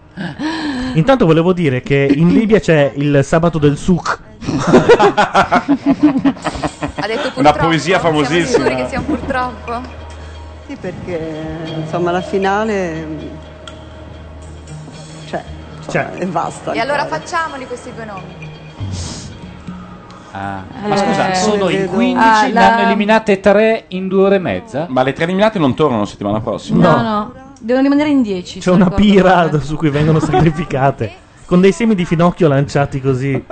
Speaker 1: [LAUGHS] Intanto volevo dire che in Libia c'è il sabato del souk.
Speaker 8: Ha detto
Speaker 1: Una
Speaker 8: purtroppo,
Speaker 1: poesia famosissima.
Speaker 8: Siamo sicuri che sia un purtroppo?
Speaker 5: Sì, perché insomma la finale. mh, Cioè, insomma, e basta.
Speaker 8: E allora
Speaker 5: ancora.
Speaker 8: facciamoli questi due nomi.
Speaker 13: Ah.
Speaker 11: Ma scusa,
Speaker 8: Eh,
Speaker 11: sono in
Speaker 8: vedo.
Speaker 11: 15,
Speaker 8: Ah,
Speaker 11: ne
Speaker 8: la-
Speaker 11: hanno eliminate 3 in 2 ore e mezza.
Speaker 13: Ma le tre eliminate non tornano settimana prossima.
Speaker 3: No, no, devono rimanere in 10.
Speaker 1: C'è una pira da- su cui vengono sacrificate. con dei semi di finocchio lanciati così.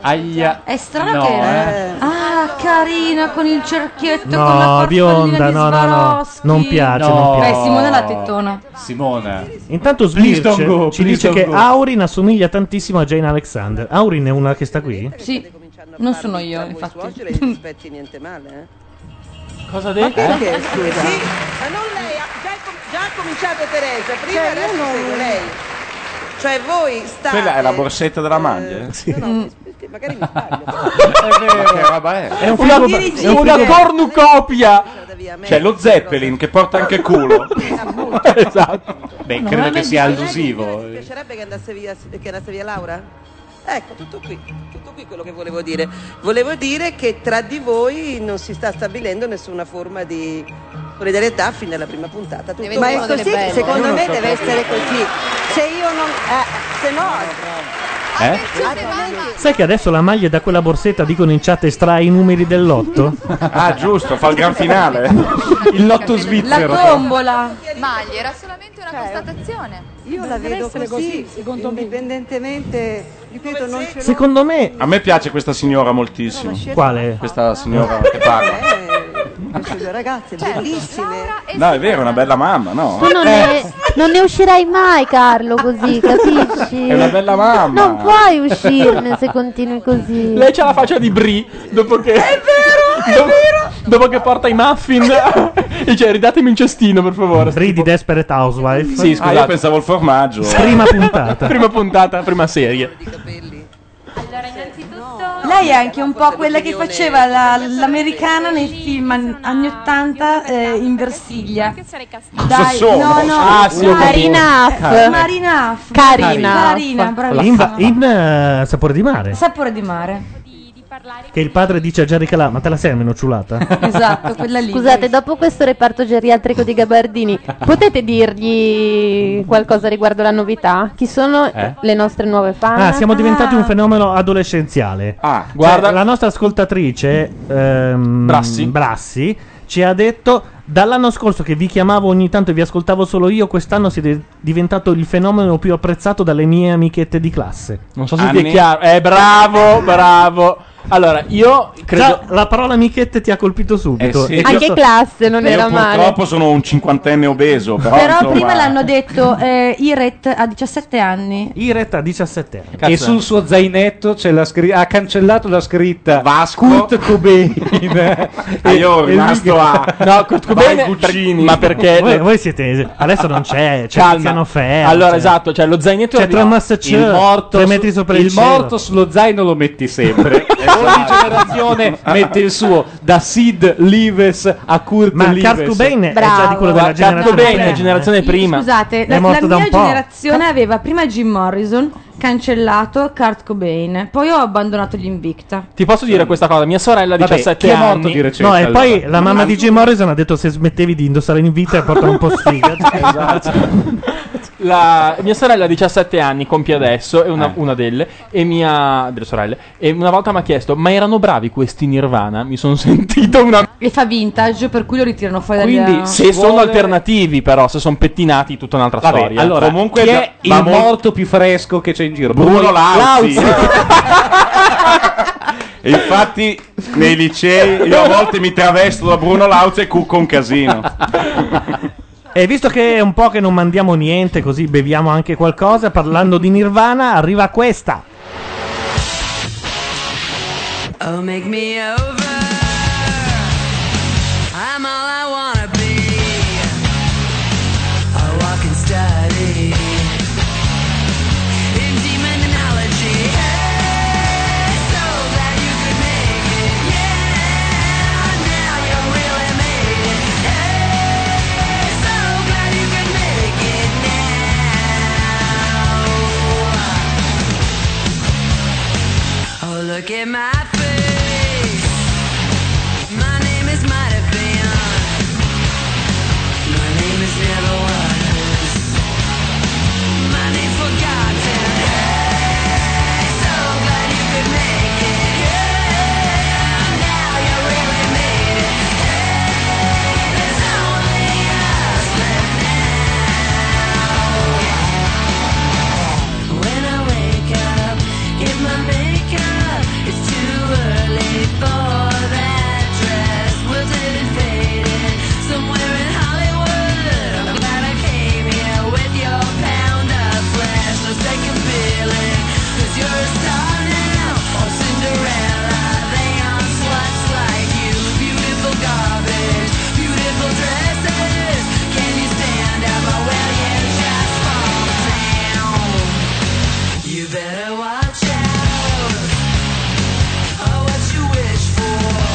Speaker 11: Aia.
Speaker 3: È strano
Speaker 1: No,
Speaker 3: che...
Speaker 1: eh.
Speaker 3: Ah, carina, con il cerchietto, con la
Speaker 1: No,
Speaker 3: farfallina
Speaker 1: bionda,
Speaker 3: di
Speaker 1: no, no, no.
Speaker 3: Swarovski.
Speaker 1: Non piace, non
Speaker 3: Beh,
Speaker 1: piace.
Speaker 3: Eh, Simone la tettona.
Speaker 11: Simona.
Speaker 1: Intanto
Speaker 11: Please don't
Speaker 1: Sbirce
Speaker 11: go, please
Speaker 1: ci dice
Speaker 11: don't
Speaker 1: che
Speaker 11: go.
Speaker 1: Aurin assomiglia tantissimo a Jane Alexander. Aurin è una che sta qui?
Speaker 3: Sì, non sono io, infatti. [LAUGHS]
Speaker 5: Suocere, non aspetti niente male, eh?
Speaker 2: Cosa ha
Speaker 5: detto? Ma perché, scusa?
Speaker 16: Sì, ma non lei, ha- già, è com- già ha cominciato Teresa, prima
Speaker 5: Cioè,
Speaker 16: adesso
Speaker 5: io non-
Speaker 16: seguo lei. Cioè voi state...
Speaker 13: Quella è la borsetta della maglia?
Speaker 5: Sì.
Speaker 8: Mm,
Speaker 16: Magari mi sbaglio.
Speaker 13: Ma che roba è?
Speaker 1: È un
Speaker 13: una,
Speaker 1: film-
Speaker 13: è
Speaker 1: è
Speaker 13: una
Speaker 1: un film-
Speaker 13: cornucopia! C'è Cioè, lo Zeppelin che porta anche culo.
Speaker 11: esatto. Beh, credo
Speaker 5: No,
Speaker 11: che
Speaker 5: veramente.
Speaker 11: sia allusivo.
Speaker 16: Ti piacerebbe che andasse via, che andasse via Laura? Ecco, tutto qui, tutto qui quello che volevo dire. Volevo dire che tra di voi non si sta stabilendo nessuna forma di solidarietà fin dalla prima puntata. Tutto
Speaker 48: Ma è così, secondo me deve essere così. Se io non... eh, se no...
Speaker 1: Eh? Sai che adesso la maglia da quella borsetta dicono in chat estrae i numeri del lotto?
Speaker 13: Ah, giusto, fa il gran
Speaker 3: [LAUGHS]
Speaker 13: finale.
Speaker 1: Il lotto
Speaker 9: La
Speaker 1: svizzero.
Speaker 9: tombola! Maglie, era solamente una constatazione.
Speaker 49: Cioè, Io la vedo così, indipendentemente, ripeto, non ce l'ho.
Speaker 1: Secondo me.
Speaker 13: A me piace questa signora moltissimo.
Speaker 1: Quale?
Speaker 13: Questa signora che parla.
Speaker 49: Due ragazze
Speaker 39: Certo.
Speaker 49: bellissime.
Speaker 13: No, è vero, è una bella mamma, no?
Speaker 4: Tu non,
Speaker 13: Eh,
Speaker 4: ne, non ne uscirai mai, Carlo, così, capisci?
Speaker 13: È una bella mamma.
Speaker 4: Non puoi
Speaker 1: [LAUGHS]
Speaker 4: uscirne se continui così.
Speaker 2: Lei c'ha la faccia di Bri dopo che. È vero, è vero! Dopo che porta i muffin. dice, ridatemi un cestino, per favore.
Speaker 1: Bri di Desperate Housewife.
Speaker 2: Sì,
Speaker 13: Ah,
Speaker 2: scusate.
Speaker 13: io pensavo al formaggio.
Speaker 1: [LAUGHS] Prima puntata.
Speaker 2: prima puntata, prima serie.
Speaker 3: Lei è anche un po' quella che faceva la- l'americana nei film an- anni 80 eh, in Versiglia. Dai,
Speaker 1: Sassono.
Speaker 3: no, no,
Speaker 1: Ah, sì, ho
Speaker 3: Marina
Speaker 1: capito.
Speaker 3: Aff.
Speaker 1: Eh.
Speaker 3: Marina Aff.
Speaker 1: Carina.
Speaker 3: Carina,
Speaker 1: In,
Speaker 3: bravissima.
Speaker 1: va- in, eh, Sapore di mare.
Speaker 3: Sapore di mare.
Speaker 1: Che il padre dice a Jerry Calà, ma te la sei almeno ciulata?
Speaker 3: [LAUGHS] Esatto, quella lì.
Speaker 4: Scusate, dopo questo reparto geriatrico di Gabardini, potete dirgli qualcosa riguardo la novità? Chi sono
Speaker 1: Eh?
Speaker 4: le nostre nuove fan?
Speaker 1: Ah, siamo diventati un fenomeno adolescenziale. Ah,
Speaker 13: guarda.
Speaker 1: la nostra ascoltatrice ehm,
Speaker 13: Brassi.
Speaker 1: Brassi ci ha detto: Dall'anno scorso che vi chiamavo ogni tanto e vi ascoltavo solo io, quest'anno siete diventato il fenomeno più apprezzato dalle mie amichette di classe.
Speaker 2: Non so se ti è chiaro. Eh, bravo, bravo. Allora, io credo.
Speaker 1: la parola amichette ti ha colpito subito.
Speaker 13: Eh sì.
Speaker 1: E
Speaker 4: Anche
Speaker 1: questo- [LAUGHS]
Speaker 4: classe non
Speaker 13: Io
Speaker 4: era male.
Speaker 13: purtroppo sono un cinquantenne obeso, però,
Speaker 3: Però
Speaker 13: insomma-
Speaker 3: prima l'hanno detto eh, Iret a 17 anni.
Speaker 1: Iret a 17 anni.
Speaker 11: E sul suo zainetto c'è la scri- ha cancellato la scritta Kurt [LAUGHS] Cobain.
Speaker 13: Ah, io
Speaker 1: Eh,
Speaker 13: ho rimasto a
Speaker 2: No, Kurt Cobain,
Speaker 13: Vai,
Speaker 2: per-
Speaker 13: Guccini.
Speaker 2: ma perché-
Speaker 1: Voi, voi siete. Adesso non c'è. cioè, C'è
Speaker 2: Calma.
Speaker 1: Tiziano Ferro,
Speaker 2: Allora,
Speaker 1: c'è-
Speaker 2: esatto, cioè lo zainetto
Speaker 1: C'è
Speaker 2: lo abbiamo-
Speaker 1: Thomas C.
Speaker 11: Il morto,
Speaker 1: tre
Speaker 11: su-
Speaker 1: metri sopra il,
Speaker 11: il
Speaker 1: cielo.
Speaker 11: morto sullo zaino lo metti [LAUGHS] sempre.
Speaker 13: Ah,
Speaker 11: Ogni generazione mette il suo da Sid Lives a Kurt
Speaker 1: Ma
Speaker 11: Lives.
Speaker 1: Kurt Cobain è Bravo. già di quello della
Speaker 2: Kurt
Speaker 1: generazione
Speaker 2: Cobain è
Speaker 1: prima,
Speaker 2: la generazione
Speaker 1: eh.
Speaker 2: prima.
Speaker 3: Scusate, la, la mia generazione aveva prima Jim Morrison, cancellato Kurt Cobain, poi ho abbandonato gli Invicta.
Speaker 2: Ti posso dire questa cosa? Mia sorella di
Speaker 1: Vabbè,
Speaker 2: 17
Speaker 1: chi è
Speaker 2: anni.
Speaker 1: morto di recente, No, e allora? poi la mamma di Jim Morrison ha detto se smettevi di indossare in vita porta un po' sfiga. Cioè,
Speaker 2: La- mia sorella ha 17 anni, compie adesso, è una,
Speaker 11: Eh.
Speaker 2: una delle, e mia, delle sorelle. E una volta mi ha chiesto: Ma erano bravi questi Nirvana? Mi [LAUGHS] sono sentito una.
Speaker 3: E fa vintage, per cui lo ritirano fuori dal
Speaker 2: Quindi, se sono alternativi, però, se sono pettinati, tutta un'altra
Speaker 11: Vabbè,
Speaker 2: storia.
Speaker 11: allora,
Speaker 2: comunque,
Speaker 11: chi è il morto più fresco che c'è in giro?
Speaker 13: Bruno Lauzi.
Speaker 11: Lauzi.
Speaker 13: E [LAUGHS] Infatti, nei licei io a volte mi travesto da Bruno Lauze e cucco un casino.
Speaker 1: E visto che è un po' che non mandiamo niente, così beviamo anche qualcosa, parlando di Nirvana, arriva questa.
Speaker 8: Oh, make me over. I'm all I wanna be. I walk and study in demonology. Hey, so glad you could make it. Yeah, now you really made it. Hey, so glad you could make it now. Oh, look at my face. Oh, oh,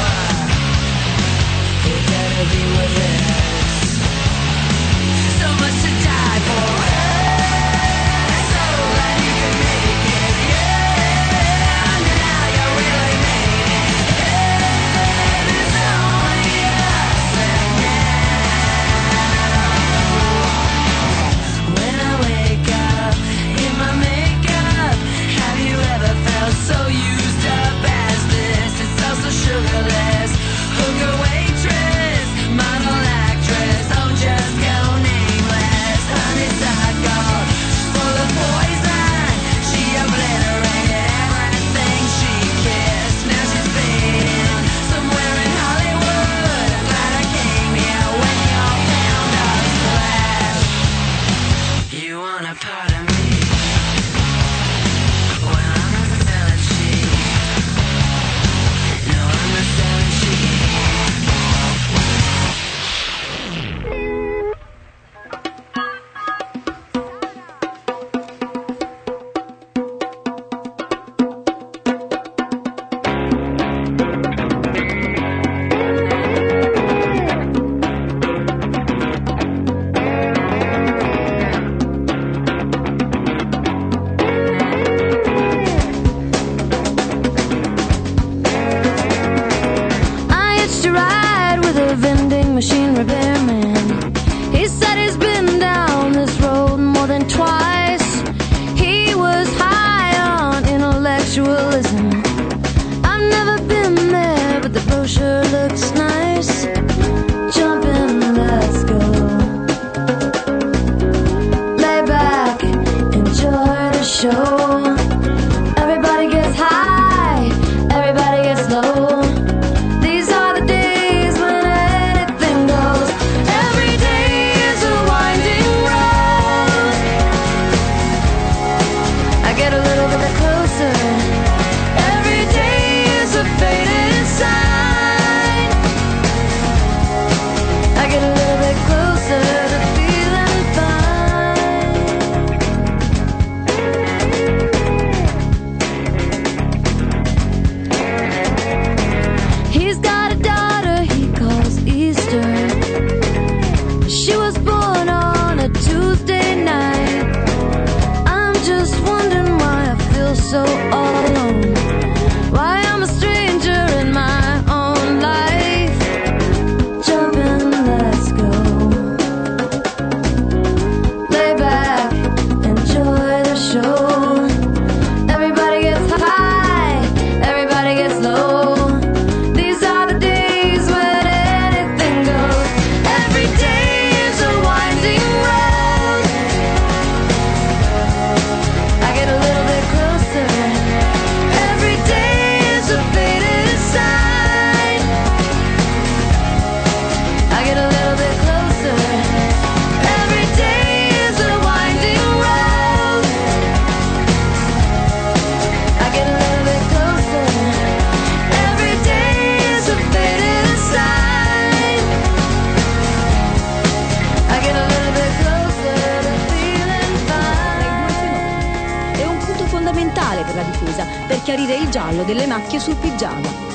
Speaker 28: fondamentale per la difesa, per chiarire il giallo delle macchie sul pigiama.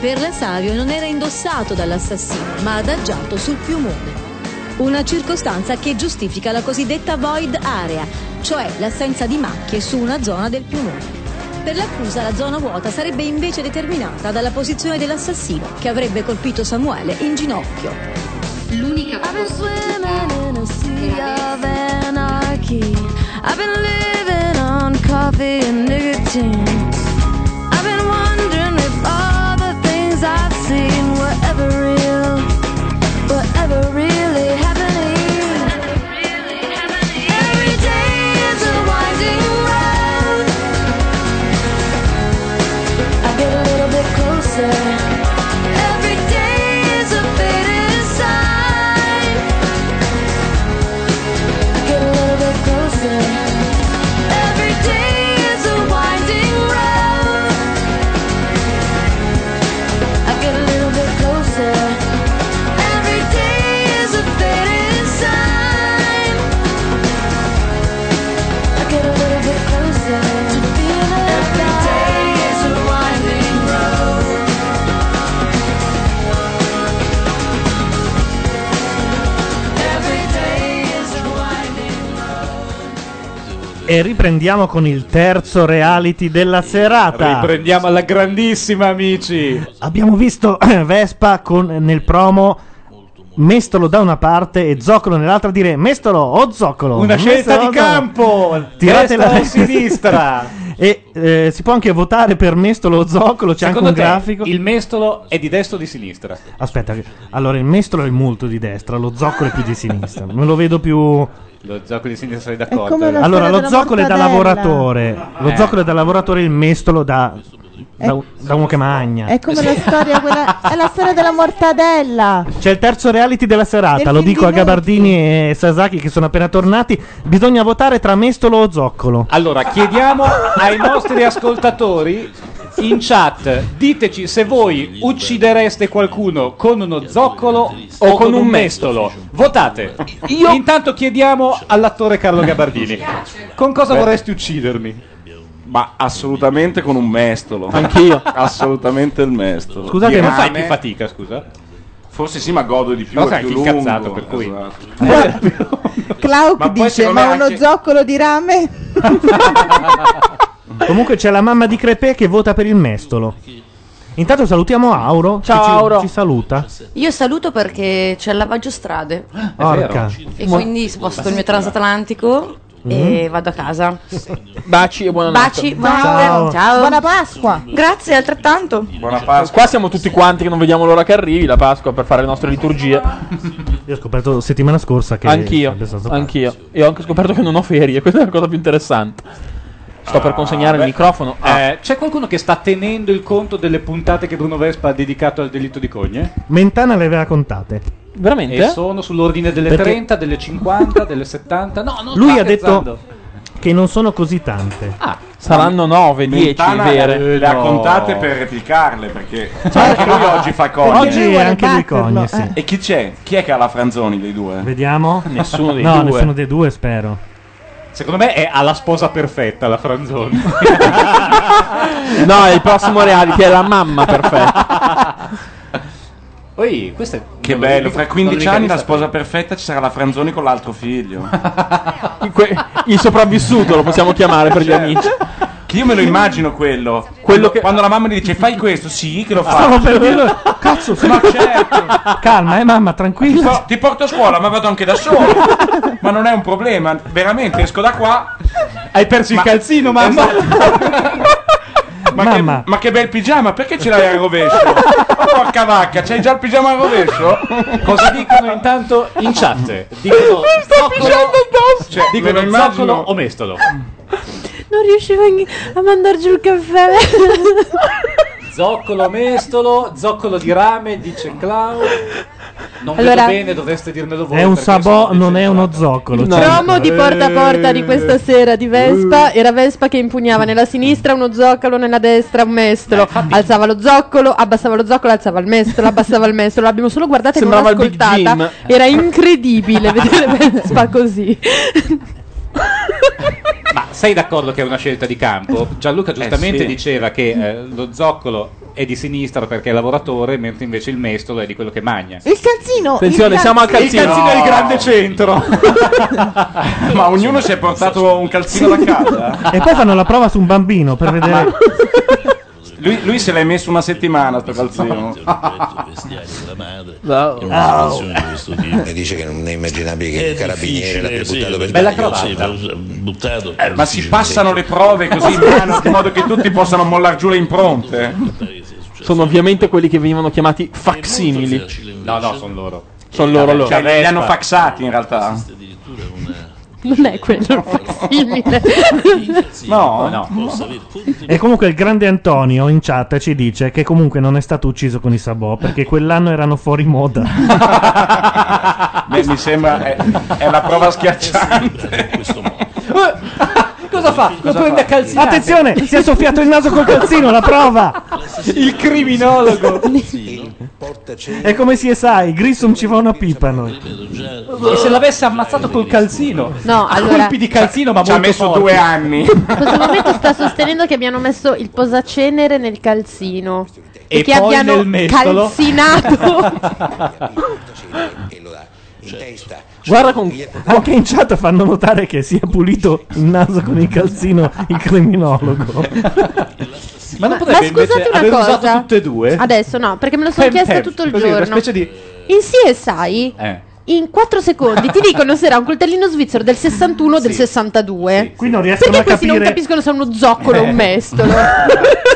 Speaker 28: Perlasario non era indossato dall'assassino, ma adagiato sul piumone. Una circostanza che giustifica la cosiddetta void area, cioè l'assenza di macchie su una zona del piumone. Per l'accusa la zona vuota sarebbe invece determinata dalla posizione dell'assassino, che avrebbe colpito Samuele in ginocchio.
Speaker 8: L'unica I've been swimming in a sea of anarchy. I've been living on coffee and nicotine. I've been wondering if all the things I've seen were ever real, were ever really happening. Every day is a winding road. I get a little bit closer. Every day is a faded sign. I get a little bit closer. Every day is a winding road. I get a little bit closer. Every day is a faded sign. I get a little bit closer to being alive. Every day is a winding road. Every day is a winding
Speaker 1: E riprendiamo con il terzo reality della serata.
Speaker 11: Riprendiamo alla grandissima, amici.
Speaker 1: Abbiamo visto [CLEARS THROAT] Vespa con, nel promo Mestolo da una parte e Zoccolo nell'altra dire Mestolo o Zoccolo.
Speaker 11: Una scelta
Speaker 1: Mestolo
Speaker 11: di
Speaker 1: o Zoccolo?"
Speaker 11: campo.
Speaker 1: Tirate
Speaker 11: Destra
Speaker 1: la
Speaker 11: o sinistra.
Speaker 1: [LAUGHS] e eh, si può anche votare per Mestolo o Zoccolo, c'è
Speaker 11: Secondo
Speaker 1: anche un
Speaker 11: te,
Speaker 1: grafico.
Speaker 11: il mestolo è di destra o di sinistra?
Speaker 1: Aspetta, che- allora il Mestolo è molto di destra, lo Zoccolo è più
Speaker 11: [LAUGHS]
Speaker 1: di sinistra. Me lo vedo più
Speaker 11: Lo zoccolo di sinistra sei d'accordo?
Speaker 1: come la Allora, storia lo della zoccolo è da mortadella. lavoratore. Lo
Speaker 11: Eh.
Speaker 1: zoccolo è da lavoratore, il mestolo da, da, da uno che magna. Eh
Speaker 4: È come la storia, quella, è la storia
Speaker 13: [LAUGHS]
Speaker 4: della mortadella.
Speaker 1: C'è il terzo reality della serata,
Speaker 4: Del
Speaker 1: lo dico a
Speaker 4: Vindimonti.
Speaker 1: Gabardini e Sasaki che sono appena tornati. Bisogna votare tra mestolo o zoccolo.
Speaker 11: Allora, chiediamo ai nostri ascoltatori in chat, diteci se voi uccidereste qualcuno con uno zoccolo o con un mestolo. Votate. Intanto chiediamo all'attore Carlo Gabardini. Con cosa
Speaker 13: Beh.
Speaker 11: vorresti uccidermi?
Speaker 13: Ma assolutamente con un mestolo.
Speaker 11: Anch'io.
Speaker 13: assolutamente il mestolo.
Speaker 11: Scusate,
Speaker 13: Di
Speaker 11: ma fai
Speaker 13: rame,
Speaker 11: più fatica, scusa.
Speaker 13: Forse sì, ma godo di più.
Speaker 11: Però
Speaker 13: è
Speaker 11: sei
Speaker 13: più
Speaker 11: anche
Speaker 13: lungo.
Speaker 11: incazzato, per cui.
Speaker 13: Esatto.
Speaker 27: Clauc
Speaker 13: Ma poi
Speaker 27: dice:
Speaker 13: secondo
Speaker 27: Ma
Speaker 13: me
Speaker 27: uno
Speaker 13: anche-
Speaker 27: zoccolo di rame?
Speaker 1: Comunque c'è la mamma di Crepè che vota per il mestolo. Intanto salutiamo Auro.
Speaker 3: Ciao,
Speaker 1: che ci,
Speaker 3: Auro.
Speaker 1: Ci saluta.
Speaker 3: Io saluto perché c'è il lavaggio strade.
Speaker 1: Porca.
Speaker 3: E quindi sposto il mio transatlantico e vado a casa.
Speaker 2: Baci e buonanotte.
Speaker 3: Baci, buonanotte.
Speaker 2: Ciao.
Speaker 3: Ciao.
Speaker 2: Buona
Speaker 3: Pasqua. Grazie, altrettanto.
Speaker 13: Buona Pasqua.
Speaker 2: Qua siamo tutti quanti che non vediamo l'ora che arrivi la Pasqua per fare le nostre liturgie.
Speaker 1: Io ho scoperto settimana scorsa che.
Speaker 2: anch'io,
Speaker 1: sarebbe stato Pasqua.
Speaker 2: anch'io. E ho anche scoperto che non ho ferie, [LAUGHS] questa è la cosa più interessante. Sto per consegnare il
Speaker 11: Ah, beh.
Speaker 2: microfono a
Speaker 11: Eh, c'è qualcuno che sta tenendo il conto delle puntate che Bruno Vespa ha dedicato al delitto di cogne?
Speaker 1: Mentana le aveva contate.
Speaker 2: Veramente?
Speaker 11: E sono sull'ordine delle
Speaker 1: Perché-
Speaker 11: 30, delle 50, delle 70. No, non
Speaker 1: Lui
Speaker 11: sta
Speaker 1: ha detto
Speaker 11: scherzando.
Speaker 1: che non sono così tante.
Speaker 2: Saranno 9, 10
Speaker 13: Mentana
Speaker 2: vere.
Speaker 13: eh, Le ha
Speaker 2: No.
Speaker 13: contate per replicarle perché anche lui Esatto. oggi fa cogne.
Speaker 1: Oggi Oggi è vuole anche lui batterlo,
Speaker 11: eh.
Speaker 1: cogne, sì.
Speaker 13: E chi c'è? Chi è che ha la Franzoni dei due?
Speaker 1: Vediamo.
Speaker 13: Nessuno dei
Speaker 1: no,
Speaker 13: due.
Speaker 1: nessuno dei due, spero.
Speaker 11: Secondo me è alla sposa perfetta la Franzoni.
Speaker 2: [LAUGHS] No, il prossimo reality è la mamma perfetta.
Speaker 11: [LAUGHS] Poi, questo è-
Speaker 13: Che
Speaker 11: non lo
Speaker 13: bello,
Speaker 11: dico-
Speaker 13: fra
Speaker 11: non
Speaker 13: 15
Speaker 11: lo dico
Speaker 13: anni la
Speaker 11: a
Speaker 13: sposa perfetta ci sarà la Franzoni con
Speaker 11: [LAUGHS]
Speaker 13: l'altro figlio.
Speaker 2: Il sopravvissuto lo possiamo chiamare per gli amici.
Speaker 13: Cioè, Che io me lo immagino quello. Quando- Quando la mamma gli dice fai questo, sì, che lo fa.
Speaker 1: Stavo
Speaker 13: [LAUGHS]
Speaker 1: per dirlo. Cazzo,
Speaker 13: Ma certo.
Speaker 1: Calma, eh, mamma,
Speaker 13: Ti,
Speaker 1: tranquilla.
Speaker 13: po- ti porto a scuola, ma vado anche da solo. ma non è un problema, veramente, esco da qua. esatto.
Speaker 11: Hai perso il calzino, mamma.
Speaker 13: ma, Che, ma che bel pigiama, perché ce l'hai al rovescio? Porca vacca, c'hai già il pigiama al rovescio?
Speaker 11: Cosa dicono intanto in chat?
Speaker 2: [LAUGHS]
Speaker 11: Dicono
Speaker 13: Mi sta pisciando
Speaker 11: addosso. Cioè,
Speaker 13: Me lo
Speaker 11: dicono
Speaker 13: immagino.
Speaker 11: zoccolo o mestolo.
Speaker 4: Non riuscivo a mandar giù il caffè.
Speaker 11: Zoccolo mestolo, zoccolo di rame, dice Clau. Non
Speaker 4: Allora-
Speaker 11: vedo bene, dovreste dirmelo voi.
Speaker 1: È un
Speaker 11: perché
Speaker 1: sabò, non è uno zoccolo.
Speaker 11: Il
Speaker 1: ci dicono.
Speaker 4: Promo di porta a porta di questa sera di Vespa era Vespa che impugnava nella sinistra uno zoccolo, nella destra un mestolo. Alzava lo zoccolo, abbassava lo zoccolo, alzava il mestolo, abbassava il mestolo. L'abbiamo solo guardata e non
Speaker 2: Sembrava il Big
Speaker 4: ascoltata.
Speaker 2: Jim.
Speaker 4: Era incredibile vedere Vespa così.
Speaker 11: Ma sei d'accordo che è una scelta di campo? Gianluca giustamente
Speaker 13: sì.
Speaker 11: diceva che eh, lo zoccolo è di sinistra perché è lavoratore, mentre invece il mestolo è di quello che magna.
Speaker 27: Il calzino!
Speaker 11: Attenzione,
Speaker 27: il
Speaker 11: siamo al calzino.
Speaker 27: Il calzino è il grande.
Speaker 11: centro.
Speaker 13: Ma ognuno si è portato un calzino da casa.
Speaker 2: [LAUGHS]
Speaker 1: E poi fanno la prova su un
Speaker 11: [LAUGHS]
Speaker 1: bambino per vedere.
Speaker 13: Lui, lui se l'hai messo una settimana sto calzino. Ah.
Speaker 26: Mi dice che non è immaginabile che
Speaker 13: È
Speaker 26: un carabiniere
Speaker 13: difficile,
Speaker 26: l'abbia
Speaker 13: sì,
Speaker 26: buttato per
Speaker 13: bella
Speaker 26: sbaglio,
Speaker 13: cravatta.
Speaker 26: sì, l'ha us- buttato
Speaker 13: Eh, ma si passano le prove così in mano in modo che tutti possano mollare giù le impronte.
Speaker 2: Sono ovviamente quelli che venivano chiamati facsimili.
Speaker 11: No, no, sono loro.
Speaker 2: Sono loro, loro.
Speaker 13: Cioè, li hanno faxati in realtà.
Speaker 4: Non è quello facsimile.
Speaker 13: No, no.
Speaker 1: E comunque il grande Antonio in chat ci dice che comunque non è stato ucciso con i sabot perché quell'anno erano fuori moda.
Speaker 13: Beh, Ah, mi sembra è, è la prova schiacciante.
Speaker 11: Cosa fa?
Speaker 13: Lo prende a calzinate.
Speaker 1: Attenzione, si è soffiato il naso col calzino, la prova.
Speaker 11: Il criminologo.
Speaker 1: È come si sai, Grissom ci fa una pipa a noi.
Speaker 11: E se l'avesse ammazzato col calzino?
Speaker 4: No,
Speaker 11: A
Speaker 4: allora-
Speaker 11: colpi di calzino, ma
Speaker 1: Cioè,
Speaker 13: Ci
Speaker 11: molto
Speaker 13: ha messo
Speaker 11: forti.
Speaker 13: due
Speaker 11: [LAUGHS]
Speaker 13: anni.
Speaker 4: In questo momento sta sostenendo che abbiano messo il posacenere nel calzino.
Speaker 13: E
Speaker 4: che
Speaker 13: poi
Speaker 4: abbiano
Speaker 13: nel mestolo.
Speaker 11: [LAUGHS]
Speaker 4: calzinato.
Speaker 1: Guarda, con... anche in chat fanno notare che si è pulito il naso con il calzino
Speaker 11: [LAUGHS]
Speaker 1: il criminologo.
Speaker 11: Ma non
Speaker 4: Ma
Speaker 11: potrebbe
Speaker 4: scusate
Speaker 11: invece
Speaker 4: una
Speaker 11: aver
Speaker 4: cosa.
Speaker 11: usato tutte e due?
Speaker 4: Adesso no, perché me lo sono
Speaker 11: Pam,
Speaker 4: chiesto
Speaker 11: pam.
Speaker 4: tutto il
Speaker 11: Così,
Speaker 4: giorno.
Speaker 11: Una specie di...
Speaker 4: In CSI
Speaker 11: Eh.
Speaker 4: in 4 secondi ti dicono se era un coltellino svizzero del 61 o del 62.
Speaker 1: Qui non riescono
Speaker 4: Perché
Speaker 1: a
Speaker 4: questi non
Speaker 1: capire Eh.
Speaker 4: capiscono se è uno zoccolo o un mestolo.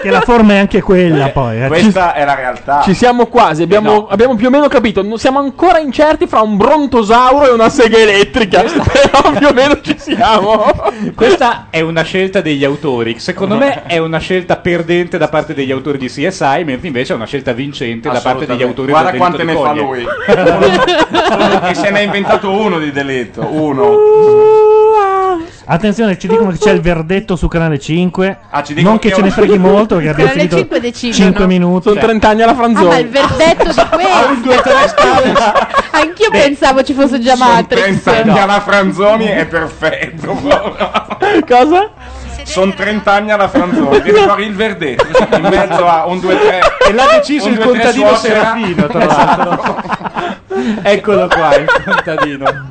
Speaker 1: che la forma è anche quella poi. eh.
Speaker 13: Questa è la realtà.
Speaker 2: Ci siamo quasi, abbiamo,
Speaker 13: Eh,
Speaker 2: abbiamo più o meno capito. Non siamo ancora incerti fra un brontosauro e una sega elettrica. [LAUGHS] Però più o meno ci siamo.
Speaker 11: Questa è una scelta degli autori. Secondo me è una scelta perdente da parte degli autori di CSI, mentre invece è una scelta vincente da parte degli autori
Speaker 13: Guarda
Speaker 11: del
Speaker 13: quante ne
Speaker 11: delitto
Speaker 13: fa
Speaker 11: di
Speaker 13: lui.
Speaker 11: Cogni. [LAUGHS]
Speaker 13: e se ne ha inventato uno di delitto. Uno.
Speaker 1: Attenzione, ci dicono che c'è il verdetto su canale 5.
Speaker 13: ci dicono
Speaker 1: non che
Speaker 13: che
Speaker 1: ce ne
Speaker 13: oggi-
Speaker 1: freghi
Speaker 2: [LAUGHS]
Speaker 1: molto, perché abbiamo
Speaker 4: Canale
Speaker 1: finito
Speaker 4: 5 decidono.
Speaker 1: 5 minuti.
Speaker 4: Sono 30
Speaker 2: anni alla
Speaker 4: Ah, ma il
Speaker 1: [LAUGHS]
Speaker 4: verdetto di
Speaker 13: Un,
Speaker 4: questo.
Speaker 13: due, tre scale.
Speaker 4: Anch'io pensavo ci fosse già Matrix.
Speaker 13: 30 anni alla Franzoni
Speaker 11: [LAUGHS]
Speaker 13: è perfetto.
Speaker 2: Cosa?
Speaker 13: Sono 30 anni alla
Speaker 11: [LAUGHS]
Speaker 13: Franzoni. Devi fare il verdetto in mezzo a un 2-3.
Speaker 11: E l'ha deciso il contadino Serafino, tra
Speaker 13: [LAUGHS]
Speaker 11: l'altro. Eccolo qua, il contadino.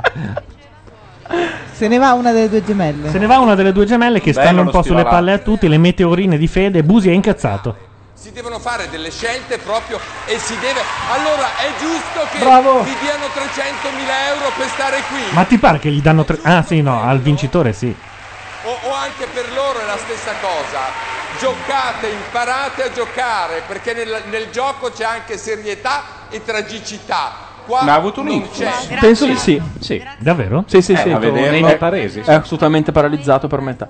Speaker 27: Se ne va una delle due gemelle.
Speaker 1: Se ne va una delle due gemelle che
Speaker 13: Bello
Speaker 1: stanno un
Speaker 13: lo
Speaker 1: po' sulle
Speaker 13: stivalato.
Speaker 1: palle a tutti, le meteorine di Fede. Busi è incazzato.
Speaker 6: Si devono fare delle scelte proprio e si deve... Allora è giusto che
Speaker 1: Bravo.
Speaker 6: vi diano 300.000 euro per stare qui.
Speaker 1: Ma ti pare che gli danno tre. Ah, sì, no, al vincitore sì.
Speaker 6: O, o anche per loro è la stessa cosa. Giocate, imparate a giocare, perché nel, nel gioco c'è anche serietà e tragicità. Qua
Speaker 13: Ma ha avuto un
Speaker 6: non
Speaker 13: infarto?
Speaker 6: c'è.
Speaker 2: Penso di sì. sì.
Speaker 1: Davvero?
Speaker 2: Sì, sì,
Speaker 13: Eh,
Speaker 2: sì.
Speaker 13: a vederlo-
Speaker 2: È-
Speaker 13: nei paresi, sì.
Speaker 2: È assolutamente paralizzato per metà.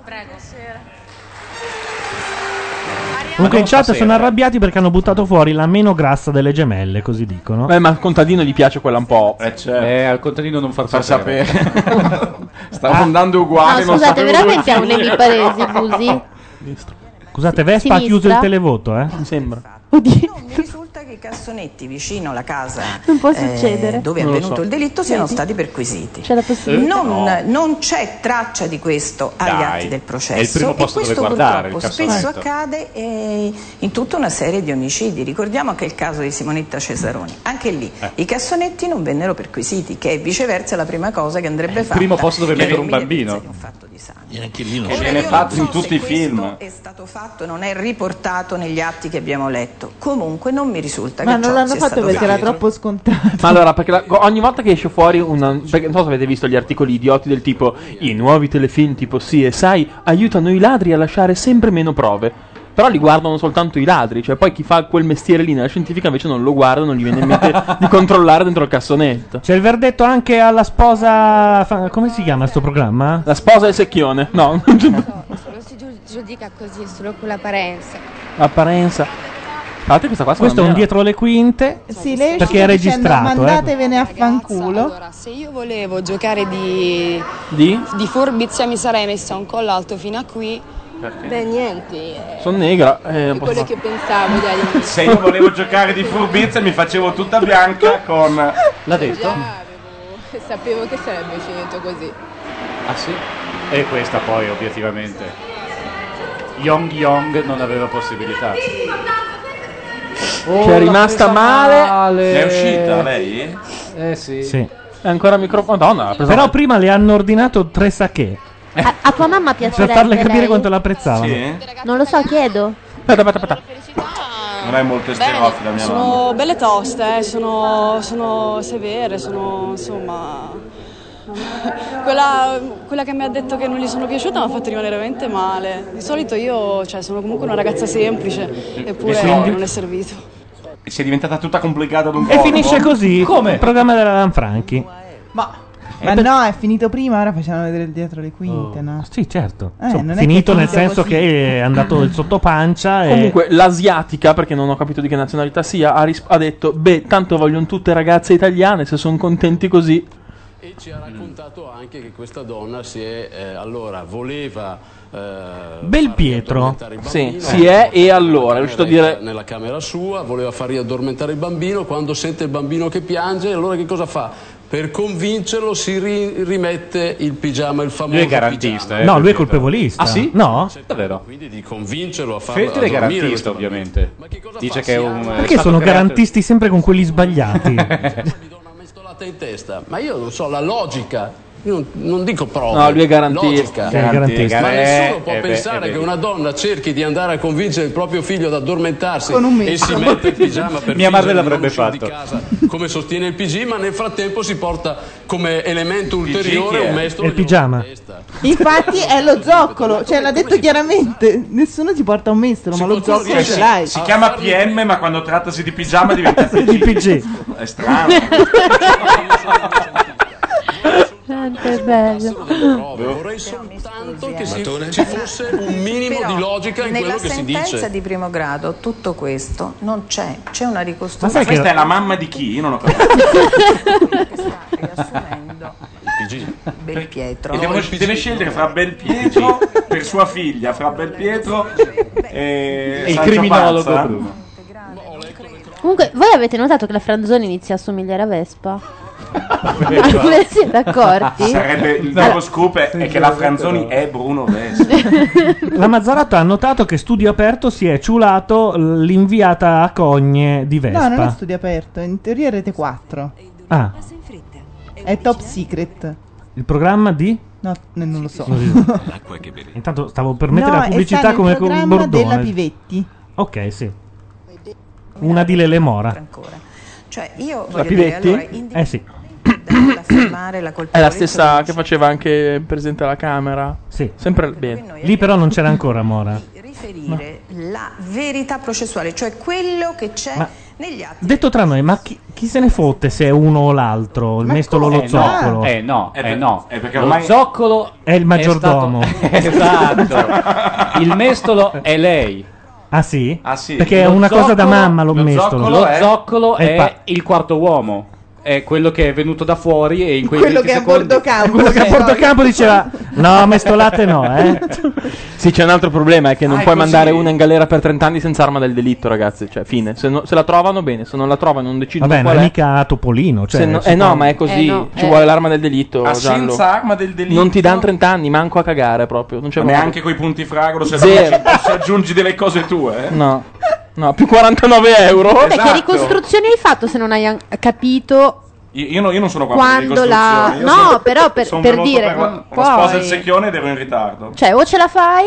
Speaker 1: Comunque in chat
Speaker 2: stasera.
Speaker 1: sono arrabbiati perché hanno buttato fuori la meno grassa delle gemelle, così dicono.
Speaker 2: Beh, ma al contadino gli piace quella un po'.
Speaker 13: Eh,
Speaker 11: al contadino non far,
Speaker 2: sapere.
Speaker 11: [LAUGHS]
Speaker 13: Stavo andando uguale.
Speaker 4: No,
Speaker 13: non
Speaker 4: scusate,
Speaker 13: sapevo
Speaker 4: veramente è un
Speaker 13: dove finire.
Speaker 4: emiparesi, Busi.
Speaker 1: Scusate, Vespa ha
Speaker 4: Sinistra.
Speaker 1: chiuso il televoto, eh?
Speaker 2: Sembra.
Speaker 29: Mi risulta che i cassonetti vicino alla casa
Speaker 4: Non può
Speaker 29: eh,
Speaker 4: succedere.
Speaker 29: dove è
Speaker 4: Non lo
Speaker 29: avvenuto
Speaker 4: so.
Speaker 29: il delitto siano
Speaker 4: Vedi?
Speaker 29: stati perquisiti.
Speaker 4: C'è la possibilità.
Speaker 29: Non,
Speaker 4: No.
Speaker 29: non c'è traccia di questo agli
Speaker 11: Eh, Dai,
Speaker 29: atti del
Speaker 11: è il
Speaker 29: processo
Speaker 11: primo
Speaker 29: e
Speaker 11: posto
Speaker 29: questo
Speaker 11: dove guardare,
Speaker 29: purtroppo
Speaker 11: il Certo. cassonetto.
Speaker 29: spesso accade eh, in tutta una serie di omicidi. Ricordiamo anche il caso di Simonetta Cesaroni. Anche lì
Speaker 11: Eh.
Speaker 29: i cassonetti non vennero perquisiti, che è viceversa la prima cosa che andrebbe fatta.
Speaker 11: Primo posto dove
Speaker 29: Che
Speaker 11: mettere un
Speaker 29: avvenire
Speaker 11: bambino.
Speaker 29: Anche lì
Speaker 13: Che viene fatto in tutti i film.
Speaker 29: È stato fatto, non è riportato negli atti che abbiamo letto. Comunque non mi risulta
Speaker 27: Ma
Speaker 29: che
Speaker 27: non
Speaker 29: ciò
Speaker 27: l'hanno
Speaker 29: sia
Speaker 27: fatto
Speaker 29: stato
Speaker 27: perché era
Speaker 29: fatto.
Speaker 27: troppo scontato.
Speaker 2: Ma allora, perché la- ogni volta che esce fuori una. Perché non so se avete visto gli articoli idioti del tipo i nuovi telefilm tipo sì e sai aiutano i ladri a lasciare sempre meno prove. Però li guardano soltanto i ladri, cioè poi chi fa quel mestiere lì nella scientifica invece non lo guarda, non gli viene in
Speaker 1: [LAUGHS]
Speaker 2: mente di controllare dentro il cassonetto.
Speaker 1: C'è il verdetto anche alla sposa. fa- Come si chiama sto programma?
Speaker 2: La sposa del secchione. No, [LAUGHS] non c'è-
Speaker 9: Lo si giu- giudica così, solo con l'apparenza.
Speaker 2: apparenza. Tra l'altro questa qua
Speaker 1: Questo è
Speaker 2: secondo
Speaker 1: un
Speaker 2: me
Speaker 1: dietro le quinte.
Speaker 27: Sì, lei
Speaker 1: Perché
Speaker 27: uscita
Speaker 1: è
Speaker 27: Cioè, dicendo,
Speaker 1: registrato, eh.
Speaker 27: Mandatevene a fanculo.
Speaker 9: Allora, se io volevo giocare di,
Speaker 2: Di?
Speaker 9: di furbizia mi sarei messa un collo alto fino a qui. Beh, niente. eh,
Speaker 2: Sono negra. Eh, non
Speaker 9: è
Speaker 2: posso
Speaker 9: quello che pensavo, dai. [LAUGHS]
Speaker 13: Se io volevo giocare di furbizia mi facevo tutta bianca con... L'ha
Speaker 9: Già avevo- sapevo che sarebbe finito così.
Speaker 11: Ah sì? E questa poi, obiettivamente. Yong Yong non aveva possibilità.
Speaker 2: Ci è rimasta male.
Speaker 11: Oh, male.
Speaker 13: È uscita lei?
Speaker 11: Eh sì.
Speaker 1: Sì.
Speaker 2: È ancora microfono. Madonna, l'ha preso
Speaker 1: Però prima le hanno ordinato tre sake
Speaker 4: A, a tua mamma piace
Speaker 1: per farle capire quanto l'apprezzavano.
Speaker 4: Non lo so, chiedo.
Speaker 13: Non è molto esterofila mia mamma.
Speaker 9: Sono belle toste, eh, sono, sono severe, sono insomma. [LAUGHS] Quella, quella che mi ha detto che non gli sono piaciuta mi ha fatto rimanere veramente male. Di solito io cioè, sono comunque una ragazza semplice, eppure
Speaker 13: quindi?
Speaker 9: non è servito.
Speaker 13: Si è diventata tutta complicata d'un
Speaker 1: E
Speaker 13: corpo.
Speaker 1: finisce così il programma della Lanfranchi.
Speaker 11: Eh,
Speaker 27: Ma no, è finito prima, ora facciamo vedere il dietro le quinte, no?
Speaker 1: Sì, certo.
Speaker 27: Eh,
Speaker 1: Insomma,
Speaker 27: non è
Speaker 1: finito
Speaker 27: che
Speaker 1: nel
Speaker 27: finito
Speaker 1: senso
Speaker 27: così.
Speaker 1: che è
Speaker 2: [CLEARS THROAT]
Speaker 1: andato il sottopancia. e-
Speaker 2: Comunque, l'asiatica, perché non ho capito di che nazionalità sia, ha, ris- ha detto: Beh, tanto vogliono tutte ragazze italiane, se sono contenti così.
Speaker 50: E ci ha raccontato anche che questa donna si è, eh, allora, voleva... eh,
Speaker 1: Bel Pietro.
Speaker 2: Sì, si è e allora. È riuscito a dire.
Speaker 50: nella camera sua, voleva far riaddormentare il bambino, quando sente il bambino che piange, allora che cosa fa? Per convincerlo si ri- rimette il pigiama, il famoso
Speaker 11: Lui è garantista. eh,
Speaker 50: pigiama.
Speaker 1: no, lui è colpevolista.
Speaker 11: Ah, sì?
Speaker 1: No?
Speaker 11: Davvero?
Speaker 50: Quindi di convincerlo a farlo
Speaker 11: Feltri è
Speaker 50: a dormire
Speaker 11: garantista, ovviamente. Dice che è un. è
Speaker 1: Perché
Speaker 11: stato
Speaker 1: sono
Speaker 11: creato-
Speaker 1: garantisti sempre con
Speaker 11: [LAUGHS]
Speaker 1: quelli sbagliati?
Speaker 50: pistolata in testa. Ma io non so, la logica. Io non, non dico prove.
Speaker 2: No, lui è garantista.
Speaker 50: logica.
Speaker 2: Sì, è garantista.
Speaker 50: Ma nessuno
Speaker 2: Eh,
Speaker 50: può
Speaker 2: eh,
Speaker 50: pensare
Speaker 2: beh, eh,
Speaker 50: che
Speaker 2: beh.
Speaker 50: una donna cerchi di andare a convincere il proprio figlio ad addormentarsi
Speaker 11: Con un
Speaker 50: e
Speaker 11: mese.
Speaker 50: si mette il pigiama per
Speaker 11: Mia madre
Speaker 50: fingere di non
Speaker 11: l'avrebbe
Speaker 50: uscire di
Speaker 11: fatto.
Speaker 50: casa, come sostiene il PG, ma nel frattempo si porta come elemento ulteriore
Speaker 11: chi è?
Speaker 50: un mestolo
Speaker 1: È il pigiama.
Speaker 27: Infatti è lo zoccolo, cioè l'ha detto chiaramente, nessuno si porta un mestolo, ma lo
Speaker 13: Cioè,
Speaker 27: zoccolo
Speaker 13: si,
Speaker 27: ce l'hai.
Speaker 13: si chiama PM, ma quando trattasi di pigiama diventa PG. È strano.
Speaker 50: [LAUGHS]
Speaker 4: Quanto è bello.
Speaker 11: Boh.
Speaker 50: Vorrei soltanto che si,
Speaker 29: Mattone?
Speaker 50: ci fosse un minimo
Speaker 29: Però,
Speaker 50: di logica in quello
Speaker 29: nella
Speaker 50: che si
Speaker 29: sentenza
Speaker 50: dice.
Speaker 29: di primo grado tutto questo non c'è, c'è una ricostruzione.
Speaker 13: Ma sai questa è la mamma di chi? Io non ho capito.
Speaker 29: Bel Pietro.
Speaker 13: E devo- deve scegliere fra Bel Pietro per sua figlia, fra Bel Pietro e,
Speaker 11: E il
Speaker 13: Sancio
Speaker 11: criminologo
Speaker 13: Panza.
Speaker 11: Bruno.
Speaker 4: Comunque, voi avete notato che la Franzoni inizia a somigliare a Vespa? Ma Ve ne siete accorti?
Speaker 13: Ecco. Sarebbe il nuovo scoop è, è che la Franzoni è Bruno Vespa.
Speaker 1: La Mazzarotta ha notato che studio aperto si è ciulato l'inviata a cogne di Vespa.
Speaker 27: No, non è studio aperto, in teoria è rete 4.
Speaker 1: Ah,
Speaker 27: È top secret.
Speaker 1: il programma di?
Speaker 27: No, n- non lo so. [LAUGHS]
Speaker 1: Intanto stavo per mettere
Speaker 27: No,
Speaker 1: la
Speaker 27: e sta
Speaker 1: pubblicità
Speaker 27: nel
Speaker 1: come con
Speaker 27: programma
Speaker 1: Bordone.
Speaker 27: della Pivetti.
Speaker 1: Ok, sì. Una di Lele Mora.
Speaker 29: Cioè io
Speaker 2: La
Speaker 29: voglio dire allora,
Speaker 2: Pivetti?
Speaker 29: individuare
Speaker 1: Eh sì.
Speaker 29: la colpa
Speaker 2: È la stessa che faceva anche il presidente alla Camera.
Speaker 1: Sì.
Speaker 2: Sempre bene.
Speaker 1: Lì però non c'era ancora Mora.
Speaker 29: riferire la verità processuale, cioè quello che c'è
Speaker 1: Ma-
Speaker 29: negli atti.
Speaker 1: Detto tra noi, ma chi, chi se ne fotte se è uno o l'altro? Il mestolo o
Speaker 11: Eh
Speaker 1: lo
Speaker 11: no,
Speaker 1: zoccolo?
Speaker 11: eh no, eh no.
Speaker 13: È perché
Speaker 11: Lo
Speaker 13: ormai-
Speaker 11: zoccolo
Speaker 1: È il maggiordomo.
Speaker 11: [LAUGHS] esatto. Il mestolo è lei.
Speaker 1: Ah sì?
Speaker 11: Ah, sì.
Speaker 1: Perché è
Speaker 11: Lo
Speaker 1: una cosa da
Speaker 11: zoccolo-
Speaker 1: mamma lo,
Speaker 11: lo
Speaker 1: mestolo.
Speaker 11: Lo zoccolo è,
Speaker 1: il pa-
Speaker 11: il quarto uomo. È quello che è venuto da fuori e in quei
Speaker 27: Quello
Speaker 11: 20
Speaker 27: che è a
Speaker 11: secondi...
Speaker 27: bordo campo. eh.
Speaker 1: quello che a
Speaker 27: [LAUGHS]
Speaker 1: Portocampo diceva no, mestolate no, eh.
Speaker 2: Sì, c'è un altro problema, è che non
Speaker 11: Ah, è
Speaker 2: puoi
Speaker 11: così.
Speaker 2: mandare una in galera per 30 anni senza arma del delitto, ragazzi. Cioè, fine. Se, no- se la trovano bene, se non la trovano non decidono
Speaker 1: Vabbè, non
Speaker 2: qual
Speaker 1: è
Speaker 2: è.
Speaker 1: mica Topolino, cioè
Speaker 2: Se no-
Speaker 1: si
Speaker 2: eh no,
Speaker 1: può-
Speaker 2: ma è così.
Speaker 1: Eh, no,
Speaker 2: Ci
Speaker 1: eh.
Speaker 2: vuole l'arma del delitto.
Speaker 13: Ah,
Speaker 2: Gianlo.
Speaker 13: senza arma del delitto?
Speaker 2: Non ti danno 30 anni, manco a cagare proprio. Non c'è
Speaker 13: Ma
Speaker 2: modo.
Speaker 13: neanche coi punti fragolo se,
Speaker 2: Zero.
Speaker 13: se aggiungi delle cose tue. eh.
Speaker 2: No, no, più 49 euro. Esatto.
Speaker 4: Vabbè,
Speaker 1: esatto.
Speaker 4: che ricostruzione hai fatto se non hai an- capito
Speaker 13: Io, io no- io non sono qua
Speaker 4: quando
Speaker 13: per le
Speaker 4: la...
Speaker 13: ricostruzioni, io
Speaker 4: No,
Speaker 13: sono-
Speaker 4: però per,
Speaker 13: sono
Speaker 4: per
Speaker 13: venuto
Speaker 4: dire...
Speaker 13: per la-
Speaker 4: non
Speaker 13: la sposa il
Speaker 4: puoi.
Speaker 13: secchione ed ero in ritardo.
Speaker 4: Cioè, o ce la fai...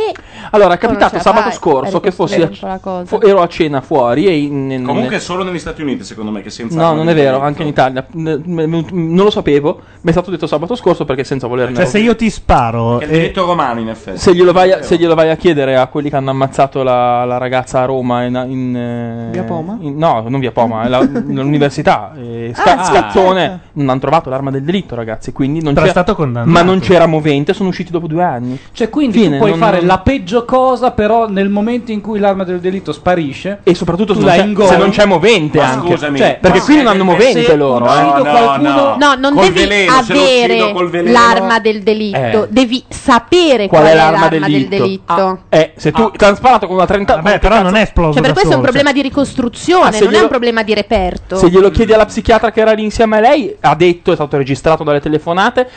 Speaker 2: Allora, è
Speaker 4: o non ce
Speaker 2: capitato
Speaker 13: cioè,
Speaker 4: la
Speaker 2: sabato
Speaker 4: fai.
Speaker 2: scorso
Speaker 4: Hai
Speaker 2: che fossi a-
Speaker 4: ricostruito un po' la cosa.
Speaker 2: fo- ero a cena fuori e in- in-
Speaker 13: Comunque è solo negli Stati Uniti, secondo me, che senza
Speaker 2: Mm. No,
Speaker 13: arma
Speaker 2: non
Speaker 13: del
Speaker 2: è vero,
Speaker 13: delitto.
Speaker 2: anche in Italia. N- n- Non lo sapevo, mi è stato detto sabato scorso perché senza volerlo.
Speaker 1: Cioè se io ti sparo
Speaker 13: È il
Speaker 1: e
Speaker 13: diritto romano, in effetti.
Speaker 2: Se glielo, vai a, se glielo vai a chiedere a quelli che hanno ammazzato la, la ragazza a Roma in, in, eh,
Speaker 27: Via Poma?
Speaker 2: in- no, non via Poma, è la- l'università. eh,
Speaker 27: Ah,
Speaker 2: Sca-
Speaker 27: sì,
Speaker 2: Scazzone
Speaker 27: certo.
Speaker 2: non hanno trovato l'arma del delitto, ragazzi. Quindi non
Speaker 1: Però è
Speaker 2: c'era-
Speaker 1: stato condannato.
Speaker 2: Ma non c'era movente, sono usciti dopo due anni.
Speaker 11: Cioè, quindi tu puoi fare la peggio cosa, però nel momento in cui l'arma del delitto sparisce...
Speaker 2: E soprattutto
Speaker 11: tu
Speaker 2: se
Speaker 11: la
Speaker 2: non, c'è,
Speaker 11: ingoi-
Speaker 2: se non c'è movente
Speaker 11: Ma
Speaker 2: anche.
Speaker 11: scusami,
Speaker 2: Cioè,
Speaker 11: ma
Speaker 2: perché qui non
Speaker 11: se-
Speaker 2: hanno movente
Speaker 11: se
Speaker 2: loro. eh.
Speaker 11: uccido qualcuno-
Speaker 4: No, non
Speaker 2: Col
Speaker 4: devi
Speaker 2: veleno, se lo uccido col
Speaker 4: avere
Speaker 2: veleno-
Speaker 4: l'arma del delitto,
Speaker 2: Eh.
Speaker 4: devi sapere
Speaker 2: Qual è l'arma,
Speaker 4: del
Speaker 2: delitto?
Speaker 4: delitto.
Speaker 2: Ah,
Speaker 5: Cioè,
Speaker 2: eh, se tu ti hanno sparato con una Oh, 30 Vabbè, però non è
Speaker 1: esploso
Speaker 4: Cioè, per questo è un problema di ricostruzione,
Speaker 2: Ah, se
Speaker 4: non è
Speaker 2: glielo-
Speaker 4: un problema di reperto.
Speaker 2: Se glielo chiedi alla psichiatra che era lì insieme a lei, ha detto, è stato registrato dalle telefonate,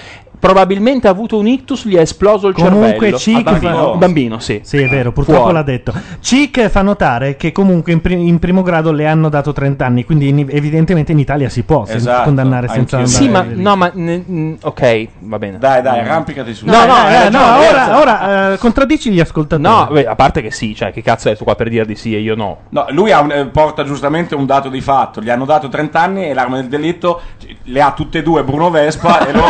Speaker 2: Probabilmente ha avuto un ictus, gli è esploso il
Speaker 1: Comunque
Speaker 2: cervello.
Speaker 1: Cic
Speaker 2: Al bambino.
Speaker 1: fa-
Speaker 2: bambino, sì.
Speaker 1: Sì, è vero, purtroppo
Speaker 2: Fuori.
Speaker 1: l'ha detto. Cic fa notare che comunque in, pri- in primo grado le hanno dato 30 anni, quindi in- evidentemente in Italia si può se-
Speaker 2: Esatto,
Speaker 1: condannare senza andare.
Speaker 2: anch'io. Sì, ma no, ma ne- mm, ok, va bene.
Speaker 13: Dai, dai, arrampicati su.
Speaker 2: No, no,
Speaker 1: eh,
Speaker 2: hai
Speaker 1: no,
Speaker 2: ragione,
Speaker 1: ora,
Speaker 2: Enzo.
Speaker 1: ora eh, contraddici gli ascoltatori.
Speaker 2: No, beh, a parte che sì, cioè che cazzo è tu qua per dire di sì e io no.
Speaker 13: No, lui ha un- eh, porta giustamente un dato di fatto. Gli hanno dato 30 anni e l'arma del delitto c- le ha tutte e due Bruno Vespa e loro,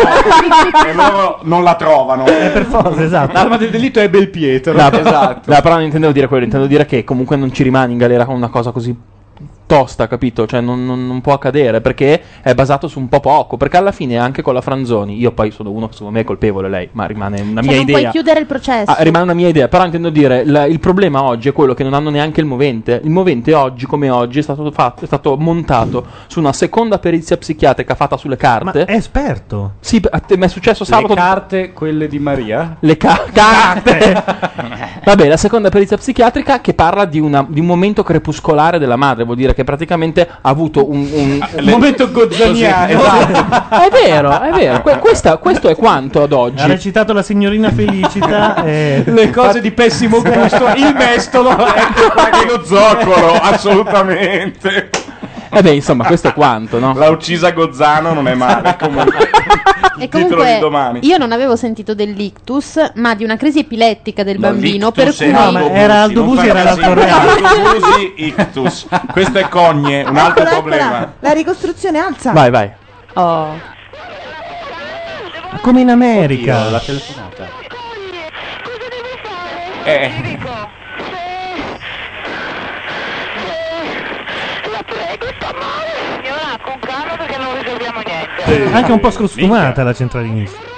Speaker 13: e loro non la trovano.
Speaker 2: [LAUGHS] Eh,
Speaker 13: per
Speaker 1: forza, esatto.
Speaker 11: L'arma del delitto è Belpietro.
Speaker 2: No,
Speaker 11: Esatto.
Speaker 2: no, però non intendevo dire quello, intendevo dire che comunque non ci rimani in galera con una cosa così tosta, capito? Cioè non, non- non può accadere perché è basato su un po' poco, perché alla fine anche con la Franzoni, io poi sono uno che secondo me è colpevole lei, ma rimane una
Speaker 5: Cioè,
Speaker 2: mia
Speaker 5: non puoi
Speaker 2: idea.
Speaker 5: chiudere il processo.
Speaker 2: Ah, rimane una mia idea, però intendo dire, la- il problema oggi è quello che non hanno neanche il movente. Il movente oggi, come oggi, è stato, fatto, è stato montato su una seconda perizia psichiatrica fatta sulle carte.
Speaker 1: è esperto.
Speaker 2: Sì, a te- mi è successo
Speaker 11: Le
Speaker 2: sabato.
Speaker 11: carte, quelle di Maria.
Speaker 2: Le ca- carte! Vabbè, la seconda perizia psichiatrica che parla di, una- di un momento crepuscolare della madre, vuol dire che praticamente ha avuto un, un- un
Speaker 11: Le- momento gozzaniano.
Speaker 2: Ah, Così, esatto. è vero, è vero. Que- questa- questo è quanto ad
Speaker 1: Ha
Speaker 2: oggi.
Speaker 1: recitato la signorina
Speaker 11: [LAUGHS]
Speaker 1: Felicita. e...
Speaker 11: Le cose di pessimo
Speaker 1: [LAUGHS]
Speaker 11: gusto, il mestolo eh,
Speaker 13: anche lo zoccolo, assolutamente.
Speaker 2: Eh beh, insomma, questo è quanto, no?
Speaker 13: L'ha uccisa Gozzano, non
Speaker 2: [LAUGHS]
Speaker 13: è male. Comunque,
Speaker 5: E
Speaker 13: il titolo di
Speaker 5: comunque
Speaker 13: domani.
Speaker 5: io non avevo sentito dell'ictus, ma di una crisi epilettica del bambino. Per
Speaker 13: Ictus
Speaker 5: cui
Speaker 13: è Aldo Busi, non fare casino. Aldo Busi, ictus. Questo è cogne, un altro
Speaker 27: Eccola,
Speaker 13: problema.
Speaker 27: eccola. La ricostruzione alza. Oh.
Speaker 2: Vai, vai.
Speaker 1: Come in America.
Speaker 11: la telefonata.
Speaker 13: Eh.
Speaker 1: Anche un po' scostumata la centralinista.
Speaker 11: ah.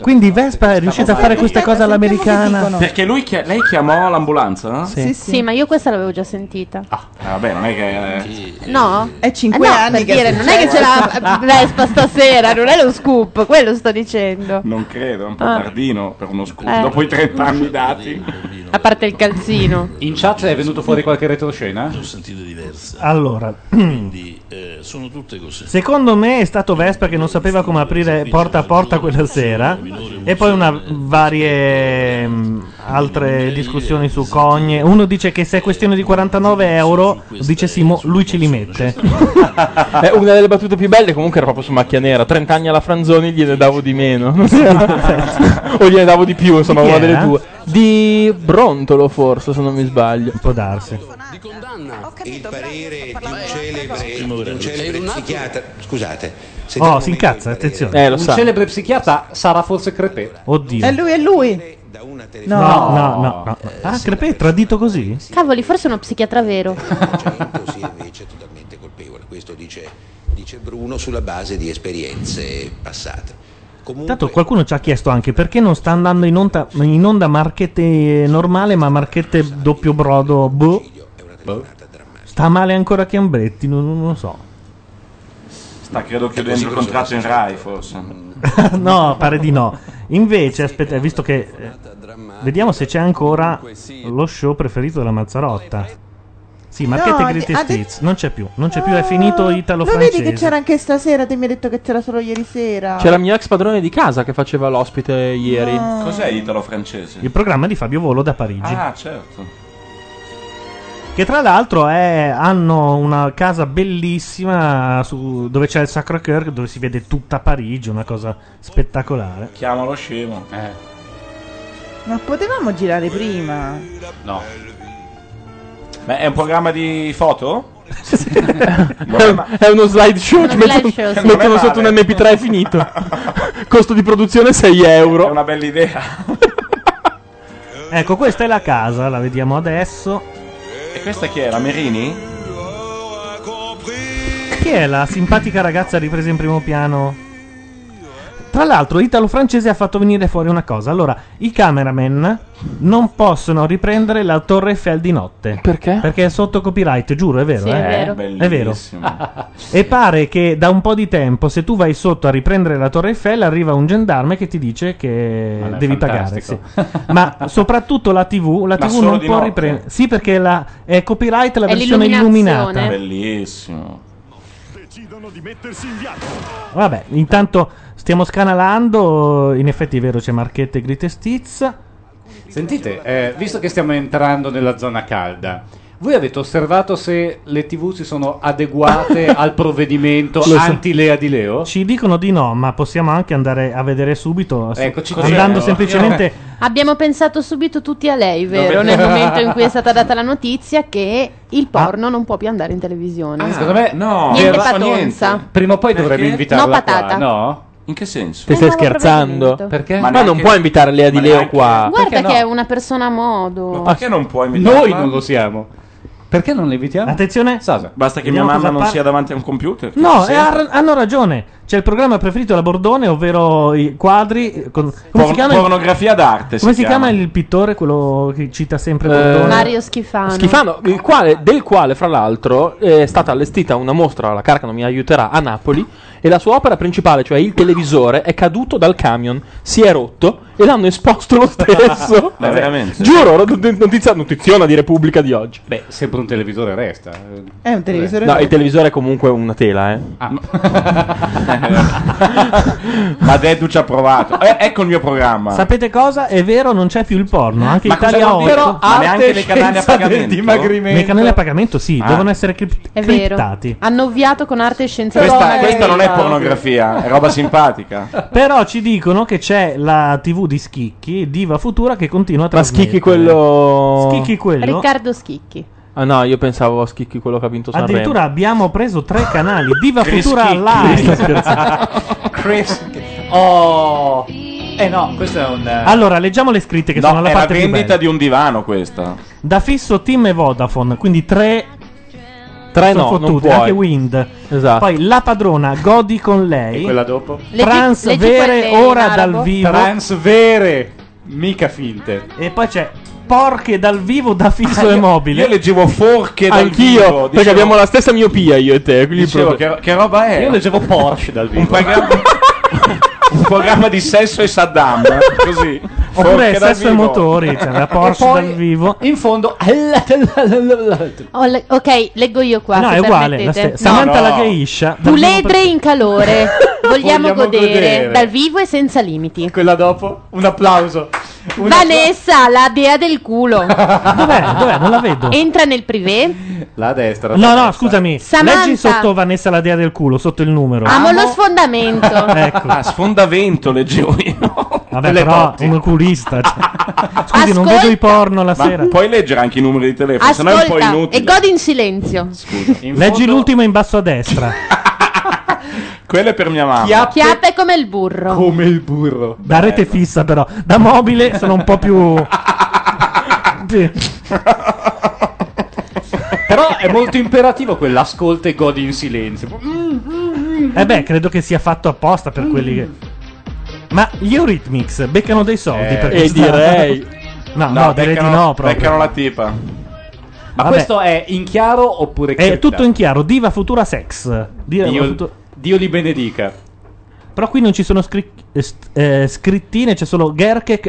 Speaker 1: Quindi Vespa è riuscita a fare questa cosa all'americana.
Speaker 13: Perché lui chia- lei chiamò l'ambulanza, no?
Speaker 5: Sì, ma io questa l'avevo già sentita.
Speaker 13: Ah, vabbè, non è che.
Speaker 5: No? Eh,
Speaker 27: È 5
Speaker 5: no,
Speaker 27: anni
Speaker 5: per
Speaker 27: che
Speaker 5: dire,
Speaker 27: succede.
Speaker 5: non è che ce l'ha Vespa stasera, non è lo scoop, quello sto dicendo.
Speaker 13: Non credo, è un po'
Speaker 5: Ah.
Speaker 13: tardino per uno scudo.
Speaker 5: Eh.
Speaker 13: Dopo i 30 anni dati.
Speaker 5: A parte il calzino.
Speaker 11: In chat è venuto fuori qualche retroscena?
Speaker 26: Ho sentito diverse.
Speaker 1: Allora, [CLEARS THROAT]
Speaker 26: Quindi eh, sono tutte così.
Speaker 1: secondo me è stato Vespa che non sapeva come aprire porta a porta quella sera. E poi una varie mm, altre discussioni su cogne. Uno dice che se è questione di 49 euro, dice Simo, lui ci li mette.
Speaker 2: Eh, una delle battute più belle comunque era proprio su macchia nera. 30 anni alla Franzoni gliene davo di meno. o gliene davo di più, insomma,
Speaker 1: Di chi
Speaker 2: una delle
Speaker 1: era?
Speaker 2: due. Di Brontolo forse, se non mi sbaglio.
Speaker 1: Può darsi.
Speaker 26: il parere di un celebre, di un celebre psichiatra. Scusate, sentiamo
Speaker 1: Oh, si incazza, attenzione.
Speaker 11: un celebre psichiatra sarà forse Crepè.
Speaker 1: Oddio.
Speaker 27: È lui, è lui.
Speaker 1: No, no, no. no, Ah, Crepè è tradito così?
Speaker 5: Cavoli, forse è uno psichiatra vero.
Speaker 26: così invece totalmente colpevole. Questo dice, dice Bruno sulla base di esperienze passate.
Speaker 1: Intanto qualcuno ci ha chiesto anche perché non sta andando in onda, in onda marchette normale ma marchette doppio brodo. Boh. Sta male ancora Chiambretti, non, non lo so.
Speaker 13: Sta credo chiudendo il contratto in Rai, forse.
Speaker 1: [LAUGHS] no, pare di no. Invece, aspetta, visto che... eh, vediamo se c'è ancora lo show preferito della Mazzarotta. Sì, marchette
Speaker 27: No,
Speaker 1: Greatest
Speaker 27: ha Ah, de-
Speaker 1: Hits. Non c'è più, non c'è più, è finito
Speaker 27: Lo vedi che
Speaker 1: italo-francese.
Speaker 27: c'era anche stasera? Te mi hai detto che c'era solo ieri sera.
Speaker 2: C'era il mio ex padrone di casa che faceva l'ospite ieri.
Speaker 13: Cos'è Italo francese?
Speaker 1: Il programma di Fabio Volo da Parigi.
Speaker 13: Ah, certo.
Speaker 1: Che tra l'altro è- hanno una casa bellissima su- dove c'è il Sacro Cœur, dove si vede tutta Parigi, una cosa spettacolare.
Speaker 13: Chiamalo scemo.
Speaker 27: Ma potevamo girare prima.
Speaker 11: No.
Speaker 13: Ma è un programma di foto?
Speaker 2: È uno slideshow,
Speaker 13: Uno
Speaker 2: ci mettono,
Speaker 13: slideshow, sì.
Speaker 2: mettono
Speaker 13: Non è
Speaker 2: sotto un
Speaker 13: male.
Speaker 2: MP3 e finito.
Speaker 13: [LAUGHS]
Speaker 2: Costo di produzione 6 euro.
Speaker 13: È una bella idea.
Speaker 1: Ecco, questa è la casa, la vediamo adesso.
Speaker 13: E questa chi è? La Merini?
Speaker 1: Chi è la simpatica ragazza ripresa in primo piano? Tra l'altro, Italo-francese ha fatto venire fuori una cosa. Allora, i cameraman non possono riprendere la Torre Eiffel di notte.
Speaker 2: Perché?
Speaker 1: Perché è sotto copyright, giuro, è vero.
Speaker 2: Sì,
Speaker 1: eh?
Speaker 2: è vero.
Speaker 1: È vero. E pare che da un po' di tempo, se tu vai sotto a riprendere la Torre Eiffel, arriva un gendarme che ti dice che
Speaker 11: Ma no, è
Speaker 1: devi
Speaker 11: fantastico.
Speaker 1: pagare. sì. Ma soprattutto la TV, la
Speaker 11: Ma
Speaker 1: TV
Speaker 11: solo
Speaker 1: non
Speaker 11: di
Speaker 1: può
Speaker 11: notte?
Speaker 1: riprendere. Sì, perché la, è copyright la
Speaker 5: È
Speaker 1: versione
Speaker 5: l'illuminazione.
Speaker 1: illuminata.
Speaker 13: Bellissimo.
Speaker 19: decidono di mettersi in viaggio.
Speaker 1: Vabbè, intanto stiamo scanalando. In effetti è vero, c'è Marchetta e Gritestiz.
Speaker 11: Sentite, eh, visto che stiamo entrando nella zona calda, voi avete osservato se le TV si sono
Speaker 1: [LAUGHS]
Speaker 11: adeguate al provvedimento
Speaker 1: Lo so.
Speaker 11: anti-Lea di Leo?
Speaker 1: Ci dicono di no, ma possiamo anche andare a vedere subito. s-
Speaker 13: Ecco,
Speaker 11: Eccoci
Speaker 1: andando
Speaker 11: dietro.
Speaker 1: semplicemente.
Speaker 13: Eh,
Speaker 5: Abbiamo pensato subito tutti a lei, vero?
Speaker 1: Dovete-
Speaker 5: Nel momento in cui è stata data la notizia che il porno non può più andare in televisione.
Speaker 1: Ah,
Speaker 11: Ah, Secondo me
Speaker 5: no. Niente patonza.
Speaker 11: Prima o poi dovremmo invitarla
Speaker 5: No, patata.
Speaker 11: qua, no?
Speaker 13: In che senso?
Speaker 2: Ti stai scherzando?
Speaker 11: Perché?
Speaker 2: Ma, non puoi invitare Lea di Leo qua.
Speaker 5: Guarda che è una persona a modo.
Speaker 13: non puoi
Speaker 11: invitarla? Noi non lo siamo. Perché non le invitiamo?
Speaker 1: Attenzione.
Speaker 11: Sasa.
Speaker 13: Basta che
Speaker 1: Vediamo
Speaker 13: mia mamma
Speaker 1: cosa
Speaker 13: non
Speaker 1: parla.
Speaker 13: sia davanti a un computer.
Speaker 1: No,
Speaker 13: Sì.
Speaker 1: eh, ha- hanno ragione. C'è il programma preferito della Bordone, ovvero i quadri. eh, Con, come
Speaker 13: Por-
Speaker 1: si chiama? il-
Speaker 13: pornografia d'arte.
Speaker 1: Come si chiama il pittore, quello che cita
Speaker 13: Eh,
Speaker 1: sempre Bordone?
Speaker 5: Mario Schifano.
Speaker 2: Schifano, il quale- del quale, fra l'altro, è stata allestita una mostra, la Carcano mi aiuterà, a Napoli. E la sua opera principale, cioè il televisore, è caduto dal camion, si è rotto e l'hanno esposto lo stesso.
Speaker 11: Ma veramente?
Speaker 2: Giuro, not- notizia, notiziona di Repubblica di oggi.
Speaker 11: Beh, sempre un televisore resta.
Speaker 5: Eh,
Speaker 27: È un televisore.
Speaker 2: No, il televisore è comunque una tela, eh.
Speaker 13: Ah. [LAUGHS] Ma Dedu ci ha provato. Eh, ecco il mio programma.
Speaker 1: Sapete cosa? È vero, non c'è più il porno. Anche
Speaker 13: Ma cosa
Speaker 1: Italia
Speaker 13: vuol
Speaker 1: 8.
Speaker 13: dire? Però Ma arte neanche le canali a scienza del pagamento? dimagrimento.
Speaker 1: Le canali a pagamento, sì,
Speaker 13: Ah.
Speaker 1: devono essere cript-
Speaker 5: È vero.
Speaker 1: criptati.
Speaker 5: Hanno ovviato con arte e scienza.
Speaker 13: Questa,
Speaker 5: della
Speaker 13: questa non è
Speaker 5: verità.
Speaker 13: pornografia, è roba
Speaker 1: [LAUGHS]
Speaker 13: simpatica.
Speaker 1: Però ci dicono che c'è la TV di Schicchi, Diva Futura, che continua a
Speaker 2: Ma
Speaker 1: trasmettere.
Speaker 2: Schicchi
Speaker 13: eh.
Speaker 2: quello.
Speaker 1: Schicchi quello.
Speaker 5: Riccardo Schicchi.
Speaker 2: Ah no, io pensavo a Schicchi quello che ha vinto Sanremo.
Speaker 1: Addirittura abbiamo preso tre canali. Diva
Speaker 2: Chris
Speaker 1: Futura
Speaker 2: Schicchi.
Speaker 1: Live.
Speaker 2: Sto scherzando.
Speaker 11: [LAUGHS] Chris. Oh. Eh no, questo è un. eh,
Speaker 1: Allora, leggiamo le scritte che
Speaker 13: No,
Speaker 1: sono alla
Speaker 13: è la
Speaker 1: parte più bella.
Speaker 13: vendita di un divano questa.
Speaker 1: Da fisso Team e Vodafone, quindi tre...
Speaker 13: Tre
Speaker 1: sono
Speaker 13: no, non
Speaker 1: fottute,
Speaker 13: puoi.
Speaker 1: anche Wind.
Speaker 13: Esatto.
Speaker 1: Poi La Padrona, Godi con
Speaker 11: E
Speaker 1: lei.
Speaker 11: quella dopo?
Speaker 1: Leggi- Trans leggi vere, quelle in ora dal arabo. vivo.
Speaker 11: Trans vere, mica finte.
Speaker 1: E poi c'è Porche dal vivo da
Speaker 2: Ah,
Speaker 1: fisso e mobile.
Speaker 11: io
Speaker 13: leggevo forche dal
Speaker 2: Anch'io,
Speaker 13: vivo,
Speaker 2: perché
Speaker 13: dicevo-
Speaker 2: abbiamo la stessa miopia io e te. quindi
Speaker 13: Dicevo,
Speaker 2: proprio-
Speaker 13: che, che roba è?
Speaker 11: Io leggevo Porsche dal vivo.
Speaker 13: Un programma, un programma di sesso e
Speaker 5: [LAUGHS]
Speaker 13: Saddam. Così.
Speaker 1: Oppure
Speaker 13: Forche dal
Speaker 1: sesso e
Speaker 13: vivo.
Speaker 1: motori,
Speaker 11: [LAUGHS]
Speaker 1: c'è la Porsche
Speaker 5: E poi-
Speaker 1: dal vivo.
Speaker 11: In fondo... [LAUGHS]
Speaker 5: Oh, le- ok, leggo io qua.
Speaker 1: No,
Speaker 5: se
Speaker 1: è uguale.
Speaker 5: permettete.
Speaker 1: La ste-
Speaker 5: No.
Speaker 1: Samantha la geisha.
Speaker 5: Puledre in calore. Vogliamo,
Speaker 11: Vogliamo
Speaker 5: godere,
Speaker 11: godere.
Speaker 5: dal vivo e senza limiti.
Speaker 11: Quella dopo, un applauso. Un
Speaker 5: Vanessa, la dea del culo.
Speaker 1: Dov'è? Dov'è? Non la vedo.
Speaker 5: Entra nel privé.
Speaker 11: La destra.
Speaker 1: No, no,
Speaker 11: eh.
Speaker 1: scusami.
Speaker 5: Samantha.
Speaker 1: Leggi sotto Vanessa la dea del culo, sotto il numero.
Speaker 5: Amo lo sfondamento.
Speaker 1: [LAUGHS] Ecco.
Speaker 13: Ah, sfondavento leggevo io.
Speaker 1: Vabbè, però un oculista. cioè.
Speaker 5: [LAUGHS]
Speaker 1: Scusi, non vedo i porno la
Speaker 13: Ma
Speaker 1: sera.
Speaker 13: puoi leggere anche i numeri di telefono, Eh, sennò è un po'
Speaker 5: Ascolta e
Speaker 13: inutile.
Speaker 5: godi in silenzio.
Speaker 1: Leggi l'ultimo in basso a destra.
Speaker 13: Quello è per mia mamma.
Speaker 5: Chiappe come il
Speaker 11: [LAUGHS]
Speaker 5: burro.
Speaker 11: Come il burro.
Speaker 1: Da rete fissa, però. Da mobile sono un po' più. Sì.
Speaker 11: Però è molto imperativo quell'ascolta e godi in silenzio.
Speaker 1: Eh beh, credo che sia fatto apposta per quelli che. Ma gli Eurythmics beccano dei soldi
Speaker 11: Eh,
Speaker 1: per
Speaker 11: e
Speaker 1: questa-
Speaker 11: direi-
Speaker 1: No, no, direi di no proprio.
Speaker 13: Beccano la tipa.
Speaker 11: Ma
Speaker 1: Vabbè.
Speaker 11: questo è certo. in chiaro oppure
Speaker 1: È tutto in chiaro, Diva Futura Sex. Diva
Speaker 11: Dio,
Speaker 1: Futura-
Speaker 11: Dio li benedica.
Speaker 1: Però qui non ci sono scri- eh, st- eh, scrittine, c'è solo Gerkek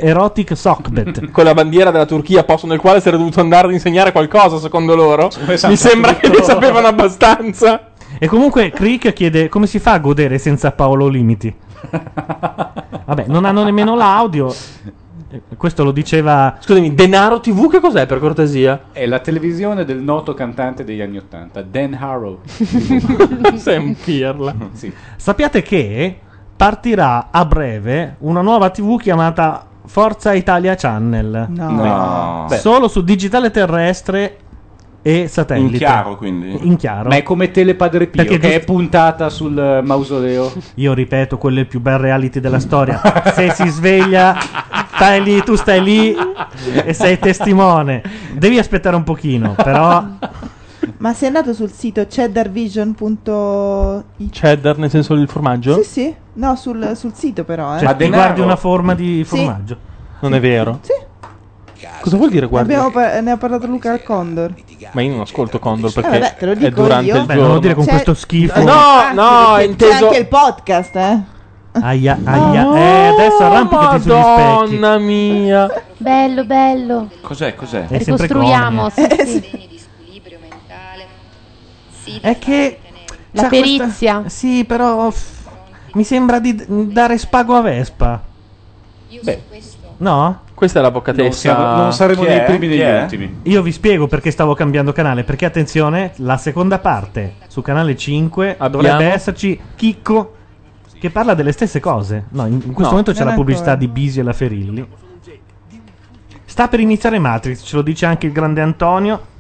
Speaker 2: [LAUGHS]
Speaker 1: Erotic Sockbet.
Speaker 2: Con la bandiera della Turchia, posto nel quale sarebbe dovuto andare ad insegnare qualcosa, secondo
Speaker 13: [LAUGHS]
Speaker 2: loro.
Speaker 13: Esatto.
Speaker 2: Mi sembra che ne sapevano abbastanza.
Speaker 1: E comunque Crick chiede come si fa a godere senza Paolo Limiti. Vabbè, non hanno nemmeno l'audio. Eh, Questo lo diceva.
Speaker 2: Scusami, Denaro TV che cos'è per cortesia?
Speaker 11: È la televisione del noto cantante degli anni Ottanta, Dan
Speaker 1: [LAUGHS]
Speaker 11: Harrow.
Speaker 2: Sei un pirla.
Speaker 11: Sì.
Speaker 1: Sappiate che partirà a breve una nuova TV chiamata Forza Italia Channel.
Speaker 27: No.
Speaker 13: No.
Speaker 1: Beh. Solo su digitale terrestre e satellite.
Speaker 13: In chiaro, quindi.
Speaker 1: In chiaro.
Speaker 11: Ma è come Telepadre Pio,
Speaker 1: Perché
Speaker 11: che
Speaker 1: giust-
Speaker 11: è puntata sul eh, mausoleo.
Speaker 1: [LAUGHS] Io ripeto, quello è il più bel reality
Speaker 11: [LAUGHS]
Speaker 1: della storia. Se si sveglia, stai lì, tu stai lì e sei testimone. Devi aspettare un pochino, però
Speaker 27: Ma sei andato sul sito cheddarvision.it?
Speaker 2: Cheddar nel senso del formaggio?
Speaker 27: Sì, sì. No, sul, sul sito però, eh.
Speaker 1: cioè, ti guardi una forma di formaggio.
Speaker 2: Non è vero?
Speaker 27: Sì.
Speaker 2: Cosa vuol dire guardi?
Speaker 27: Abbiamo par- ne ha parlato Luca al Condor.
Speaker 2: Ma io non ascolto Condor perché
Speaker 27: Eh, vabbè, te lo
Speaker 2: è
Speaker 27: dico
Speaker 2: durante
Speaker 27: io.
Speaker 2: il
Speaker 27: Beh,
Speaker 2: giorno.
Speaker 27: non lo dire con C'è- questo
Speaker 2: No,
Speaker 1: schifo.
Speaker 2: no,
Speaker 27: Anche perché C'è
Speaker 2: inteso.
Speaker 27: anche il podcast, eh.
Speaker 1: Aia, aia.
Speaker 5: Oh,
Speaker 1: eh, adesso arrampicati sugli specchi.
Speaker 2: Madonna mia.
Speaker 5: Bello, bello.
Speaker 13: Cos'è, cos'è?
Speaker 1: È sempre
Speaker 5: Eh, Ricostruiamo.
Speaker 1: Conan.
Speaker 5: sì, sì.
Speaker 1: È che
Speaker 5: La
Speaker 1: C'ha questa-
Speaker 5: perizia.
Speaker 1: Sì, però f- mi sembra di d- dare spago a Vespa.
Speaker 2: Beh,
Speaker 1: No?
Speaker 2: questa è l'avvocatessa. Chi è? Chi è?
Speaker 1: Io vi spiego perché stavo cambiando canale. Perché attenzione, la seconda parte su canale 5 dovrebbe esserci Chicco che parla delle stesse cose. No, in, in questo
Speaker 2: No,
Speaker 1: momento c'è
Speaker 2: non
Speaker 1: la pubblicità
Speaker 2: ancora.
Speaker 1: di Bisi e la Ferilli. Sta per iniziare Matrix, ce lo dice anche il grande Antonio.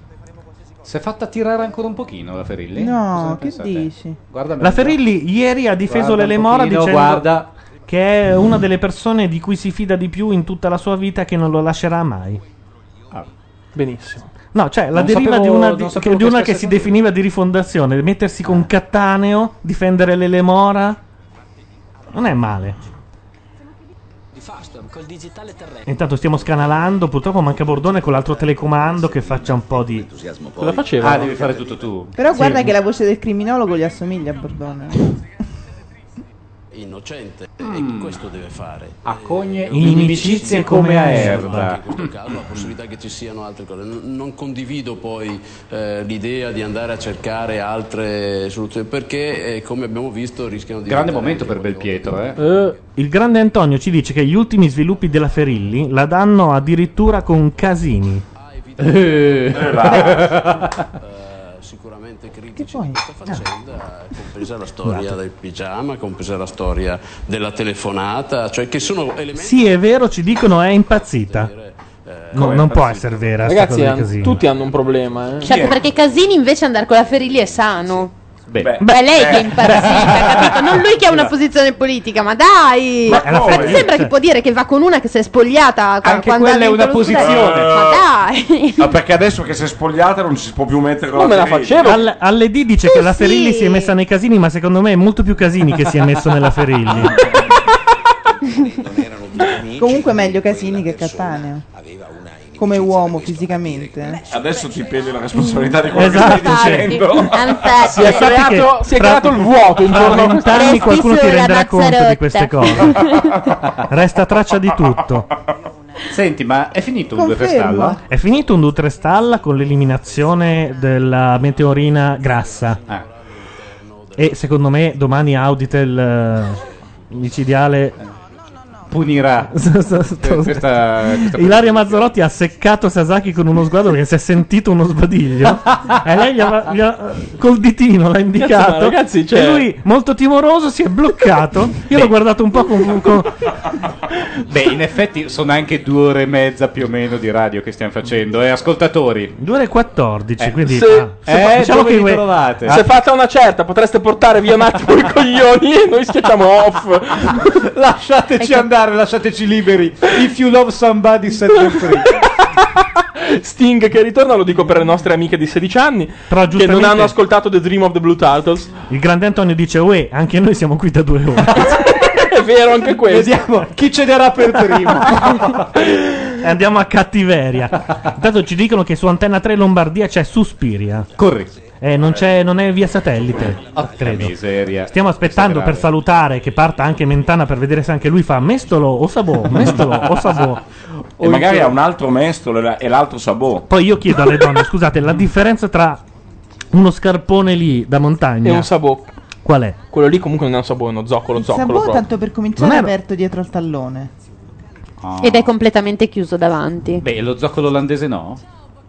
Speaker 11: Si è fatta tirare ancora un pochino la Ferilli?
Speaker 1: No,
Speaker 11: Cosa ne
Speaker 1: che
Speaker 11: pensate?
Speaker 1: dici?
Speaker 11: Guarda me.
Speaker 1: La Ferilli ieri ha difeso
Speaker 11: Guarda un
Speaker 1: Lele Mora
Speaker 11: pochino,
Speaker 1: dicendo
Speaker 11: guarda.
Speaker 1: che è una delle persone di cui si fida di più in tutta la sua vita che non lo lascerà mai.
Speaker 2: Ah, Benissimo.
Speaker 1: No, cioè la
Speaker 2: Non
Speaker 1: deriva
Speaker 2: sapevo-
Speaker 1: di una,
Speaker 2: non
Speaker 1: di-
Speaker 2: sapevo
Speaker 1: di
Speaker 2: che
Speaker 1: una che
Speaker 2: stesse Eh.
Speaker 1: si definiva di rifondazione, mettersi con Cattaneo, difendere Lele Mora. Non è male. Intanto stiamo scanalando, purtroppo manca Bordone con l'altro telecomando che faccia un po' di...
Speaker 27: Cosa faceva?
Speaker 11: Ah, devi fare tutto tu.
Speaker 27: Però
Speaker 1: Sì.
Speaker 27: guarda che la voce del criminologo gli assomiglia a Bordone.
Speaker 50: innocente e questo deve fare.
Speaker 11: Mm. A cogne
Speaker 50: Eh,
Speaker 11: inimicizie come a erba.
Speaker 50: Anche in questo caso la possibilità che ci siano altre cose. N- non condivido poi eh, l'idea di andare a cercare altre soluzioni perché eh, come abbiamo visto rischiano di
Speaker 11: Grande
Speaker 50: diventare
Speaker 11: momento per Belpietro, eh.
Speaker 1: Il grande Antonio ci dice che gli ultimi sviluppi della Ferilli la danno addirittura con Casini.
Speaker 50: eh, sicuramente critici di questa faccenda, compresa la storia
Speaker 11: Esatto.
Speaker 50: del pigiama, compresa la storia della telefonata, cioè che sono elementi
Speaker 1: Sì, è vero, ci dicono è impazzita. No,
Speaker 2: Com'è
Speaker 1: non può
Speaker 2: impazzita?
Speaker 1: essere vera. sta
Speaker 2: Ragazzi,
Speaker 1: cosa di
Speaker 2: han-
Speaker 1: Casini.
Speaker 2: tutti hanno un problema. Eh.
Speaker 5: Cioè, anche perché Casini invece andare con la Ferilli è sano. Cioè,
Speaker 1: Beh,
Speaker 5: È
Speaker 13: eh.
Speaker 5: lei
Speaker 2: eh.
Speaker 5: che è
Speaker 13: [LAUGHS]
Speaker 5: impazzita, capito? Non lui che ha una posizione politica, ma dai!
Speaker 1: Ma alla
Speaker 5: Infatti
Speaker 1: fine-
Speaker 5: sembra che può dire che va con una che si è spogliata qua-
Speaker 13: Anche
Speaker 5: quando ha
Speaker 13: quella è
Speaker 5: vinto
Speaker 13: una
Speaker 5: lo scudetto.
Speaker 13: posizione.
Speaker 5: Ma dai!
Speaker 13: Ah, perché adesso che si è spogliata non ci si può più mettere con
Speaker 1: Come
Speaker 13: la
Speaker 1: la facevo? Al, alle D dice che la Ferilli
Speaker 13: sì.
Speaker 1: si è messa nei casini, ma secondo me è molto più casini che si è messo nella Ferilli.
Speaker 27: Comunque meglio Casini che Cattaneo. Come uomo fisicamente.
Speaker 13: Adesso ti pende la responsabilità di quello
Speaker 1: Esatto.
Speaker 13: che stai
Speaker 27: Infatti.
Speaker 13: dicendo.
Speaker 27: Si è
Speaker 13: Infatti
Speaker 27: creato-
Speaker 13: che
Speaker 27: si è creato
Speaker 13: fra-
Speaker 27: il vuoto
Speaker 1: Tra
Speaker 13: intorno a questa-
Speaker 1: vent'anni
Speaker 13: Resti
Speaker 1: qualcuno ti
Speaker 13: sulla
Speaker 1: renderà conto di
Speaker 13: Mazzarotta.
Speaker 1: queste cose. Resta traccia di tutto.
Speaker 11: Senti, ma è finito un due per stalla?
Speaker 1: Confermo. È finito un Dutre Stalla con l'eliminazione della meteorina grassa.
Speaker 11: Eh.
Speaker 1: E secondo me domani Auditel eh, micidiale [LAUGHS]
Speaker 11: punirà questa- questa-
Speaker 1: Ilaria Mazzolotti ha seccato Sasaki con uno sguardo perché si è sentito uno
Speaker 11: [LAUGHS]
Speaker 1: sbadiglio. e lei gli ha, gli ha- col ditino l'ha indicato.
Speaker 2: ma ragazzi, cioè-
Speaker 1: E lui, molto timoroso, si è bloccato. Io l'ho guardato un po' con, con-
Speaker 11: Beh, in effetti sono anche due ore e mezza più o meno di radio che stiamo facendo. Eh, ascoltatori.
Speaker 1: 2 ore e 14,
Speaker 11: Eh,
Speaker 1: quindi...
Speaker 11: se-
Speaker 1: insomma,
Speaker 11: eh, dove vi
Speaker 1: voi-
Speaker 11: trovate?
Speaker 1: Ah,
Speaker 2: diciamo Se fatta una certa, potreste portare via un attimo i coglioni e noi schiacciamo off.
Speaker 11: [LAUGHS] Lasciateci andare, lasciateci liberi. If you love somebody, set them free.
Speaker 2: [LAUGHS] Sting che ritorna, lo dico per le nostre amiche di 16 anni che non
Speaker 1: giustamente-
Speaker 2: hanno ascoltato The Dream of the Blue Turtles. [LAUGHS]
Speaker 1: il grande Antonio dice, uè, anche noi siamo qui da due ore.
Speaker 2: È
Speaker 11: [LAUGHS]
Speaker 2: vero anche questo.
Speaker 11: Vediamo [LAUGHS] chi cederà per primo.
Speaker 1: E Eh, Andiamo a cattiveria. Intanto ci dicono che su Antenna 3 Lombardia c'è Suspiria.
Speaker 11: Corretto.
Speaker 1: Eh, non, c'è, non è via satellite. ah, credo.
Speaker 11: Miseria.
Speaker 1: Stiamo aspettando per salutare che parta anche Mentana per vedere se anche lui fa mestolo o sabò, mestolo o sabò.
Speaker 13: E magari ha un altro mestolo e la- e l'altro sabò.
Speaker 1: Poi io chiedo alle donne, scusate, la differenza tra uno scarpone lì [LAUGHS] da montagna
Speaker 2: E un sabò.
Speaker 1: Qual è?
Speaker 2: Quello lì comunque non è un sabò, è uno zoccolo, zoccolo.
Speaker 27: Sabò
Speaker 2: proprio.
Speaker 27: tanto per cominciare
Speaker 2: Non
Speaker 27: è
Speaker 2: era-
Speaker 27: aperto dietro al tallone.
Speaker 5: Ed è completamente chiuso davanti.
Speaker 11: Ah. Beh, lo zoccolo olandese no?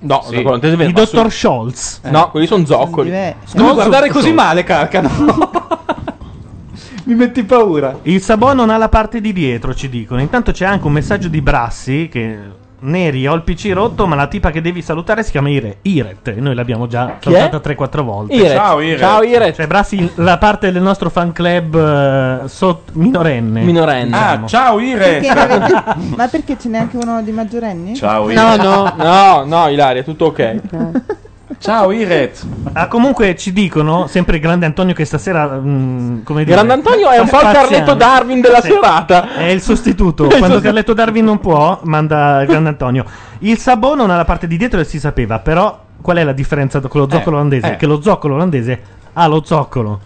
Speaker 2: No,
Speaker 11: Sì.
Speaker 2: zoccolo olandese viene
Speaker 11: Il
Speaker 2: da su.
Speaker 11: dottor
Speaker 1: Scholz.
Speaker 2: No, quelli sono zoccoli.
Speaker 11: Non guardare così male, Carcano.
Speaker 1: Mi metti paura. Il sabò non ha la parte di dietro, ci dicono. Intanto c'è anche un messaggio di Brassi che... Neri, ho il PC rotto, ma la tipa che devi salutare si chiama Ire- Iret. E noi l'abbiamo già
Speaker 2: Chi è?
Speaker 1: salutata 3-4 volte.
Speaker 2: Iret. Ciao, Iret. Ciao, Iret.
Speaker 1: Cioè, Brassi, la parte del nostro fan club eh, sot- minorenne.
Speaker 2: Minorenne. Ah, ciao,
Speaker 27: Perché
Speaker 1: Cioè,
Speaker 27: ne
Speaker 1: [LAUGHS]
Speaker 27: avete- [LAUGHS] Ma perché ce n'è anche uno di maggiorenni?
Speaker 2: No, cioè, no, no, no, Ilaria, tutto ok.
Speaker 13: Ciao Iret.
Speaker 1: Ah, comunque ci dicono, sempre il grande Antonio che stasera... mm, come dire,
Speaker 2: Grande Antonio è un
Speaker 1: sta
Speaker 2: po' il
Speaker 1: spaziando.
Speaker 2: Carletto Darwin della
Speaker 1: Sì.
Speaker 2: serata.
Speaker 1: È il
Speaker 10: [LAUGHS]
Speaker 1: sostituto.
Speaker 2: È il
Speaker 1: Quando
Speaker 2: sost-
Speaker 1: Carletto Darwin non può, manda il grande Antonio. Il sabò non ha la parte di dietro e si sapeva, però qual è la differenza con lo
Speaker 2: Eh,
Speaker 1: zoccolo olandese?
Speaker 2: eh.
Speaker 1: Che lo zoccolo olandese ha lo zoccolo.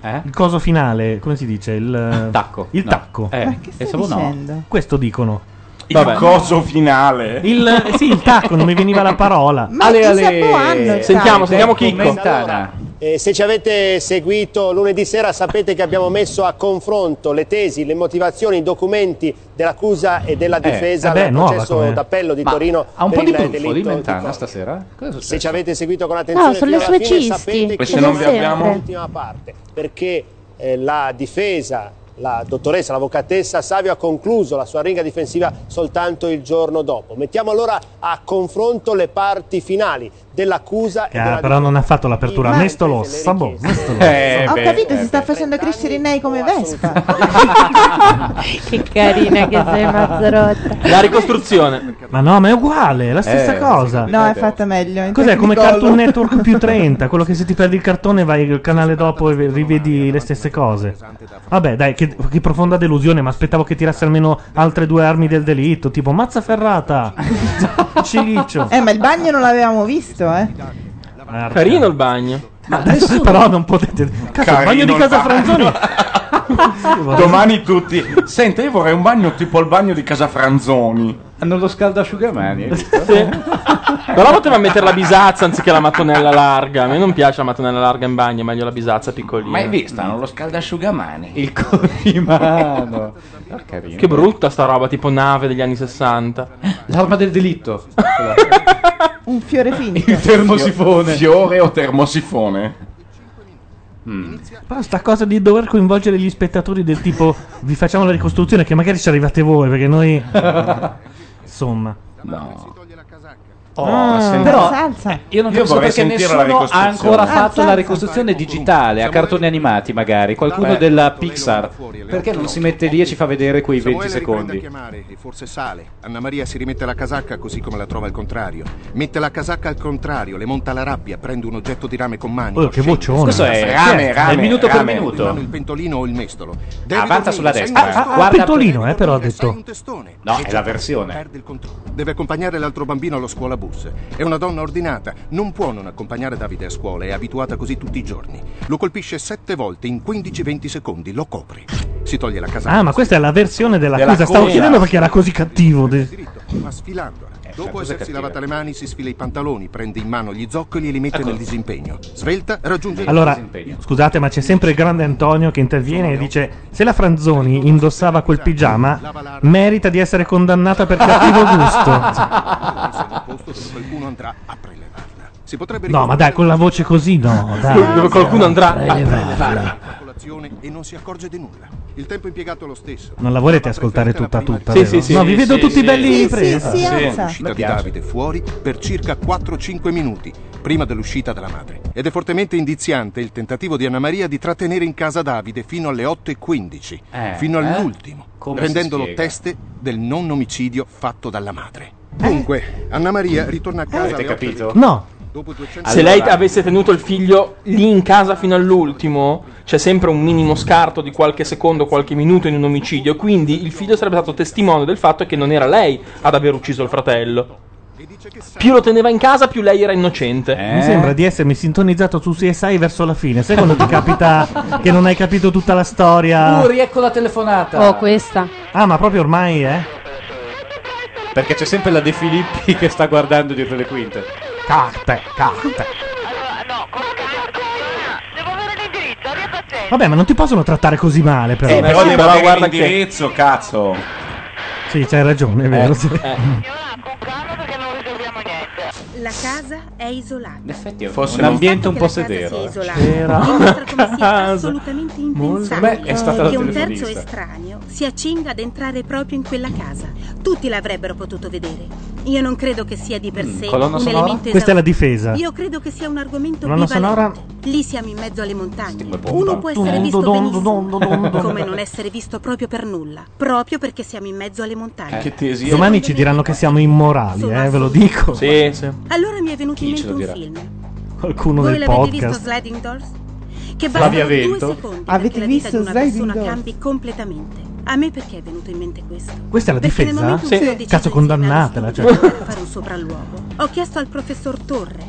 Speaker 11: Eh?
Speaker 1: Il coso finale, come si dice? Il tacco. Il
Speaker 11: No.
Speaker 1: tacco.
Speaker 11: Eh, Ma che stai e sabò no? dicendo?
Speaker 1: Questo dicono.
Speaker 13: Il coso finale.
Speaker 1: Il, sì, il tacco, non mi veniva la parola.
Speaker 11: Ma Ale, che ale. sabò hanno il
Speaker 1: Sentiamo,
Speaker 11: tacco?
Speaker 1: sentiamo
Speaker 11: Dai,
Speaker 1: Chicco.
Speaker 11: commentala.
Speaker 23: Eh, se ci avete seguito lunedì sera sapete che abbiamo messo a confronto le tesi, le motivazioni, i documenti dell'accusa e della
Speaker 11: Eh,
Speaker 23: difesa
Speaker 11: eh beh,
Speaker 23: del
Speaker 11: nuova
Speaker 23: processo
Speaker 11: come-
Speaker 23: d'appello di
Speaker 11: Ma
Speaker 23: Torino.
Speaker 11: Ha un po'
Speaker 23: per
Speaker 11: di
Speaker 23: il
Speaker 11: buffo di
Speaker 23: delitto
Speaker 11: Mentana stasera?
Speaker 23: se ci avete seguito con attenzione,
Speaker 5: No, sono le
Speaker 23: fino alla
Speaker 5: sue
Speaker 23: fine,
Speaker 5: cisti,
Speaker 23: sapete
Speaker 5: come
Speaker 23: che non
Speaker 5: sempre.
Speaker 23: abbiamo l'ultima parte perché eh, la difesa, la dottoressa, l'avvocatessa Savio ha concluso la sua ringa difensiva soltanto il giorno dopo. Mettiamo allora a confronto le parti finali dell'accusa e
Speaker 11: Eh,
Speaker 1: Ah,
Speaker 23: della
Speaker 1: però non ha fatto l'apertura.
Speaker 23: Ma-
Speaker 1: Mesto lo sa, boh, mesto lo
Speaker 23: Eh,
Speaker 27: Ho
Speaker 1: sa.
Speaker 27: capito, si sta facendo crescere i nei come Vespa. [LAUGHS]
Speaker 5: che carina che sei Mazzarotta.
Speaker 1: La ricostruzione. Ma no, ma è uguale, è la stessa
Speaker 27: Eh,
Speaker 1: cosa. Eh,
Speaker 27: No, è fatta meglio. in
Speaker 1: Ah, Cos'è come
Speaker 27: Technicolor.
Speaker 1: Cartoon Network
Speaker 27: [LAUGHS]
Speaker 1: più 30? Quello che se ti perdi il cartone vai al canale dopo e rivedi le stesse cose. Vabbè, dai, che, che profonda delusione, ma aspettavo che tirasse almeno altre due armi del delitto, tipo mazza
Speaker 27: [LAUGHS]
Speaker 1: ferrata, cilicio.
Speaker 27: Eh, ma il bagno non l'avevamo visto, eh.
Speaker 1: Carino il bagno. Ma adesso però non potete... Cazzo, il bagno di
Speaker 13: [LAUGHS]
Speaker 1: casa Franzoni
Speaker 13: Domani tutti. Senta, io vorrei un bagno tipo il bagno di casa Franzoni.
Speaker 11: Hanno lo scaldasciugamani. eh.
Speaker 10: Però poteva mettere la bisazza anziché la mattonella larga. A me non piace la mattonella larga in bagno, è meglio la bisazza piccolina.
Speaker 11: Mai vista,
Speaker 10: Non lo scaldasciugamani.
Speaker 11: Il [LAUGHS] corrimano. Carino.
Speaker 10: Che brutta sta roba, tipo nave degli anni 60.
Speaker 11: L'arma del delitto.
Speaker 27: Un
Speaker 1: [LAUGHS]
Speaker 27: fiore finito.
Speaker 11: Il termosifone.
Speaker 13: Fiore o termosifone? Mm.
Speaker 1: Però sta cosa di dover coinvolgere gli spettatori del tipo vi facciamo la ricostruzione che magari ci arrivate voi perché
Speaker 11: [LAUGHS]
Speaker 1: noi... Insomma.
Speaker 11: No.
Speaker 1: Oh,
Speaker 11: però
Speaker 27: Salsa.
Speaker 11: eh, Ah, io non
Speaker 1: Io
Speaker 11: capisco
Speaker 1: vorrei
Speaker 11: perché
Speaker 1: sentire la
Speaker 11: nessuno ha
Speaker 1: ricostruzione.
Speaker 23: Ah,
Speaker 11: ancora fatto
Speaker 1: Alza,
Speaker 11: la
Speaker 1: alza.
Speaker 11: ricostruzione digitale a cartoni animati magari qualcuno
Speaker 31: Beh.
Speaker 11: della Pixar perché non si mette lì e ci fa vedere quei
Speaker 31: Se vuoi
Speaker 11: 20
Speaker 31: la riprende a
Speaker 11: secondi
Speaker 31: chiamare e forse sale. Anna Maria si rimette la casacca così come la trova al contrario. Mette la casacca al contrario, le monta la rabbia, prende un oggetto di rame con mani.
Speaker 1: Oh, che vocione. Questo è-
Speaker 11: Rame, rame, è il minuto per
Speaker 31: rame.
Speaker 11: minuto.
Speaker 31: In mano Il pentolino o il mestolo.
Speaker 11: Avanza sulla
Speaker 31: David
Speaker 11: destra.
Speaker 31: O'Neill,
Speaker 11: Ah,
Speaker 31: sei
Speaker 11: ah,
Speaker 31: un
Speaker 11: guarda-
Speaker 1: Pentolino, eh, però ha detto.
Speaker 11: no è la versione
Speaker 31: Perde il controllo. Deve accompagnare l'altro bambino allo scuola bus. È una donna ordinata, non può non accompagnare Davide a scuola, è abituata così tutti i giorni. Lo colpisce sette volte in 15-20 secondi, lo copre. Si toglie la casacca.
Speaker 1: Ah, ma questa è la versione della,
Speaker 31: Della
Speaker 1: cosa. Stavo
Speaker 31: cosa.
Speaker 1: chiedendo perché era così cattivo. De-
Speaker 31: ma sfilandola. Dopo
Speaker 11: cosa
Speaker 31: essersi
Speaker 11: cattiva.
Speaker 31: lavata le mani, si sfila i pantaloni, prende in mano gli zoccoli e li
Speaker 11: Ecco.
Speaker 31: mette nel disimpegno. Svelta, raggiunge
Speaker 1: Allora,
Speaker 31: il disimpegno.
Speaker 1: scusate, ma c'è sempre il grande Antonio che interviene e dice: Se la Franzoni indossava quel pigiama, merita di essere condannata per cattivo
Speaker 31: [LAUGHS]
Speaker 1: gusto.
Speaker 31: Messo nel posto dove qualcuno andrà a prelevarla. Si potrebbe
Speaker 1: No, ma dai, con la voce così, no. Dai.
Speaker 31: Dove qualcuno
Speaker 1: andrà
Speaker 31: ricorrere a colazione e non si accorge di nulla. Il tempo impiegato è lo stesso.
Speaker 1: Non la volete ascoltare tutta tutta?
Speaker 31: Sì,
Speaker 1: vero?
Speaker 31: sì, sì.
Speaker 1: no, vi
Speaker 31: Sì,
Speaker 1: vedo
Speaker 31: sì,
Speaker 1: tutti
Speaker 31: sì.
Speaker 1: belli
Speaker 31: Sì,
Speaker 1: in presa.
Speaker 31: sì, Sì.
Speaker 27: alza.
Speaker 31: L'uscita di Davide fuori per circa 4-5 minuti prima dell'uscita della madre. Ed è fortemente indiziante il tentativo di Anna Maria di trattenere in casa Davide fino alle 8.15,
Speaker 11: Eh,
Speaker 31: fino
Speaker 11: eh?
Speaker 31: all'ultimo,
Speaker 11: Come si
Speaker 31: rendendolo
Speaker 11: spiega?
Speaker 31: teste del non omicidio fatto dalla madre. Dunque, Anna Maria ritorna a casa.
Speaker 11: Avete
Speaker 31: alle 8:20.
Speaker 11: capito?
Speaker 1: No.
Speaker 31: Dopo 200
Speaker 10: Se lei
Speaker 4: Eh.
Speaker 10: avesse tenuto il figlio lì in casa fino all'ultimo, c'è sempre un minimo scarto di qualche secondo, qualche minuto in un omicidio. Quindi il figlio sarebbe stato testimone del fatto che non era lei ad aver ucciso il fratello. Più lo teneva in casa, più lei era innocente.
Speaker 13: Eh?
Speaker 1: Mi sembra di essermi sintonizzato su CSI verso la fine. Sai quando ti capita che non hai capito tutta la storia?
Speaker 11: Uri ecco la telefonata
Speaker 5: Oh,
Speaker 1: questa. Ah, ma proprio ormai, eh?
Speaker 11: perché c'è sempre la De Filippi che sta guardando dietro le quinte
Speaker 1: carte carte Vabbè, ma non ti possono trattare così male, però.
Speaker 13: Eh, però
Speaker 1: Sì,
Speaker 13: devo avere
Speaker 1: guarda che-
Speaker 13: l'indirizzo, cazzo.
Speaker 1: Sì, c'hai ragione, è vero. sì.
Speaker 32: La casa è isolata. In effetti
Speaker 11: Forse un ambiente un po' sedero
Speaker 32: Dimostra
Speaker 11: [LAUGHS]
Speaker 32: come sia assolutamente
Speaker 11: Beh,
Speaker 32: impensabile
Speaker 11: è stata la
Speaker 32: che un terzo
Speaker 11: telefonista.
Speaker 32: estraneo si accinga ad entrare proprio in quella casa. Tutti l'avrebbero potuto vedere. Io non credo che sia di per
Speaker 1: Mm,
Speaker 32: sé un
Speaker 1: colonna sonora?
Speaker 32: elemento
Speaker 1: Questa è la
Speaker 32: esaustivo.
Speaker 1: difesa.
Speaker 32: Io credo che sia un argomento
Speaker 1: Colonna sonora?
Speaker 32: bivalente. Lì siamo in mezzo alle montagne.
Speaker 1: bomba.
Speaker 32: Uno può essere
Speaker 1: Dun,
Speaker 32: visto
Speaker 1: dun, dun,
Speaker 32: benissimo,
Speaker 1: dun, dun, [LAUGHS] dun.
Speaker 32: come non essere visto proprio per nulla, proprio perché siamo in mezzo alle montagne.
Speaker 1: Domani ci diranno che siamo immorali, eh, ve lo dico.
Speaker 10: Sì, sì.
Speaker 32: Allora mi è venuto
Speaker 1: Chi
Speaker 32: in
Speaker 1: ce
Speaker 32: mente
Speaker 1: lo dirà?
Speaker 32: un film.
Speaker 1: Qualcuno
Speaker 32: Voi
Speaker 1: del
Speaker 32: l'avete visto
Speaker 1: podcast.
Speaker 32: Sliding Doors? Che
Speaker 1: Flavia
Speaker 32: bastano due
Speaker 1: Vento?
Speaker 32: secondi
Speaker 27: Avete
Speaker 32: perché la vita
Speaker 27: visto
Speaker 32: di una
Speaker 27: Sliding
Speaker 32: persona
Speaker 27: Doors?
Speaker 32: cambi completamente. A me perché è venuto in mente questo?
Speaker 1: Questa è la
Speaker 32: Perché nel
Speaker 1: difesa?
Speaker 32: momento in cui ho deciso
Speaker 1: Cazzo, condannatela. Cioè.
Speaker 32: di fare un sopralluogo, ho chiesto al professor Torre,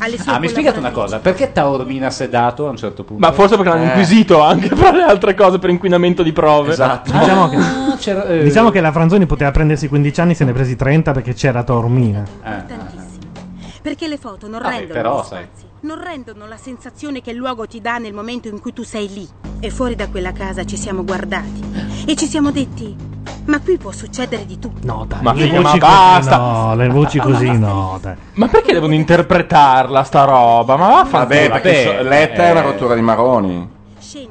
Speaker 32: alle sue
Speaker 11: ah mi spiegate una
Speaker 32: collaboratrici,
Speaker 11: cosa perché Taormina ha sedato a un certo punto
Speaker 10: Ma forse perché l'hanno
Speaker 11: Eh.
Speaker 10: inquisito anche [LAUGHS] fra le altre cose per inquinamento di prove.
Speaker 11: Esatto.
Speaker 1: Diciamo che-
Speaker 11: Ah, c'era, eh,
Speaker 1: Diciamo che la Franzoni poteva prendersi 15 anni, se ne è eh. presi 30 perché c'era Taormina.
Speaker 32: perché le foto non rendono
Speaker 1: Ah,
Speaker 11: però
Speaker 32: gli
Speaker 11: sai
Speaker 32: spazi, non rendono la sensazione che il luogo ti dà nel momento in cui tu sei lì. E fuori da quella casa ci siamo guardati e ci siamo detti, ma qui può succedere di tutto.
Speaker 1: No, dai,
Speaker 10: Ma
Speaker 1: le
Speaker 10: figa,
Speaker 1: voci
Speaker 10: ma
Speaker 1: così-
Speaker 10: basta.
Speaker 1: No, le voci così no, dai.
Speaker 10: Ma perché devono interpretarla sta roba? Ma vaffanculo. Eh.
Speaker 13: Vabbè, perché so- Letta
Speaker 11: eh.
Speaker 13: è una rottura
Speaker 10: di Maroni.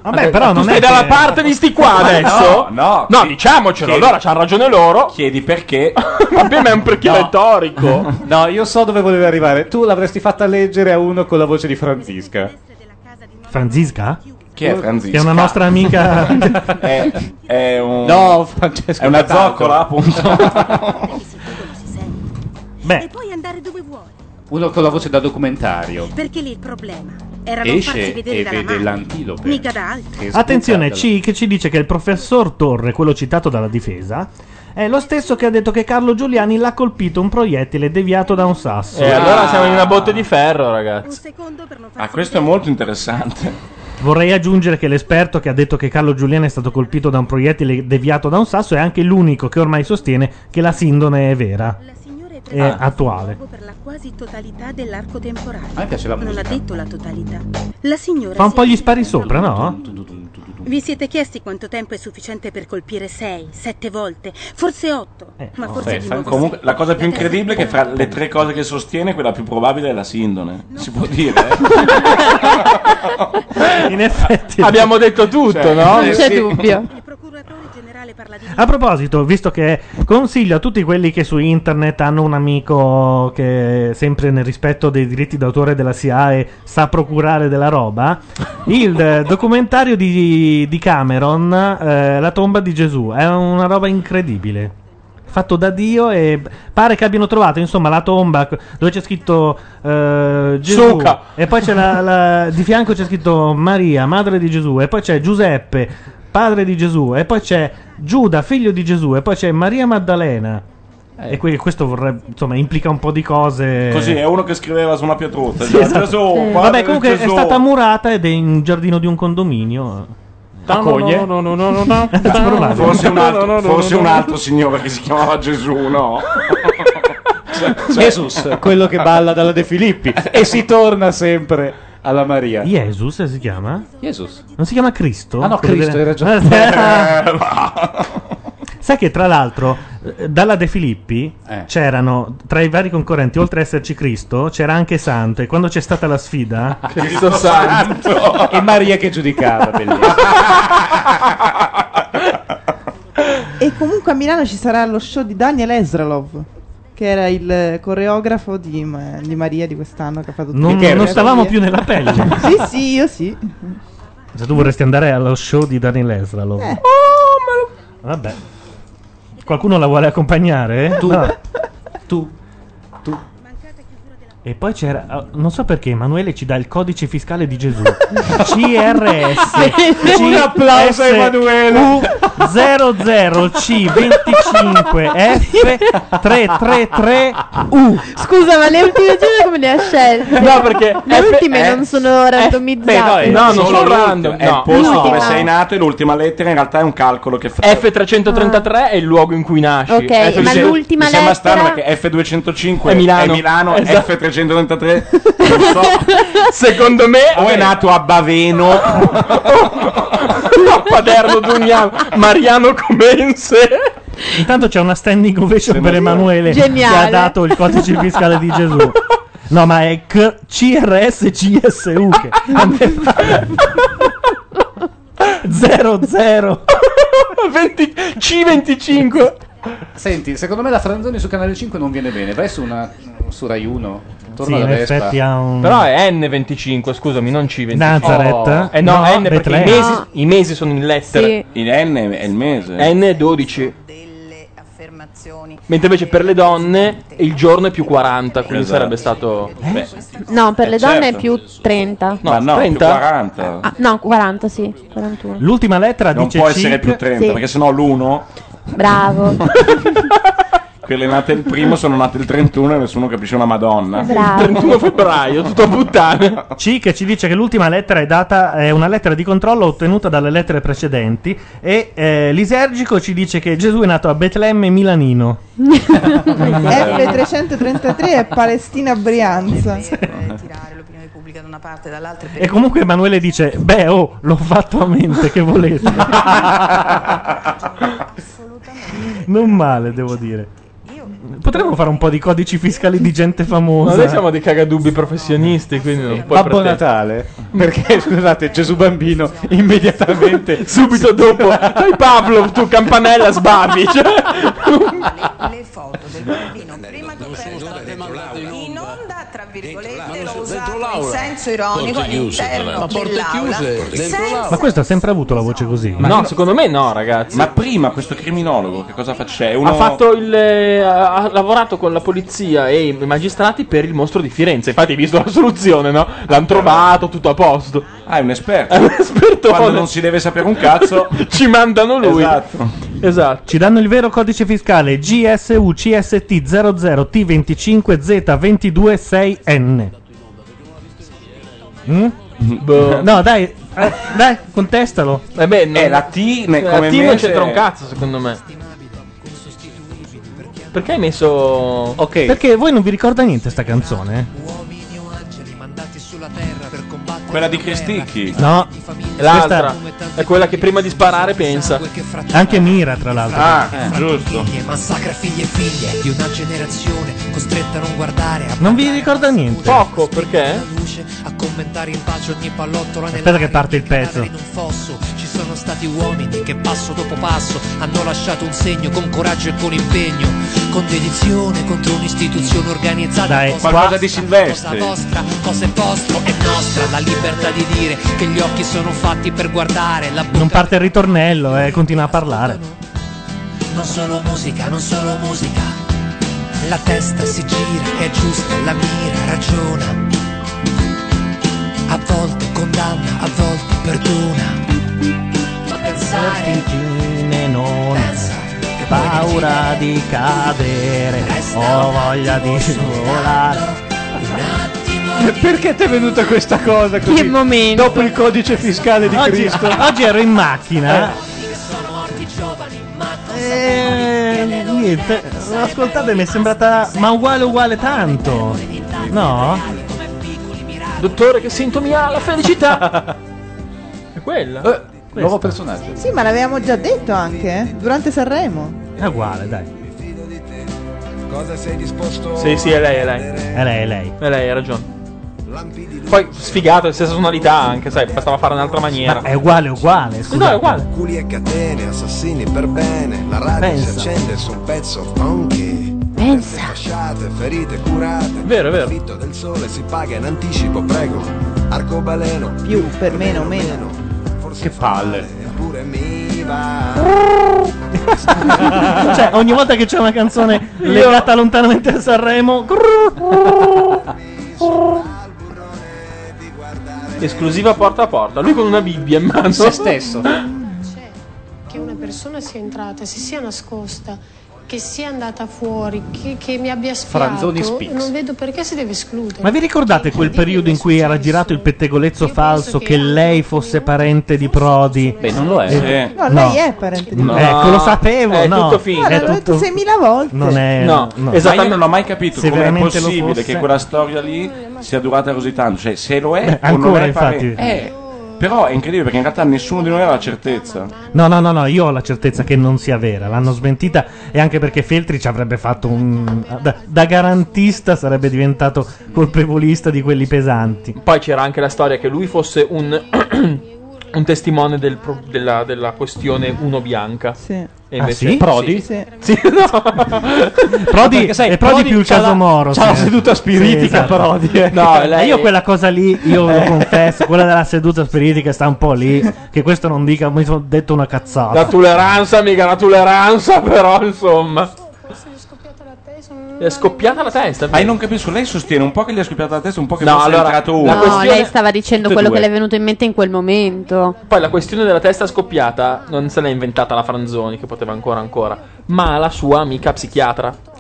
Speaker 13: Vabbè, però
Speaker 10: tu
Speaker 13: non
Speaker 10: stai
Speaker 13: è che-
Speaker 10: dalla parte di
Speaker 1: [LAUGHS]
Speaker 10: sti qua
Speaker 13: Ma
Speaker 10: adesso?
Speaker 13: no, no.
Speaker 10: no diciamocelo,
Speaker 13: Chiedi-
Speaker 10: allora c'hanno ragione loro.
Speaker 13: Chiedi
Speaker 10: [LAUGHS]
Speaker 13: perché?
Speaker 10: Vabbè, ma è un
Speaker 11: Eh.
Speaker 1: [LAUGHS]
Speaker 10: perché retorico.
Speaker 11: No, io so dove volevi arrivare. Tu l'avresti fatta leggere a uno con la voce di Franziska.
Speaker 1: Franziska?
Speaker 11: Chi è Franziska?
Speaker 1: È una nostra
Speaker 11: [LAUGHS]
Speaker 1: amica. [LAUGHS]
Speaker 13: è, è un...
Speaker 11: No, Francesco.
Speaker 13: È una
Speaker 11: Cataldo.
Speaker 13: zoccola,
Speaker 11: [LAUGHS]
Speaker 13: appunto.
Speaker 32: E puoi andare dove vuoi,
Speaker 11: Uno con la voce da documentario.
Speaker 32: perché lì il problema era non farsi
Speaker 11: Esce
Speaker 32: vedere
Speaker 11: e
Speaker 32: dalla
Speaker 11: vede
Speaker 32: madre,
Speaker 11: l'antilope.
Speaker 32: mica da altri.
Speaker 11: Che
Speaker 1: Attenzione,
Speaker 11: spuntatela.
Speaker 1: C che ci dice che il professor Torre, quello citato dalla difesa, è lo stesso che ha detto che Carlo Giuliani l'ha colpito un proiettile deviato da un sasso.
Speaker 10: E Eh, allora siamo in una botte di ferro, ragazzi.
Speaker 13: Ah, questo è molto interessante.
Speaker 1: Vorrei aggiungere che l'esperto che ha detto che Carlo Giuliani è stato colpito da un proiettile deviato da un sasso è anche l'unico che ormai sostiene che la sindone è vera. È
Speaker 32: Ah.
Speaker 1: attuale.
Speaker 32: per la quasi totalità dell'arco temporale.
Speaker 1: A me piace la
Speaker 32: Non ha
Speaker 1: musica.
Speaker 32: detto la totalità. La signora
Speaker 1: Fa un
Speaker 32: si
Speaker 1: po'
Speaker 32: è-
Speaker 1: gli spari sopra, no?
Speaker 32: Vi siete chiesti quanto tempo è sufficiente per colpire sei, sette volte, forse otto,
Speaker 1: Eh,
Speaker 32: ma [LAUGHS] forse di nuovo
Speaker 13: comunque,
Speaker 32: sì.
Speaker 13: la cosa più incredibile è che fra le tre cose che sostiene, quella più probabile è la sindone. Si può dire? eh?
Speaker 1: [LAUGHS] In effetti.
Speaker 10: Abbiamo detto tutto,
Speaker 13: Cioè,
Speaker 10: no?
Speaker 1: Non c'è dubbio. A proposito, visto che consiglio a tutti quelli che su internet hanno un amico che sempre nel rispetto dei diritti d'autore della SIAE sa procurare della roba, il eh, documentario di, di Cameron, eh, La tomba di Gesù, è una roba incredibile. Fatto da Dio e pare che abbiano trovato insomma la tomba dove c'è scritto eh, Gesù
Speaker 10: Suca.
Speaker 1: e poi c'è la- la- di fianco c'è scritto Maria, madre di Gesù, e poi c'è Giuseppe, padre di Gesù, e poi c'è Giuda, figlio di Gesù, e poi c'è Maria Maddalena. E que- questo vorrebbe, insomma, implica un po' di cose.
Speaker 13: Così è uno che scriveva su una pietruzza.
Speaker 1: Sì,
Speaker 13: già,
Speaker 1: esatto.
Speaker 13: Gesù,
Speaker 32: Eh.
Speaker 13: padre
Speaker 1: Vabbè, comunque
Speaker 13: Gesù.
Speaker 1: è stata murata ed è in giardino di un condominio.
Speaker 13: Da Cogne?
Speaker 1: No, no, no, no, [LAUGHS] no. Cazzo, provate.
Speaker 13: Forse un
Speaker 1: [LAUGHS] No, no,
Speaker 13: altro,
Speaker 1: no,
Speaker 13: forse
Speaker 1: no,
Speaker 13: un
Speaker 1: no.
Speaker 13: altro signore che si chiamava Gesù,
Speaker 1: [LAUGHS]
Speaker 13: no? Cioè,
Speaker 11: Jesus, quello che balla dalla De Filippi. e si torna sempre alla Maria.
Speaker 13: Eh.
Speaker 1: Jesus si chiama?
Speaker 11: Jesus.
Speaker 1: Non si chiama Cristo?
Speaker 11: Ah no,
Speaker 1: Quello
Speaker 11: Cristo, hai
Speaker 1: delle- [LAUGHS] Sai che tra l'altro eh, dalla De Filippi
Speaker 11: Eh.
Speaker 1: c'erano tra i vari concorrenti, oltre a esserci Cristo, c'era anche Santo. E quando c'è stata la sfida,
Speaker 11: [LAUGHS] Cristo Santo. e Maria che giudicava, bellissimo.
Speaker 27: E comunque a Milano ci sarà lo show di Daniel Ezralov, che era il coreografo di, Ma- di Maria di quest'anno che ha fatto
Speaker 1: Non-
Speaker 27: tutto.
Speaker 1: non stavamo più nella
Speaker 27: [LAUGHS]
Speaker 1: pelle.
Speaker 27: sì, sì, io sì.
Speaker 1: se tu vorresti andare allo show di Daniel Ezra,
Speaker 8: Oh,
Speaker 1: allora.
Speaker 8: Eh.
Speaker 1: Vabbè. Qualcuno la vuole accompagnare? Tu. Tu. Tu. E poi c'era, ah, non so perché Emanuele ci dà il codice fiscale di
Speaker 11: [LAUGHS]
Speaker 1: Gesù. CRS.
Speaker 11: Un applauso a Emanuele.
Speaker 1: 00C25F333U.
Speaker 5: Scusa, ma le ultime due come le ha scelte?
Speaker 10: No, perché-
Speaker 5: le
Speaker 10: eh,
Speaker 5: ultime
Speaker 10: eh,
Speaker 5: non sono randomizzate.
Speaker 10: Esatto. no, non sono
Speaker 13: l'ultima,
Speaker 10: random,
Speaker 13: È il
Speaker 10: no.
Speaker 13: posto
Speaker 10: No.
Speaker 13: dove sei nato e l'ultima lettera in realtà è un calcolo che fa.
Speaker 10: F333 è il luogo in cui nasci.
Speaker 5: Ok,
Speaker 10: F-
Speaker 5: ma
Speaker 10: se-
Speaker 5: l'ultima
Speaker 13: Mi sembra
Speaker 5: lettera-
Speaker 13: strano perché F205
Speaker 10: È Milano.
Speaker 13: è Milano,
Speaker 10: Esatto.
Speaker 13: F333 non so.
Speaker 10: [LAUGHS] Secondo me
Speaker 13: o è nato a
Speaker 1: [LAUGHS]
Speaker 13: Baveno
Speaker 10: a Paderno Dugnano, Mariano Comense.
Speaker 1: Intanto c'è una standing ovation per Emanuele che
Speaker 10: Geniale.
Speaker 1: ha dato il codice fiscale di Gesù. No, ma è C- CRSCSU che
Speaker 2: [LAUGHS]
Speaker 1: 00
Speaker 10: C25.
Speaker 11: Senti, secondo me la Franzoni su Canale 5 non viene bene. Vai su, una, su Rai 1. Torna
Speaker 10: Sì,
Speaker 11: alla
Speaker 10: in
Speaker 11: Vespa.
Speaker 1: effetti ha un-
Speaker 10: Però è N25, scusami, non C25.
Speaker 1: Nazareth?
Speaker 10: Oh. Eh no,
Speaker 1: No,
Speaker 10: N perché i
Speaker 1: Betlemme.
Speaker 10: mesi,
Speaker 1: No.
Speaker 10: i mesi sono in lettere.
Speaker 13: Il N è il mese.
Speaker 10: N12. Mentre invece per le donne il giorno è più 40, quindi
Speaker 13: Esatto.
Speaker 10: sarebbe stato... Beh.
Speaker 5: No, per
Speaker 10: Eh,
Speaker 5: le donne
Speaker 10: certo.
Speaker 5: è più 30.
Speaker 10: No, Ma no,
Speaker 13: 30? più 40.
Speaker 10: Eh?
Speaker 5: Ah, no, 40, sì. 41.
Speaker 1: L'ultima lettera
Speaker 13: non
Speaker 1: dice
Speaker 13: può
Speaker 1: C.
Speaker 13: essere più 30
Speaker 5: Sì.
Speaker 13: perché sennò l'1
Speaker 10: [LAUGHS]
Speaker 5: Bravo,
Speaker 13: quelle nate il primo sono nate il 31 e nessuno capisce una madonna.
Speaker 5: bravo.
Speaker 10: febbraio, tutto puttana.
Speaker 1: C che ci dice che l'ultima lettera è data è una lettera di controllo ottenuta dalle lettere precedenti e eh, Lisergico ci dice che Gesù è nato a Betlemme Milanino.
Speaker 8: Eh,
Speaker 27: F333 è Palestina Brianza.
Speaker 29: pubblica da una parte e dall'altra.
Speaker 1: E comunque Emanuele dice: Beh, oh, l'ho fatto a mente, che volete. non male, devo dire. Potremmo fare un po' di codici fiscali di gente
Speaker 2: Ma
Speaker 1: famosa.
Speaker 2: noi siamo dei cagadubbi professionisti, quindi non puoi
Speaker 1: Babbo
Speaker 2: pretendere.
Speaker 1: Natale? [LAUGHS]
Speaker 2: Perché, scusate, Gesù Bambino immediatamente,
Speaker 10: [LAUGHS]
Speaker 2: subito dopo, dai Pablo, tu campanella
Speaker 1: [LAUGHS]
Speaker 2: sbavi. Cioè,
Speaker 29: le foto del bambino prima che venga in onda tra virgolette l'ho usato in
Speaker 50: l'aula.
Speaker 29: senso ironico
Speaker 50: Porte chiuse, tra
Speaker 29: all'interno
Speaker 50: l'altro. Ma porte
Speaker 29: dell'aula
Speaker 50: chiuse, dentro
Speaker 29: senza
Speaker 1: Ma questo ha sempre avuto la voce così.
Speaker 13: Ma no,
Speaker 2: secondo me no, ragazzi.
Speaker 13: Ma prima questo criminologo che cosa faceva? È uno-
Speaker 2: Ha, fatto il, eh, ha ha lavorato con la polizia e i magistrati per il mostro di Firenze. Infatti, hai visto la soluzione, no? L'hanno trovato, tutto a posto.
Speaker 13: Eh.
Speaker 2: Eh,
Speaker 13: Ah, è un esperto.
Speaker 2: È un esperto.
Speaker 13: Quando non si deve sapere un cazzo,
Speaker 2: [LAUGHS] ci mandano lui.
Speaker 13: Esatto.
Speaker 2: Esatto.
Speaker 1: Ci danno il vero codice fiscale GSU CST 00 T25 Z226N. Mm?
Speaker 13: [LAUGHS]
Speaker 2: Boh.
Speaker 1: No, dai, eh, dai, contestalo.
Speaker 2: Eh beh, non-
Speaker 1: Eh, la T ne-
Speaker 2: la
Speaker 1: come
Speaker 2: T non
Speaker 1: mese-
Speaker 2: Cioè, c'entra un cazzo, secondo me. Perché hai messo. Ok.
Speaker 1: Perché voi non vi ricorda niente sta canzone? eh?
Speaker 13: quella di Cristicchi.
Speaker 1: No.
Speaker 2: L'altra è quella che prima di sparare pensa.
Speaker 1: Anche Mira, tra l'altro.
Speaker 13: Ah, eh,
Speaker 2: giusto.
Speaker 33: Massacra figli e figlie di una generazione costretta a non guardare, a
Speaker 1: Non vi ricorda niente.
Speaker 2: Poco, perché?
Speaker 33: a commentare in pace ogni pallottola nella
Speaker 1: Aspetta che parte il pezzo.
Speaker 33: un fosso. Ci sono stati uomini che passo dopo passo hanno lasciato un segno con coraggio e con impegno, con dedizione contro un'istituzione organizzata.
Speaker 13: Dai,
Speaker 33: apposta
Speaker 13: qualcosa
Speaker 33: vostra,
Speaker 13: di Silvestri.
Speaker 33: Cosa vostra, cosa è vostro, è nostra. La libertà di dire che gli occhi sono fatti per guardare, la
Speaker 1: Non parte il ritornello e continua a parlare.
Speaker 33: non solo musica, non solo musica. La testa si gira, è giusta, la mira, ragiona. A volte condanna, a volte perdona. Ma pensare
Speaker 1: Vertigine non è paura di cadere, ho voglia di volare.
Speaker 10: Perché ti è venuta questa cosa così? Dopo il codice fiscale di
Speaker 1: Oggi,
Speaker 10: Cristo.
Speaker 1: oggi ero in macchina. eh.
Speaker 4: [LAUGHS]
Speaker 1: e Eh, niente, l'ho ascoltata e mi è sembrata ma uguale uguale tanto. No?
Speaker 2: Dottore che sintomi ha la felicità.
Speaker 13: [LAUGHS]
Speaker 2: è quella.
Speaker 13: Eh,
Speaker 27: nuovo
Speaker 2: personaggio.
Speaker 27: Sì, ma l'avevamo già detto anche eh, durante Sanremo.
Speaker 1: È uguale, dai.
Speaker 8: Cosa sei disposto
Speaker 2: Sì, sì, è lei, è lei. È
Speaker 1: lei, è lei.
Speaker 2: È Eh, lei, ha ragione. Poi sfigato, è la stessa sonorità anche, sai, bastava fare un'altra maniera.
Speaker 1: È uguale uguale, scusa.
Speaker 2: No, è uguale.
Speaker 8: Culi e catene, assassini per bene. La radio
Speaker 1: Pensa.
Speaker 8: si accende su un pezzo funky.
Speaker 5: Pensa.
Speaker 8: Fasciate, ferite, curate.
Speaker 2: Vero, vero.
Speaker 8: Profitto del sole si paga in anticipo, prego. Arcobaleno. Più, per meno, meno.
Speaker 1: Che palle.
Speaker 8: Eppure mi va.
Speaker 1: [LAUGHS] cioè, ogni volta che c'è una canzone
Speaker 8: Io-
Speaker 1: legata lontanamente a Sanremo.
Speaker 2: Esclusiva porta a porta. Lui con una Bibbia in mano.
Speaker 28: Se stesso.
Speaker 18: che una persona sia entrata, si sia nascosta, che sia andata fuori, che, che mi abbia spiato,
Speaker 1: Franzoni speaks.
Speaker 18: non vedo perché si deve escludere.
Speaker 1: Ma vi ricordate quel periodo in cui era girato il pettegolezzo falso che lei fosse parente di Prodi? Beh,
Speaker 2: non lo è.
Speaker 27: Sì. No, lei è parente di Prodi.
Speaker 1: Ecco, lo sapevo.
Speaker 27: È
Speaker 1: no.
Speaker 27: tutto finto.
Speaker 1: È
Speaker 27: L'ho detto
Speaker 1: tutto-
Speaker 27: 6.000 volte.
Speaker 1: Non è.
Speaker 13: No,
Speaker 1: no.
Speaker 13: ma io non ho mai capito
Speaker 1: Se
Speaker 13: come è
Speaker 1: veramente lo
Speaker 13: possibile
Speaker 1: fosse-
Speaker 13: che quella storia lì sia durata così tanto. Cioè, se lo è,
Speaker 1: Beh,
Speaker 13: o non
Speaker 1: ancora,
Speaker 13: è pare-
Speaker 1: infatti.
Speaker 13: Eh, però è incredibile perché in realtà nessuno di noi ha la certezza.
Speaker 1: No, no, no, no, io ho la certezza che non sia vera. L'hanno smentita e anche perché Feltri ci avrebbe fatto un. Da, da garantista sarebbe diventato colpevolista di quelli pesanti.
Speaker 2: Poi c'era anche la storia che lui fosse un, [CLEARS THROAT] un testimone del pro- della, della questione uno bianca. E
Speaker 1: Ah,
Speaker 2: invece
Speaker 1: sì?
Speaker 2: Prodi?
Speaker 1: Sì.
Speaker 2: Sì, no.
Speaker 1: Prodi,
Speaker 2: Perché, sai,
Speaker 1: è Prodi, più il
Speaker 2: c'ha
Speaker 1: caso
Speaker 2: la-
Speaker 1: Moro.
Speaker 2: C'ha la
Speaker 1: sì.
Speaker 2: seduta spiritica,
Speaker 1: Sì, esatto.
Speaker 2: Prodi. eh. [LAUGHS]
Speaker 1: No, io quella cosa lì, io lo confesso, quella della seduta spiritica sta un po' lì. Che questo non dica, mi sono detto una cazzata.
Speaker 2: La tolleranza, mica la tolleranza, però insomma. È scoppiata la testa.
Speaker 13: Ma Ah, io non capisco, lei sostiene un po' che gli ha scoppiato la testa, un po' che
Speaker 2: No,
Speaker 13: fosse
Speaker 2: allora,
Speaker 13: entrato uno.
Speaker 2: la
Speaker 5: No, lei stava dicendo
Speaker 2: Tutte e
Speaker 5: quello
Speaker 2: due.
Speaker 5: che le è venuto in mente in quel momento.
Speaker 2: Poi la questione della testa scoppiata non se l'ha inventata la Franzoni, che poteva ancora ancora, ma la sua amica psichiatra.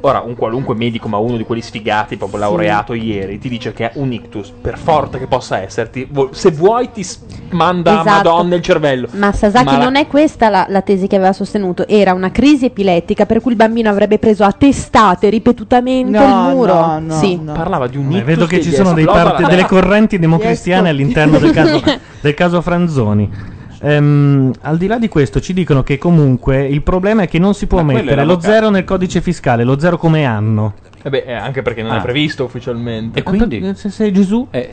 Speaker 2: Ora, un qualunque medico, ma uno di quelli sfigati, proprio laureato ieri, ti dice che un ictus, per forte che possa esserti, vo- se vuoi ti s- manda a
Speaker 4: Esatto.
Speaker 2: madonna il cervello.
Speaker 4: Ma Sasaki
Speaker 2: Ma la-
Speaker 4: non è questa la, la tesi che aveva sostenuto, era una crisi epilettica per cui il bambino avrebbe preso a testate ripetutamente
Speaker 27: No,
Speaker 4: il muro.
Speaker 27: no, no,
Speaker 4: sì.
Speaker 2: Parlava di un
Speaker 1: Beh,
Speaker 2: ictus
Speaker 1: Eh, vedo che ci
Speaker 2: gli
Speaker 1: sono dei
Speaker 2: esplosa la-
Speaker 1: parti- delle correnti democristiane all'interno
Speaker 2: [LAUGHS]
Speaker 1: del
Speaker 4: [LAUGHS]
Speaker 1: caso, del caso Franzoni. Ehm, al di là di questo, ci dicono che comunque il problema è che non si può
Speaker 2: Ma quello
Speaker 1: mettere
Speaker 2: era
Speaker 1: lo
Speaker 2: avvocato.
Speaker 1: zero nel codice fiscale, lo zero come anno.
Speaker 2: Eh beh, eh, anche perché non
Speaker 1: Ah.
Speaker 2: è previsto ufficialmente.
Speaker 1: E
Speaker 4: Eh,
Speaker 1: quindi se sei Gesù?
Speaker 2: Eh,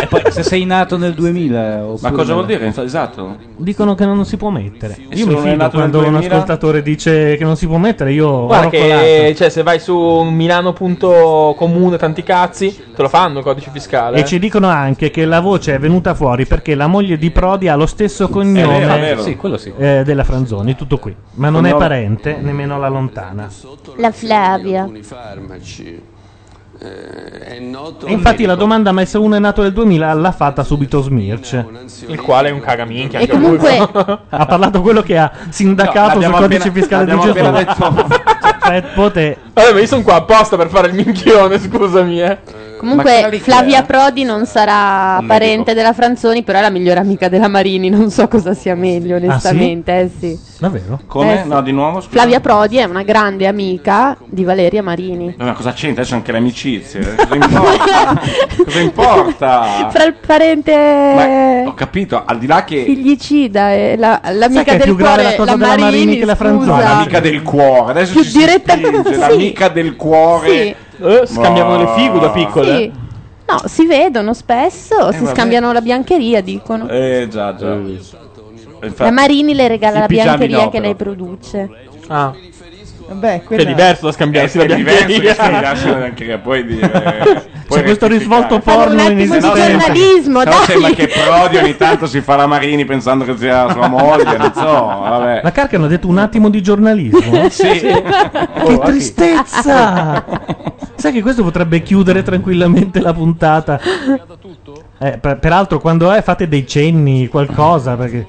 Speaker 10: e poi se sei nato nel 2000
Speaker 1: Ma cosa vuol dire?
Speaker 13: Esatto.
Speaker 1: Dicono che non si può mettere.
Speaker 2: E se
Speaker 1: Io mi
Speaker 2: non è
Speaker 1: fido
Speaker 2: nato nel
Speaker 1: quando un
Speaker 2: 2000?
Speaker 1: ascoltatore dice che non si può mettere, io
Speaker 2: Guarda
Speaker 1: ho roccolato.
Speaker 2: che cioè, se vai su milano.comune tanti cazzi, te lo fanno il codice fiscale.
Speaker 1: E ci dicono anche che la voce è venuta fuori perché la moglie di Prodi ha lo stesso cognome
Speaker 2: vero, Eh, è vero. Sì,
Speaker 10: quello sì.
Speaker 1: eh, della Franzoni, tutto qui. Ma non è
Speaker 10: Cognome.
Speaker 1: parente, nemmeno la lontana.
Speaker 4: La Flavia.
Speaker 48: alcuni farmaci. Eh, è noto
Speaker 1: E infatti la domanda, ma se uno è nato nel 2000, l'ha fatta subito Smirch.
Speaker 2: Il quale è un cagaminchia.
Speaker 1: E
Speaker 2: anche lui,
Speaker 1: comunque-
Speaker 2: no?
Speaker 1: [LAUGHS] Ha parlato quello che ha sindacato sul
Speaker 2: l'abbiamo
Speaker 1: codice
Speaker 2: appena-
Speaker 1: fiscale di
Speaker 2: l'abbiamo
Speaker 1: Gesù.
Speaker 2: appena
Speaker 1: [LAUGHS] Cioè, pote-
Speaker 2: Vabbè, ma io sono qua apposta per fare il minchione, scusami, eh.
Speaker 4: Comunque Flavia Prodi non sarà
Speaker 2: Un
Speaker 4: parente della Franzoni, però è la migliore amica della Marini, non so cosa sia
Speaker 27: Ah,
Speaker 4: meglio onestamente, eh sì.
Speaker 1: Davvero?
Speaker 13: Come?
Speaker 4: Eh, sì.
Speaker 13: no, di nuovo? Scusa.
Speaker 4: Flavia Prodi è una grande amica di Valeria Marini.
Speaker 13: No, ma cosa c'entra? Adesso anche le amicizie. Cosa
Speaker 4: [LAUGHS]
Speaker 13: importa? cosa importa?
Speaker 4: Fra il parente
Speaker 13: Ho capito, al di là che.
Speaker 4: figlicida e la, l'amica
Speaker 13: che è
Speaker 4: del
Speaker 13: più grave
Speaker 4: cuore,
Speaker 13: la cosa della Marini che la Franzoni?
Speaker 4: scusa.
Speaker 13: L'amica del cuore, adesso
Speaker 4: Più
Speaker 13: ci si
Speaker 4: diretta-
Speaker 13: spinge,
Speaker 4: sì.
Speaker 13: l'amica del cuore.
Speaker 2: Eh, scambiavano le figu da piccole. eh?
Speaker 4: Sì. No, si vedono spesso, si
Speaker 13: vabbè.
Speaker 4: scambiano la biancheria, dicono.
Speaker 13: Eh già, già.
Speaker 4: La Marini le regala
Speaker 13: I
Speaker 4: la
Speaker 13: pigiami
Speaker 4: biancheria
Speaker 13: no,
Speaker 4: che
Speaker 13: però.
Speaker 4: lei produce.
Speaker 2: Ah.
Speaker 27: Vabbè,
Speaker 2: Che è diverso da scambiarsi
Speaker 13: è,
Speaker 2: la
Speaker 13: è diverso che
Speaker 2: biancheria.
Speaker 13: scambiarsi la biancheria,
Speaker 2: [LAUGHS]
Speaker 13: puoi dire. C'è
Speaker 1: questo risvolto porno
Speaker 13: in
Speaker 1: attimo di giornalismo,
Speaker 13: No, sembra
Speaker 1: dai.
Speaker 13: che Prodi ogni tanto si fa la Marini pensando che sia sua moglie, non so, vabbè.
Speaker 1: La Carcano ha detto un attimo di giornalismo.
Speaker 13: Eh. Sì.
Speaker 1: Che tristezza! Sai che questo potrebbe chiudere tranquillamente la puntata. Eh, per- peraltro, quando è, fate dei cenni, qualcosa, perché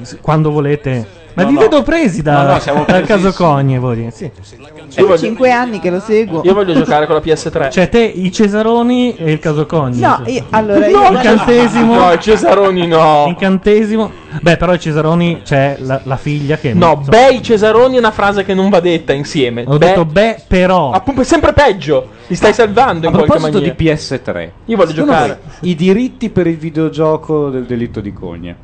Speaker 1: s- quando volete. Ma
Speaker 13: No,
Speaker 1: vi
Speaker 13: no.
Speaker 1: vedo presi da-
Speaker 13: No, no, siamo
Speaker 1: dal caso
Speaker 13: presissimi.
Speaker 1: Cogne voi. Sì.
Speaker 27: È cinque anni che lo seguo.
Speaker 2: Io voglio giocare con la PS3.
Speaker 1: Cioè, te, i Cesaroni e il caso Cogne.
Speaker 27: No, io- allora io-
Speaker 1: incantesimo.
Speaker 2: No, i Cesaroni no.
Speaker 1: Incantesimo. Beh, però i Cesaroni c'è la, la figlia che.
Speaker 2: No,
Speaker 1: insomma,
Speaker 2: beh, i Cesaroni è una frase che non va detta insieme.
Speaker 1: Ho detto beh, però.
Speaker 2: Appunto, è sempre peggio. Li stai salvando
Speaker 11: A
Speaker 2: in qualche
Speaker 11: proposito
Speaker 2: maniera.
Speaker 11: di PS3,
Speaker 2: Io voglio
Speaker 11: secondo
Speaker 2: giocare.
Speaker 11: voi i diritti per il videogioco del delitto di Cogne.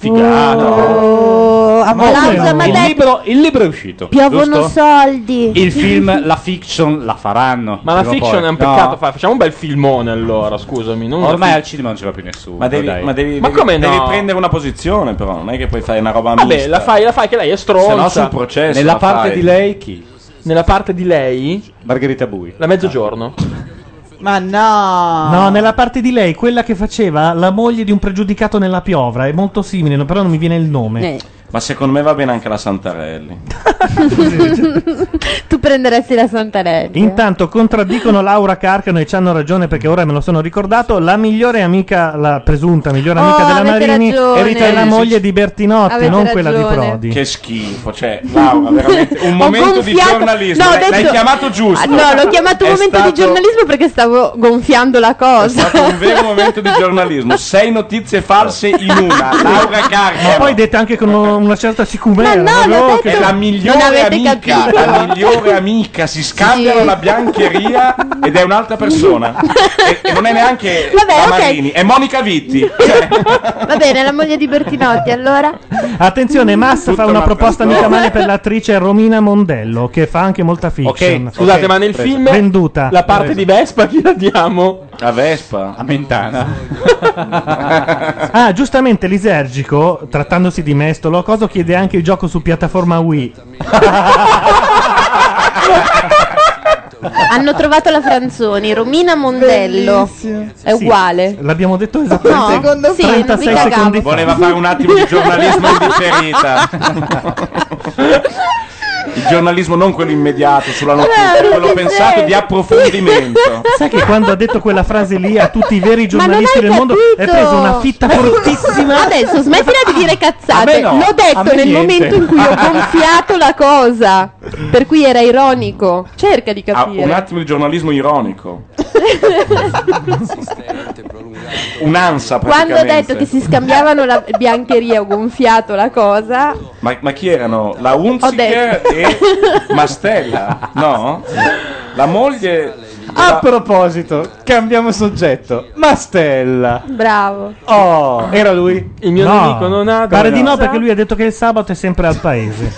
Speaker 2: Figata.
Speaker 27: Oh, a
Speaker 4: Applauso, ma
Speaker 11: il,
Speaker 4: dai,
Speaker 11: libro, il libro è uscito.
Speaker 4: Piovono
Speaker 11: giusto?
Speaker 4: soldi.
Speaker 11: Il
Speaker 4: [LAUGHS]
Speaker 11: film, la fiction la faranno.
Speaker 2: Ma la
Speaker 11: prima o
Speaker 2: fiction
Speaker 11: poi.
Speaker 2: è un
Speaker 11: No.
Speaker 2: peccato fare. Facciamo un bel filmone allora, scusami. non una
Speaker 11: Ormai
Speaker 2: fi-
Speaker 11: al cinema non ce l'ha più nessuno.
Speaker 13: Ma devi,
Speaker 11: dai.
Speaker 13: ma devi,
Speaker 2: Ma
Speaker 13: devi-
Speaker 2: come no?
Speaker 13: devi prendere una posizione, però, non è che puoi fare una roba
Speaker 2: Vabbè,
Speaker 13: mista.
Speaker 2: la fai, la fai che lei è stronza.
Speaker 13: Se no sul processo
Speaker 11: Nella
Speaker 13: la
Speaker 11: parte
Speaker 13: fai.
Speaker 11: di lei chi?
Speaker 2: Nella parte di lei
Speaker 11: Margherita Bui.
Speaker 2: La
Speaker 13: Ah,
Speaker 2: mezzogiorno.
Speaker 27: Ma no!
Speaker 1: No, nella parte di lei, quella che faceva la moglie di un pregiudicato nella piovra, è molto simile, no- però non mi viene il nome.
Speaker 4: Eh.
Speaker 13: Ma secondo me va bene anche la Santarelli.
Speaker 4: tu prenderesti la Santarelli.
Speaker 1: Intanto contraddicono Laura Carcano e ci hanno ragione perché ora me lo sono ricordato. La migliore amica, la presunta migliore
Speaker 4: Oh,
Speaker 1: amica della
Speaker 4: avete
Speaker 1: Marini
Speaker 4: ragione.
Speaker 1: è Rita, è la moglie di Bertinotti,
Speaker 4: Avete
Speaker 1: non quella di
Speaker 4: ragione.
Speaker 1: Prodi.
Speaker 13: Che schifo, cioè, Laura, veramente un
Speaker 4: [LAUGHS] Ho
Speaker 13: momento di
Speaker 4: gonfiato-
Speaker 13: giornalismo.
Speaker 4: No, ho
Speaker 13: L'hai- L'hai
Speaker 4: detto-
Speaker 13: chiamato giusto.
Speaker 4: Ah, no, l'ho chiamato
Speaker 13: È
Speaker 4: un momento di
Speaker 13: stato-
Speaker 4: giornalismo perché stavo gonfiando la cosa.
Speaker 13: Un vero momento di giornalismo.
Speaker 4: [LAUGHS]
Speaker 13: Sei notizie false in una. Laura Carcano.
Speaker 1: Ma poi detta anche con una certa sicumera.
Speaker 13: Ma no, l'ho
Speaker 1: proprio,
Speaker 13: detto- È la migliore
Speaker 4: non avete
Speaker 13: amica.
Speaker 4: capito.
Speaker 13: La migliore amica. Si scambiano
Speaker 4: Sì.
Speaker 13: la biancheria ed è un'altra persona. E, e non è neanche
Speaker 4: Vabbè,
Speaker 13: la
Speaker 4: ok.
Speaker 13: Marini, è
Speaker 2: [LAUGHS]
Speaker 13: Monica Vitti.
Speaker 4: Va bene, la moglie di Bertinotti, allora.
Speaker 1: Attenzione, Massa fa una
Speaker 13: ma-
Speaker 1: proposta
Speaker 13: no. [LAUGHS]
Speaker 1: mica male per l'attrice Romina Mondello, che fa anche molta fiction.
Speaker 2: Ok, scusate, ma nel
Speaker 1: Presa.
Speaker 2: film
Speaker 1: venduta
Speaker 2: la parte di Vespa chi la diamo?
Speaker 13: La Vespa.
Speaker 11: A Mentana.
Speaker 1: [LAUGHS] Ah, giustamente Lisergico, trattandosi di Mestolo, Coso chiede anche il gioco su piattaforma Wii.
Speaker 4: Hanno trovato la Franzoni, Romina Mondello. È
Speaker 1: Sì,
Speaker 4: uguale.
Speaker 1: L'abbiamo detto
Speaker 4: No,
Speaker 1: esattamente
Speaker 4: secondo sì,
Speaker 1: 36
Speaker 4: mi cagavo.
Speaker 1: secondi fa.
Speaker 13: Voleva fare un attimo di giornalismo
Speaker 4: [LAUGHS]
Speaker 13: indifferita. Il giornalismo non quello immediato sulla notizia,
Speaker 1: Bravo,
Speaker 13: quello
Speaker 1: che
Speaker 13: pensato
Speaker 1: sei.
Speaker 13: di
Speaker 4: [LAUGHS]
Speaker 13: approfondimento.
Speaker 1: Sai che quando ha detto quella frase lì a tutti i veri
Speaker 4: Ma non hai
Speaker 1: giornalisti del mondo è
Speaker 4: capito?
Speaker 1: preso una
Speaker 4: [LAUGHS]
Speaker 1: fitta fortissima.
Speaker 4: Adesso smettila di dire
Speaker 1: [LAUGHS] A me
Speaker 4: cazzate.
Speaker 1: no,
Speaker 4: L'ho
Speaker 1: a me
Speaker 4: detto
Speaker 1: [LAUGHS]
Speaker 4: nel
Speaker 1: niente.
Speaker 4: momento in cui ho gonfiato la cosa. Per cui era ironico. Cerca di
Speaker 13: Ah, un
Speaker 4: capire.
Speaker 13: attimo di giornalismo ironico. Un'ansa
Speaker 4: [LAUGHS] Quando ho
Speaker 13: praticamente.
Speaker 4: detto che si scambiavano la biancheria, ho gonfiato la cosa.
Speaker 13: Ma, ma chi erano? La
Speaker 4: Ho
Speaker 13: Hunziker
Speaker 4: detto.
Speaker 13: e Mastella, no? La moglie...
Speaker 51: A proposito, cambiamo soggetto. Mastella.
Speaker 4: Bravo.
Speaker 51: Oh, era lui?
Speaker 2: Il
Speaker 51: mio
Speaker 1: nemico non ha- Pare di no, perché lui ha detto che il sabato è sempre al paese.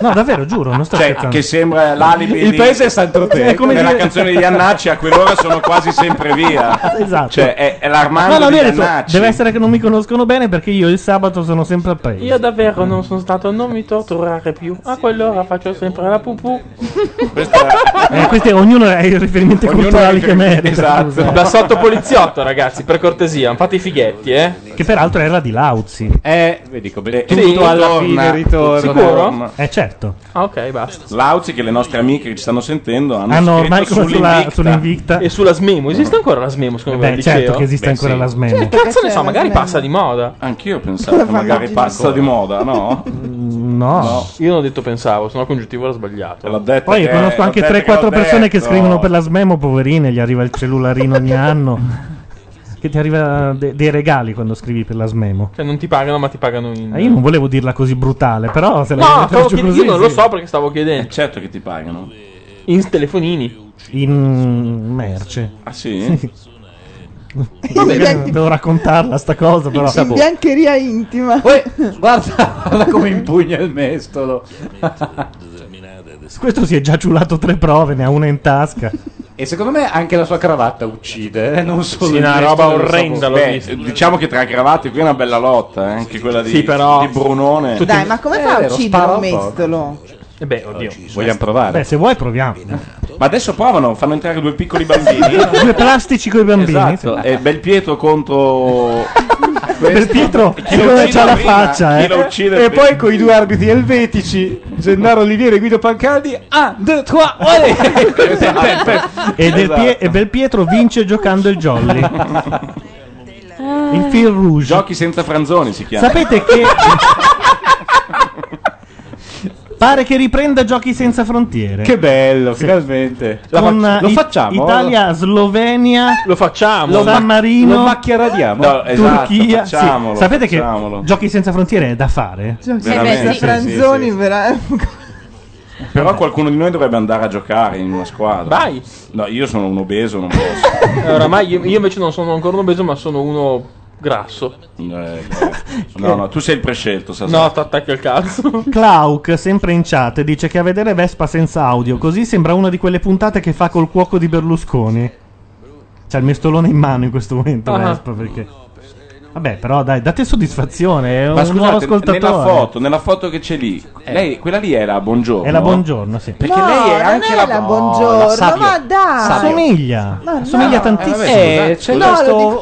Speaker 1: No, davvero, giuro, non sto
Speaker 13: Cioè,
Speaker 1: scherzando.
Speaker 13: che sembra l'alibi
Speaker 51: Il
Speaker 13: di-
Speaker 51: paese è Sant'Ortega.
Speaker 1: È come
Speaker 13: Nella
Speaker 1: dire-
Speaker 13: canzone di Iannacci a quell'ora sono quasi sempre via.
Speaker 1: [LAUGHS] Esatto.
Speaker 13: Cioè, è, è l'armando
Speaker 1: No, no,
Speaker 13: di
Speaker 1: lui ha detto,
Speaker 13: Iannacci.
Speaker 1: deve essere che non mi conoscono bene perché io il sabato sono sempre al
Speaker 2: [LAUGHS]
Speaker 1: paese.
Speaker 2: Io davvero non sono stato, non mi torturare più. A quell'ora faccio sempre la pupù.
Speaker 1: Eh, questi, ognuno ha i riferimenti
Speaker 2: Ognuno
Speaker 1: culturali
Speaker 2: ha i
Speaker 1: che merita.
Speaker 2: Esatto.
Speaker 1: scusa.
Speaker 2: [LAUGHS] Da sotto poliziotto, ragazzi, per cortesia, non fate i fighetti, eh.
Speaker 1: Che peraltro era di Lauzi.
Speaker 51: Eh, vedi come
Speaker 13: tutto alla fine ritorna.
Speaker 2: Sicuro?
Speaker 1: Eh, certo.
Speaker 2: Ah, ok, basta.
Speaker 13: Lauzi che le nostre amiche che ci stanno sentendo hanno,
Speaker 1: Hanno
Speaker 13: scritto
Speaker 1: ormai come sulla,
Speaker 13: sull'invicta.
Speaker 1: sull'invicta.
Speaker 2: E sulla Smemo, esiste ancora la Smemo, secondo me?
Speaker 1: Beh,
Speaker 2: al
Speaker 1: certo
Speaker 2: liceo?
Speaker 1: che esiste Beh, ancora sì. la Smemo.
Speaker 2: Cioè, che
Speaker 1: Che
Speaker 2: cazzo ne
Speaker 1: cazzo
Speaker 2: so,
Speaker 1: è la
Speaker 2: magari
Speaker 1: Smemo?
Speaker 2: passa di moda.
Speaker 13: Anch'io pensavo che magari passa di moda,
Speaker 2: [LAUGHS]
Speaker 13: no?
Speaker 1: No.
Speaker 2: Io non ho detto pensavo, sono congiuntivo era sbagliato. L'ho
Speaker 13: detto
Speaker 1: Poi conosco anche 3-4 persone che scrivono per la Smemo, poverine, gli arriva il cellularino
Speaker 13: [LAUGHS]
Speaker 1: ogni anno. Che ti arriva de- dei regali quando scrivi per la Smemo.
Speaker 2: Cioè, non ti pagano, ma ti pagano in.
Speaker 1: Eh, io non volevo dirla così brutale, però se la
Speaker 2: No,
Speaker 1: mettete
Speaker 2: stavo
Speaker 1: giù
Speaker 2: chied-
Speaker 1: così,
Speaker 2: io non lo
Speaker 1: sì.
Speaker 2: so perché stavo chiedendo.
Speaker 13: certo che ti pagano.
Speaker 2: In telefonini.
Speaker 1: In merce.
Speaker 13: Ah
Speaker 2: sì? [LAUGHS]
Speaker 1: Devo raccontarla sta cosa, però.
Speaker 27: In biancheria intima. [LAUGHS]
Speaker 11: guarda, guarda come impugna il mestolo.
Speaker 1: Questo si è già ciulato tre prove, ne ha una in tasca.
Speaker 11: E secondo me anche la sua cravatta uccide, eh, non solo
Speaker 13: Sì,
Speaker 11: il
Speaker 13: una
Speaker 11: mestolo
Speaker 13: roba
Speaker 11: del
Speaker 13: orrenda.
Speaker 11: sapore.
Speaker 13: l'ho vista. diciamo che tra cravatte qui è una bella lotta, eh, anche quella di,
Speaker 2: Sì, però-
Speaker 13: di Brunone.
Speaker 27: Dai, ma come
Speaker 11: Eh,
Speaker 27: fa a
Speaker 11: vero,
Speaker 27: uccidere
Speaker 11: spara
Speaker 27: un
Speaker 13: un po'.
Speaker 27: mestolo?
Speaker 2: E Eh beh, oddio.
Speaker 13: Vogliamo provare?
Speaker 1: Beh, se vuoi proviamo. [LAUGHS]
Speaker 13: Ma adesso provano, fanno entrare due piccoli bambini.
Speaker 1: Due plastici coi bambini.
Speaker 13: Esatto, è Belpietro contro
Speaker 1: Per Pietro, secondo me c'ha la faccia, eh.
Speaker 11: E poi con i due arbitri elvetici, Gennaro Olivieri e Guido Pancaldi, ah, due, tre, olè!
Speaker 1: E, del Pie-
Speaker 13: Esatto.
Speaker 1: e Belpietro vince giocando il Jolly. Il fil rouge.
Speaker 13: Giochi senza franzoni si chiama.
Speaker 1: Sapete che. Pare che riprenda Giochi senza frontiere.
Speaker 11: Che bello,
Speaker 1: Sì.
Speaker 11: finalmente. La
Speaker 1: Con,
Speaker 11: fac- lo
Speaker 1: eh,
Speaker 11: facciamo?
Speaker 1: Italia, Slovenia.
Speaker 2: Lo facciamo.
Speaker 1: San
Speaker 11: ma-
Speaker 1: Marino.
Speaker 11: lo macchiaradiamo? No, esatto,
Speaker 1: Turchia. sì.
Speaker 11: facciamolo,
Speaker 1: Sapete
Speaker 11: facciamolo.
Speaker 1: che Giochi senza frontiere è da fare?
Speaker 27: Senza Cioè, franzoni, vera- [LAUGHS]
Speaker 13: Però qualcuno di noi dovrebbe andare a giocare in una squadra.
Speaker 2: Vai.
Speaker 13: No, io sono un obeso, non posso.
Speaker 2: Eh, Oramai io, io invece non sono ancora un obeso, ma sono uno grasso.
Speaker 13: No, no, tu sei il prescelto, stasera.
Speaker 2: No, ti attacchi al cazzo.
Speaker 1: [LAUGHS] Clauk, sempre in chat, dice che a vedere Vespa senza audio, così sembra una di quelle puntate che fa col cuoco di Berlusconi. C'ha il mestolone in mano in questo momento,
Speaker 13: Ah.
Speaker 1: Vespa, perché... Vabbè, però dai, date soddisfazione, è
Speaker 13: Ma
Speaker 1: un nuovo
Speaker 13: scusate,
Speaker 1: ascoltatore.
Speaker 13: nella foto, nella foto che c'è lì, lei, quella lì è la Buongiorno.
Speaker 1: È la buongiorno, sì.
Speaker 13: Perché lei è anche
Speaker 27: non è la
Speaker 13: no,
Speaker 27: buongiorno,
Speaker 13: Savio.
Speaker 27: ma dai.
Speaker 1: Somiglia,
Speaker 27: Ma no.
Speaker 13: Ah,
Speaker 1: somiglia tantissimo.
Speaker 27: Eh, vabbè, scusa. No, lo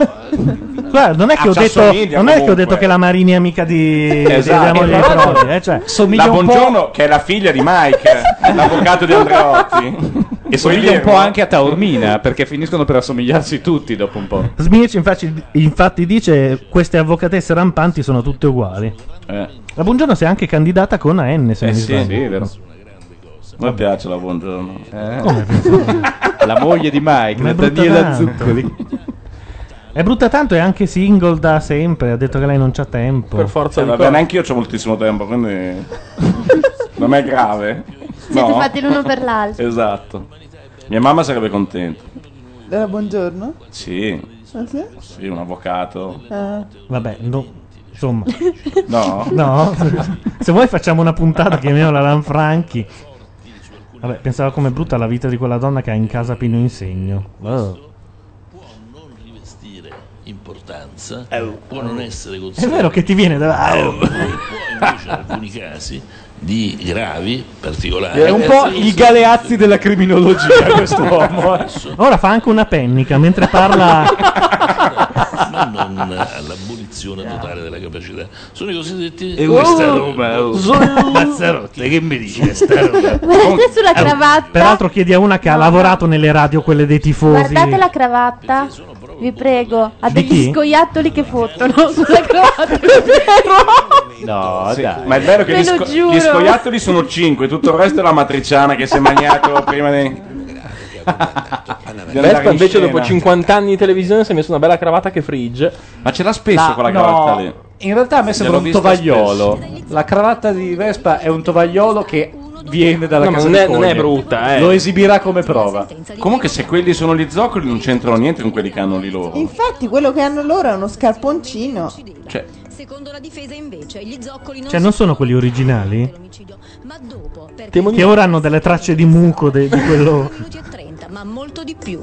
Speaker 1: [LAUGHS] Guarda, non è che ho
Speaker 13: Ah, esatto. ci
Speaker 1: detto,
Speaker 13: assomiglia
Speaker 1: non è che ho
Speaker 13: comunque.
Speaker 1: detto che la Marini è amica di,
Speaker 13: Esatto.
Speaker 1: della moglie Eh, di
Speaker 13: Esatto.
Speaker 1: Prodi, eh, cioè,
Speaker 13: la Buongiorno, che è la figlia di Mike, eh,
Speaker 1: [LAUGHS]
Speaker 13: l'avvocato di Andreotti.
Speaker 11: E somiglia un
Speaker 13: eh.
Speaker 11: po' anche a Taormina, perché finiscono per assomigliarsi tutti dopo un po'.
Speaker 1: Smirci infatti, infatti dice queste avvocatesse rampanti sono tutte uguali. La Buongiorno si è anche candidata con AN, se
Speaker 13: Eh
Speaker 1: non mi
Speaker 13: sì,
Speaker 1: sbaglio.
Speaker 13: sì, è vero. A me piace la Buongiorno. [LAUGHS]
Speaker 11: La moglie di Mike,
Speaker 1: Ma è brutta
Speaker 11: Daniela
Speaker 1: tanto.
Speaker 11: Zuccoli.
Speaker 1: È brutta tanto, è anche single da sempre, ha detto che lei non c'ha tempo.
Speaker 13: Per forza di Eh, Vabbè, neanche io c'ho moltissimo tempo,
Speaker 4: [LAUGHS]
Speaker 13: quindi non è grave.
Speaker 4: Siete
Speaker 13: No?
Speaker 4: fatti l'uno per l'altro.
Speaker 13: Esatto. Mia mamma sarebbe contenta.
Speaker 27: Allora, eh, buongiorno.
Speaker 13: Sì,
Speaker 27: Ah, sì?
Speaker 13: sì, un avvocato.
Speaker 27: Ah.
Speaker 1: Vabbè, no, insomma.
Speaker 13: [LAUGHS] No?
Speaker 1: No? [LAUGHS] Se vuoi facciamo una puntata, chiamiamola Lanfranchi. Vabbè, pensavo come brutta la vita di quella donna che ha in casa Pino Insegno. Wow.
Speaker 26: rivestire importanza Eh, può non essere considerato
Speaker 1: vero che ti viene da-
Speaker 26: Eh, può invece in alcuni casi di gravi particolari Eh,
Speaker 11: È un po' il galeazzi della criminologia questo uomo. eh.
Speaker 1: [LAUGHS] Ora fa anche una pennica mentre parla.
Speaker 26: ma non eh, all'abolizione totale della capacità sono i cosiddetti
Speaker 1: E
Speaker 26: e
Speaker 1: questa
Speaker 26: questa
Speaker 1: roba, oh.
Speaker 26: Mazzarotti che mi dice questa roba
Speaker 1: Oh.
Speaker 4: Guardate sulla
Speaker 1: Eh,
Speaker 4: cravatta.
Speaker 1: Peraltro chiedi a una che ha lavorato nelle radio, quelle dei tifosi.
Speaker 4: Guardate la cravatta. Vi prego. Ha
Speaker 1: Di
Speaker 4: degli
Speaker 1: chi?
Speaker 4: [LAUGHS] scoiattoli che fottono sulla cravatta.
Speaker 13: No, dai. Ma è vero che
Speaker 28: Ve
Speaker 13: gli,
Speaker 28: lo
Speaker 13: sco-
Speaker 28: giuro.
Speaker 13: gli scoiattoli sono 5, tutto il resto è la matriciana che si è
Speaker 4: [LAUGHS]
Speaker 13: maniato prima di. di andare
Speaker 2: Vespa
Speaker 13: in
Speaker 2: invece
Speaker 13: scena.
Speaker 2: dopo 50 anni di televisione si è messo una bella cravatta che frigge.
Speaker 13: Ma ce l'ha spesso
Speaker 2: La-
Speaker 13: quella
Speaker 2: no.
Speaker 13: cravatta lì.
Speaker 11: In realtà a me sembra un
Speaker 13: vista
Speaker 11: tovagliolo. La cravatta di Vespa è un tovagliolo che viene dalla
Speaker 13: No, ma
Speaker 11: casa
Speaker 13: non
Speaker 11: di
Speaker 13: è- non
Speaker 11: Cogni.
Speaker 13: è brutta, eh.
Speaker 11: Lo esibirà come prova.
Speaker 13: Comunque, se quelli sono gli zoccoli, non c'entrano niente con quelli che hanno lì loro.
Speaker 27: Infatti, quello che hanno loro è uno scarponcino.
Speaker 13: Cioè,
Speaker 9: Secondo la difesa, invece, gli zoccoli non
Speaker 1: Cioè, non sono quelli originali?
Speaker 9: ma dopo, perché
Speaker 1: Che ora hanno delle tracce di muco de- di quello.
Speaker 9: minuti e 30, ma molto di più.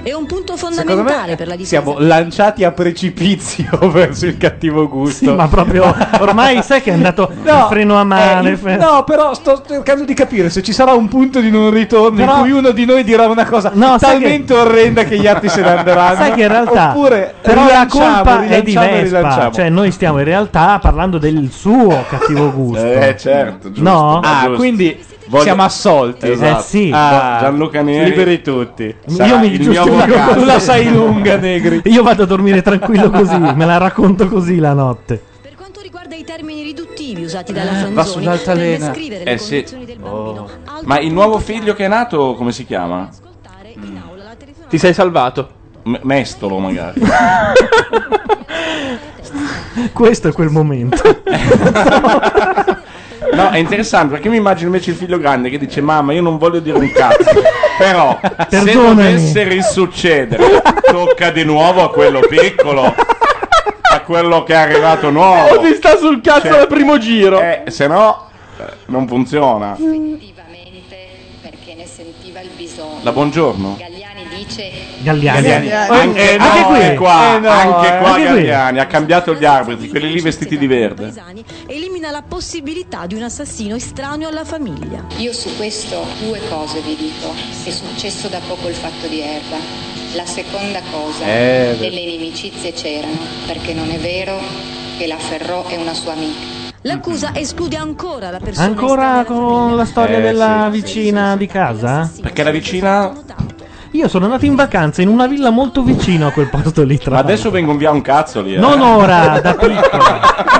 Speaker 9: È un punto
Speaker 11: Secondo
Speaker 9: fondamentale per la
Speaker 11: me
Speaker 9: difesa.
Speaker 11: siamo [LAUGHS] lanciati a precipizio [LAUGHS] verso il cattivo gusto.
Speaker 1: Sì,
Speaker 11: [LAUGHS]
Speaker 1: ma proprio ormai sai che è andato il freno a mano.
Speaker 11: eh,
Speaker 1: il freno-
Speaker 11: no, però sto cercando di capire se ci sarà un punto di non ritorno
Speaker 1: Però-
Speaker 11: in cui uno di noi dirà una cosa
Speaker 1: sai
Speaker 11: talmente orrenda che gli altri se ne andranno.
Speaker 1: [LAUGHS] Sai che in realtà
Speaker 11: Oppure
Speaker 1: però la
Speaker 11: rilanciamo,
Speaker 1: colpa è di
Speaker 11: rilanciamo e
Speaker 1: Vespa,
Speaker 11: rilanciamo.
Speaker 1: cioè noi stiamo in realtà parlando del suo cattivo gusto.
Speaker 13: Eh, certo, giusto.
Speaker 1: No?
Speaker 13: Ah, Giusto. quindi Voglio- siamo assolti. Esatto.
Speaker 1: Eh sì.
Speaker 13: Ah, Gianluca Neri. liberi
Speaker 11: tutti.
Speaker 1: Io mi giustifico,
Speaker 11: tu la sai
Speaker 1: [LAUGHS]
Speaker 11: lunga, Negri.
Speaker 1: Io vado a dormire tranquillo così, me la racconto così la notte.
Speaker 9: Guarda i termini riduttivi usati dalla
Speaker 13: Va
Speaker 9: Franzoni per
Speaker 13: sull'altalena.
Speaker 9: descrivere le
Speaker 13: Eh sì. Oh.
Speaker 9: condizioni del
Speaker 13: Ma il nuovo figlio che è nato, come si chiama? Ti sei salvato? mestolo, magari.
Speaker 1: Questo è quel momento.
Speaker 13: No, è interessante perché mi immagino invece il figlio grande che dice: Mamma, io non voglio dire
Speaker 2: [LAUGHS]
Speaker 13: un cazzo. Però, se
Speaker 1: Perdonami.
Speaker 13: dovesse risuccedere, tocca di nuovo a quello piccolo, a quello che è arrivato nuovo.
Speaker 2: Oh, ti sta sul cazzo
Speaker 13: Cioè,
Speaker 2: al primo giro.
Speaker 13: Eh, se no, eh, non funziona.
Speaker 34: Effettivamente, perché ne sentiva il bisogno.
Speaker 13: La buongiorno.
Speaker 34: Gagliani dice
Speaker 1: Galliani.
Speaker 13: Anche,
Speaker 1: Eh,
Speaker 13: no,
Speaker 1: anche qui.
Speaker 13: eh, qua,
Speaker 1: Eh, no,
Speaker 13: anche
Speaker 1: eh.
Speaker 13: qua
Speaker 1: Anche qui.
Speaker 13: Galliani ha cambiato gli arbitri, quelli lì vestiti di verde.
Speaker 9: elimina la possibilità di un assassino estraneo alla famiglia.
Speaker 34: Io su questo due cose vi dico. È successo da poco il fatto di Erba. La seconda cosa,
Speaker 9: Eh, beh.
Speaker 34: delle inimicizie c'erano, perché non è vero che la Ferrò è una sua amica.
Speaker 9: L'accusa esclude ancora la persona
Speaker 1: Ancora con la storia
Speaker 13: Eh,
Speaker 1: della vicina di casa?
Speaker 13: Perché la vicina.
Speaker 1: Io sono andato in vacanza in una villa molto vicino a quel posto lì. Tra
Speaker 13: Ma adesso vengono via un cazzo lì. eh.
Speaker 1: Non ora, da
Speaker 13: [LAUGHS]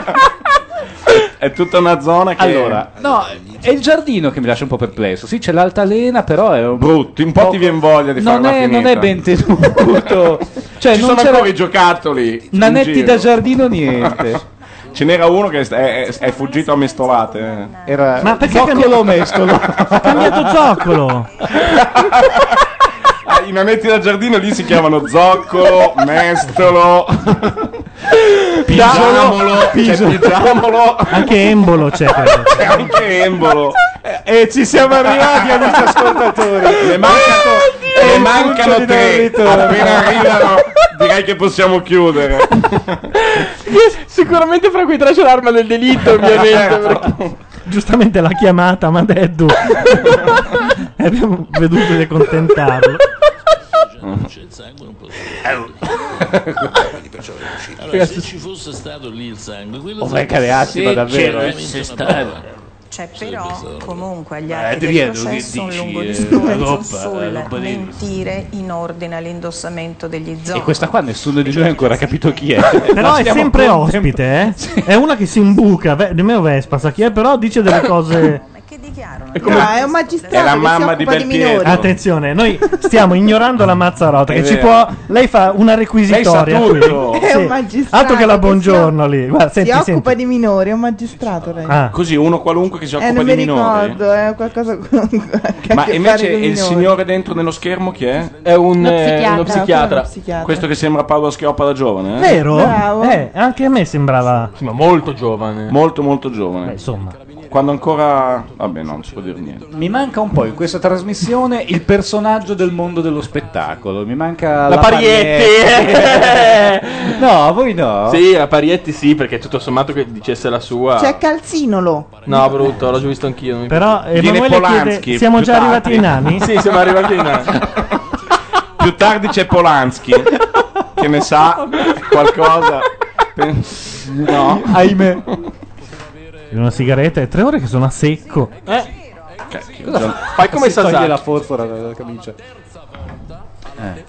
Speaker 13: È tutta una
Speaker 4: Eh.
Speaker 13: zona che.
Speaker 11: Allora, no, è il giardino che mi lascia un po' perplesso. Sì, c'è l'altalena, però è un
Speaker 13: brutto. Un po' ti viene voglia di
Speaker 11: non
Speaker 13: farla
Speaker 11: è, non
Speaker 13: finita.
Speaker 11: è ben
Speaker 13: [LAUGHS]
Speaker 11: tenuto. cioè,
Speaker 13: Ci
Speaker 11: non
Speaker 13: sono
Speaker 11: c'era
Speaker 13: ancora i giocattoli. in
Speaker 11: nanetti
Speaker 13: giro.
Speaker 11: da giardino,
Speaker 1: [LAUGHS]
Speaker 11: niente.
Speaker 13: [LAUGHS] Ce n'era uno che è, è- è fuggito a mestolate. eh.
Speaker 11: Era
Speaker 13: Ma
Speaker 11: perché Zoccolo cambia-
Speaker 1: [LAUGHS]
Speaker 11: mestolo.
Speaker 13: ha
Speaker 1: cambiato zoccolo.
Speaker 13: Ah, I nanetti da giardino lì si chiamano zoccolo, mestolo, pigiamolo,
Speaker 1: Piso.
Speaker 13: c'è pigiamolo
Speaker 1: Anche
Speaker 13: [LAUGHS]
Speaker 1: Embolo c'è. credo.
Speaker 13: e anche embolo.
Speaker 11: E ci siamo arrivati, amici ascoltatori. Ah,
Speaker 13: Ne mancano, ne mancano tre. Appena arrivano, direi che possiamo chiudere.
Speaker 2: Sicuramente fra quei tre c'è l'arma
Speaker 11: [LAUGHS]
Speaker 2: del delitto, ovviamente.
Speaker 1: Giustamente l'ha chiamata, ma Deddu. E abbiamo veduto di accontentarlo.
Speaker 4: Non c'è il sangue, non posso. Allora, se ci fosse stato lì il sangue, quello
Speaker 11: Oh, venga, le assi, ma davvero, eh.
Speaker 29: C'è Cioè, però comunque agli
Speaker 11: Eh,
Speaker 29: atti del
Speaker 11: Pietro, che
Speaker 29: processo un
Speaker 11: dici,
Speaker 29: lungo
Speaker 11: eh,
Speaker 29: discorso
Speaker 11: roba,
Speaker 29: sul
Speaker 11: roba di-
Speaker 29: mentire in ordine all'indossamento degli zoccoli.
Speaker 11: E questa qua nessuno di noi ha ancora capito chi
Speaker 13: Eh,
Speaker 11: è.
Speaker 1: Però è sempre ospite, eh? È una che si imbuca, ve- nemmeno Vespa sa chi è, però dice delle cose...
Speaker 27: È no, è un magistrato.
Speaker 1: È la
Speaker 27: che
Speaker 1: mamma
Speaker 27: si occupa di, minori.
Speaker 1: Ah, Attenzione, noi stiamo ignorando la Mazzarotta,
Speaker 13: È
Speaker 1: che ci
Speaker 13: vero.
Speaker 1: può... Lei fa una requisitoria
Speaker 13: Lei sa
Speaker 1: qui.
Speaker 13: tutto.
Speaker 27: [LAUGHS] È un magistrato
Speaker 1: Altro che la
Speaker 27: che
Speaker 1: buongiorno lì. Guarda,
Speaker 27: si
Speaker 1: senti,
Speaker 27: occupa
Speaker 1: senti. Ah.
Speaker 27: di minori, è un magistrato lei.
Speaker 13: Così uno qualunque che Ah. si
Speaker 27: eh,
Speaker 13: occupa
Speaker 27: non
Speaker 13: di
Speaker 27: mi
Speaker 13: minori.
Speaker 27: ricordo, è qualcosa che ha a
Speaker 13: Ma
Speaker 27: che
Speaker 13: invece
Speaker 27: fare con i
Speaker 13: il
Speaker 27: minori.
Speaker 13: signore dentro nello schermo chi è?
Speaker 2: È un,
Speaker 27: Uno
Speaker 13: Uno
Speaker 27: eh, psichiatra. uno psichiatra. Uno psichiatra.
Speaker 13: Questo che sembra Paolo Schioppa da giovane. eh?
Speaker 1: [LAUGHS] Vero? Eh, anche a me sembrava...
Speaker 13: ma molto giovane. Molto molto giovane. insomma. Quando ancora... Vabbè no, non si può dire niente.
Speaker 11: Mi manca un po' in questa trasmissione il personaggio del mondo dello spettacolo. Mi manca
Speaker 2: La Parietti!
Speaker 13: [LAUGHS]
Speaker 11: Parietti. no, voi no.
Speaker 2: Sì, la Parietti sì, perché tutto sommato che dicesse la sua.
Speaker 27: [LAUGHS]
Speaker 11: Cioè,
Speaker 27: C'è Calzinolo.
Speaker 2: No, brutto, l'ho già visto anch'io. non mi
Speaker 1: Però
Speaker 2: piace.
Speaker 1: Emanuele Viene Polanski, chiede, siamo
Speaker 2: più
Speaker 1: già arrivati
Speaker 13: Ah,
Speaker 1: ai nani?
Speaker 2: sì, siamo arrivati ai nani.
Speaker 13: Più tardi c'è Polanski, che ne sa qualcosa. Pen- No.
Speaker 11: Ahimè.
Speaker 1: Una sigaretta, è tre ore che sono a secco.
Speaker 13: Eh,
Speaker 11: Cosa
Speaker 13: Già-
Speaker 11: fa?
Speaker 13: fai come
Speaker 11: si toglie
Speaker 13: Sasaki.
Speaker 11: la forfora dalla camicia.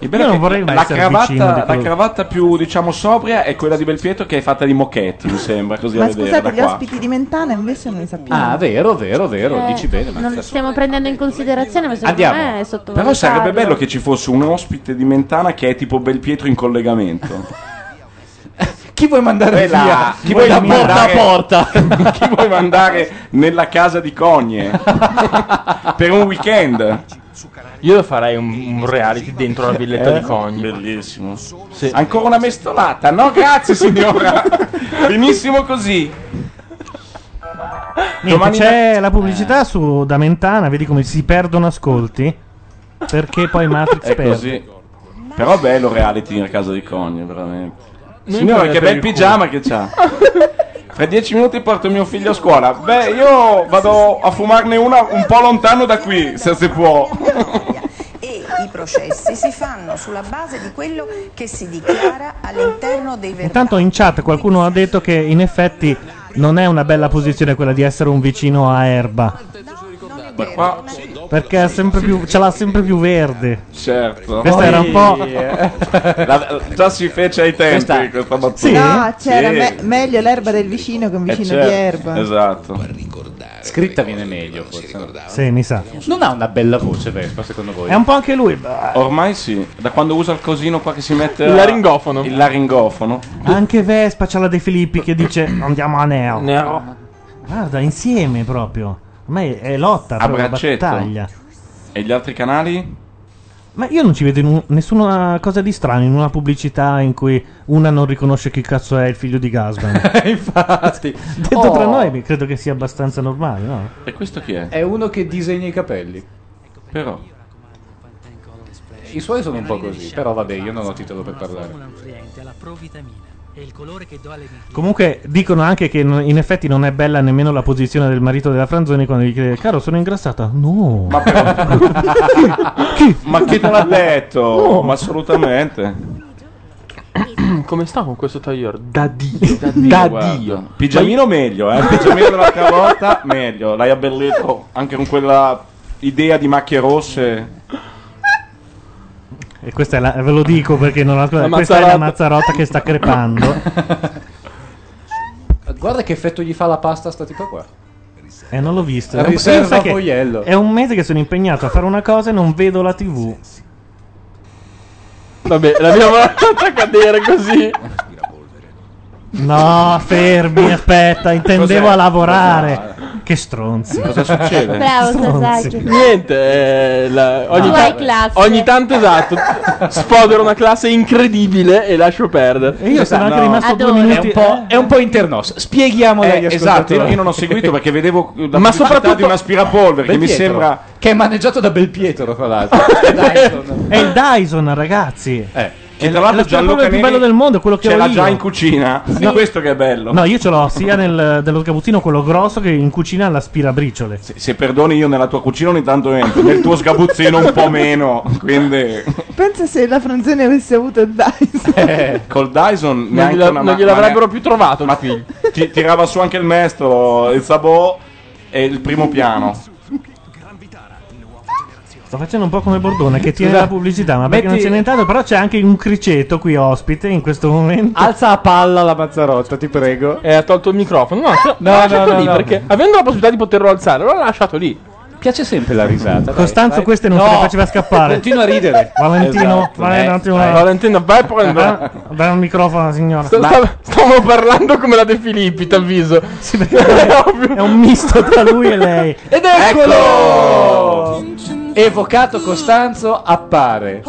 Speaker 13: Il bello
Speaker 1: Io
Speaker 13: è
Speaker 1: non
Speaker 13: che
Speaker 1: vorrei mai
Speaker 13: la
Speaker 1: essere vicino di
Speaker 13: cravatta, la
Speaker 1: quello-
Speaker 13: cravatta più diciamo sobria è quella di Belpietro che è fatta di moquette, mi sembra così eh, a
Speaker 27: Ma
Speaker 13: vedere
Speaker 27: scusate, gli
Speaker 13: da qua.
Speaker 27: ospiti di Mentana invece non ne sappiamo.
Speaker 13: Ah,
Speaker 11: vero, vero, vero,
Speaker 5: Eh,
Speaker 13: dici bene, ma
Speaker 5: non
Speaker 13: adesso-
Speaker 5: stiamo prendendo in considerazione, ma secondo
Speaker 13: Andiamo.
Speaker 5: me è sottovalutato.
Speaker 13: Però sarebbe bello che ci fosse un ospite di Mentana che è tipo Belpietro in collegamento.
Speaker 6: Chi vuoi mandare
Speaker 13: Quella-
Speaker 6: via?
Speaker 13: chi vuoi
Speaker 6: da
Speaker 13: mandare-
Speaker 6: porta
Speaker 13: a porta? [LAUGHS] Chi vuoi mandare nella casa di Cogne [LAUGHS] per un weekend?
Speaker 2: Io lo farei un, un reality dentro la villetta
Speaker 13: Eh?
Speaker 2: di Cogni.
Speaker 13: Bellissimo. Ancora una mestolata? No,
Speaker 2: [LAUGHS]
Speaker 13: grazie signora. Benissimo così.
Speaker 1: Niente,
Speaker 13: Domani
Speaker 1: c'è la pubblicità su da Mentana, vedi come si perdono ascolti. Perché poi Matrix
Speaker 13: È
Speaker 1: perde.
Speaker 13: così. Però bello reality in casa di Cogne, veramente.
Speaker 1: Noi
Speaker 13: Signora,
Speaker 1: prendiamo
Speaker 13: che
Speaker 1: per
Speaker 13: bel
Speaker 1: il culo.
Speaker 13: pigiama che c'ha. Fra dieci minuti porto mio figlio a scuola. Beh, io vado a fumarne una un po' lontano da qui, se si può.
Speaker 29: E i processi si fanno sulla base di quello che si dichiara all'interno dei verbali.
Speaker 1: Intanto in chat qualcuno ha detto che in effetti non è una bella posizione quella di essere un vicino a Erba.
Speaker 13: Ma qua,
Speaker 1: Perché è sempre più- ce l'ha sempre più verde.
Speaker 13: certo. eh.
Speaker 1: Questa era un po'.
Speaker 13: La- già si fece ai tempi
Speaker 1: Questa-
Speaker 13: questa, battuta.
Speaker 27: No, c'era
Speaker 13: Sì.
Speaker 27: me- meglio l'erba del vicino che un
Speaker 13: Eh,
Speaker 27: vicino
Speaker 13: certo,
Speaker 27: di erba.
Speaker 13: Esatto.
Speaker 11: Scritta viene meglio, forse. no?
Speaker 1: Sì, mi sa.
Speaker 11: Non ha una bella voce, Vespa, secondo voi?
Speaker 1: È un po' anche lui.
Speaker 13: Ormai sì, da quando usa il cosino qua che si mette
Speaker 1: Il
Speaker 13: a-
Speaker 1: laringofono. Ah.
Speaker 13: Il laringofono.
Speaker 1: Anche Vespa c'ha la De Filippi che dice andiamo a Neo.
Speaker 13: Neo.
Speaker 1: Guarda, insieme proprio. Ormai è lotta,
Speaker 13: A
Speaker 1: proprio,
Speaker 13: braccetto.
Speaker 1: battaglia.
Speaker 13: E gli altri canali?
Speaker 1: Ma io non ci vedo in un- nessuna cosa di strano in una pubblicità in cui una non riconosce chi cazzo è il figlio di Gasman.
Speaker 11: Infatti,
Speaker 1: Detto tra noi, mi- credo che sia abbastanza normale, no?
Speaker 13: E questo chi è?
Speaker 11: È uno che disegna i capelli.
Speaker 13: Però.
Speaker 11: I suoi sono un po' così, però vabbè, io non ho titolo per parlare.
Speaker 19: alla provitamina e il colore che do alle vitamine.
Speaker 1: Comunque dicono anche che non- in effetti non è bella nemmeno la posizione del marito della Franzoni quando gli chiede "Caro, sono ingrassata". No. Ma [LAUGHS]
Speaker 13: Ma chi te l'ha detto?
Speaker 2: No.
Speaker 13: Ma assolutamente.
Speaker 2: [CLEARS THROAT] Come sta con questo tagliore? Da Dio. Da Dio.
Speaker 13: Dio, guarda. Pigiamino meglio, eh. Pigiamino
Speaker 1: [LAUGHS]
Speaker 13: dell'altra volta meglio. L'hai abbellito anche con quella idea di macchie rosse.
Speaker 1: E questa è la ve lo dico perché non la,
Speaker 13: La
Speaker 1: questa è
Speaker 13: Mazzarotta.
Speaker 1: la Mazzarotta che sta crepando.
Speaker 11: Guarda che effetto gli fa la pasta sta tipa qua.
Speaker 1: Eh, non l'ho visto.
Speaker 11: La
Speaker 1: È un-
Speaker 11: riserva
Speaker 1: pensa che
Speaker 11: Poiello.
Speaker 1: È un mese che sono impegnato a fare una cosa e non vedo la TV.
Speaker 2: Vabbè, [LAUGHS] l'abbiamo lasciata cadere così.
Speaker 1: No,
Speaker 11: [LAUGHS]
Speaker 1: fermi, aspetta, intendevo
Speaker 2: Cos'è?
Speaker 1: a lavorare. Che stronzi.
Speaker 2: Cosa succede?
Speaker 5: Bravo, Sasaki.
Speaker 2: Niente, eh, la- ogni,
Speaker 5: No.
Speaker 2: ta-
Speaker 5: Due classi.
Speaker 2: ogni tanto esatto. Sfodero una classe incredibile e lascio perdere.
Speaker 1: E io sono anche rimasto due minuti.
Speaker 11: È un po', è un po' internos. Spieghiamolo
Speaker 13: Eh,
Speaker 11: agli
Speaker 13: esatto,
Speaker 11: ascoltatori.
Speaker 13: io non ho seguito perché vedevo la
Speaker 11: Ma
Speaker 13: pubblicità
Speaker 11: soprattutto
Speaker 13: di un aspirapolvere che mi
Speaker 11: Belpietro,
Speaker 13: sembra
Speaker 11: che è maneggiato da Belpietro, tra [LAUGHS] l'altro.
Speaker 1: È il Dyson, ragazzi.
Speaker 13: che
Speaker 1: è
Speaker 13: Eh, tra l'altro
Speaker 1: la-
Speaker 13: Gianluca
Speaker 1: è il più bello
Speaker 13: Neri
Speaker 1: del mondo, quello che
Speaker 13: ce
Speaker 1: ho
Speaker 13: l'ha
Speaker 1: io.
Speaker 13: già in
Speaker 1: [LAUGHS]
Speaker 13: cucina. È questo che è bello.
Speaker 1: No, io ce l'ho sia nel, dello sgabuzzino quello grosso che in cucina l'aspirabriciole.
Speaker 13: Se perdoni io nella tua cucina ogni tanto entro, nel tuo sgabuzzino un po' meno,
Speaker 1: [LAUGHS]
Speaker 13: quindi
Speaker 27: Pensa se la Franzoni avesse avuto il Dyson.
Speaker 1: Eh.
Speaker 13: col Dyson neanche
Speaker 2: gliela-
Speaker 13: una
Speaker 2: non
Speaker 13: ma-
Speaker 2: gliel'avrebbero
Speaker 13: ma
Speaker 2: più trovato il figlio.
Speaker 13: ne- ti- tirava su anche il mestolo, il sabò e il primo piano.
Speaker 1: Sto facendo un po' come Bordone che tiene
Speaker 11: Scusa,
Speaker 1: la pubblicità, ma perché
Speaker 11: metti-
Speaker 1: non c'è nient'altro. Però c'è anche un criceto qui ospite in questo momento.
Speaker 6: Alza a palla la Mazzarotta, ti prego.
Speaker 2: E Eh, ha tolto il microfono. No, ce-
Speaker 6: No,
Speaker 2: l'ho lasciato
Speaker 6: no, no,
Speaker 2: lì
Speaker 6: no.
Speaker 2: perché avendo la possibilità di poterlo alzare, l'ho lasciato lì.
Speaker 11: Piace sempre la risata.
Speaker 1: Costanzo, queste non se le faceva scappare.
Speaker 11: Continua a ridere.
Speaker 1: Valentino,
Speaker 11: Esatto.
Speaker 1: vai Ah.
Speaker 11: Eh,
Speaker 1: un attimo.
Speaker 11: vai.
Speaker 2: Valentino, vai a prendere.
Speaker 1: Dai dai un microfono, signora.
Speaker 2: Sto- sta- Stavo parlando come la De Filippi, t'avviso. [LAUGHS]
Speaker 1: È un misto tra lui e lei.
Speaker 11: Ed eccolo! Evocato Costanzo appare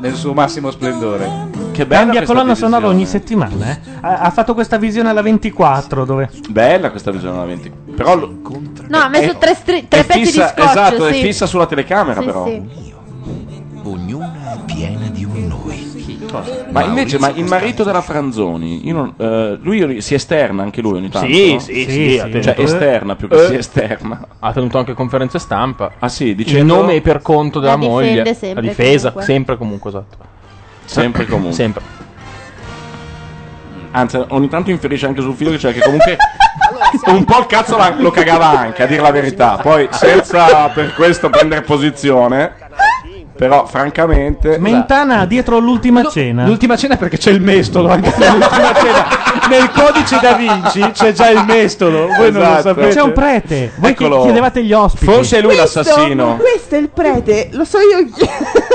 Speaker 11: nel suo massimo splendore.
Speaker 13: Che
Speaker 1: Cambia colonna sonora ogni settimana. eh. Ha, ha fatto questa visione alla 24 dove...
Speaker 13: Bella questa visione della 20. Però lo-
Speaker 5: No, ha messo
Speaker 1: Eh,
Speaker 13: È-
Speaker 5: tre, stri- tre
Speaker 13: è
Speaker 5: pezzi
Speaker 13: fissa,
Speaker 5: di scotch.
Speaker 13: esatto,
Speaker 5: sì.
Speaker 13: è fissa sulla telecamera
Speaker 5: Sì,
Speaker 13: però.
Speaker 5: sì.
Speaker 8: Ognuna è piena di un noi.
Speaker 13: Ma invece, ma il marito della Franzoni, io non- eh, lui ri- si esterna anche lui ogni tanto?
Speaker 2: Sì,
Speaker 13: no?
Speaker 2: sì, sì, Sì, sì, ha
Speaker 13: cioè
Speaker 2: tenuto-
Speaker 13: esterna più che
Speaker 2: Eh.
Speaker 13: si esterna.
Speaker 2: Ha tenuto anche conferenze stampa.
Speaker 13: Ah sì,
Speaker 2: Dice il
Speaker 13: dicendo-
Speaker 2: nome e per conto della
Speaker 13: La difende
Speaker 2: moglie.
Speaker 13: sempre
Speaker 2: la difesa,
Speaker 13: comunque.
Speaker 2: sempre comunque, esatto.
Speaker 13: Sempre comunque.
Speaker 2: [LAUGHS] Sempre.
Speaker 13: Anzi, ogni tanto inferisce anche sul figlio che c'è che comunque
Speaker 2: [LAUGHS]
Speaker 13: un po' il cazzo la- lo cagava anche, a dire la verità. Poi senza per questo prendere posizione. Però, francamente.
Speaker 1: Mentana dietro l'ultima cena.
Speaker 11: L'ultima cena perché c'è il mestolo anche
Speaker 1: [LAUGHS]
Speaker 11: nell'ultima cena. [LAUGHS] Nel codice da Vinci c'è già il mestolo, voi non lo
Speaker 1: Esatto.
Speaker 11: sapete.
Speaker 1: C'è un prete, voi chi- chiedevate gli ospiti.
Speaker 11: Forse è lui
Speaker 27: Questo- Questo è il prete, lo so io chi.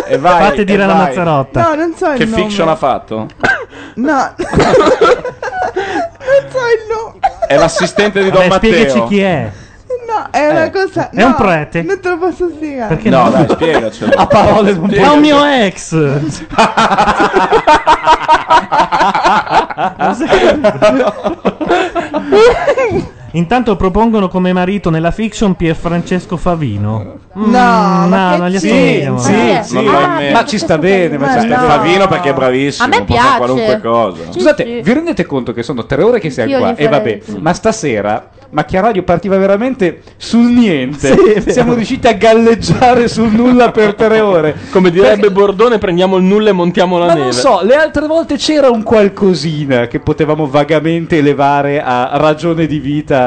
Speaker 13: E vai,
Speaker 1: Fate
Speaker 13: e
Speaker 1: dire alla
Speaker 13: vai.
Speaker 1: Mazzarotta.
Speaker 27: No, non so il
Speaker 13: Che
Speaker 27: nome.
Speaker 13: fiction ha fatto? [LAUGHS]
Speaker 27: No. non so il nome.
Speaker 13: È l'assistente di Don
Speaker 1: Vabbè,
Speaker 13: Matteo.
Speaker 1: spiegaci chi è.
Speaker 27: No, è una cosa.
Speaker 1: È un
Speaker 27: no,
Speaker 1: prete?
Speaker 27: Non te lo posso spiegare.
Speaker 1: Perché
Speaker 13: Eh, no, dai, spiegacelo.
Speaker 1: A
Speaker 11: parole non
Speaker 1: È un mio ex. Intanto propongono come marito nella fiction Pier Francesco Favino. Mm,
Speaker 11: No, ma che
Speaker 1: non gli
Speaker 11: sì,
Speaker 1: assomigliamo.
Speaker 11: sì, Ma sì.
Speaker 13: Non lo
Speaker 11: Ah,
Speaker 13: ammetto.
Speaker 11: ma ci sta bene, ma ci sta bene.
Speaker 13: Favino perché è bravissimo.
Speaker 11: A me
Speaker 13: può fare
Speaker 11: piace.
Speaker 13: qualunque cosa.
Speaker 11: Scusate, vi rendete conto che sono tre ore che
Speaker 13: Anch'io
Speaker 11: siamo qua?
Speaker 13: gli
Speaker 11: E vabbè,
Speaker 13: farei-
Speaker 11: ma stasera Macchia Radio partiva veramente sul
Speaker 52: Sì,
Speaker 11: niente.
Speaker 52: è vero.
Speaker 11: siamo riusciti a galleggiare sul nulla per tre ore.
Speaker 52: Come direbbe Bordone, prendiamo il nulla e montiamo la
Speaker 11: Ma
Speaker 52: neve.
Speaker 11: non so, le altre volte c'era un qualcosina che potevamo vagamente elevare a ragione di vita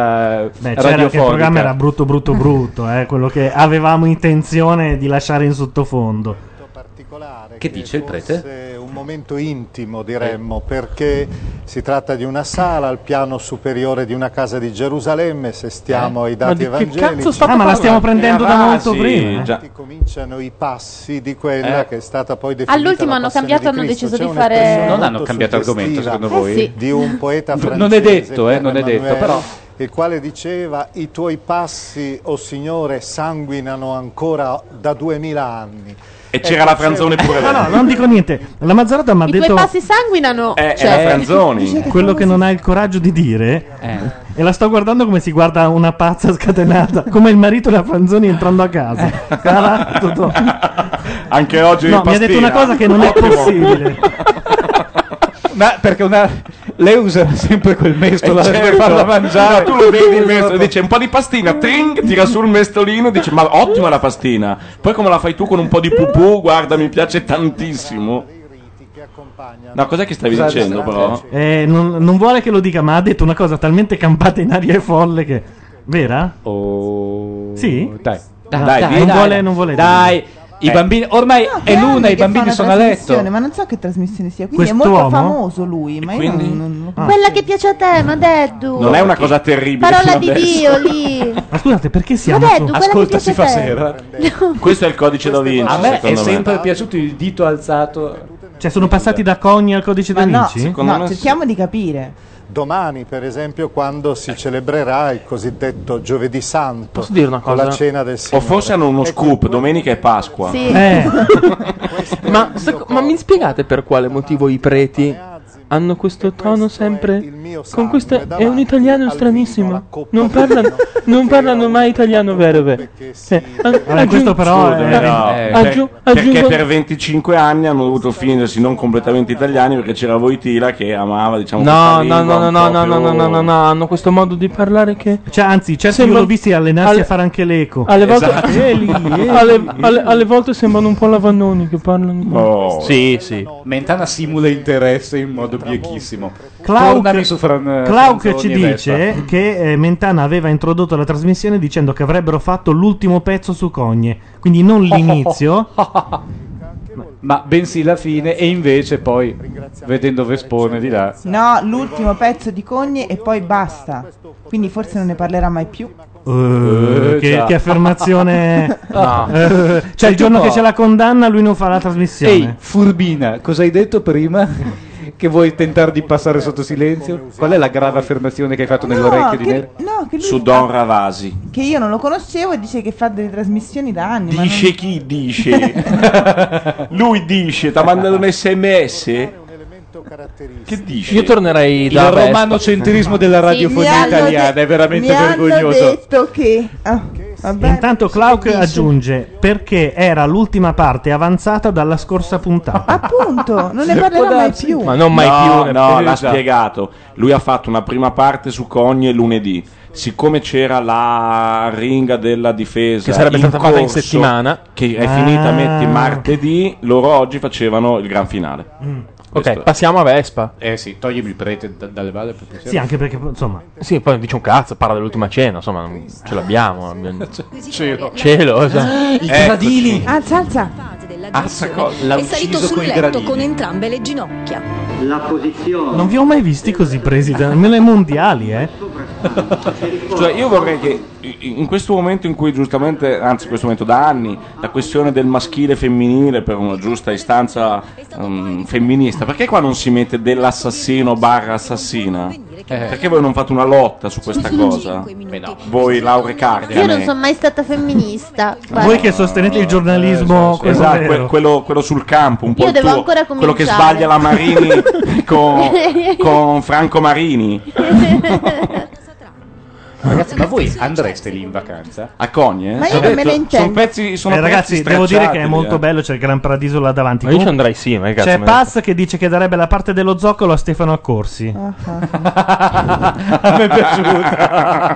Speaker 1: Beh, c'era che il programma
Speaker 11: radiofonica.
Speaker 1: era brutto brutto brutto, eh, quello che avevamo intenzione di lasciare in sottofondo.
Speaker 34: Che dice il prete? Un momento intimo, diremmo, perché si tratta di una sala al piano superiore di una casa di Gerusalemme, se stiamo ai dati evangelici.
Speaker 1: Ah, ma la stiamo prendendo da molto prima. eh.
Speaker 34: Cominciano i passi di quella
Speaker 1: Eh.
Speaker 34: che è stata poi definita
Speaker 4: All'ultimo
Speaker 34: la
Speaker 4: hanno
Speaker 34: passione
Speaker 4: cambiato,
Speaker 34: di
Speaker 4: hanno
Speaker 34: Cristo.
Speaker 4: deciso
Speaker 34: C'è
Speaker 4: di
Speaker 34: una
Speaker 4: fare-
Speaker 34: espressione
Speaker 11: Non hanno
Speaker 34: molto
Speaker 11: cambiato argomento,
Speaker 34: suggestiva
Speaker 11: secondo voi? sì.
Speaker 34: Di un poeta
Speaker 11: Non è
Speaker 34: francese.
Speaker 11: detto, eh,
Speaker 34: Pierre
Speaker 11: non è detto,
Speaker 34: Emmanuel,
Speaker 11: però.
Speaker 34: Il quale diceva: I tuoi passi, o Signore, sanguinano ancora da duemila anni.
Speaker 13: E c'era la Franzoni pure
Speaker 34: [LAUGHS]
Speaker 1: No, non dico niente. La Mazzarotta mi ha
Speaker 4: I
Speaker 1: detto
Speaker 4: tuoi passi sanguinano.
Speaker 13: Eh,
Speaker 4: cioè-
Speaker 1: Quello che non ha il coraggio di dire.
Speaker 13: Eh.
Speaker 1: E la sto guardando come si guarda una pazza scatenata. Come il marito della Franzoni entrando a casa. Sarà tutto-
Speaker 13: Anche oggi
Speaker 1: No, mi ha detto una cosa che non è possibile.
Speaker 11: Ma perché una... lei usa sempre quel mestolo
Speaker 13: Eh,
Speaker 11: per
Speaker 13: certo.
Speaker 11: farla mangiare.
Speaker 13: No, tu lo vedi il mestolo, dice un po' di pastina, tring, tira su il mestolino, dice ma ottima la pastina. Poi come la fai tu con un po' di pupù, guarda, mi piace tantissimo. No, cos'è che stavi
Speaker 1: Scusate,
Speaker 13: dicendo però?
Speaker 1: Eh, non, non vuole che lo dica, ma ha detto una cosa talmente campata in aria e folle che. Vera?
Speaker 11: Oh.
Speaker 1: Sì?
Speaker 11: Dai.
Speaker 1: Dai, non vuole- non vuole
Speaker 11: Dai, i
Speaker 1: Eh.
Speaker 11: bambini ormai
Speaker 27: No,
Speaker 11: è l'una,
Speaker 27: grande
Speaker 11: i
Speaker 27: che fa
Speaker 11: bambini
Speaker 27: una
Speaker 11: sono a letto.
Speaker 27: trasmissione, Ma non so che trasmissione sia. Quindi è molto
Speaker 11: Quest'uomo?
Speaker 27: famoso lui. Ma io non, non
Speaker 11: Ah.
Speaker 1: Ah,
Speaker 27: lo
Speaker 4: Quella che piace a te, Madeddu.
Speaker 13: Non è una cosa terribile.
Speaker 4: Parola
Speaker 13: fino
Speaker 4: di
Speaker 13: adesso.
Speaker 4: Dio
Speaker 13: [LAUGHS]
Speaker 4: lì.
Speaker 1: Ma scusate, perché
Speaker 4: siamo Vabbè, su- tu quella che piace a te.
Speaker 13: Questo è il codice da Vinci.
Speaker 11: A me è
Speaker 13: secondo
Speaker 11: sempre piaciuto il dito alzato.
Speaker 1: Cioè, sono passati da Cogni al codice da
Speaker 34: no,
Speaker 1: Vinci?
Speaker 34: secondo me sì.
Speaker 27: Cerchiamo di capire.
Speaker 34: Domani, per esempio, quando si celebrerà il cosiddetto Giovedì Santo,
Speaker 13: Posso dire una
Speaker 34: con
Speaker 13: cosa?
Speaker 34: la cena del
Speaker 13: O
Speaker 34: Signore.
Speaker 13: forse hanno uno scoop, domenica è Pasqua.
Speaker 11: [LAUGHS]
Speaker 34: Sì.
Speaker 4: [LAUGHS]
Speaker 2: ma, sec- ma mi spiegate per quale motivo i preti hanno questo tono sempre con questa è un italiano stranissimo non parlano, non parlano mai italiano vero vero Eh, a- aggiung-
Speaker 13: Scusami, no.
Speaker 2: Eh,
Speaker 13: Per-
Speaker 2: aggiung-
Speaker 13: perché
Speaker 2: aggiungo-
Speaker 13: per 25 anni hanno dovuto finirsi non completamente italiani perché c'era Voitila che amava diciamo
Speaker 2: No,
Speaker 13: questa
Speaker 2: no,
Speaker 13: lingua
Speaker 2: no, no,
Speaker 13: un
Speaker 2: no,
Speaker 13: po'
Speaker 2: no, no,
Speaker 13: più-
Speaker 2: no, no, no, no, hanno questo modo di parlare che...
Speaker 1: Cioè, anzi, certi io l'ho visti allenarsi a fare anche l'eco.
Speaker 2: Alle volte, [LAUGHS] Eh,
Speaker 1: Esatto. Eli, Eli.
Speaker 2: alle, alle- alle volte sembrano un po' lavannoni che parlano.
Speaker 11: Sì, sì. Mentana simula interesse in modo biechissimo. Tornami su Fran-
Speaker 1: Clauc
Speaker 11: Franzoni
Speaker 1: ci
Speaker 11: e
Speaker 1: dice
Speaker 11: Vespa.
Speaker 1: che eh, Mentana aveva introdotto la trasmissione dicendo che avrebbero fatto l'ultimo pezzo su Cogne,
Speaker 2: [LAUGHS]
Speaker 1: quindi non l'inizio.
Speaker 11: ma bensì la fine e invece poi vedendo Vespone di là.
Speaker 27: No, l'ultimo pezzo di Cogne e poi basta. Quindi forse non ne parlerà mai più.
Speaker 1: Eh, che,
Speaker 11: già.
Speaker 1: che affermazione.
Speaker 11: [LAUGHS] No.
Speaker 1: Eh, cioè, il
Speaker 11: Senti
Speaker 1: giorno
Speaker 11: un po'.
Speaker 1: che c'è la condanna, lui non fa la trasmissione.
Speaker 11: Ehi, furbina, cosa hai detto prima? [LAUGHS] che vuoi tentare di passare sotto silenzio? Qual è la grave affermazione che hai fatto nell'orecchio di
Speaker 27: che-
Speaker 11: Nero?
Speaker 27: No, che, lui-
Speaker 13: Su Don Ravasi.
Speaker 27: che io non lo conoscevo e dice che fa delle trasmissioni da anni. ma non-
Speaker 13: Dice chi dice?
Speaker 2: [LAUGHS]
Speaker 13: Lui dice, ti ha mandato un sms? Che dice?
Speaker 2: Io tornerei
Speaker 11: Il
Speaker 2: da Vespa.
Speaker 11: romanocentrismo della radiofonia
Speaker 27: mi hanno
Speaker 11: italiana
Speaker 27: de-
Speaker 11: è veramente
Speaker 27: mi hanno
Speaker 11: vergognoso.
Speaker 27: detto che... ah, vabbè.
Speaker 1: Intanto Clauc aggiunge perché era l'ultima parte avanzata dalla scorsa puntata.
Speaker 27: Appunto, non ne parlerà mai più.
Speaker 13: no,
Speaker 1: più,
Speaker 13: No, l'ha
Speaker 1: eh, già.
Speaker 2: esatto.
Speaker 13: spiegato. Lui ha fatto una prima parte su Cogne lunedì. Siccome c'era la ringa della difesa
Speaker 2: Che sarebbe
Speaker 13: in
Speaker 2: stata fatta in
Speaker 13: corso,
Speaker 2: settimana.
Speaker 13: che è
Speaker 2: Ah.
Speaker 13: finita metti martedì, loro oggi facevano il gran finale.
Speaker 1: Mm.
Speaker 2: Ok, passiamo a Vespa.
Speaker 11: Eh sì, toglimi il prete da- dalle valle per piacere.
Speaker 2: Sì, anche
Speaker 1: perché insomma.
Speaker 2: Sì, poi dice un cazzo, parla dell'ultima cena, insomma, non- ce l'abbiamo. abbiamo-
Speaker 11: Cielo.
Speaker 2: Cielo, esatto.
Speaker 11: I gradini.
Speaker 27: Alza, alza.
Speaker 53: Della
Speaker 9: tradizione,
Speaker 2: Ah, L'ha
Speaker 9: è salito
Speaker 2: ucciso
Speaker 9: sul
Speaker 2: coi
Speaker 9: letto
Speaker 2: gradini.
Speaker 9: con entrambe le ginocchia.
Speaker 33: La posizione.
Speaker 1: Non vi ho mai visti così presi, da- nelle mondiali, eh.
Speaker 13: Cioè, io vorrei che in questo momento in cui giustamente, anzi in questo momento da anni, la questione del maschile e femminile per una giusta istanza ehm, femminista, perché qua non si mette dell'assassino barra assassina?
Speaker 4: Eh.
Speaker 13: Perché voi non fate una lotta su questa cosa? Voi Laure
Speaker 4: [LAUGHS] Io non sono
Speaker 13: Cardiane.
Speaker 4: mai stata femminista. guarda.
Speaker 1: Voi che sostenete il giornalismo quello
Speaker 13: Esatto,
Speaker 1: vero.
Speaker 13: que- quello, quello sul campo, un po'
Speaker 4: Io
Speaker 13: il
Speaker 4: devo
Speaker 13: tuo,
Speaker 4: ancora
Speaker 13: quello che
Speaker 4: cominciare.
Speaker 13: sbaglia la
Speaker 4: [LAUGHS]
Speaker 13: Marini con, con Franco Marini
Speaker 32: Ragazzi, ma voi andreste lì in vacanza?
Speaker 13: a Cogne.
Speaker 32: Ma io non me ne intendo.
Speaker 13: Eh, Sono pezzi, sono
Speaker 1: Eh, ragazzi,
Speaker 13: pezzi
Speaker 1: devo dire che
Speaker 13: stracciabili,
Speaker 1: è molto
Speaker 13: eh.
Speaker 1: bello, c'è il Gran Paradiso là davanti.
Speaker 13: Ma io ci
Speaker 1: Comunque,
Speaker 13: andrei sì, ma che cazzo
Speaker 1: C'è
Speaker 13: me ne
Speaker 1: Paz che dice che darebbe la parte dello zoccolo a Stefano Accorsi.
Speaker 13: [LAUGHS]
Speaker 32: A
Speaker 1: me è piaciuta.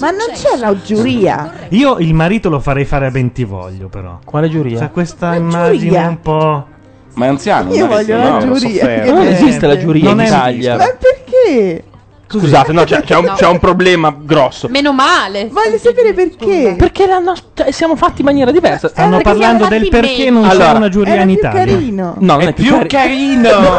Speaker 27: Ma non c'è l'augiuria.
Speaker 1: Io il marito lo farei fare a Bentivoglio, però. Quale giuria? C'è questa immagine
Speaker 27: giuria?
Speaker 1: un po'. Eh,
Speaker 13: Ma è anziano.
Speaker 27: Io voglio la giuria. che
Speaker 2: Non esiste la
Speaker 27: dovrebbe-
Speaker 2: giuria
Speaker 27: Non
Speaker 2: in
Speaker 27: è-
Speaker 2: Italia.
Speaker 27: Ma perché?
Speaker 2: Scusate, no, c'è, c'è un,
Speaker 27: No.
Speaker 2: c'è un problema grosso.
Speaker 27: Meno male. Voglio sapere perché.
Speaker 2: Perché la nostra, siamo fatti in maniera diversa.
Speaker 1: Stanno parlando del perché non c'è una giuria in Italia.
Speaker 2: No, non è,
Speaker 13: più
Speaker 1: [LAUGHS]
Speaker 13: carino.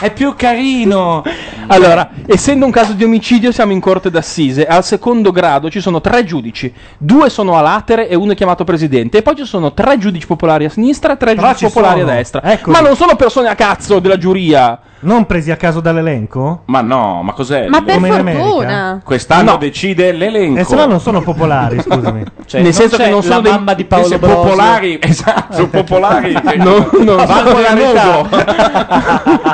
Speaker 2: è più carino. Allora, essendo un caso di omicidio, siamo in corte d'assise. Al secondo grado ci sono tre giudici. Due sono a latere e uno è chiamato presidente. E poi ci sono tre giudici popolari a sinistra e tre
Speaker 1: Però
Speaker 2: giudici
Speaker 1: ci
Speaker 2: popolari
Speaker 1: sono.
Speaker 2: a
Speaker 1: Ecco.
Speaker 2: destra.
Speaker 1: Eccoli.
Speaker 2: Ma non sono persone a cazzo della giuria.
Speaker 1: Non presi a caso dall'elenco?
Speaker 13: Ma no, ma cos'è?
Speaker 1: Ma per Come in America? fortuna.
Speaker 13: Quest'anno decide l'elenco.
Speaker 1: E Eh, se no non sono popolari, scusami.
Speaker 13: [LAUGHS] Cioè, Nel non senso c'è che non sono la dei- mamma di Paolo se Brosio. popolari- [LAUGHS] esatto, sono popolari.
Speaker 2: non non
Speaker 13: Valgo
Speaker 2: sono
Speaker 13: la
Speaker 2: della
Speaker 13: metà.
Speaker 2: metà.
Speaker 13: [LAUGHS]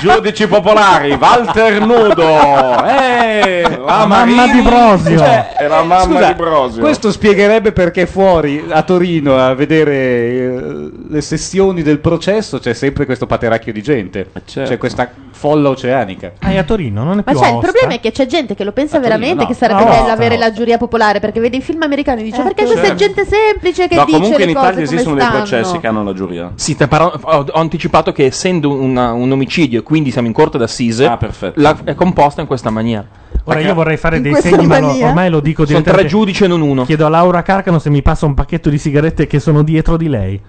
Speaker 13: Giudici popolari, Walter Nudo, eh, la
Speaker 11: mamma di Brosio.
Speaker 13: Cioè,
Speaker 1: Eh,
Speaker 13: è la mamma
Speaker 11: Scusa,
Speaker 13: di Brosio.
Speaker 11: Questo spiegherebbe perché fuori a Torino a vedere eh, le sessioni del processo c'è sempre questo pateracchio di gente.
Speaker 13: Eh, certo.
Speaker 11: C'è questa folla oceanica.
Speaker 1: Ah, è a Torino, non è
Speaker 4: Ma
Speaker 11: più
Speaker 4: cioè, il problema è che c'è gente che lo pensa
Speaker 11: Torino,
Speaker 4: veramente
Speaker 11: no.
Speaker 4: che sarebbe
Speaker 11: A
Speaker 4: bello
Speaker 11: Ostia,
Speaker 4: avere
Speaker 11: no.
Speaker 4: la giuria popolare perché vede i film americani e dice perché questa è
Speaker 13: certo.
Speaker 4: gente semplice che
Speaker 13: No,
Speaker 4: dice
Speaker 13: comunque
Speaker 4: le
Speaker 13: in
Speaker 4: cose
Speaker 13: Italia
Speaker 4: come
Speaker 13: esistono dei
Speaker 4: stanno.
Speaker 13: processi che hanno la giuria.
Speaker 2: Sì, te parlo- ho, ho anticipato che essendo una- un omicidio e quindi siamo in corte d'assise, la- è composta in questa maniera.
Speaker 1: Ora
Speaker 2: La-
Speaker 1: io vorrei fare dei segni, ma lo- ormai lo dico
Speaker 2: Sono
Speaker 1: direttamente.
Speaker 2: tre giudici e non uno.
Speaker 1: Chiedo a Laura Carcano se mi passa un pacchetto di sigarette che sono dietro di lei.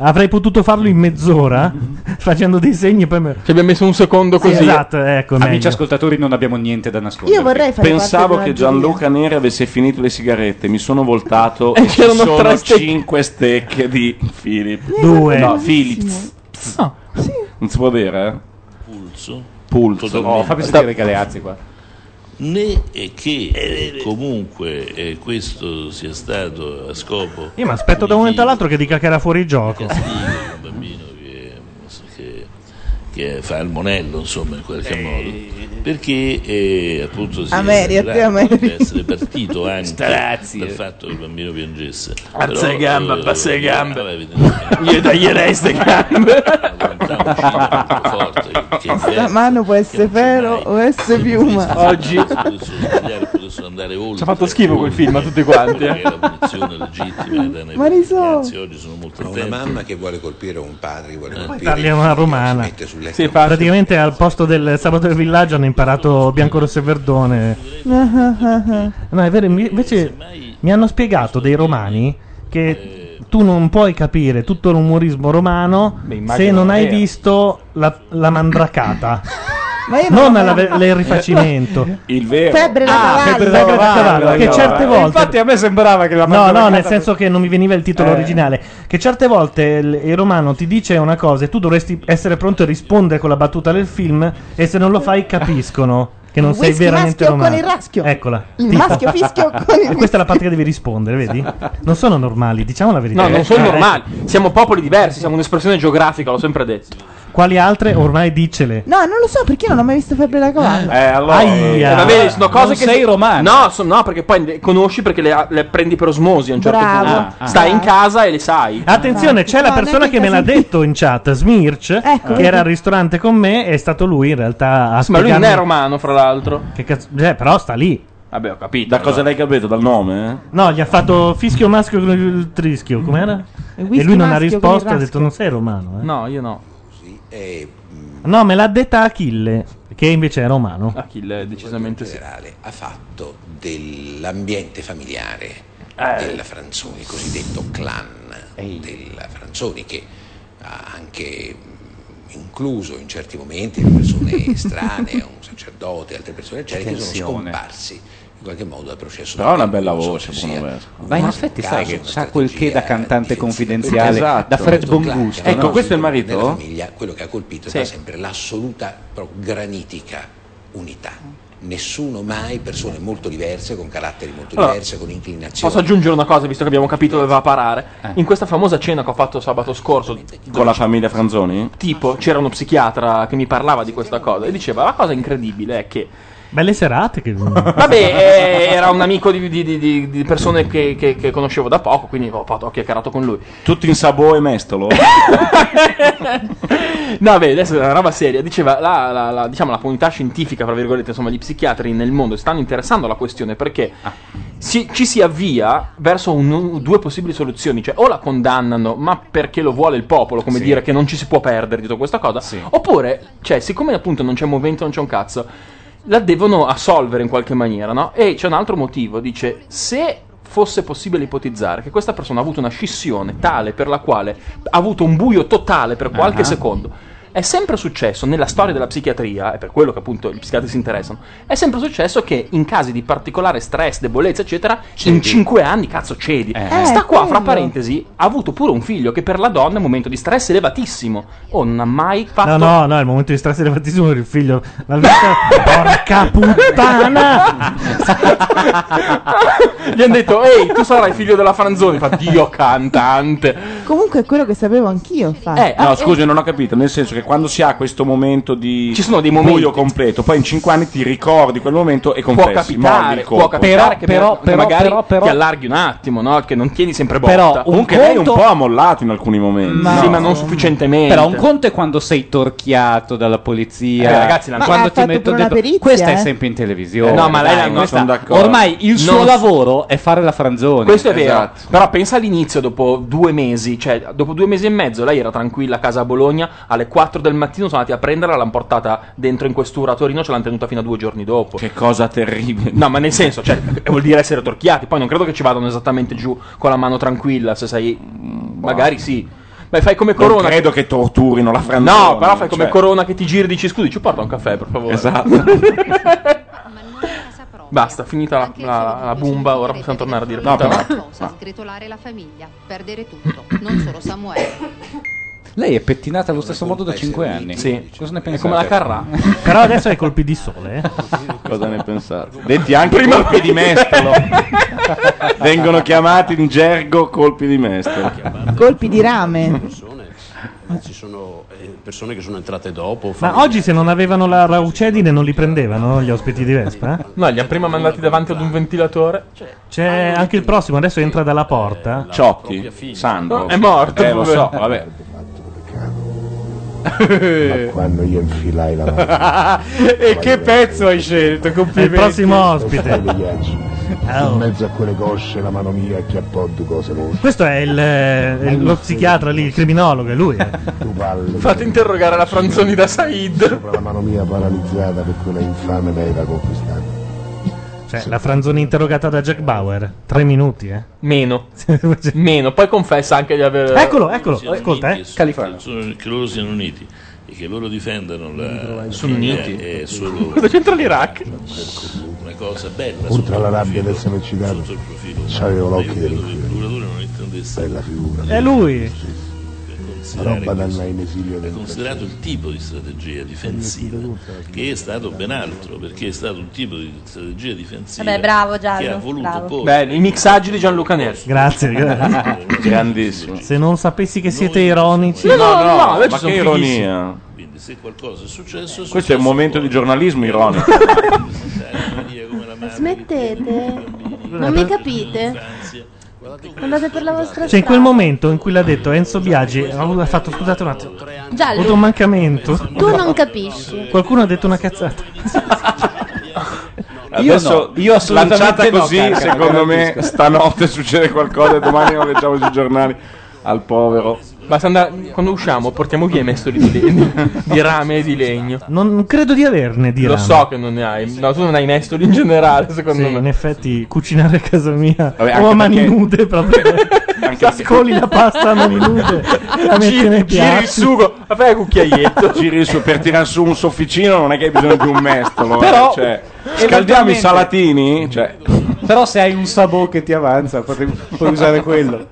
Speaker 1: Avrei potuto farlo in mezz'ora [LAUGHS] facendo dei segni e poi me-
Speaker 2: Ci abbiamo messo un secondo
Speaker 1: Sì,
Speaker 11: così.
Speaker 1: esatto, ecco,
Speaker 11: Amici
Speaker 1: meglio.
Speaker 11: ascoltatori, non abbiamo niente da nascondere.
Speaker 27: Io vorrei fare
Speaker 13: Pensavo
Speaker 27: parte
Speaker 13: che
Speaker 27: di una giuria.
Speaker 13: Gianluca Neri avesse finito le sigarette, mi sono
Speaker 1: [LAUGHS]
Speaker 13: voltato e ci
Speaker 27: c'erano
Speaker 13: sono
Speaker 27: tre
Speaker 1: stecche.
Speaker 13: cinque stecche di Philip.
Speaker 1: Due. Ah,
Speaker 13: No, Philips. Non si può dire, eh?
Speaker 26: Pulso.
Speaker 13: Pulso.
Speaker 26: Totalmente.
Speaker 13: Oh, fammi sentire Galeazzi qua.
Speaker 26: Né è che eh, comunque eh, questo sia stato a scopo
Speaker 1: Io mi aspetto da un momento all'altro che dica che era fuori gioco.
Speaker 26: un bambino che, che- che fa il monello, insomma, in qualche
Speaker 11: Eh.
Speaker 26: modo. Perché eh, appunto si
Speaker 27: Ameri, a te,
Speaker 26: era
Speaker 27: Ameri.
Speaker 26: di essere
Speaker 11: [LAUGHS]
Speaker 26: partito anche
Speaker 27: Strazio.
Speaker 26: dal fatto che il bambino piangesse.
Speaker 2: Alza
Speaker 26: Però,
Speaker 2: le gambe,
Speaker 26: eh,
Speaker 2: abbassa le gambe.
Speaker 26: allora, evidentemente-
Speaker 2: Io taglierei ste
Speaker 26: [LAUGHS]
Speaker 2: gambe.
Speaker 26: Ah,
Speaker 4: [LAUGHS]
Speaker 27: Questa mano può essere vero o essere piuma.
Speaker 26: Potessero andare oltre.
Speaker 2: Ci ha fatto schifo quel film a tutti quanti. eh.
Speaker 27: [LAUGHS] Marisol.
Speaker 26: oggi sono molto
Speaker 10: attenti. Una mamma che vuole colpire un padre, che vuole colpire
Speaker 1: [LAUGHS] Parliamo alla romana.
Speaker 10: Sì, fa-
Speaker 1: Praticamente al posto del sabato del villaggio hanno imparato biancorosso e verdone.
Speaker 27: Ah,
Speaker 1: No, è vero, mi- invece mi hanno spiegato dei romani che tu non puoi capire tutto l'umorismo romano
Speaker 2: immagino
Speaker 1: se non hai
Speaker 2: vero.
Speaker 1: visto la, la mandracata.
Speaker 27: Eh, Ma io
Speaker 1: non
Speaker 27: non-
Speaker 1: alla ve- il [LAUGHS] rifacimento.
Speaker 13: Il vero.
Speaker 27: Febbre da
Speaker 1: Ah,
Speaker 27: cavallo.
Speaker 1: febbre da cavallo, che certe volte
Speaker 11: Infatti a me sembrava che la
Speaker 1: No, no,
Speaker 11: mandracata
Speaker 1: nel senso che non mi veniva il titolo
Speaker 11: Eh.
Speaker 1: originale. Che certe volte il, il romano ti dice una cosa e tu dovresti essere pronto a rispondere con la battuta del film e se non lo fai capiscono che non sei
Speaker 27: Whisky
Speaker 1: veramente
Speaker 27: maschio
Speaker 1: romano.
Speaker 27: con il raschio.
Speaker 1: Eccola.
Speaker 27: Il
Speaker 1: Tipo.
Speaker 27: maschio
Speaker 1: [LAUGHS]
Speaker 27: fischio con il
Speaker 1: E questa è la parte che devi rispondere, vedi? Non sono normali, diciamo la verità.
Speaker 2: No, non sono
Speaker 1: Eh,
Speaker 2: normali. Siamo popoli diversi, siamo un'espressione geografica, l'ho sempre detto.
Speaker 1: Quali altre? Ormai dicele.
Speaker 27: No, non lo so perché io non ho mai visto febbre da cavallo.
Speaker 2: Eh, vabbè, sono cose
Speaker 27: Non
Speaker 2: che
Speaker 27: sei
Speaker 2: romano. No, so- no, perché poi le conosci perché le, le prendi per osmosi a un certo
Speaker 27: Bravo.
Speaker 2: punto.
Speaker 27: Ah,
Speaker 2: Stai
Speaker 27: ah.
Speaker 2: in casa e le sai.
Speaker 1: Attenzione, c'è la persona che me l'ha detto in chat, Smirch, che era al ristorante con me, è stato lui in realtà a
Speaker 2: Sì, ma lui non è
Speaker 1: spiegarmi-
Speaker 2: romano, fra l'altro.
Speaker 1: Ah, Che cazzo, eh, però sta lì.
Speaker 2: Vabbè, ho capito.
Speaker 13: Da cosa l'hai capito? Dal nome? eh?
Speaker 1: No, gli ha fatto fischio maschio con il trischio, com'era?
Speaker 2: E
Speaker 1: E lui non ha risposto, ha detto non sei romano. eh."
Speaker 2: No, io no.
Speaker 1: No, me l'ha detta Achille, che invece è romano.
Speaker 2: Achille decisamente sì.
Speaker 10: ha fatto dell'ambiente familiare della Franzoni, il cosiddetto clan della Franzoni, che ha anche mh, incluso in certi momenti le persone strane, un sacerdote, altre persone eccetera, che sono
Speaker 13: Attenzione.
Speaker 10: scomparsi in qualche modo dal processo.
Speaker 13: Però ha una bella
Speaker 10: Non so
Speaker 13: voce,
Speaker 10: se
Speaker 13: secondo
Speaker 10: sia
Speaker 13: me.
Speaker 10: un
Speaker 11: Ma in
Speaker 10: caso,
Speaker 11: effetti sai
Speaker 10: una
Speaker 11: che sa quel che da cantante confidenziale,
Speaker 10: Esatto.
Speaker 11: da Fred Bongusto.
Speaker 10: Ecco,
Speaker 11: no?
Speaker 10: questo è il marito? Nella famiglia quello che ha colpito
Speaker 11: Sì.
Speaker 10: è sempre l'assoluta però, granitica unità. Nessuno mai, persone molto diverse, con caratteri molto
Speaker 2: Allora,
Speaker 10: diversi, con inclinazioni.
Speaker 2: Posso aggiungere una cosa, visto che abbiamo capito dove va a parare?
Speaker 1: Eh.
Speaker 2: In questa famosa cena che ho fatto sabato scorso,
Speaker 13: Con la famiglia Franzoni?
Speaker 2: tipo, c'era uno psichiatra che mi parlava di questa cosa e diceva la cosa incredibile è che
Speaker 1: Belle serate che...
Speaker 2: Vabbè, eh, era un amico di, di- di- di- di persone che, che- che conoscevo da poco, quindi ho, fatto- ho chiacchierato con lui.
Speaker 13: Tutti in sabò e mestolo?
Speaker 2: No, vabbè, adesso è una roba seria. Diceva, la, la- la- diciamo, la comunità scientifica, fra virgolette, insomma, gli psichiatri nel mondo si stanno interessando alla questione perché
Speaker 13: Ah.
Speaker 2: si- ci si avvia verso un- due possibili soluzioni. Cioè, o la condannano, ma perché lo vuole il popolo, come
Speaker 13: Sì.
Speaker 2: dire che non ci si può perdere dietro questa cosa. Oppure, cioè, siccome appunto non c'è movimento, non c'è un cazzo, la devono assolvere in qualche maniera, no? E c'è un altro motivo, dice, se fosse possibile ipotizzare che questa persona ha avuto una scissione tale per la quale ha avuto un buio totale per qualche
Speaker 13: Ah.
Speaker 2: secondo. È sempre successo nella storia della psichiatria, e per quello che appunto gli psichiatri si interessano, è sempre successo che in casi di particolare stress, debolezza, eccetera, in 5 anni, cazzo, cedi.
Speaker 13: Eh.
Speaker 2: Sta qua, fra
Speaker 1: quello.
Speaker 2: parentesi, ha avuto pure un figlio che per la donna è un momento di stress elevatissimo. Oh, non ha mai fatto...
Speaker 1: No, no, no, il momento di stress elevatissimo per il figlio.
Speaker 2: [LAUGHS]
Speaker 1: La vita... Porca puttana!
Speaker 2: Gli hanno detto, ehi, tu sarai figlio della Franzoni. Fa,
Speaker 1: [LAUGHS]
Speaker 2: Dio
Speaker 13: Eh.
Speaker 2: cantante.
Speaker 27: Comunque è quello che sapevo anch'io, Ah, infatti.
Speaker 13: no, scusi, non ho capito. Nel senso che quando si ha questo momento di Ci sono dei
Speaker 2: momenti.
Speaker 13: buio completo, poi in cinque anni ti ricordi quel momento e confessi.
Speaker 2: Può
Speaker 13: molli
Speaker 2: capitare,
Speaker 13: il
Speaker 2: può
Speaker 13: colpo.
Speaker 2: capitare che magari ti allarghi un attimo, no? Che non tieni sempre botta.
Speaker 13: Però un Comunque lei è un conto- po'
Speaker 11: ammollato in alcuni momenti.
Speaker 2: Ma- Sì, ma non sufficientemente.
Speaker 11: Però un conto è quando sei torchiato dalla polizia.
Speaker 2: Eh, ragazzi, l'hanno- Ma ha
Speaker 11: quando ti
Speaker 2: fatto
Speaker 11: metto
Speaker 2: pure una
Speaker 11: dentro-
Speaker 2: perizia,
Speaker 11: Questa
Speaker 2: eh.
Speaker 11: è sempre in televisione.
Speaker 2: Eh, no, ma lei
Speaker 11: Dai,
Speaker 2: l'ha-
Speaker 11: no,
Speaker 2: questa-
Speaker 11: sono d'accordo. Ormai il suo
Speaker 2: Non-
Speaker 11: lavoro è fare la franzoni.
Speaker 2: Questo è vero. Però pensa all'inizio, dopo due mesi, cioè dopo due mesi e mezzo, lei era tranquilla a casa a Bologna, alle 4 del mattino sono andati a prenderla, l'hanno portata dentro in questura a Torino, ce l'hanno tenuta fino a due giorni dopo. Che
Speaker 13: cosa terribile.
Speaker 2: No, ma nel senso, cioè, [LAUGHS] vuol dire essere torchiati. Poi non credo che ci vadano esattamente giù con la mano tranquilla, se sai... mm, Magari sì. Beh, fai come
Speaker 13: Non
Speaker 2: Corona.
Speaker 13: credo che torturino la Franzoni.
Speaker 2: No, però fai come
Speaker 13: cioè.
Speaker 2: Corona che ti giri e dici scusi, ci porta un caffè, per favore. Esatto. [LAUGHS] Basta, finita la, la, la bumba, ora possiamo tornare a dire
Speaker 13: No,
Speaker 2: puttana.
Speaker 9: Cosa sgretolare la famiglia, perdere tutto, non solo Samuele.
Speaker 11: Lei è pettinata allo stesso modo da 5 anni.
Speaker 2: Sì.
Speaker 11: Cosa ne
Speaker 2: È
Speaker 11: pensate?
Speaker 2: come
Speaker 11: [LAUGHS]
Speaker 2: la Carrà.
Speaker 1: Però adesso hai colpi di sole. eh.
Speaker 2: [LAUGHS]
Speaker 13: Cosa ne pensate? Detti anche colpi di mestolo. Vengono chiamati in gergo colpi di mestolo.
Speaker 27: eh, Colpi di rame.
Speaker 50: Ci sono eh, persone che sono entrate dopo.
Speaker 1: Ma oggi se non avevano la raucedine non li prendevano gli ospiti di Vespa? eh?
Speaker 2: No, li hanno prima mandati davanti ad un ventilatore.
Speaker 1: C'è anche il prossimo, adesso entra dalla porta.
Speaker 13: Ciotti, Sandro.
Speaker 1: È morto,
Speaker 13: Eh, lo so,
Speaker 1: povero.
Speaker 13: vabbè.
Speaker 31: Ma quando io infilai la mano
Speaker 2: [LAUGHS]
Speaker 11: e che pezzo hai scelto? Complimenti.
Speaker 31: Fai degli asci. In mezzo a quelle cosce la mano mia acchiappò due cose rosse.
Speaker 1: Questo è il, eh, lo psichiatra lì, il criminologo, è lui. eh.
Speaker 31: Tu
Speaker 2: [LAUGHS]
Speaker 31: palle.
Speaker 2: Fate interrogare la Franzoni da Said.
Speaker 31: Sopra la mano mia paralizzata per quella infame meta conquistata.
Speaker 1: Cioè, la franzone interrogata da Jack Bauer. Tre minuti, eh. [LAUGHS]
Speaker 2: Meno. Meno. Poi confessa anche di aver...
Speaker 1: Eccolo, eccolo,
Speaker 2: Siamo
Speaker 1: ascolta, eh.
Speaker 26: Che, sono- che loro siano uniti e che loro difendano la eh,
Speaker 2: Sunniti.
Speaker 26: è solo
Speaker 2: Cosa c'entra l'Iraq?
Speaker 26: una cosa bella
Speaker 31: Pur tra
Speaker 26: sotto
Speaker 31: la
Speaker 26: il
Speaker 31: rabbia
Speaker 26: profilo-
Speaker 31: del semicidato,
Speaker 26: sotto il profilo
Speaker 31: c'avevo l'occhio
Speaker 26: credo
Speaker 31: dell'inquilino.
Speaker 26: che il procuratore non intendesse
Speaker 31: Bella figura.
Speaker 1: È lui.
Speaker 26: considerare
Speaker 31: Roba
Speaker 26: questo.
Speaker 31: dal in esilio
Speaker 26: è
Speaker 31: del
Speaker 26: considerato il tipo di strategia difensiva che è stato ben altro perché è stato un tipo di strategia difensiva
Speaker 9: Vabbè, bravo
Speaker 26: che ha
Speaker 9: Giallo,
Speaker 26: voluto
Speaker 9: bravo.
Speaker 26: porre
Speaker 2: Bello, i mixaggi di Gianluca Neri. [LAUGHS]
Speaker 1: Grazie, grazie.
Speaker 13: Grandissimo.
Speaker 1: Se non sapessi che siete ironici.
Speaker 26: No, no, no,
Speaker 13: ma
Speaker 26: invece
Speaker 13: che
Speaker 26: sono
Speaker 13: ironia.
Speaker 26: quindi se qualcosa è successo
Speaker 13: Questo è un momento di giornalismo ironico.
Speaker 2: [LAUGHS]
Speaker 4: Smettete. Non mi capite. Andate per la vostra
Speaker 1: Cioè, in quel
Speaker 4: strada.
Speaker 1: momento in cui l'ha detto Enzo Biagi, ha avuto- ha fatto, scusate un attimo, ho avuto un
Speaker 4: Giallo,
Speaker 1: mancamento.
Speaker 4: tu non capisci.
Speaker 1: Qualcuno ha detto una cazzata.
Speaker 13: Adesso
Speaker 1: io assolutamente
Speaker 13: lanciata
Speaker 1: no,
Speaker 13: così,
Speaker 1: Carcano,
Speaker 13: secondo me
Speaker 1: [LAUGHS] garantisco.
Speaker 13: stanotte succede qualcosa e domani lo leggiamo sui giornali al povero.
Speaker 2: Basta andare. Quando usciamo, portiamo via i mestoli di, legno, di rame e di legno.
Speaker 1: Non credo di averne, di
Speaker 2: Lo
Speaker 1: rame.
Speaker 2: so che non ne hai. No, tu non hai mestoli in generale, secondo
Speaker 1: Sì,
Speaker 2: me.
Speaker 1: in effetti, cucinare a casa mia
Speaker 2: anche
Speaker 1: o a mani
Speaker 2: perché-
Speaker 1: nude
Speaker 13: [LAUGHS]
Speaker 1: proprio. Scoli la pasta a mani nude.
Speaker 13: Esatto.
Speaker 1: La metti
Speaker 13: giri
Speaker 1: nei piatti.
Speaker 13: il sugo,
Speaker 2: vabbè, cucchiaietto.
Speaker 13: [LAUGHS] giri il sugo per tirare su un sofficino, non è che hai bisogno di un mestolo. eh,
Speaker 23: Però,
Speaker 13: cioè, scaldiamo i salatini. Cioè.
Speaker 6: Però se hai un sabò che ti avanza, potevi- puoi, usare quello.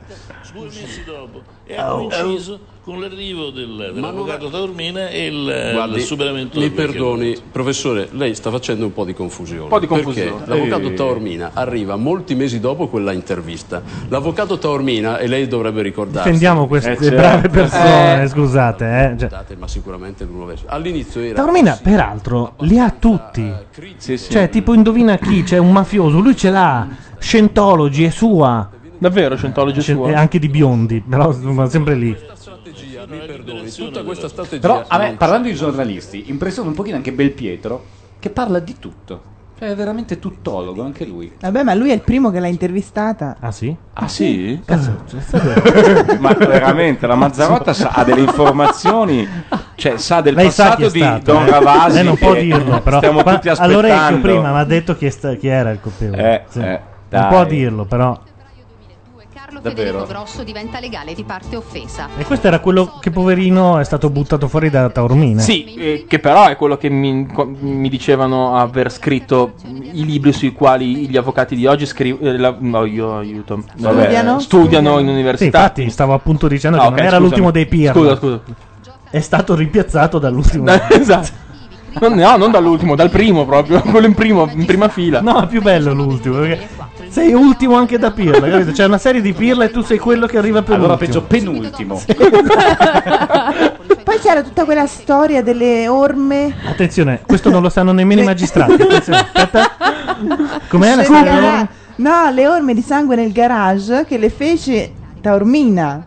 Speaker 4: Due mesi dopo e ha
Speaker 13: Oh,
Speaker 4: coinciso con l'arrivo del, dell'avvocato Taormina e il,
Speaker 50: Guardi,
Speaker 4: il superamento
Speaker 50: Eh, mi
Speaker 4: del vecchio
Speaker 50: perdoni, professore, lei sta facendo un po' di confusione.
Speaker 2: Un po' di confusione.
Speaker 50: Perché l'avvocato
Speaker 2: Eh.
Speaker 50: Taormina arriva molti mesi dopo quella intervista. L'avvocato Taormina, e lei dovrebbe ricordarsi. Eh,
Speaker 1: Difendiamo queste
Speaker 13: Eh, certo.
Speaker 1: brave persone, scusate. Eh. Cioè,
Speaker 50: Scusate, ma sicuramente il nuovo verso. All'inizio era.
Speaker 1: Taormina, peraltro, li ha tutti.
Speaker 13: sì.
Speaker 1: Cioè, tipo, indovina chi? C'è un mafioso, lui ce l'ha. Scientology è sua.
Speaker 2: Davvero, Scientology è sua?
Speaker 1: E anche di biondi, però insomma, sempre lì.
Speaker 50: Mi perdoni, tutta questa strategia.
Speaker 6: Però, a me,
Speaker 50: non-
Speaker 6: parlando di giornalisti, impressiona un pochino anche Belpietro, che parla di tutto. Cioè, è veramente tuttologo anche lui.
Speaker 27: Vabbè, ma lui è il primo che l'ha intervistata. Eh.
Speaker 1: Ah sì?
Speaker 13: Ah sì?
Speaker 1: Cazzo,
Speaker 6: Eh,
Speaker 27: [LAUGHS]
Speaker 1: cioè,
Speaker 13: Ma veramente la Mazzarotta sa- ha delle informazioni, cioè sa del
Speaker 1: Lei sa chi
Speaker 13: passato
Speaker 1: è
Speaker 13: di
Speaker 1: stato.
Speaker 13: Don
Speaker 1: eh.
Speaker 13: Ravasi.
Speaker 1: Lei non può
Speaker 13: che
Speaker 1: dirlo, però.
Speaker 13: Stiamo
Speaker 1: Ma
Speaker 13: tutti aspettando.
Speaker 1: All'orecchio prima mi ha detto chi, è sta- chi era il colpevole.
Speaker 13: Eh,
Speaker 1: Sì.
Speaker 13: eh,
Speaker 1: non
Speaker 13: dai.
Speaker 1: può dirlo, però.
Speaker 33: Carlo
Speaker 13: Davvero?
Speaker 33: Federico Grosso diventa legale di parte offesa.
Speaker 1: E questo era quello che, poverino, è stato buttato fuori da Taormina.
Speaker 2: Sì, eh, che però è quello che mi, co- mi dicevano aver scritto i libri sui quali gli avvocati di oggi scrivono. no, io aiuto.
Speaker 1: Vabbè.
Speaker 2: Studiano? in
Speaker 1: Sì,
Speaker 2: università.
Speaker 1: infatti, stavo appunto dicendo
Speaker 2: Ah,
Speaker 1: che
Speaker 2: ok,
Speaker 1: non era
Speaker 2: scusami.
Speaker 1: l'ultimo dei Pirla.
Speaker 2: Scusa, scusa.
Speaker 1: È stato rimpiazzato dall'ultimo.
Speaker 2: [LAUGHS] esatto. Non- no, non dall'ultimo, dal primo proprio. [LAUGHS] Quello in, primo, in prima fila.
Speaker 1: No, è più bello l'ultimo. Perché sei ultimo anche da Pirla. capito? C'è una serie di Pirla e tu sei quello che arriva per
Speaker 6: Allora
Speaker 1: l'ultimo.
Speaker 6: peggio penultimo.
Speaker 27: Poi c'era tutta quella storia delle orme.
Speaker 1: Attenzione, questo non lo sanno nemmeno i magistrati. Attenzione. Aspetta. Com'è la
Speaker 27: Nel
Speaker 1: storia?
Speaker 27: gara- No, le orme di sangue nel garage che le fece Taormina.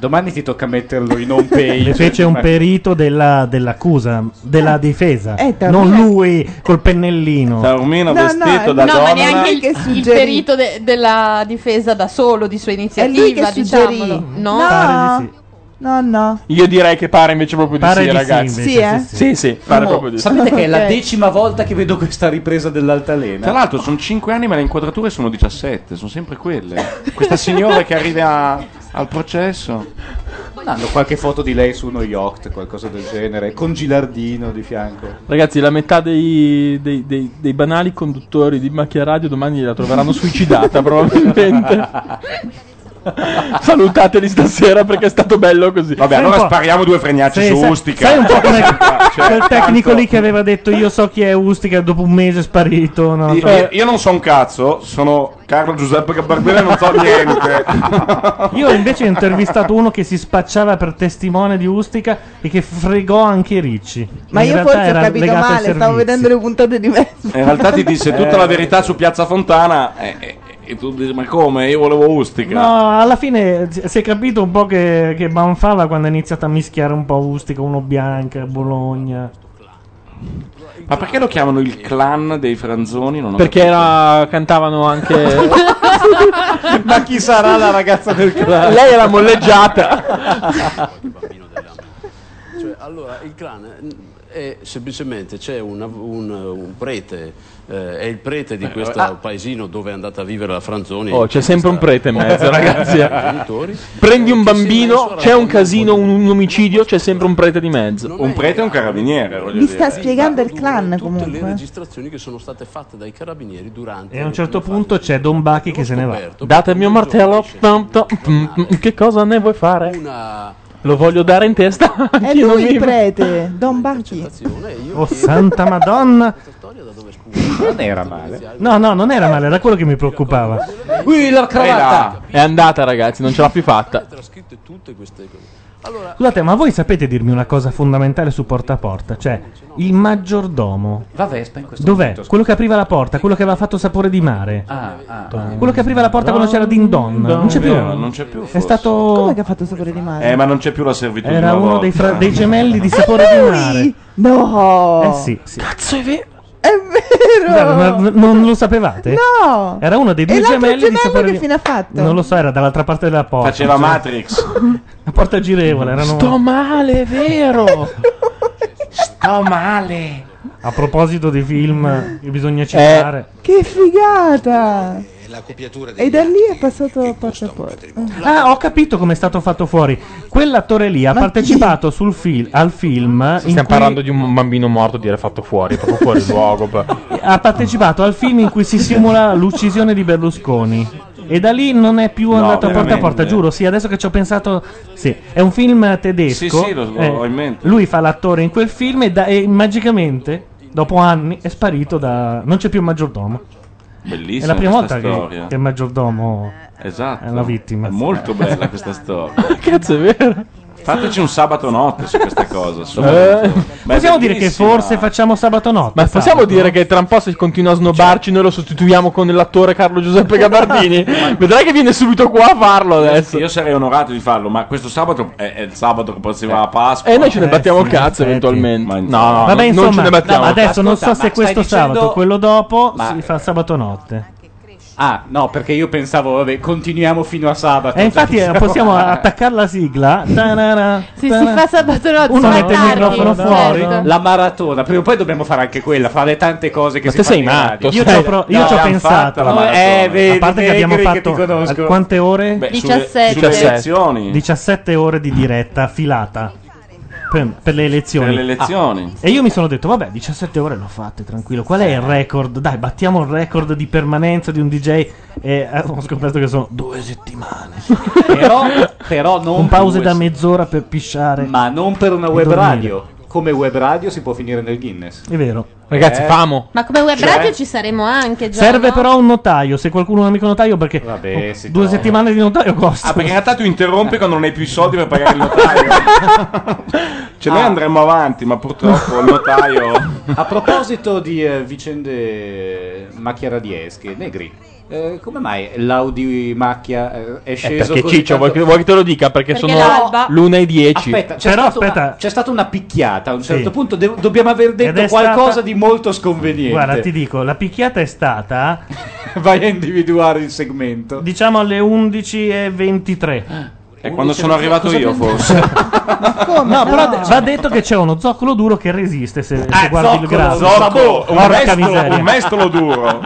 Speaker 6: Domani ti tocca metterlo in home page.
Speaker 1: Le fece un
Speaker 6: Ma-
Speaker 1: perito della- dell'accusa, della difesa.
Speaker 27: Eh, Taormina-
Speaker 1: non lui col pennellino.
Speaker 13: Taormina
Speaker 32: No, no, no, ma neanche il, il perito de- della difesa da solo di sua iniziativa,
Speaker 27: suggerì.
Speaker 32: diciamolo. No,
Speaker 13: Ah,
Speaker 27: No, no, no.
Speaker 2: Io direi che pare invece proprio di
Speaker 6: Pare
Speaker 2: sì,
Speaker 6: di sì,
Speaker 2: ragazzi.
Speaker 27: invece, Sì, eh? sì,
Speaker 2: sì, sì. pare
Speaker 6: Oh,
Speaker 2: proprio di sì.
Speaker 6: Sapete che è la
Speaker 27: Ok.
Speaker 6: decima volta che vedo questa ripresa dell'altalena.
Speaker 13: Tra l'altro sono 5 anni ma le inquadrature sono 17, sono sempre quelle. Questa signora che arriva al processo.
Speaker 6: Hanno qualche foto di lei su uno yacht, qualcosa del genere, con Gilardino di fianco. [LAUGHS]
Speaker 2: Ragazzi, la metà dei, dei- dei- dei banali conduttori di macchia radio domani la troveranno
Speaker 13: [LAUGHS]
Speaker 2: suicidata probabilmente. Salutateli stasera perché è stato bello così.
Speaker 13: Vabbè,
Speaker 1: Sai un
Speaker 13: allora
Speaker 1: po'-
Speaker 13: spariamo due fregnacci
Speaker 1: Sì,
Speaker 13: su
Speaker 1: sai-
Speaker 13: Ustica.
Speaker 1: sai un po' come
Speaker 13: Cioè,
Speaker 1: quel tecnico
Speaker 13: tanto-
Speaker 1: lì che aveva detto io so chi è Ustica dopo un mese è sparito. no?
Speaker 13: Io, io- io non so un cazzo, sono Carlo Giuseppe Gabardella e non [LAUGHS] so niente.
Speaker 1: Io invece ho intervistato uno che si spacciava per testimone di Ustica e che fregò anche Ricci.
Speaker 27: Ma
Speaker 1: In
Speaker 27: io
Speaker 1: realtà
Speaker 27: forse ho
Speaker 1: era
Speaker 27: capito
Speaker 1: legato ai
Speaker 27: male, stavo
Speaker 1: servizi.
Speaker 27: vedendo le puntate di me.
Speaker 13: In realtà
Speaker 27: [LAUGHS]
Speaker 13: ti disse tutta la verità su Piazza Fontana e, e- e tu dici ma come? Io volevo Ustica.
Speaker 1: No, alla fine si si è capito un po' che, che banfava quando ha iniziato a mischiare un po' Ustica, uno Bianca, Bologna.
Speaker 13: Ma perché lo chiamano il clan dei franzoni? Non ho
Speaker 2: Perché era, cantavano
Speaker 13: [LAUGHS]
Speaker 2: anche.
Speaker 6: Ma chi sarà la ragazza del clan?
Speaker 2: Lei era
Speaker 50: [LAUGHS]
Speaker 2: molleggiata.
Speaker 50: Cioè, allora, il clan è Eh, semplicemente c'è una- un, un prete, eh, è il prete di questo
Speaker 2: ah.
Speaker 50: paesino dove è andata a vivere la Franzoni.
Speaker 2: Oh, c'è sempre un prete in
Speaker 50: [LAUGHS]
Speaker 2: mezzo, ragazzi. eh.
Speaker 50: Genitori.
Speaker 2: Prendi un bambino, c'è un casino, un, un omicidio, c'è sempre un prete di mezzo.
Speaker 13: Un prete e un carabiniere,
Speaker 27: Vi sta spiegando il clan
Speaker 50: Le
Speaker 27: comunque.
Speaker 50: registrazioni che sono state fatte dai carabinieri durante
Speaker 1: E a un certo punto c'è Don Bachi che se ne va.
Speaker 2: Date il mio martello. tom, tom, tom, Che cosa ne vuoi fare? Lo voglio dare in testa.
Speaker 27: È lui il prete, Don Bachi.
Speaker 1: Oh, santa madonna!
Speaker 6: Non era male.
Speaker 1: No, no, non era male, era quello che mi preoccupava.
Speaker 6: Qui la
Speaker 2: cravatta. È andata, ragazzi, non ce l'ha più fatta.
Speaker 1: Scusate, ma voi sapete dirmi una cosa fondamentale su porta a porta? Cioè, il maggiordomo.
Speaker 6: Va Vespa in questo
Speaker 1: Dov'è?
Speaker 6: momento.
Speaker 1: Quello che apriva la porta, quello che aveva fatto sapore di mare.
Speaker 6: Ah, ah, ah.
Speaker 1: Quello che apriva la porta quando c'era Din Don. Non c'è più.
Speaker 13: Vero, non c'è più,
Speaker 1: È
Speaker 13: forse.
Speaker 1: stato. Come
Speaker 27: che ha fatto sapore di mare?
Speaker 13: Eh, ma non c'è più la servitù. di
Speaker 1: Era
Speaker 13: una
Speaker 1: uno dei,
Speaker 13: volta.
Speaker 1: fra- dei gemelli di sapore di mare.
Speaker 13: Oh.
Speaker 27: No!
Speaker 1: Eh sì, sì.
Speaker 2: Cazzo, è vero.
Speaker 1: Scusate, ma non lo sapevate?
Speaker 27: No!
Speaker 1: Era uno dei due
Speaker 27: E l'altro
Speaker 1: gemelli di
Speaker 27: gemello
Speaker 1: Sapore
Speaker 27: che fine ha fatto?
Speaker 1: Non lo so, era dall'altra parte della porta.
Speaker 13: Faceva
Speaker 1: cioè,
Speaker 13: Matrix.
Speaker 1: [LAUGHS] La porta girevole. Erano...
Speaker 13: Sto
Speaker 54: male, vero? Sto male.
Speaker 1: A proposito di film che
Speaker 13: Eh,
Speaker 1: bisogna citare.
Speaker 27: Eh, Che figata!
Speaker 8: La copiatura
Speaker 27: E da lì è passato a porta a porta.
Speaker 1: Ah, ho capito come è stato fatto fuori. Quell'attore lì ha
Speaker 27: Ma
Speaker 1: partecipato sul fil- al film. in
Speaker 2: Stiamo
Speaker 1: cui-
Speaker 2: parlando di un bambino morto di era fatto fuori, proprio
Speaker 1: [LAUGHS]
Speaker 2: fuori luogo. beh.
Speaker 1: ha partecipato al film in cui si simula l'uccisione di Berlusconi. E da lì non è più
Speaker 13: No,
Speaker 1: andato a porta a
Speaker 13: veramente?
Speaker 1: porta, giuro. Sì, adesso che ci ho pensato. Sì, è un film tedesco. Eh,
Speaker 13: Sì, sì, lo- lo ho in mente.
Speaker 1: Lui fa l'attore in quel film e, da- e magicamente, dopo anni, è sparito da. Non c'è più il maggiordomo.
Speaker 13: Bellissima
Speaker 1: è la prima volta
Speaker 13: questa
Speaker 1: che,
Speaker 13: storia.
Speaker 1: che il maggiordomo
Speaker 13: Esatto.
Speaker 1: è la vittima.
Speaker 13: È molto bella questa storia.
Speaker 1: [LAUGHS] Cazzo, è vero.
Speaker 13: Fateci un sabato notte su questa cosa.
Speaker 1: Eh,
Speaker 13: soprattutto. Ma è
Speaker 1: possiamo dire che
Speaker 13: bellissima.
Speaker 1: forse facciamo sabato notte.
Speaker 2: Ma possiamo
Speaker 1: sabato?
Speaker 2: dire che tra un po' se continua a snobbarci noi lo sostituiamo con l'attore Carlo Giuseppe
Speaker 1: [LAUGHS]
Speaker 2: Gabardini? Vedrai che viene subito qua a farlo adesso.
Speaker 13: Io sarei onorato di farlo, ma questo sabato è, è il sabato che prossima a Pasqua.
Speaker 2: E Eh. noi ce ne battiamo il cazzo eventualmente. no, no,
Speaker 1: Vabbè,
Speaker 2: non-
Speaker 1: insomma,
Speaker 2: non ce ne battiamo.
Speaker 1: no, ma adesso non so
Speaker 2: Ascolta,
Speaker 1: se
Speaker 2: ma
Speaker 1: questo
Speaker 2: stai dicendo-
Speaker 1: sabato, quello dopo,
Speaker 11: Ma-
Speaker 1: si fa sabato notte.
Speaker 11: Ah, no, perché io pensavo, vabbè, continuiamo fino a sabato.
Speaker 1: E infatti eh,
Speaker 11: [LAUGHS]
Speaker 1: possiamo attaccare la sigla. Tanana,
Speaker 55: Si, si
Speaker 1: tanana.
Speaker 55: fa sabato notte.
Speaker 1: Uno
Speaker 55: ma
Speaker 1: mette il
Speaker 55: tardi,
Speaker 1: microfono
Speaker 55: certo.
Speaker 1: fuori.
Speaker 11: La maratona, prima o poi dobbiamo fare anche quella, fare tante cose che
Speaker 1: Ma
Speaker 11: si
Speaker 1: te
Speaker 11: fanno
Speaker 1: sei
Speaker 11: in
Speaker 1: matto,
Speaker 11: radio. Cioè,
Speaker 1: Io sai. ci ho pro- io ci ho
Speaker 11: l'abbiamo
Speaker 1: pensato.
Speaker 11: fatta la
Speaker 1: Eh,
Speaker 11: maratona.
Speaker 1: vedi, A parte che abbiamo
Speaker 11: Negri,
Speaker 1: fatto-
Speaker 11: ti conosco.
Speaker 1: a quante ore?
Speaker 13: Beh, sulle-
Speaker 1: 17.
Speaker 13: sulle elezioni.
Speaker 1: 17 ore di diretta filata. Per, per le elezioni.
Speaker 13: Per le elezioni.
Speaker 1: Ah. E io mi sono detto, vabbè, 17 ore l'ho fatte, tranquillo. Qual è il record? Dai, battiamo il record di permanenza di un DJ. E eh, ho scoperto che sono due
Speaker 13: [LAUGHS]
Speaker 1: settimane.
Speaker 11: Però, però
Speaker 1: [LAUGHS]
Speaker 11: non
Speaker 1: Con pause da
Speaker 11: due-
Speaker 1: mezz'ora per pisciare.
Speaker 11: Ma non per una
Speaker 1: E
Speaker 11: web
Speaker 1: dormire.
Speaker 11: radio. Come web radio si può finire nel Guinness.
Speaker 1: È vero.
Speaker 11: Ragazzi, Eh. famo.
Speaker 4: Ma come web
Speaker 11: Cioè?
Speaker 4: radio ci saremo anche
Speaker 13: Esatto.
Speaker 4: già.
Speaker 1: Serve
Speaker 4: no?
Speaker 1: però un notaio, se qualcuno è un amico notaio, perché oh,
Speaker 13: si
Speaker 1: due
Speaker 13: trova.
Speaker 1: settimane di notaio costa.
Speaker 13: Ah, perché in realtà tu interrompi quando non hai più i soldi per pagare il notaio.
Speaker 2: [LAUGHS]
Speaker 13: cioè,
Speaker 2: Ah.
Speaker 13: noi andremo avanti, ma purtroppo il notaio.
Speaker 11: A proposito di eh, vicende macchiaradiesche, Negri, eh, come mai l'Audi macchia eh, è
Speaker 2: Eh,
Speaker 11: sceso
Speaker 2: perché
Speaker 11: così
Speaker 2: Ciccio, vuoi
Speaker 11: tanto?
Speaker 2: che, vuoi che te lo dica? Perché,
Speaker 11: Perché
Speaker 2: sono
Speaker 11: l'alba-
Speaker 2: l'una e dieci.
Speaker 11: Aspetta, c'è, stata Una, c'è stata una picchiata a un certo
Speaker 1: Sì.
Speaker 11: punto, de- dobbiamo aver
Speaker 1: Ed
Speaker 11: detto
Speaker 1: è
Speaker 11: qualcosa
Speaker 1: stata-
Speaker 11: di molto sconveniente.
Speaker 1: Guarda, ti dico, la picchiata è
Speaker 13: [LAUGHS]
Speaker 1: stata.
Speaker 11: Vai a individuare il segmento.
Speaker 1: Diciamo alle 11.23.
Speaker 13: È Eh, quando sono arrivato io, forse.
Speaker 1: No, però de- va detto che c'è uno zoccolo duro che resiste se, se
Speaker 13: Ah,
Speaker 1: guardi il
Speaker 13: zoccolo,
Speaker 1: grado.
Speaker 13: zoccolo, un
Speaker 1: Porca
Speaker 13: mestolo,
Speaker 1: miseria.
Speaker 13: un mestolo
Speaker 1: [LAUGHS]
Speaker 13: duro.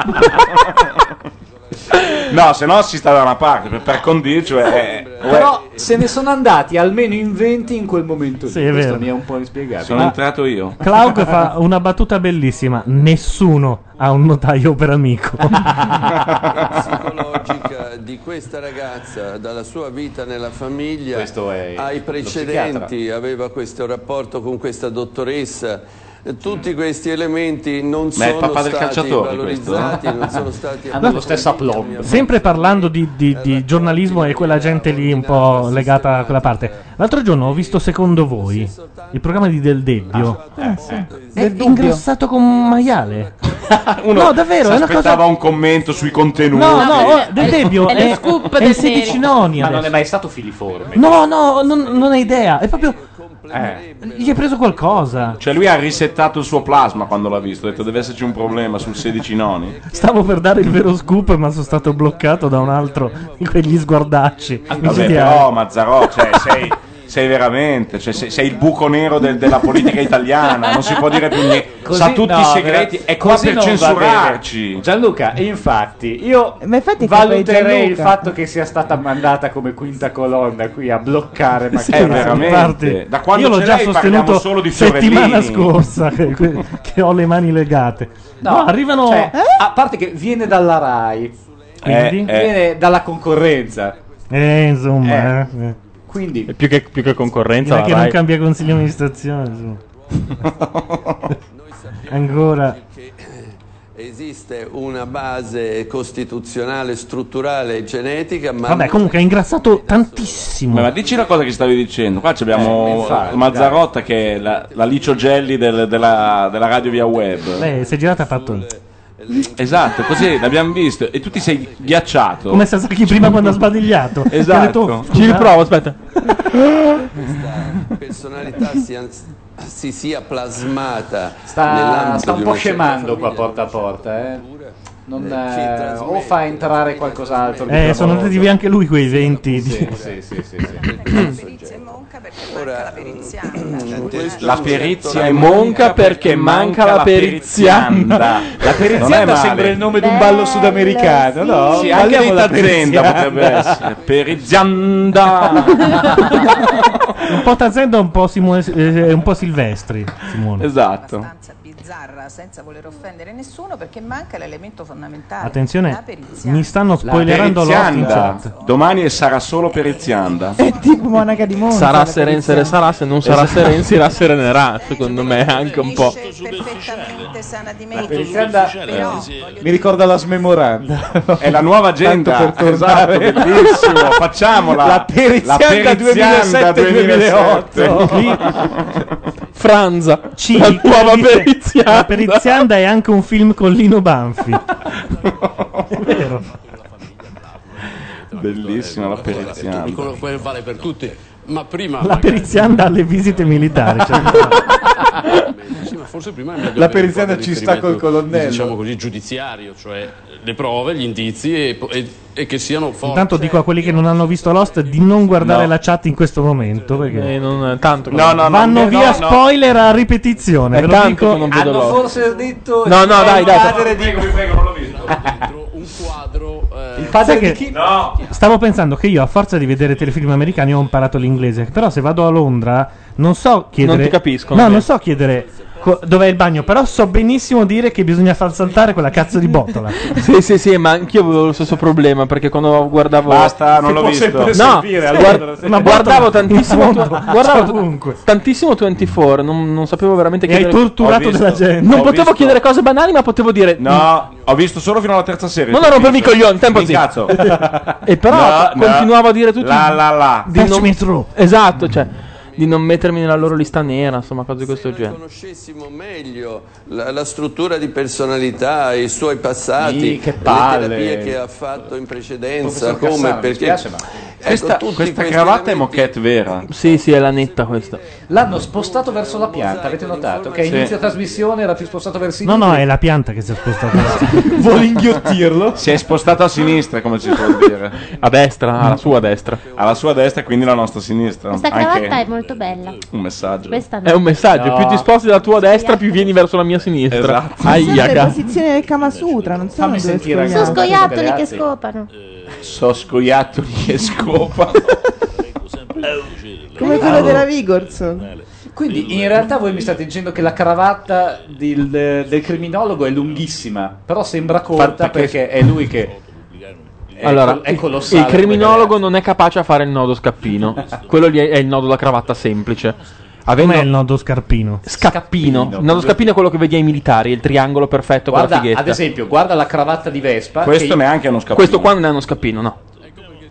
Speaker 13: no, se no si sta da una parte, per, per condirci eh, è...
Speaker 11: Però se ne sono andati almeno in 20 in quel momento. lì.
Speaker 1: Sì, è
Speaker 11: Questo
Speaker 1: vero.
Speaker 11: mi è un po' Ah. inspiegabile.
Speaker 13: Sono
Speaker 1: Ma-
Speaker 13: entrato io. [LAUGHS]
Speaker 1: Claudio fa una battuta bellissima. Nessuno ha un notaio per amico. [LAUGHS]
Speaker 48: psicologica di questa ragazza dalla sua vita nella famiglia ai precedenti aveva questo rapporto con questa dottoressa tutti questi elementi non
Speaker 13: Ma è il
Speaker 48: sono
Speaker 13: papà del
Speaker 48: stati
Speaker 13: calciatore,
Speaker 48: valorizzati
Speaker 13: questo, eh?
Speaker 48: non
Speaker 1: [LAUGHS]
Speaker 48: sono stati
Speaker 11: Hanno lo stesso aplomb.
Speaker 1: Sempre parlando di, di- di giornalismo e quella gente lì un po' legata a quella parte. L'altro giorno ho visto secondo voi il programma di Del Debbio.
Speaker 11: Eh, sì.
Speaker 1: È ingrassato con un maiale.
Speaker 13: Uno
Speaker 1: no, davvero,
Speaker 13: si
Speaker 1: è una cosa-
Speaker 13: aspettava un commento sui contenuti.
Speaker 1: No, no, oh, Del Debbio è, è il 16 noni
Speaker 11: Ma non
Speaker 1: adesso.
Speaker 11: è mai stato filiforme.
Speaker 1: No, no, non, non hai idea. È proprio. Gli hai preso qualcosa.
Speaker 13: eh. Cioè lui ha risettato il suo plasma quando l'ha visto, ha detto deve esserci un problema sul 16 noni.
Speaker 1: Stavo per dare il vero scoop, ma sono stato bloccato da un altro di quegli sguardacci.
Speaker 13: Ah,
Speaker 1: eh?
Speaker 13: Vabbè,
Speaker 1: micidiali.
Speaker 13: però Mazzarò, cioè, sei, sei veramente, cioè, sei, sei il buco nero del- della politica italiana, non si può dire più niente.
Speaker 11: Così-
Speaker 13: Sa tutti
Speaker 11: no,
Speaker 13: i segreti,
Speaker 1: eh,
Speaker 11: vera-
Speaker 13: è qua
Speaker 11: così
Speaker 13: per
Speaker 11: non va
Speaker 13: censurarci.
Speaker 11: bene. Gianluca, infatti, io
Speaker 27: infatti è colpa di
Speaker 11: valuterei il
Speaker 27: Gianluca.
Speaker 11: fatto che sia stata mandata come quinta colonna qui a bloccare ma
Speaker 13: Sì, Eh, sì, veramente. infatti. Da quando
Speaker 1: Io l'ho
Speaker 13: c'è
Speaker 1: già
Speaker 13: lei
Speaker 1: sostenuto
Speaker 13: parliamo solo di
Speaker 1: settimana
Speaker 13: Fiorellini.
Speaker 1: scorsa [LAUGHS] che, che- che ho le mani legate. No, arrivano.
Speaker 11: cioè,
Speaker 27: Eh?
Speaker 11: a parte che viene dalla Rai,
Speaker 1: Quindi?
Speaker 11: Eh, eh. viene dalla concorrenza.
Speaker 1: Eh, insomma. eh, eh.
Speaker 11: Quindi
Speaker 2: Più che, più che concorrenza,
Speaker 1: Direi
Speaker 2: la
Speaker 1: che non
Speaker 2: Rai.
Speaker 1: cambia consiglio di amministrazione.
Speaker 11: [LAUGHS]
Speaker 1: insomma. Ancora.
Speaker 48: esiste una base costituzionale strutturale e genetica ma
Speaker 1: Vabbè, comunque ha ingrassato tantissimo.
Speaker 13: Ma, ma dici la cosa che stavi dicendo, qua abbiamo
Speaker 1: Eh, infatti,
Speaker 13: Mazzarotta che è la, la Licio Gelli del- della, della radio via web.
Speaker 1: Lei si è girata e ha fatto. il-
Speaker 13: Esatto, così l'abbiamo visto e tu ti sei ghiacciato.
Speaker 1: Come Sasaki prima quando ha "Oh, sbadigliato.
Speaker 13: Esatto.
Speaker 1: Ho detto,
Speaker 13: Ci riprovo,
Speaker 1: aspetta.
Speaker 48: questa personalità sia si sia plasmata
Speaker 11: Sta,
Speaker 48: nell'ambito
Speaker 11: sta un
Speaker 48: di
Speaker 11: po'
Speaker 48: una certa
Speaker 11: scemando qua porta a porta, eh. Non, eh, o fa entrare qualcos'altro. di
Speaker 1: [LAUGHS] Eh, sono
Speaker 11: clamoroso.
Speaker 1: andati via anche lui quei 20. di-
Speaker 11: Sì, sì, sì, sì.
Speaker 13: La perizia è monca perché manca la perizianda.
Speaker 8: La perizianda sembra il nome di un ballo sudamericano, no?
Speaker 13: Sì, anche
Speaker 8: Balliamo la
Speaker 13: Rita Zenda
Speaker 8: perizianda.
Speaker 13: potrebbe essere. Perizianda.
Speaker 1: [LAUGHS] Un po' Tazenda, un po', Simone- eh, un po' Silvestri. Simone.
Speaker 13: Esatto.
Speaker 29: bizzarra senza voler offendere nessuno perché manca l'elemento fondamentale la
Speaker 1: Attenzione,
Speaker 29: perizia
Speaker 1: mi stanno
Speaker 13: La
Speaker 1: spoilerando l'osso in
Speaker 13: perizianda.
Speaker 1: chat. Eh,
Speaker 13: Domani sarà solo perizianda.
Speaker 27: [LAUGHS] tipo monaca di Monza.
Speaker 13: Sarà
Speaker 27: la
Speaker 13: Serenze
Speaker 27: petizione.
Speaker 13: Re Sarà, se
Speaker 2: non sarà
Speaker 13: Esatto.
Speaker 2: Serenzi, sarà Serenerà. Secondo me, anche un po'.
Speaker 29: perfettamente sana di
Speaker 11: La
Speaker 29: mente
Speaker 11: perizianda
Speaker 8: Eh,
Speaker 29: però
Speaker 8: Mi ricorda la smemoranda.
Speaker 13: È la nuova
Speaker 8: agenda.
Speaker 13: agenda. Esatto, bellissimo. Facciamola.
Speaker 8: La perizianda,
Speaker 13: La perizianda
Speaker 8: 2007-2008.
Speaker 2: Franza.
Speaker 1: Ci
Speaker 2: la nuova
Speaker 1: dice-
Speaker 2: perizianda.
Speaker 1: La perizianda è anche un film con Lino Banfi. è vero.
Speaker 13: Bellissima la perizianda.
Speaker 50: Quello quello vale per tutti. Ma prima.
Speaker 1: La
Speaker 50: magari- [LAUGHS]
Speaker 1: perizianda alle visite militari. cioè.
Speaker 50: Sì, ma forse prima è meglio
Speaker 8: La
Speaker 50: avere un
Speaker 8: periziana
Speaker 50: po' di
Speaker 8: ci sta col
Speaker 50: riferimento,
Speaker 8: colonnello.
Speaker 50: Diciamo così, giudiziario, cioè le prove, gli indizi e, e- e che siano forti.
Speaker 1: Intanto dico a quelli che non hanno visto Lost di non guardare
Speaker 50: No.
Speaker 1: la chat in questo momento. Perché
Speaker 2: Eh, non, tanto
Speaker 13: No, no, no,
Speaker 1: vanno
Speaker 13: no,
Speaker 1: via
Speaker 13: no.
Speaker 1: spoiler a ripetizione.
Speaker 2: È
Speaker 1: ve lo
Speaker 2: tanto
Speaker 1: dico.
Speaker 2: che non vedo Hanno Lost.
Speaker 11: forse detto
Speaker 2: No, no,
Speaker 11: è
Speaker 2: dai,
Speaker 11: il
Speaker 2: dai.
Speaker 11: padre di
Speaker 50: il
Speaker 1: Sai
Speaker 11: padre
Speaker 1: che-
Speaker 11: di chi
Speaker 13: no
Speaker 1: Stavo pensando che io, a forza di vedere telefilm americani, ho imparato l'inglese. Però se vado a Londra, non so chiedere.
Speaker 2: Non ti capiscono,
Speaker 1: No,
Speaker 2: sì.
Speaker 1: non so chiedere co- dov'è il bagno. Però so benissimo dire che bisogna far saltare quella cazzo di botola.
Speaker 2: Sì, sì, sì, ma anch'io avevo lo stesso problema perché quando guardavo.
Speaker 13: Basta, non Si l'ho può visto. sempre
Speaker 2: No,
Speaker 13: servire,
Speaker 2: sì,
Speaker 13: allora,
Speaker 2: guard-
Speaker 13: se-
Speaker 2: ma guardavo tantissimo.
Speaker 13: In fondo,
Speaker 2: guardavo
Speaker 1: ovunque.
Speaker 2: tantissimo 24. Non, non sapevo veramente
Speaker 13: E
Speaker 2: che.
Speaker 13: hai torturato Ho visto, della gente.
Speaker 2: Non
Speaker 13: ho
Speaker 2: potevo
Speaker 13: visto.
Speaker 2: chiedere cose banali, ma potevo dire.
Speaker 13: No, ho visto solo fino alla terza serie.
Speaker 2: No, no, rompermi i
Speaker 13: Visto.
Speaker 2: coglioni, tempo
Speaker 13: Mi
Speaker 2: zitto.
Speaker 13: incazzo.
Speaker 2: E però
Speaker 13: No, no.
Speaker 2: continuavo a dire tutto.
Speaker 13: La, la, la.
Speaker 2: Di non...
Speaker 13: Facimi
Speaker 2: Esatto, cioè. Di non mettermi nella loro lista nera, insomma, cose di questo genere.
Speaker 48: conoscessimo meglio la, la struttura di personalità, i suoi passati,
Speaker 2: Ih, che
Speaker 48: le
Speaker 13: palle.
Speaker 48: terapie che ha fatto in precedenza,
Speaker 13: Professor
Speaker 48: come
Speaker 13: Cassano, mi
Speaker 48: perché
Speaker 13: dispiace, ma-
Speaker 48: Ecco,
Speaker 13: Questa,
Speaker 48: tutti
Speaker 13: questa
Speaker 48: questi
Speaker 13: cravatta è moquette vera.
Speaker 2: Sì, sì, è la netta questa.
Speaker 11: L'hanno spostato verso la pianta, avete notato? Che a
Speaker 13: Sì.
Speaker 11: inizio trasmissione era più spostato verso i
Speaker 1: No, no,
Speaker 11: libri.
Speaker 1: è la pianta che si è spostata.
Speaker 13: Vuole inghiottirlo? Si è spostato a sinistra, come si può dire.
Speaker 2: A destra, alla sua destra.
Speaker 13: Alla sua destra, quindi la nostra sinistra.
Speaker 4: Questa
Speaker 13: Anche
Speaker 4: cravatta è molto bella.
Speaker 13: un messaggio.
Speaker 4: Questa no.
Speaker 2: È un messaggio.
Speaker 13: No.
Speaker 2: Più ti sposti dalla tua destra, più vieni verso la mia sinistra.
Speaker 13: Esatto.
Speaker 27: Sono
Speaker 2: Aia,
Speaker 27: le
Speaker 2: cazzo.
Speaker 27: posizioni del Kama Sutra, non sono
Speaker 13: Fammi
Speaker 27: due scogliate.
Speaker 13: sentire,
Speaker 4: Sono
Speaker 13: ragazzi.
Speaker 4: scoiattoli che
Speaker 13: Ragazzi.
Speaker 4: scopano.
Speaker 13: So scoiattoli che scopano.
Speaker 27: Come quello della Vigorson.
Speaker 11: Quindi in realtà voi mi state dicendo che la cravatta del, del criminologo è lunghissima, però sembra corta
Speaker 13: Fatta che-
Speaker 11: perché è lui
Speaker 13: [LAUGHS]
Speaker 11: che è,
Speaker 2: allora,
Speaker 11: è
Speaker 2: il-
Speaker 11: colossale.
Speaker 2: il criminologo non è capace a fare il nodo scappino.
Speaker 13: [LAUGHS]
Speaker 2: Quello lì è, è il nodo da cravatta semplice. Avendo
Speaker 1: Com'è il nodo scarpino?
Speaker 2: scappino. Il nodo scappino è quello che vedi ai militari, il triangolo perfetto
Speaker 11: Guarda,
Speaker 2: con la
Speaker 11: ad
Speaker 2: fighetta.
Speaker 11: esempio, guarda la cravatta di Vespa. che-
Speaker 13: neanche uno scappino.
Speaker 2: Questo qua non è uno scappino, no.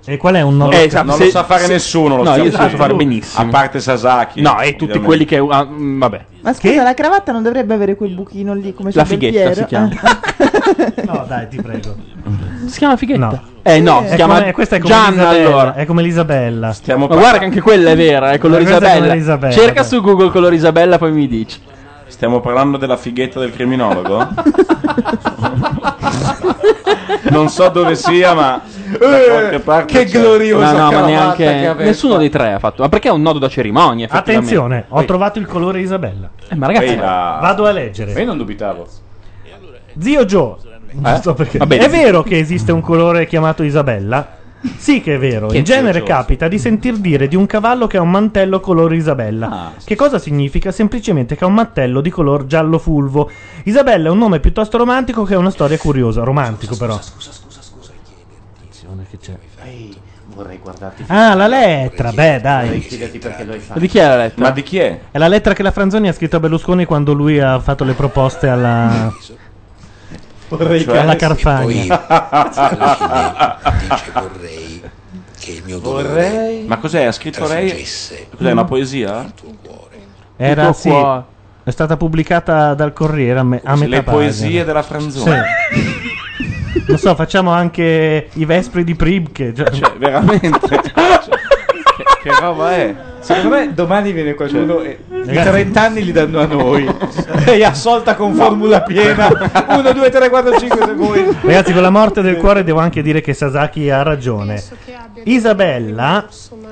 Speaker 1: E qual è un nodo?
Speaker 2: Eh,
Speaker 1: scarpino?
Speaker 2: sa-
Speaker 13: non
Speaker 2: se-
Speaker 13: lo sa fare
Speaker 2: se-
Speaker 13: nessuno, lo
Speaker 2: no,
Speaker 13: stiamo
Speaker 2: io so
Speaker 13: dicendo.
Speaker 2: fare benissimo.
Speaker 13: A parte Sasaki.
Speaker 2: No, e tutti
Speaker 13: ovviamente.
Speaker 2: quelli che. ah, mm, vabbè.
Speaker 27: Ma scusa, la cravatta non dovrebbe avere quel buchino lì come
Speaker 2: La
Speaker 27: sul
Speaker 2: fighetta si
Speaker 27: Belpiero?
Speaker 2: chiama.
Speaker 1: No, dai, ti prego.
Speaker 27: ah.
Speaker 2: Si chiama fighetta?
Speaker 1: No.
Speaker 2: Eh no, si
Speaker 1: È
Speaker 2: chiama
Speaker 1: come- questa è come
Speaker 2: Gianna
Speaker 1: Elisabella,
Speaker 2: allora.
Speaker 1: È come Elisabella.
Speaker 2: Ma guarda che anche quella è vera, è color
Speaker 1: Questa è
Speaker 2: Isabella.
Speaker 1: color
Speaker 27: Eh,
Speaker 1: Isabella,
Speaker 2: Cerca
Speaker 1: dai.
Speaker 2: su Google color Isabella, poi mi dici.
Speaker 13: Stiamo parlando della fighetta del [LAUGHS] criminologo? non so dove sia, ma.
Speaker 1: Eh,
Speaker 13: che
Speaker 2: No, no, ma neanche. Nessuno dei tre ha fatto. Ma perché è un nodo da cerimonia? effettivamente.
Speaker 1: Attenzione, ho trovato il colore Isabella.
Speaker 2: Eh, ma ragazzi, Quella-
Speaker 1: vado a leggere.
Speaker 11: Io non dubitavo.
Speaker 1: Zio Joe, non so perché.
Speaker 2: Va bene.
Speaker 1: È vero che esiste un colore chiamato Isabella? Sì che è vero,
Speaker 2: Che
Speaker 1: in genere
Speaker 2: gioioso.
Speaker 1: capita di sentir dire di un cavallo che ha un mantello color Isabella. Che cosa significa? Semplicemente che ha un mantello di color giallo fulvo. Isabella è un nome piuttosto romantico che ha una storia curiosa, romantico però.
Speaker 56: Scusa, scusa, scusa.
Speaker 1: Attenzione che c'è.
Speaker 11: Vorrei guardarti.
Speaker 1: Ah, la lettera, beh, dai.
Speaker 11: Chiederti perché lo hai fatto.
Speaker 1: Ma di chi è la lettera?
Speaker 13: Ma di chi è?
Speaker 1: È la lettera che la Franzoni ha scritto a Berlusconi quando lui ha fatto le proposte alla,
Speaker 13: Cioè-
Speaker 1: alla
Speaker 13: E
Speaker 1: Carfagna.
Speaker 13: vorrei che il mio
Speaker 1: dolore Vorrei-
Speaker 13: Ma cos'è? Ha scritto lei?
Speaker 1: trasfuggesse
Speaker 13: Cos'è una poesia?
Speaker 1: Era
Speaker 13: tuo
Speaker 1: sì,
Speaker 13: cuore.
Speaker 1: è stata pubblicata dal Corriere a, me- a metà
Speaker 13: Le poesie
Speaker 1: pagina.
Speaker 13: della Franzoni.
Speaker 1: Sì. Lo so, facciamo anche i Vespri di Pribke. Cioè, [LAUGHS]
Speaker 13: veramente. Che roba è? Cioè,
Speaker 57: Secondo me domani viene qualcuno e
Speaker 58: I 30 anni li
Speaker 13: [LAUGHS]
Speaker 58: danno a noi. Lei è assolta con formula piena. 1, 2, 3, 4, 5 secondi.
Speaker 1: Ragazzi, con la morte del cuore devo anche dire che Sasaki ha ragione. Isabella,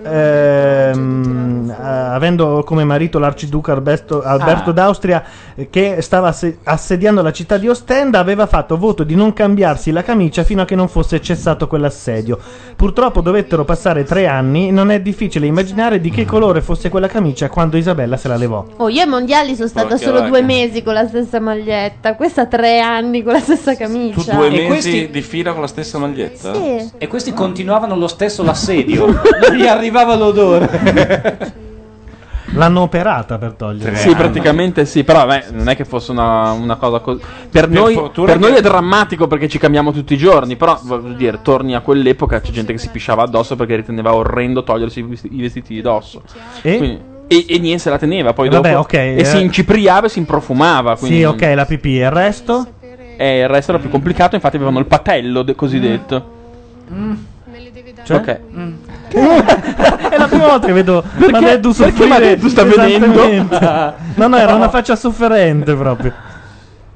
Speaker 1: ehm, eh, avendo come marito l'arciduca Alberto, Alberto
Speaker 9: Ah.
Speaker 1: d'Austria, eh, che stava assi- assediando la città di Ostenda, aveva fatto voto di non cambiarsi la camicia fino a che non fosse cessato quell'assedio. Purtroppo dovettero passare tre anni. Non è difficile immaginare di che colore fosse quella camicia quando Isabella se la levò.
Speaker 4: Oh, io ai mondiali sono stata
Speaker 1: Porca
Speaker 4: solo
Speaker 1: vacca.
Speaker 4: due mesi con la stessa maglietta. Questa tre anni con la stessa
Speaker 13: Tu
Speaker 4: camicia.
Speaker 13: due mesi questi- di fila con la stessa maglietta?
Speaker 4: Sì.
Speaker 11: E questi continuavano lo stesso
Speaker 13: [LAUGHS]
Speaker 11: l'assedio. non gli arrivava l'odore.
Speaker 1: L'hanno operata per togliere.
Speaker 2: Sì, praticamente sì, però beh, non è che fosse una, una cosa così. Per, noi,
Speaker 13: fortuna
Speaker 2: per
Speaker 13: che-
Speaker 2: noi è drammatico perché ci cambiamo tutti i giorni, però voglio dire, torni a quell'epoca, c'è gente che si pisciava addosso perché riteneva orrendo togliersi i vesti- i vestiti di dosso.
Speaker 1: E?
Speaker 2: Quindi- e, e niente, se la teneva poi
Speaker 1: Vabbè,
Speaker 2: dopo
Speaker 1: ok,
Speaker 2: e
Speaker 1: eh.
Speaker 2: si incipriava e si improfumava. Quindi
Speaker 1: Sì, ok, la pipì. E il resto?
Speaker 2: E il resto era più complicato, infatti avevano il patello de- cosiddetto.
Speaker 1: Mm. Cioè?
Speaker 2: Ok.
Speaker 1: È la prima volta che vedo
Speaker 2: Perché-
Speaker 1: Madeddu
Speaker 2: perché
Speaker 1: soffrire
Speaker 2: Madeddu sta venendo?
Speaker 1: esattamente. No, no, era una faccia sofferente proprio.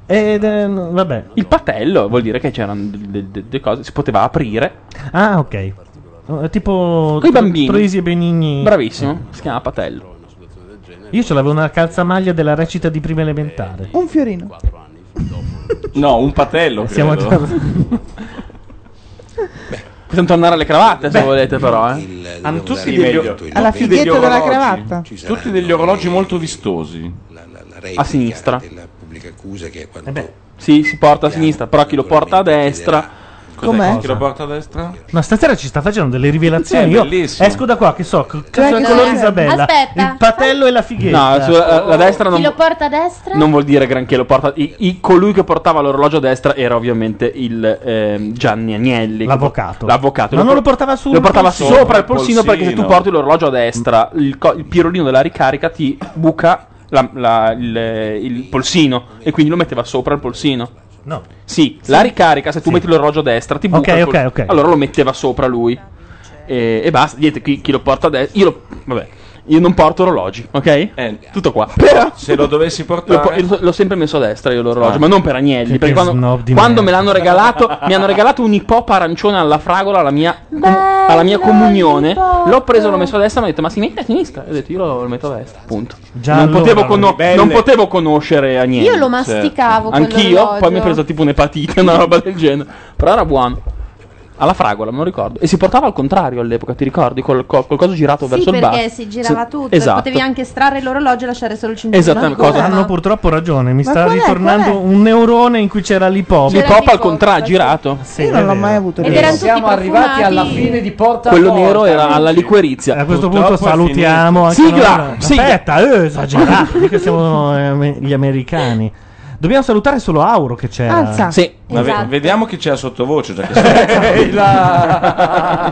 Speaker 1: Ed, eh, no, vabbè.
Speaker 2: Il patello vuol dire che c'erano de- de- de- delle cose, si poteva aprire.
Speaker 1: Ah, ok. Eh, Tipo
Speaker 2: Coi
Speaker 1: Tro-
Speaker 2: bambini.
Speaker 1: Troisi e Benigni. Eh.
Speaker 2: Bravissimo, si chiama patello.
Speaker 1: Io ce l'avevo una calzamaglia della recita di prima elementare.
Speaker 27: Un fiorino.
Speaker 2: No, un patello.
Speaker 1: Siamo
Speaker 2: credo.
Speaker 1: già-
Speaker 2: Possiamo tornare alle cravatte se volete, però. Eh.
Speaker 13: Hanno tutti degli,
Speaker 27: Alla
Speaker 13: tutti degli
Speaker 27: fighetta della
Speaker 13: orologi-
Speaker 27: cravatta.
Speaker 13: Ci saranno Tutti degli orologi molto vistosi.
Speaker 2: A sinistra. Eh
Speaker 59: pubblica accusa che è quando
Speaker 2: Sì, si porta a sinistra, però chi lo porta a destra.
Speaker 13: Cos'è? Com'è? Chi lo porta a destra?
Speaker 1: Ma stasera ci sta facendo delle
Speaker 2: Sì,
Speaker 1: rivelazioni.
Speaker 2: è
Speaker 1: Io
Speaker 2: bellissimo.
Speaker 1: esco da qua che so. c-
Speaker 4: Cioè,
Speaker 1: Cazzo
Speaker 4: che
Speaker 1: di colore
Speaker 4: cos'è?
Speaker 1: Isabella.
Speaker 4: Aspetta.
Speaker 1: Il patello e la fighetta.
Speaker 2: No, sulla- la destra
Speaker 4: Chi
Speaker 2: non,
Speaker 4: lo porta a destra?
Speaker 2: non vuol dire granché. Lo porta, i- i- colui che portava l'orologio a destra era ovviamente il ehm, Gianni Agnelli. L'avvocato. L'avvocato.
Speaker 1: Ma non
Speaker 2: por-
Speaker 1: lo portava sul
Speaker 2: Lo portava
Speaker 1: polsino?
Speaker 2: sopra il
Speaker 1: Sul
Speaker 2: polsino, perché se tu
Speaker 1: polsino.
Speaker 2: porti l'orologio a destra, il, co- il pirolino della ricarica ti buca la- la- il, il polsino. E quindi lo metteva sopra il polsino.
Speaker 1: No.
Speaker 2: Sì, la ricarica, se tu metti l'orologio a destra, ti buca.
Speaker 1: Ok,
Speaker 2: il pol-
Speaker 1: ok, ok.
Speaker 2: Allora lo metteva sopra lui. E, e basta, niente, chi, chi lo porta a destra. Io lo- Vabbè. Io non porto orologi, ok? Tutto qua. Però
Speaker 13: Se lo dovessi
Speaker 2: lo po-
Speaker 13: portare...
Speaker 2: l'ho, l'ho sempre messo a destra io l'orologio,
Speaker 13: Ah.
Speaker 2: ma non per Agnelli.
Speaker 13: Che
Speaker 2: perché
Speaker 13: più
Speaker 2: quando,
Speaker 13: snob di
Speaker 2: quando me
Speaker 13: merda.
Speaker 2: l'hanno regalato, mi hanno regalato un hipop arancione alla fragola alla mia, com- alla mia comunione. L'ho preso, l'ho messo a destra, mi hanno detto: Ma si mette a sinistra? E ho detto: Io lo, lo metto a destra. Punto.
Speaker 1: Già
Speaker 2: non,
Speaker 1: allora,
Speaker 2: potevo cono-
Speaker 1: erano belle.
Speaker 2: non potevo conoscere Agnelli.
Speaker 4: Io lo masticavo
Speaker 2: Anch'io,
Speaker 4: quell'orologio.
Speaker 2: poi mi ha preso tipo un'epatite, una roba del genere. Però era buono. Alla fragola, me lo ricordo. E si portava al contrario all'epoca, ti ricordi? Col, col, col coso girato
Speaker 1: Sì,
Speaker 4: Sì,
Speaker 2: verso il basso.
Speaker 4: perché si girava
Speaker 2: Sì,
Speaker 4: tutto.
Speaker 2: Esatto.
Speaker 4: E potevi anche estrarre l'orologio e lasciare solo il cinturino.
Speaker 2: Esattamente, cosa-
Speaker 4: Ancora,
Speaker 1: Hanno
Speaker 4: ma-
Speaker 1: purtroppo ragione. Mi
Speaker 4: Ma
Speaker 1: sta
Speaker 4: qual è?
Speaker 1: ritornando
Speaker 4: Qual
Speaker 1: un neurone in cui c'era l'ipop.
Speaker 4: C'era L'hipop al l'hipop, contrario, sì.
Speaker 2: girato.
Speaker 27: Io non l'ho mai avuto.
Speaker 1: Ed
Speaker 27: questo.
Speaker 1: erano
Speaker 11: Siamo arrivati alla fine di Porta a
Speaker 2: Quello
Speaker 11: Porta,
Speaker 2: nero era
Speaker 11: amici.
Speaker 2: alla liquerizia.
Speaker 1: A questo punto salutiamo anche
Speaker 2: Sigla!
Speaker 1: noi.
Speaker 2: Sigla!
Speaker 1: Aspetta, eh, esagerato, mica siamo eh, me- gli americani. Dobbiamo salutare solo Auro che c'è.
Speaker 13: Sì. Ma ve-
Speaker 27: Esatto.
Speaker 13: vediamo chi c'è a sottovoce.
Speaker 27: [LAUGHS]
Speaker 13: Già che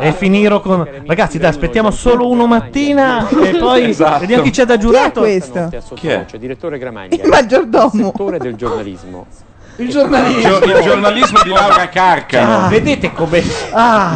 Speaker 1: E finirò con Ragazzi, dai, aspettiamo solo uno mattina e
Speaker 2: [LAUGHS]
Speaker 1: poi
Speaker 13: Esatto.
Speaker 1: vediamo chi c'è da giurato.
Speaker 27: Chi è questo?
Speaker 13: Chi è?
Speaker 50: Direttore Gramaglia.
Speaker 27: Il maggiordomo.
Speaker 50: Settore del giornalismo.
Speaker 11: Il giornalismo. Cioè,
Speaker 13: Il giornalismo di Laura Carca.
Speaker 11: Vedete come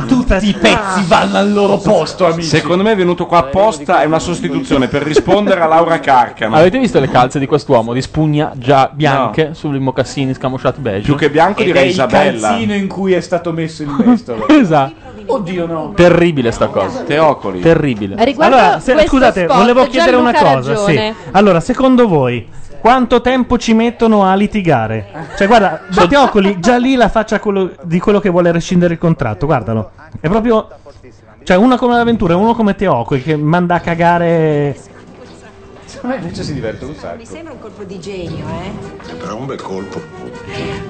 Speaker 11: tutti i pezzi vanno al loro posto, amici.
Speaker 13: Secondo me è venuto qua apposta, è una sostituzione per rispondere a Laura Carca. ma-
Speaker 2: Avete visto le calze di quest'uomo di spugna già bianche sui mocassini scamosciati beige?
Speaker 13: Più che bianco
Speaker 2: Ed
Speaker 13: direi
Speaker 2: è il
Speaker 13: Isabella.
Speaker 2: calzino.
Speaker 11: Fino in cui è stato messo il
Speaker 60: [LAUGHS]
Speaker 11: mestolo.
Speaker 2: esatto.
Speaker 11: Oddio no.
Speaker 2: Terribile sta cosa. Teocoli.
Speaker 1: [LAUGHS]
Speaker 2: Terribile.
Speaker 11: Eh, Riguardo
Speaker 1: allora,
Speaker 11: questo
Speaker 1: scusate,
Speaker 11: spot,
Speaker 1: volevo chiedere una
Speaker 11: Gianluca ha
Speaker 1: cosa.
Speaker 11: ragione.
Speaker 1: sì. Allora, secondo voi quanto tempo ci mettono a litigare?
Speaker 11: [LAUGHS]
Speaker 1: Cioè, guarda, Battiocoli già lì la faccia quello- di quello che vuole rescindere il contratto. Guardalo, è proprio. Cioè, uno come l'avventura e uno come Teocoli che manda a cagare.
Speaker 11: Secondo me invece si diverte un sacco.
Speaker 60: Sembra un colpo di genio, eh?
Speaker 61: Però un bel colpo.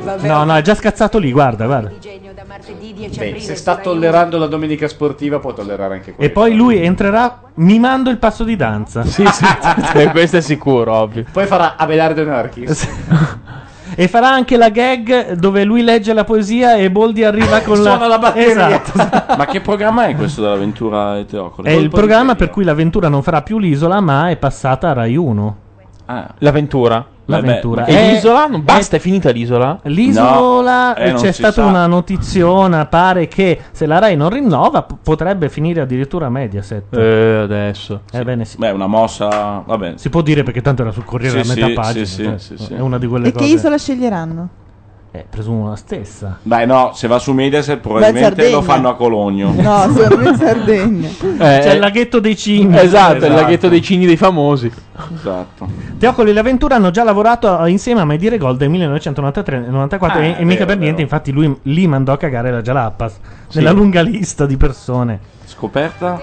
Speaker 60: Vabbè,
Speaker 1: No, no, è già scazzato lì, guarda, guarda.
Speaker 60: genio da martedì 10
Speaker 11: Beh,
Speaker 60: aprile.
Speaker 11: se sta
Speaker 60: su Rai
Speaker 11: tollerando la domenica sportiva, può tollerare anche
Speaker 1: E
Speaker 11: questo.
Speaker 1: poi lui entrerà mimando il passo di danza. Sì, [LAUGHS] sì,
Speaker 2: Eh, questo è sicuro, ovvio.
Speaker 11: Poi farà Abelardo
Speaker 1: [LAUGHS]
Speaker 11: Anarchis.
Speaker 1: E farà anche la gag dove lui legge la poesia e Boldi arriva con la.
Speaker 13: Suona la batteria.
Speaker 1: Esatto.
Speaker 13: Ma che programma è questo dell'avventura e Teocoli?
Speaker 1: È il programma per cui l'avventura non farà più l'isola, ma è passata a Rai 1.
Speaker 2: L'avventura.
Speaker 1: l'avventura.
Speaker 2: Vabbè, ma-
Speaker 1: Eh,
Speaker 2: E l'isola? Non basta, è finita l'isola?
Speaker 1: L'isola
Speaker 2: No, eh, non
Speaker 1: c'è
Speaker 2: si
Speaker 1: stata
Speaker 2: sa.
Speaker 1: una notiziona. Pare che se la Rai non rinnova, p- potrebbe finire addirittura a Mediaset.
Speaker 2: Eh, adesso.
Speaker 1: Ebbene sì.
Speaker 13: Beh, una mossa. Vabbè.
Speaker 1: Si può dire perché tanto era sul Corriere
Speaker 13: Sì,
Speaker 1: a metà
Speaker 13: sì,
Speaker 1: pagina.
Speaker 13: sì,
Speaker 1: cioè,
Speaker 13: sì, sì, sì.
Speaker 1: È una di quelle
Speaker 27: E che
Speaker 1: cose.
Speaker 27: isola sceglieranno?
Speaker 1: Eh, presumo la stessa.
Speaker 13: Dai, no, se va su Mediaset probabilmente
Speaker 27: Sardegna.
Speaker 13: lo fanno a Cologno.
Speaker 27: [LAUGHS] No, secondo me
Speaker 2: [LAUGHS]
Speaker 27: Sardegna.
Speaker 1: C'è il laghetto dei cigni.
Speaker 2: Esatto, il laghetto dei cigni dei famosi.
Speaker 13: Esatto.
Speaker 1: Teocoli e l'avventura hanno già lavorato eh, insieme a Medire Gold nel 1993-94
Speaker 2: Ah,
Speaker 1: e,
Speaker 2: è
Speaker 1: e mica
Speaker 2: vero,
Speaker 1: per niente, infatti lui lì mandò a cagare la Jalappas nella lunga lista di persone.
Speaker 13: Scoperta?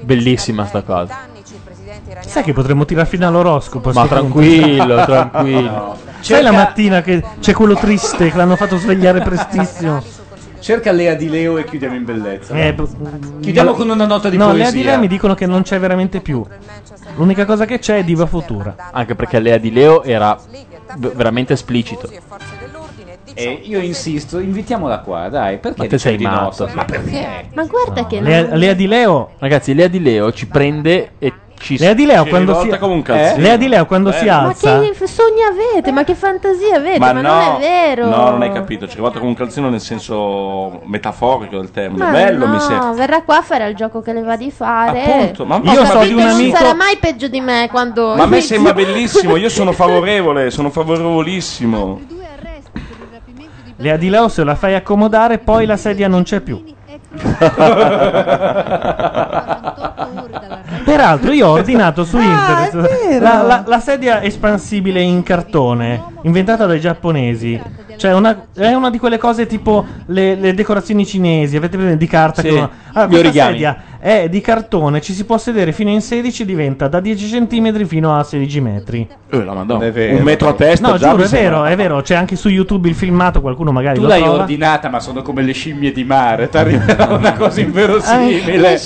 Speaker 2: Bellissima sta cosa.
Speaker 1: Sai che potremmo tirare fino all'oroscopo. a
Speaker 2: Ma
Speaker 1: sto punto? [LAUGHS]
Speaker 2: tranquillo, tranquillo.
Speaker 1: Sai la mattina che c'è quello triste che l'hanno fatto svegliare prestissimo.
Speaker 11: Cerca Lea di Leo e chiudiamo in bellezza.
Speaker 1: Eh, b-
Speaker 11: chiudiamo con una nota di
Speaker 1: no,
Speaker 11: poesia.
Speaker 1: le Adilea mi dicono che non c'è veramente più. L'unica cosa che c'è è Diva Futura.
Speaker 2: Anche perché Lea di Leo era v- veramente esplicito.
Speaker 60: Diciamo
Speaker 11: Eh, io insisto, invitiamola qua, dai, perché
Speaker 2: Ma te sei
Speaker 11: dici di no
Speaker 2: matto.
Speaker 11: stasera?
Speaker 2: Ma
Speaker 11: perché?
Speaker 4: Ma guarda che non...
Speaker 1: di Leo.
Speaker 2: Ragazzi, Lea di Leo ci prende e ci
Speaker 1: Lea di Leo quando si, eh? Lea di Leo quando si
Speaker 4: Ma
Speaker 1: alza.
Speaker 4: che f- sogni avete? Ma che fantasia avete? Ma, non è vero.
Speaker 13: No, non hai capito. Ci è arrivato con un calzino nel senso metaforico del termine.
Speaker 4: Ma
Speaker 13: Bello,
Speaker 4: no,
Speaker 13: mi sembra.
Speaker 4: verrà qua a fare il gioco che le va di fare.
Speaker 13: Appunto, ma-
Speaker 4: Io
Speaker 13: ma-
Speaker 4: so di un
Speaker 13: ma-
Speaker 4: amico.
Speaker 13: amico-
Speaker 4: Non sarà mai peggio di me quando.
Speaker 13: Ma a me
Speaker 4: [LAUGHS] inizio.
Speaker 13: sembra bellissimo, io sono favorevole, sono favorevolissimo.
Speaker 1: Le Adileo se la fai accomodare, poi la sedia non c'è [LAUGHS] più. Peraltro io ho ordinato su internet
Speaker 27: vero.
Speaker 1: la, la- la sedia espansibile in cartone, inventata dai giapponesi. Cioè una- è una di quelle cose tipo le, le decorazioni cinesi, avete presente di carta?
Speaker 2: Sì,
Speaker 1: con- Ah,
Speaker 2: gli
Speaker 1: questa
Speaker 2: origami.
Speaker 1: sedia è di cartone, ci si può sedere fino in 16, diventa da 10 cm fino a 16 metri.
Speaker 13: Eh, la madonna. Un metro a testa.
Speaker 1: No,
Speaker 13: già
Speaker 1: giuro,
Speaker 13: mi
Speaker 1: è
Speaker 13: sembra-
Speaker 1: vero, è vero, c'è anche su YouTube il filmato, qualcuno magari
Speaker 11: Tu
Speaker 1: lo
Speaker 11: l'hai
Speaker 1: trova.
Speaker 11: ordinata, ma sono come le scimmie di mare. Ti arriverà una
Speaker 1: Ah, eh.
Speaker 11: cosa inverosimile.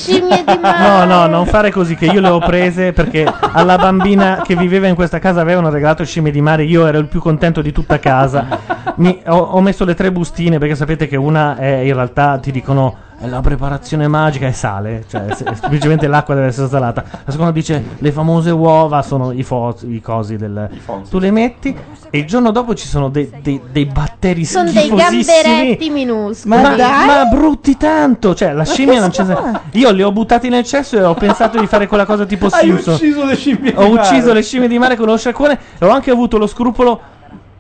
Speaker 1: No, no, non fare così che io le ho prese perché alla bambina che viveva in questa casa avevano regalato scimmie di mare, io ero il più contento di tutta casa. Mi- ho, ho messo le tre bustine perché sapete che una è in realtà ti dicono "È la preparazione magica è sale, cioè se- semplicemente l'acqua deve essere salata. La seconda dice le famose uova sono i, fo- i cosi del... tu le metti e il giorno dopo ci sono dei- dei- dei batteri
Speaker 4: Sono dei
Speaker 1: schifosissimi
Speaker 4: gamberetti minuscoli.
Speaker 1: ma, ma brutti tanto! Cioè, la scimmia non c'è. Io li ho buttati nel cesso e ho pensato di fare quella cosa tipo
Speaker 11: [LAUGHS] Hai
Speaker 1: Simpson.
Speaker 11: ucciso le scimmie
Speaker 1: ho
Speaker 11: di mare.
Speaker 1: ucciso le scimmie di mare con lo sciacquone e ho anche avuto lo scrupolo.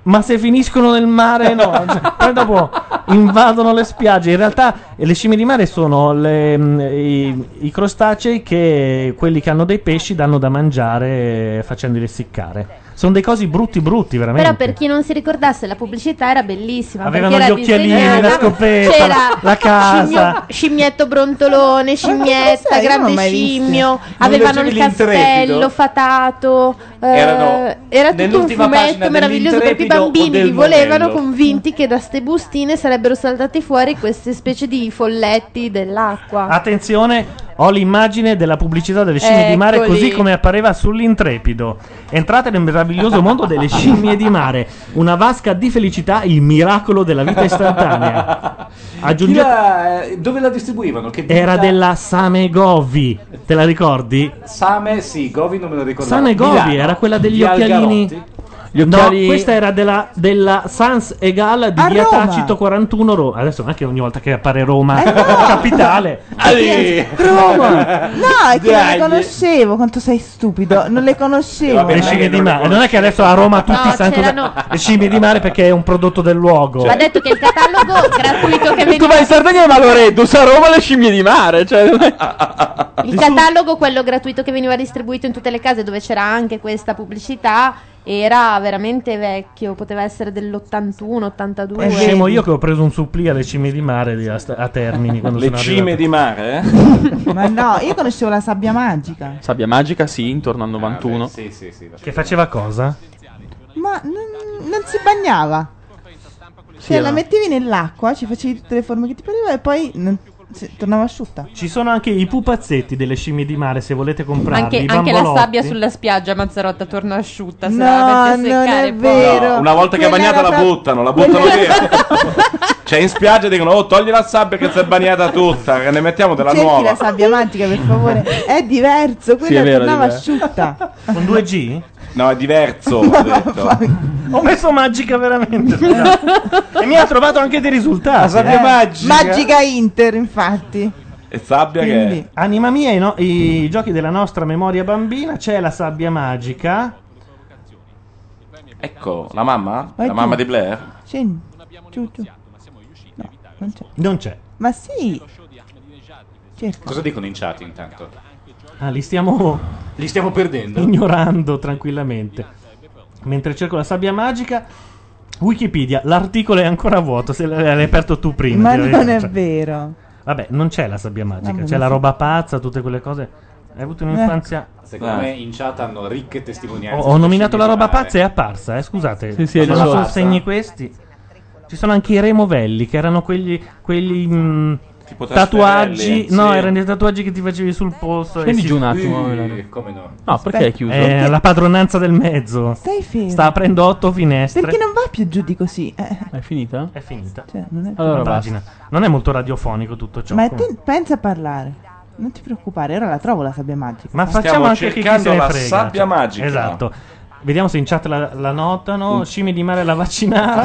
Speaker 1: Ma se finiscono nel mare,
Speaker 11: [LAUGHS]
Speaker 1: no. Cioè, poi dopo invadono le spiagge. In realtà, eh, le scimmie di mare sono le, mm, i, i crostacei che quelli che hanno dei pesci danno da mangiare eh, facendoli essiccare. Sono dei cosi brutti, brutti, veramente.
Speaker 4: Però per chi non si ricordasse, la pubblicità era bellissima.
Speaker 1: Avevano
Speaker 4: perché
Speaker 1: gli
Speaker 4: era
Speaker 1: occhialini,
Speaker 4: disegnata-
Speaker 1: la scopetta,
Speaker 4: C'era
Speaker 1: la casa.
Speaker 4: scimmio- scimmietto brontolone, scimmietta,
Speaker 27: sai, io non l'ho
Speaker 4: grande
Speaker 27: mai
Speaker 4: scimmio.
Speaker 27: viste. Non
Speaker 4: Avevano il
Speaker 27: leggevi l'Intrepido?
Speaker 4: castello fatato. eh,
Speaker 27: Erano
Speaker 4: era tutto un
Speaker 27: nell'ultima pagina
Speaker 4: fumetto meraviglioso perché i
Speaker 27: dell'Intrepido o
Speaker 4: bambini
Speaker 27: del
Speaker 4: li volevano
Speaker 27: Monello?
Speaker 4: convinti che da ste bustine sarebbero saltati fuori queste specie di folletti dell'acqua.
Speaker 1: Ah. Attenzione, ho l'immagine della pubblicità delle scimmie di mare
Speaker 4: Eccoli.
Speaker 1: così come appareva sull'intrepido. Entrate nel meraviglioso mondo delle scimmie di mare, una vasca di felicità, il miracolo della
Speaker 11: [LAUGHS]
Speaker 1: vita istantanea.
Speaker 11: Chi
Speaker 1: Aggiungete-
Speaker 11: la- eh, dove la distribuivano? Che
Speaker 1: era
Speaker 11: ditta?
Speaker 1: della Samegovi, te la ricordi?
Speaker 11: Same, sì, Govi non me lo ricordavo.
Speaker 1: Samegovi
Speaker 11: Milano,
Speaker 1: era quella degli
Speaker 11: via
Speaker 1: occhialini.
Speaker 11: Algarotti.
Speaker 1: No, questa era della, della Sans Egal di
Speaker 11: A
Speaker 1: Via
Speaker 11: Roma.
Speaker 1: Tacito 41 Roma. Adesso anche ogni volta che appare Roma, capitale.
Speaker 27: [LAUGHS] Roma! No, è che non le conoscevo. Quanto sei stupido. Non le conoscevo.
Speaker 1: le scimmie di mare. Non è che adesso a Roma tutti
Speaker 4: No,
Speaker 1: sanno
Speaker 4: c'erano-
Speaker 1: cos'è- le scimmie di mare perché è un prodotto del
Speaker 2: Cioè.
Speaker 1: luogo.
Speaker 4: Ha detto che il catalogo gratuito [LAUGHS]
Speaker 2: Tu
Speaker 4: che veniva
Speaker 2: vai in Sardegna ma Loredus, a Roma le scimmie di mare. Cioè, non è-
Speaker 4: Il catalogo, quello gratuito che veniva distribuito in tutte le case dove c'era anche questa pubblicità, era veramente vecchio, poteva essere dell'81, 82.
Speaker 1: È scemo io che ho preso un supplì alle cime di mare di- a, a Termini. quando
Speaker 13: Le
Speaker 1: sono
Speaker 13: cime
Speaker 1: arrivato.
Speaker 13: di mare,
Speaker 27: Ma no, io conoscevo la sabbia magica.
Speaker 2: Sabbia magica, sì, intorno al 91.
Speaker 1: Che faceva cosa?
Speaker 27: Ma non, non si bagnava.
Speaker 2: Sì, eh.
Speaker 27: Cioè,
Speaker 2: era-
Speaker 27: la mettevi nell'acqua, ci facevi tutte le forme che ti pareva e poi non- si- tornava asciutta.
Speaker 1: Ci sono anche i pupazzetti delle scimmie di mare se volete comprarli.
Speaker 62: Anche,
Speaker 1: i
Speaker 62: anche la
Speaker 1: bambolotti.
Speaker 62: sabbia sulla spiaggia Mazzarotta torna asciutta. se
Speaker 27: No,
Speaker 62: la metti a
Speaker 27: non
Speaker 62: seccare
Speaker 27: è
Speaker 62: poi.
Speaker 27: vero.
Speaker 13: una volta che è
Speaker 27: Quella
Speaker 13: bagnata
Speaker 27: era
Speaker 13: la
Speaker 27: fra-
Speaker 13: buttano, la buttano via. [LAUGHS] cioè, in spiaggia dicono: Oh, togli la sabbia che si è bagnata tutta, che ne mettiamo della
Speaker 27: Cerchi
Speaker 13: nuova.
Speaker 27: la sabbia magica, per favore. È diverso, quella
Speaker 13: Sì, è vero, è
Speaker 27: tornava
Speaker 13: diverso.
Speaker 27: asciutta.
Speaker 1: Con 2G?
Speaker 13: No, è diverso.
Speaker 27: [LAUGHS]
Speaker 13: ho detto.
Speaker 1: Ho messo magica veramente. e mi ha trovato anche dei risultati.
Speaker 27: Eh, Magica Inter, infatti.
Speaker 13: E Sabbia
Speaker 1: Quindi,
Speaker 13: che
Speaker 1: anima mia, i, no- i giochi della nostra memoria bambina. C'è la sabbia magica.
Speaker 13: Ecco, la mamma?
Speaker 27: Vai
Speaker 13: la
Speaker 27: tu.
Speaker 13: mamma di Blair?
Speaker 27: [LAUGHS] Scendi. Giù, giù. No, non c'è.
Speaker 1: Non c'è.
Speaker 27: Ma sì. Cerca.
Speaker 11: Cosa dicono in chat intanto?
Speaker 1: Ah, li stiamo.
Speaker 11: Li stiamo perdendo.
Speaker 1: Ignorando tranquillamente. Mentre cerco la sabbia magica. Wikipedia, l'articolo è ancora vuoto. Se l'hai l'hai aperto tu prima.
Speaker 27: Ma
Speaker 1: ti avevi-
Speaker 27: non è
Speaker 1: cioè,
Speaker 27: vero.
Speaker 1: Vabbè, non c'è la sabbia magica,
Speaker 27: Vabbè,
Speaker 1: c'è
Speaker 27: ma
Speaker 1: la
Speaker 27: sì.
Speaker 1: roba pazza, tutte quelle cose. Hai avuto un'infanzia.
Speaker 11: Eh. Secondo
Speaker 1: Ah.
Speaker 11: me in chat hanno ricche
Speaker 1: Ho,
Speaker 11: testimonianze.
Speaker 1: Eh. ho nominato la roba pazza e è apparsa, eh, scusate.
Speaker 11: Sì, sì, è
Speaker 1: se
Speaker 11: giusto.
Speaker 1: non segni questi. Ci sono anche i removelli, che erano quegli, quelli, mh,
Speaker 11: Tipo
Speaker 1: tatuaggi.
Speaker 11: trasferelli,
Speaker 1: No,
Speaker 11: sì.
Speaker 1: erano dei tatuaggi che ti facevi
Speaker 2: Eh,
Speaker 1: sul polso.
Speaker 11: Scendi
Speaker 1: e
Speaker 11: giù un
Speaker 2: attimo,
Speaker 11: Melania. come no?
Speaker 1: No,
Speaker 27: perché è chiuso?
Speaker 1: È la padronanza del mezzo.
Speaker 27: Stai fermo.
Speaker 1: Sta aprendo otto finestre.
Speaker 27: Perché non va più giù di così? eh.
Speaker 1: È finita? È finita.
Speaker 27: Cioè, non è-
Speaker 1: Allora, pagina. Non è molto radiofonico tutto ciò.
Speaker 27: Ma
Speaker 1: comunque.
Speaker 27: te pensa a parlare. Non ti preoccupare, ora la trovo la sabbia magica.
Speaker 1: Ma facciamo anche chi, chi se ne frega. cioè. Esatto. Vediamo se in chat la, la
Speaker 11: Mm.
Speaker 1: notano. Scimi di mare
Speaker 11: [LAUGHS]
Speaker 1: la vaccinara.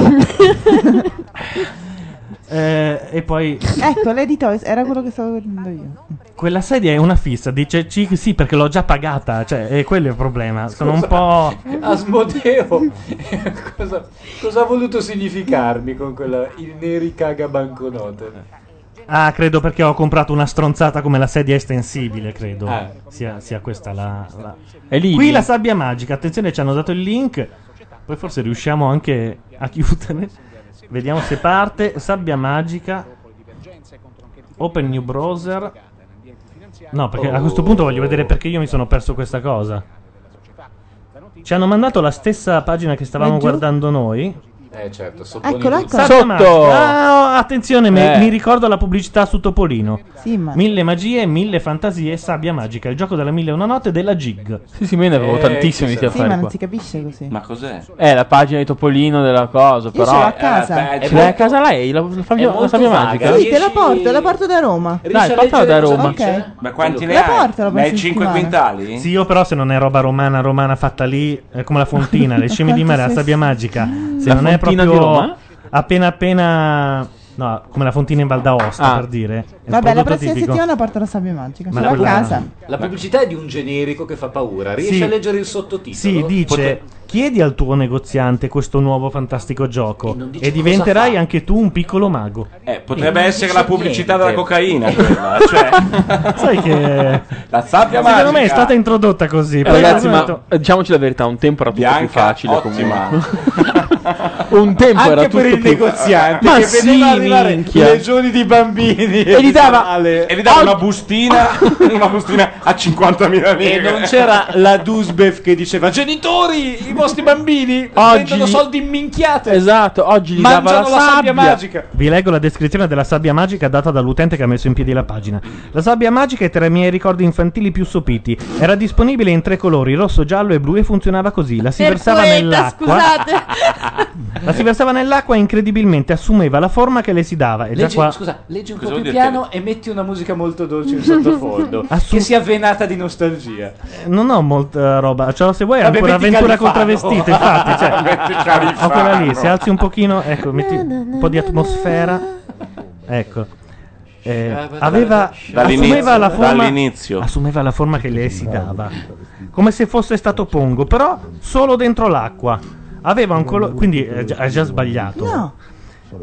Speaker 1: Eh, e poi
Speaker 27: Ecco, Lady Toys era quello che stavo vedendo io.
Speaker 1: quella sedia è una fissa. Dice "Ci- sì perché l'ho già pagata. Cioè, è quello è il problema. Sono un
Speaker 11: Scusa.
Speaker 1: po'.
Speaker 11: [LAUGHS] Asmodeo, [LAUGHS] cosa, cosa ha voluto significarmi con quella il neri caga banconote?
Speaker 1: Ah, credo perché ho comprato una stronzata come la sedia estensibile. Credo sia, sia questa la. la- Qui la sabbia magica. Attenzione, ci hanno dato il link. Poi forse riusciamo anche a chiudere. Vediamo se parte. Sabbia magica. Open new browser. No, perché a questo punto voglio vedere perché io mi sono perso questa cosa. Ci hanno mandato la stessa pagina che stavamo
Speaker 11: Vai giù.
Speaker 1: guardando noi.
Speaker 11: Eh certo,
Speaker 27: Eccolo,
Speaker 11: sotto
Speaker 27: eccolo.
Speaker 1: Sabbia magica. Ah, attenzione, mi-
Speaker 27: Eh.
Speaker 1: mi ricordo la pubblicità su Topolino.
Speaker 27: Sì, ma...
Speaker 1: Mille magie, mille fantasie, sabbia magica, il gioco della mille e una notte e della gig.
Speaker 2: Sì, sì, me ne avevo Eh, tantissimi di chissà.
Speaker 27: Sì, ma
Speaker 2: affari
Speaker 27: non
Speaker 2: qua.
Speaker 27: si capisce così.
Speaker 13: Ma cos'è?
Speaker 2: Eh, la pagina di Topolino della cosa, però.
Speaker 27: ce l'ho a casa.
Speaker 2: Eh, beh, ce l'hai a casa lei? La, la,
Speaker 27: È
Speaker 2: Fabio- la
Speaker 27: molto
Speaker 2: Fabio
Speaker 27: vaga.
Speaker 2: Magica?
Speaker 27: Sì, te la porto, te la porto da Roma.
Speaker 2: Dai, portala da Roma.
Speaker 27: Ok.
Speaker 13: Ma quanti ne
Speaker 27: La
Speaker 13: hai?
Speaker 27: porta la
Speaker 13: ne hai
Speaker 27: prossima
Speaker 13: 5
Speaker 27: settimana.
Speaker 13: quintali?
Speaker 1: Sì, io però se non è roba romana, romana fatta lì, è come la
Speaker 27: [LAUGHS]
Speaker 1: fontina, le scemi di mare, la sabbia magica. Se
Speaker 2: La
Speaker 1: non è
Speaker 2: fontina
Speaker 1: proprio
Speaker 2: di Roma?
Speaker 1: appena appena... No, come la fontina in Val d'Aosta,
Speaker 2: Ah.
Speaker 1: per dire. È un
Speaker 27: Vabbè, la
Speaker 1: prodotto
Speaker 27: prossima
Speaker 1: tipico.
Speaker 27: settimana porto la sabbia magica.
Speaker 1: Ma
Speaker 27: Solo a
Speaker 1: quella-
Speaker 27: casa.
Speaker 11: La pubblicità è di un generico che fa paura. Riesci
Speaker 1: Sì.
Speaker 11: a leggere il sottotitolo?
Speaker 1: Sì, dice... Chiedi al tuo negoziante questo nuovo fantastico gioco
Speaker 11: dice cosa
Speaker 1: e diventerai anche tu un piccolo mago.
Speaker 13: Eh, potrebbe
Speaker 11: Non
Speaker 13: essere
Speaker 11: dice
Speaker 13: la pubblicità
Speaker 11: niente.
Speaker 13: della cocaina quella, cioè.
Speaker 1: Sai
Speaker 11: [LAUGHS]
Speaker 1: che
Speaker 13: La sabbia magica.
Speaker 1: secondo me è stata introdotta così.
Speaker 13: Eh,
Speaker 1: poi
Speaker 13: ragazzi,
Speaker 1: ho
Speaker 13: ma-
Speaker 1: detto-
Speaker 2: Eh, Diciamoci la verità, un tempo era tutto più
Speaker 13: Bianca,
Speaker 2: facile
Speaker 13: ottima. [LAUGHS]
Speaker 2: comunque. un tempo
Speaker 11: Anche
Speaker 2: era
Speaker 11: per
Speaker 2: tutto
Speaker 11: il
Speaker 2: più...
Speaker 11: negoziante
Speaker 2: Ma
Speaker 11: che
Speaker 2: sì,
Speaker 11: vedeva arrivare
Speaker 2: minchia.
Speaker 11: legioni di bambini
Speaker 2: E gli dava-
Speaker 11: sale.
Speaker 13: E gli dava
Speaker 2: [LAUGHS]
Speaker 13: una bustina, una bustina a 50.000 lire.
Speaker 11: E non c'era la Dusbev che diceva genitori, i vostri bambini
Speaker 2: Oggi-
Speaker 11: prendono soldi in minchiate.
Speaker 2: Esatto, oggi gli
Speaker 11: Mangiano
Speaker 2: dava
Speaker 11: la sabbia magica.
Speaker 1: Vi leggo la descrizione della sabbia magica data dall'utente che ha messo in piedi la pagina. La sabbia magica è tra i miei ricordi infantili più sopiti. Era disponibile in tre colori, rosso, giallo e blu, e funzionava così. La si
Speaker 63: Per
Speaker 1: versava
Speaker 63: poeta,
Speaker 1: nell'acqua.
Speaker 63: scusate.
Speaker 1: La si versava nell'acqua e incredibilmente assumeva la forma che le si dava. E già
Speaker 11: Leggi,
Speaker 1: qua.
Speaker 11: Scusa, leggi un
Speaker 1: Cosa
Speaker 11: po'
Speaker 1: vuol
Speaker 11: più
Speaker 1: dire
Speaker 11: piano e metti una musica molto dolce in sottofondo. che sia venata di nostalgia.
Speaker 1: Eh, Non ho molta roba. Cioè, se vuoi, è
Speaker 11: Vabbè,
Speaker 1: ancora
Speaker 11: metti
Speaker 1: avventura
Speaker 11: Califano.
Speaker 1: con travestite.
Speaker 11: [LAUGHS]
Speaker 1: Infatti,
Speaker 11: Metti
Speaker 1: cioè,
Speaker 11: Califano.
Speaker 1: ho quella lì. Se alzi un pochino, ecco, metti un po' di atmosfera. Ecco. Eh, aveva
Speaker 13: Dall'inizio,
Speaker 1: assumeva la forma
Speaker 13: dall'inizio.
Speaker 1: assumeva la forma che le si dava come se fosse stato pongo però solo dentro l'acqua aveva un colore quindi è già, è già sbagliato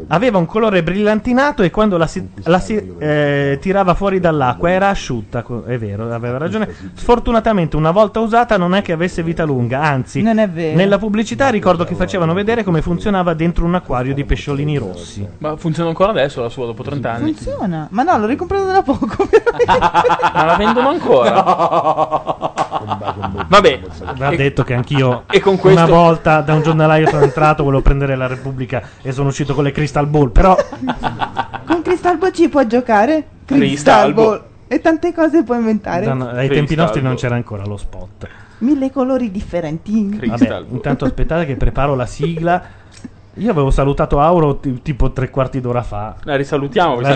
Speaker 1: aveva un colore brillantinato e quando la si, la si, eh, tirava fuori dall'acqua era asciutta, co- è vero, aveva ragione. Sfortunatamente una volta usata non è che avesse vita lunga, anzi nella pubblicità ricordo che facevano vedere come funzionava dentro un acquario di pesciolini rossi.
Speaker 2: Ma funziona ancora adesso la sua dopo 30 anni?
Speaker 27: Funziona. Ma no, l'ho ricomprato da poco.
Speaker 2: Ma la vendono ancora? Vabbè.
Speaker 1: Va
Speaker 2: E-
Speaker 1: detto che anch'io
Speaker 2: e con
Speaker 1: una
Speaker 2: questo-
Speaker 1: volta da un giornalaio sono entrato, volevo prendere la Repubblica e sono uscito con le Crystal Ball, però
Speaker 27: Con Crystal Ball ci puoi giocare?
Speaker 1: Crystal Ball.
Speaker 27: E tante cose puoi inventare.
Speaker 1: no, no, ai tempi nostri non c'era ancora lo spot.
Speaker 27: Mille colori differenti.
Speaker 1: Vabbè, intanto aspettate che preparo la sigla Io avevo salutato Auro ti- tipo tre quarti d'ora fa.
Speaker 2: La risalutiamo.
Speaker 1: La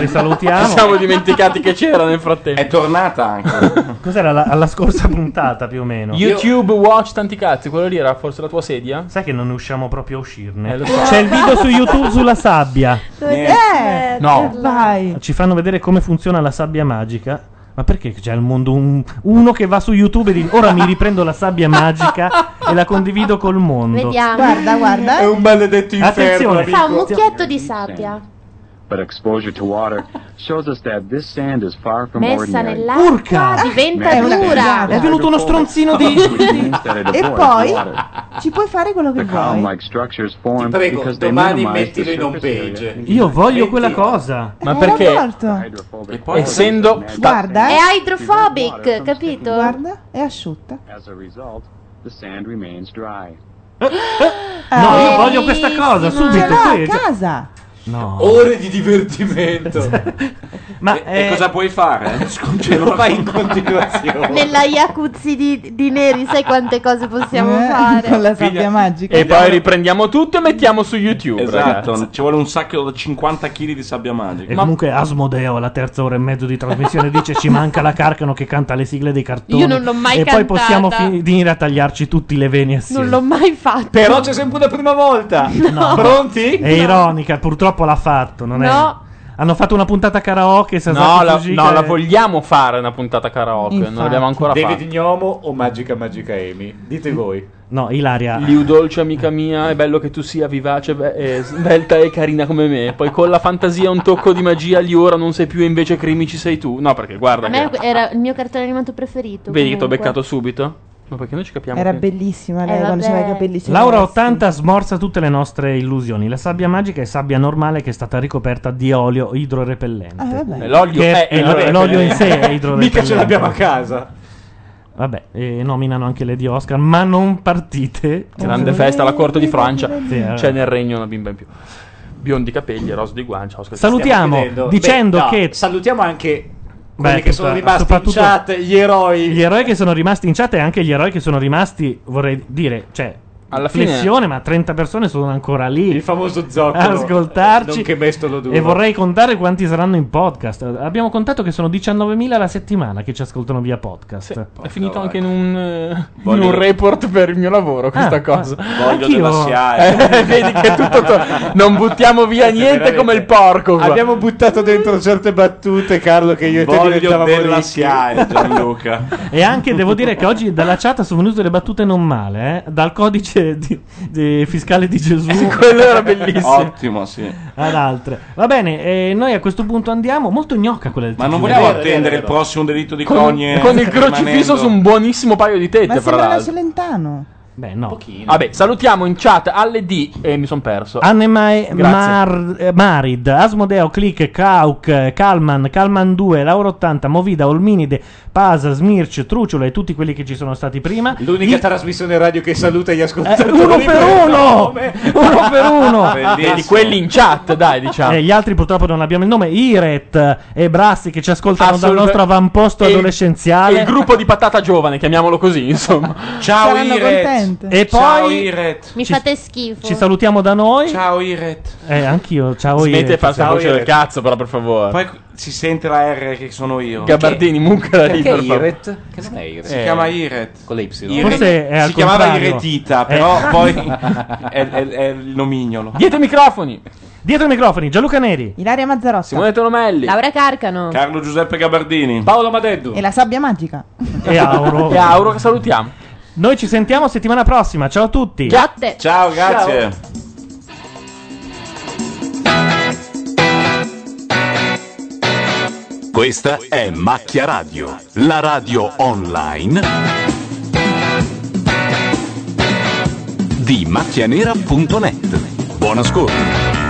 Speaker 2: [LAUGHS]
Speaker 1: risalutiamo.
Speaker 2: Ci siamo dimenticati che c'era nel frattempo. È
Speaker 13: tornata anche.
Speaker 1: [LAUGHS] Cos'era la- alla scorsa puntata più o meno?
Speaker 2: YouTube Watch tanti cazzi, quello lì era forse la tua sedia? Eh,
Speaker 1: Sai che non riusciamo proprio a uscirne.
Speaker 2: lo so.
Speaker 1: C'è il video su YouTube sulla sabbia.
Speaker 27: Eh,
Speaker 1: No.
Speaker 27: Vai.
Speaker 1: Ci fanno vedere come funziona la sabbia magica. Ma perché c'è al mondo un- uno che va su YouTube e dice ora mi riprendo la sabbia magica e la condivido col mondo?
Speaker 4: Vediamo.
Speaker 27: Guarda, guarda.
Speaker 4: È
Speaker 13: un maledetto
Speaker 1: Attenzione.
Speaker 4: Fa un mucchietto di sabbia.
Speaker 11: But exposure to water shows us that this sand is far from
Speaker 4: Messa
Speaker 11: ordinary.
Speaker 4: nell'acqua
Speaker 11: Urca!
Speaker 4: diventa
Speaker 11: È una
Speaker 4: dura.
Speaker 11: figata. È venuto uno stronzino di-
Speaker 27: e poi ci puoi fare quello che
Speaker 11: The
Speaker 27: vuoi.
Speaker 11: column-like structures form
Speaker 1: prego,
Speaker 11: because they
Speaker 1: domani
Speaker 11: minimize the
Speaker 1: mettilo in
Speaker 11: surface
Speaker 1: homepage.
Speaker 11: area.
Speaker 1: Io voglio quella cosa.
Speaker 2: Ma
Speaker 27: Eh,
Speaker 2: perché?
Speaker 27: l'ho tolto.
Speaker 2: Essendo.
Speaker 27: Guarda,
Speaker 4: È
Speaker 27: eh.
Speaker 4: hydrophobic, capito?
Speaker 27: Guarda, è asciutta.
Speaker 11: As a result, the sand remains dry.
Speaker 1: No, io voglio questa cosa
Speaker 27: Eh, Bellissima.
Speaker 1: subito.
Speaker 27: Ce l'ho
Speaker 1: qui,
Speaker 27: a
Speaker 1: cioè-
Speaker 27: casa.
Speaker 1: No.
Speaker 13: Ore
Speaker 2: [LAUGHS]
Speaker 13: di divertimento.
Speaker 1: Ma
Speaker 13: e,
Speaker 2: eh,
Speaker 13: cosa puoi fare? Ce lo fai in continuazione.
Speaker 4: Nella jacuzzi di, di neri, sai quante cose possiamo
Speaker 27: Eh,
Speaker 4: fare?
Speaker 27: [LAUGHS] con la sabbia magica.
Speaker 2: E poi riprendiamo tutto e mettiamo su YouTube.
Speaker 13: Esatto,
Speaker 2: ragazzi.
Speaker 13: ci vuole un sacco da 50 kg di sabbia magica.
Speaker 1: E comunque Asmodeo alla terza ora e mezzo di trasmissione dice ci manca la Carcano che canta le sigle dei cartoni.
Speaker 4: Io non l'ho mai
Speaker 1: E poi
Speaker 4: cantata.
Speaker 1: possiamo finire a tagliarci tutti le vene assieme.
Speaker 4: Non l'ho mai fatto.
Speaker 1: Però c'è
Speaker 13: sempre una prima volta.
Speaker 1: [LAUGHS] No.
Speaker 13: Pronti?
Speaker 1: È ironica, purtroppo l'ha fatto. Non
Speaker 4: No.
Speaker 1: è... Hanno fatto una puntata karaoke.
Speaker 2: [LAUGHS] No,
Speaker 1: Sasaki
Speaker 2: la,
Speaker 1: Fujika
Speaker 2: no,
Speaker 1: e-
Speaker 2: la vogliamo fare una puntata karaoke. Non l'abbiamo ancora
Speaker 13: David
Speaker 2: fatta.
Speaker 13: Gnomo o Magica Magica Amy? Dite voi.
Speaker 1: No, Ilaria.
Speaker 2: Liu dolce amica mia, è bello che tu sia vivace, be- e svelta e carina come me. Poi con la fantasia un tocco di magia, Liu ora non sei più e invece crimi ci sei tu. No, perché guarda
Speaker 4: A
Speaker 2: che...
Speaker 4: me era il mio cartone animato preferito.
Speaker 2: Vedi che ti ho
Speaker 4: Certo, comunque.
Speaker 2: beccato subito? Ma perché noi ci capiamo?
Speaker 27: Era
Speaker 2: che-
Speaker 27: bellissima
Speaker 4: Eh,
Speaker 27: lei quando
Speaker 4: vabbè.
Speaker 27: aveva i capelli sui
Speaker 1: Laura
Speaker 27: testa.
Speaker 1: 80 smorza tutte le nostre illusioni. La sabbia magica è sabbia normale che è stata ricoperta di olio idrorepellente.
Speaker 27: Ah, vabbè.
Speaker 2: L'olio
Speaker 1: Che
Speaker 2: è
Speaker 1: lo-
Speaker 2: idrorepellente.
Speaker 1: l'olio in sé è idrorepellente.
Speaker 2: Mica ce l'abbiamo a
Speaker 13: casa.
Speaker 1: Vabbè, e nominano anche le di Oscar, ma non partite.
Speaker 2: Grande festa alla corte di Francia. Cioè,
Speaker 1: Sì, eh. vabbè.
Speaker 2: C'è nel regno una bimba in più. Biondi capelli, rosa di guancia. Oscar,
Speaker 1: Salutiamo,
Speaker 2: stiamo chiudendo.
Speaker 1: Dicendo- dicendo
Speaker 2: Beh, no.
Speaker 1: che
Speaker 13: salutiamo anche
Speaker 2: quelli che sono rimasti in chat,
Speaker 13: gli eroi.
Speaker 1: Gli eroi che sono rimasti in chat e anche gli eroi che sono rimasti, vorrei dire, cioè
Speaker 13: Alla fine-
Speaker 1: flessione, ma 30 persone sono ancora lì.
Speaker 13: Il famoso zoccolo.
Speaker 1: a ascoltarci.
Speaker 13: eh, Nonché mestolo duro.
Speaker 1: E vorrei contare quanti saranno in podcast. Abbiamo contato che sono 19.000 la settimana che ci ascoltano via podcast.
Speaker 2: È finito anche in un, eh,
Speaker 1: Voglio-
Speaker 2: in un report per il mio lavoro questa
Speaker 1: Ah,
Speaker 2: cosa.
Speaker 1: ah, Voglio anch'io. della SIAE.
Speaker 2: Eh, Vedi che è tutto. to- non buttiamo via niente come il porco. qua.
Speaker 13: Abbiamo buttato dentro certe battute, Carlo, che io e te
Speaker 1: Voglio
Speaker 13: diventavamo
Speaker 1: della
Speaker 13: ricchi.
Speaker 1: SIAE,
Speaker 13: Gianluca.
Speaker 1: E anche devo dire che oggi dalla chat sono venute le battute non male, eh? dal codice di- di- fiscale
Speaker 2: [LAUGHS]
Speaker 1: di Gesù.
Speaker 2: [LAUGHS] Quello era bellissimo.
Speaker 13: Ottimo, sì.
Speaker 1: Ad altre. Va bene, eh, noi a questo punto andiamo. Molto gnocca quella del
Speaker 13: Ma non
Speaker 1: TG.
Speaker 13: vogliamo attendere il prossimo delitto di
Speaker 1: Con-
Speaker 13: cogne.
Speaker 2: Con il
Speaker 13: rimanendo.
Speaker 2: crocifisso su un buonissimo paio di
Speaker 27: Ma
Speaker 2: tette, fra
Speaker 27: sembra una
Speaker 2: l'altro.
Speaker 27: Celentano.
Speaker 1: Beh, no.
Speaker 2: Vabbè, salutiamo in chat alle D e mi sono perso.
Speaker 27: Ah,
Speaker 1: Annemai
Speaker 2: Grazie.
Speaker 1: Mar- eh, Marid, Asmodeo, Click, Kauk, eh, Kalman, Kalman 2, Lauro 80, Movida, Olminide, Pasa, Smirch, Trucciolo e tutti quelli che ci sono stati prima.
Speaker 13: L'unica trasmissione radio che saluta gli
Speaker 2: Certo,
Speaker 13: ascoltatori.
Speaker 1: Eh, uno per uno! uno
Speaker 13: [LAUGHS]
Speaker 1: per uno!
Speaker 2: Bellissimo. Di quelli in chat, dai, diciamo.
Speaker 1: Eh, gli altri purtroppo non abbiamo il nome. Iret e Brassi che ci ascoltano dal
Speaker 2: Assolutamente.
Speaker 1: nostro avamposto
Speaker 2: E il-
Speaker 1: adolescenziale.
Speaker 2: E il gruppo di patata giovane, chiamiamolo così,
Speaker 1: [LAUGHS]
Speaker 2: insomma.
Speaker 13: Ciao
Speaker 1: Saranno Iret. contente. E poi-
Speaker 13: Ciao Iret.
Speaker 4: Mi fate schifo.
Speaker 1: Ci salutiamo da noi.
Speaker 13: Ciao Iret.
Speaker 1: Eh, anch'io, ciao
Speaker 2: Smetti
Speaker 1: Iret.
Speaker 2: di farsi la
Speaker 13: Ciao,
Speaker 2: voce del
Speaker 13: Iret.
Speaker 2: cazzo, però, per favore.
Speaker 13: Poi si sente la R che sono io.
Speaker 2: Gabardini, mucca lì,
Speaker 13: Perché
Speaker 2: per favore.
Speaker 13: Iret? Che non è Iret? Si chiama Iret. Con l'Y.
Speaker 1: Forse è al
Speaker 13: si chiamava
Speaker 1: contrario.
Speaker 13: Iretita,
Speaker 1: Eh.
Speaker 13: però
Speaker 1: [LAUGHS]
Speaker 13: poi è, è- è il nomignolo.
Speaker 2: Dietro i microfoni.
Speaker 1: Dietro i microfoni, Gianluca Neri.
Speaker 27: Ilaria Mazzarotta.
Speaker 2: Tolomelli.
Speaker 4: Laura Carcano.
Speaker 13: Carlo Giuseppe Gabardini. Paolo Madeddu.
Speaker 27: E la sabbia magica.
Speaker 1: E Auro.
Speaker 2: E Auro che salutiamo.
Speaker 1: Noi ci sentiamo settimana prossima. Ciao a tutti.
Speaker 4: Giatte.
Speaker 13: Ciao, grazie.
Speaker 64: Questa è Macchia Radio, la radio online di macchianera.net. Buon ascolto.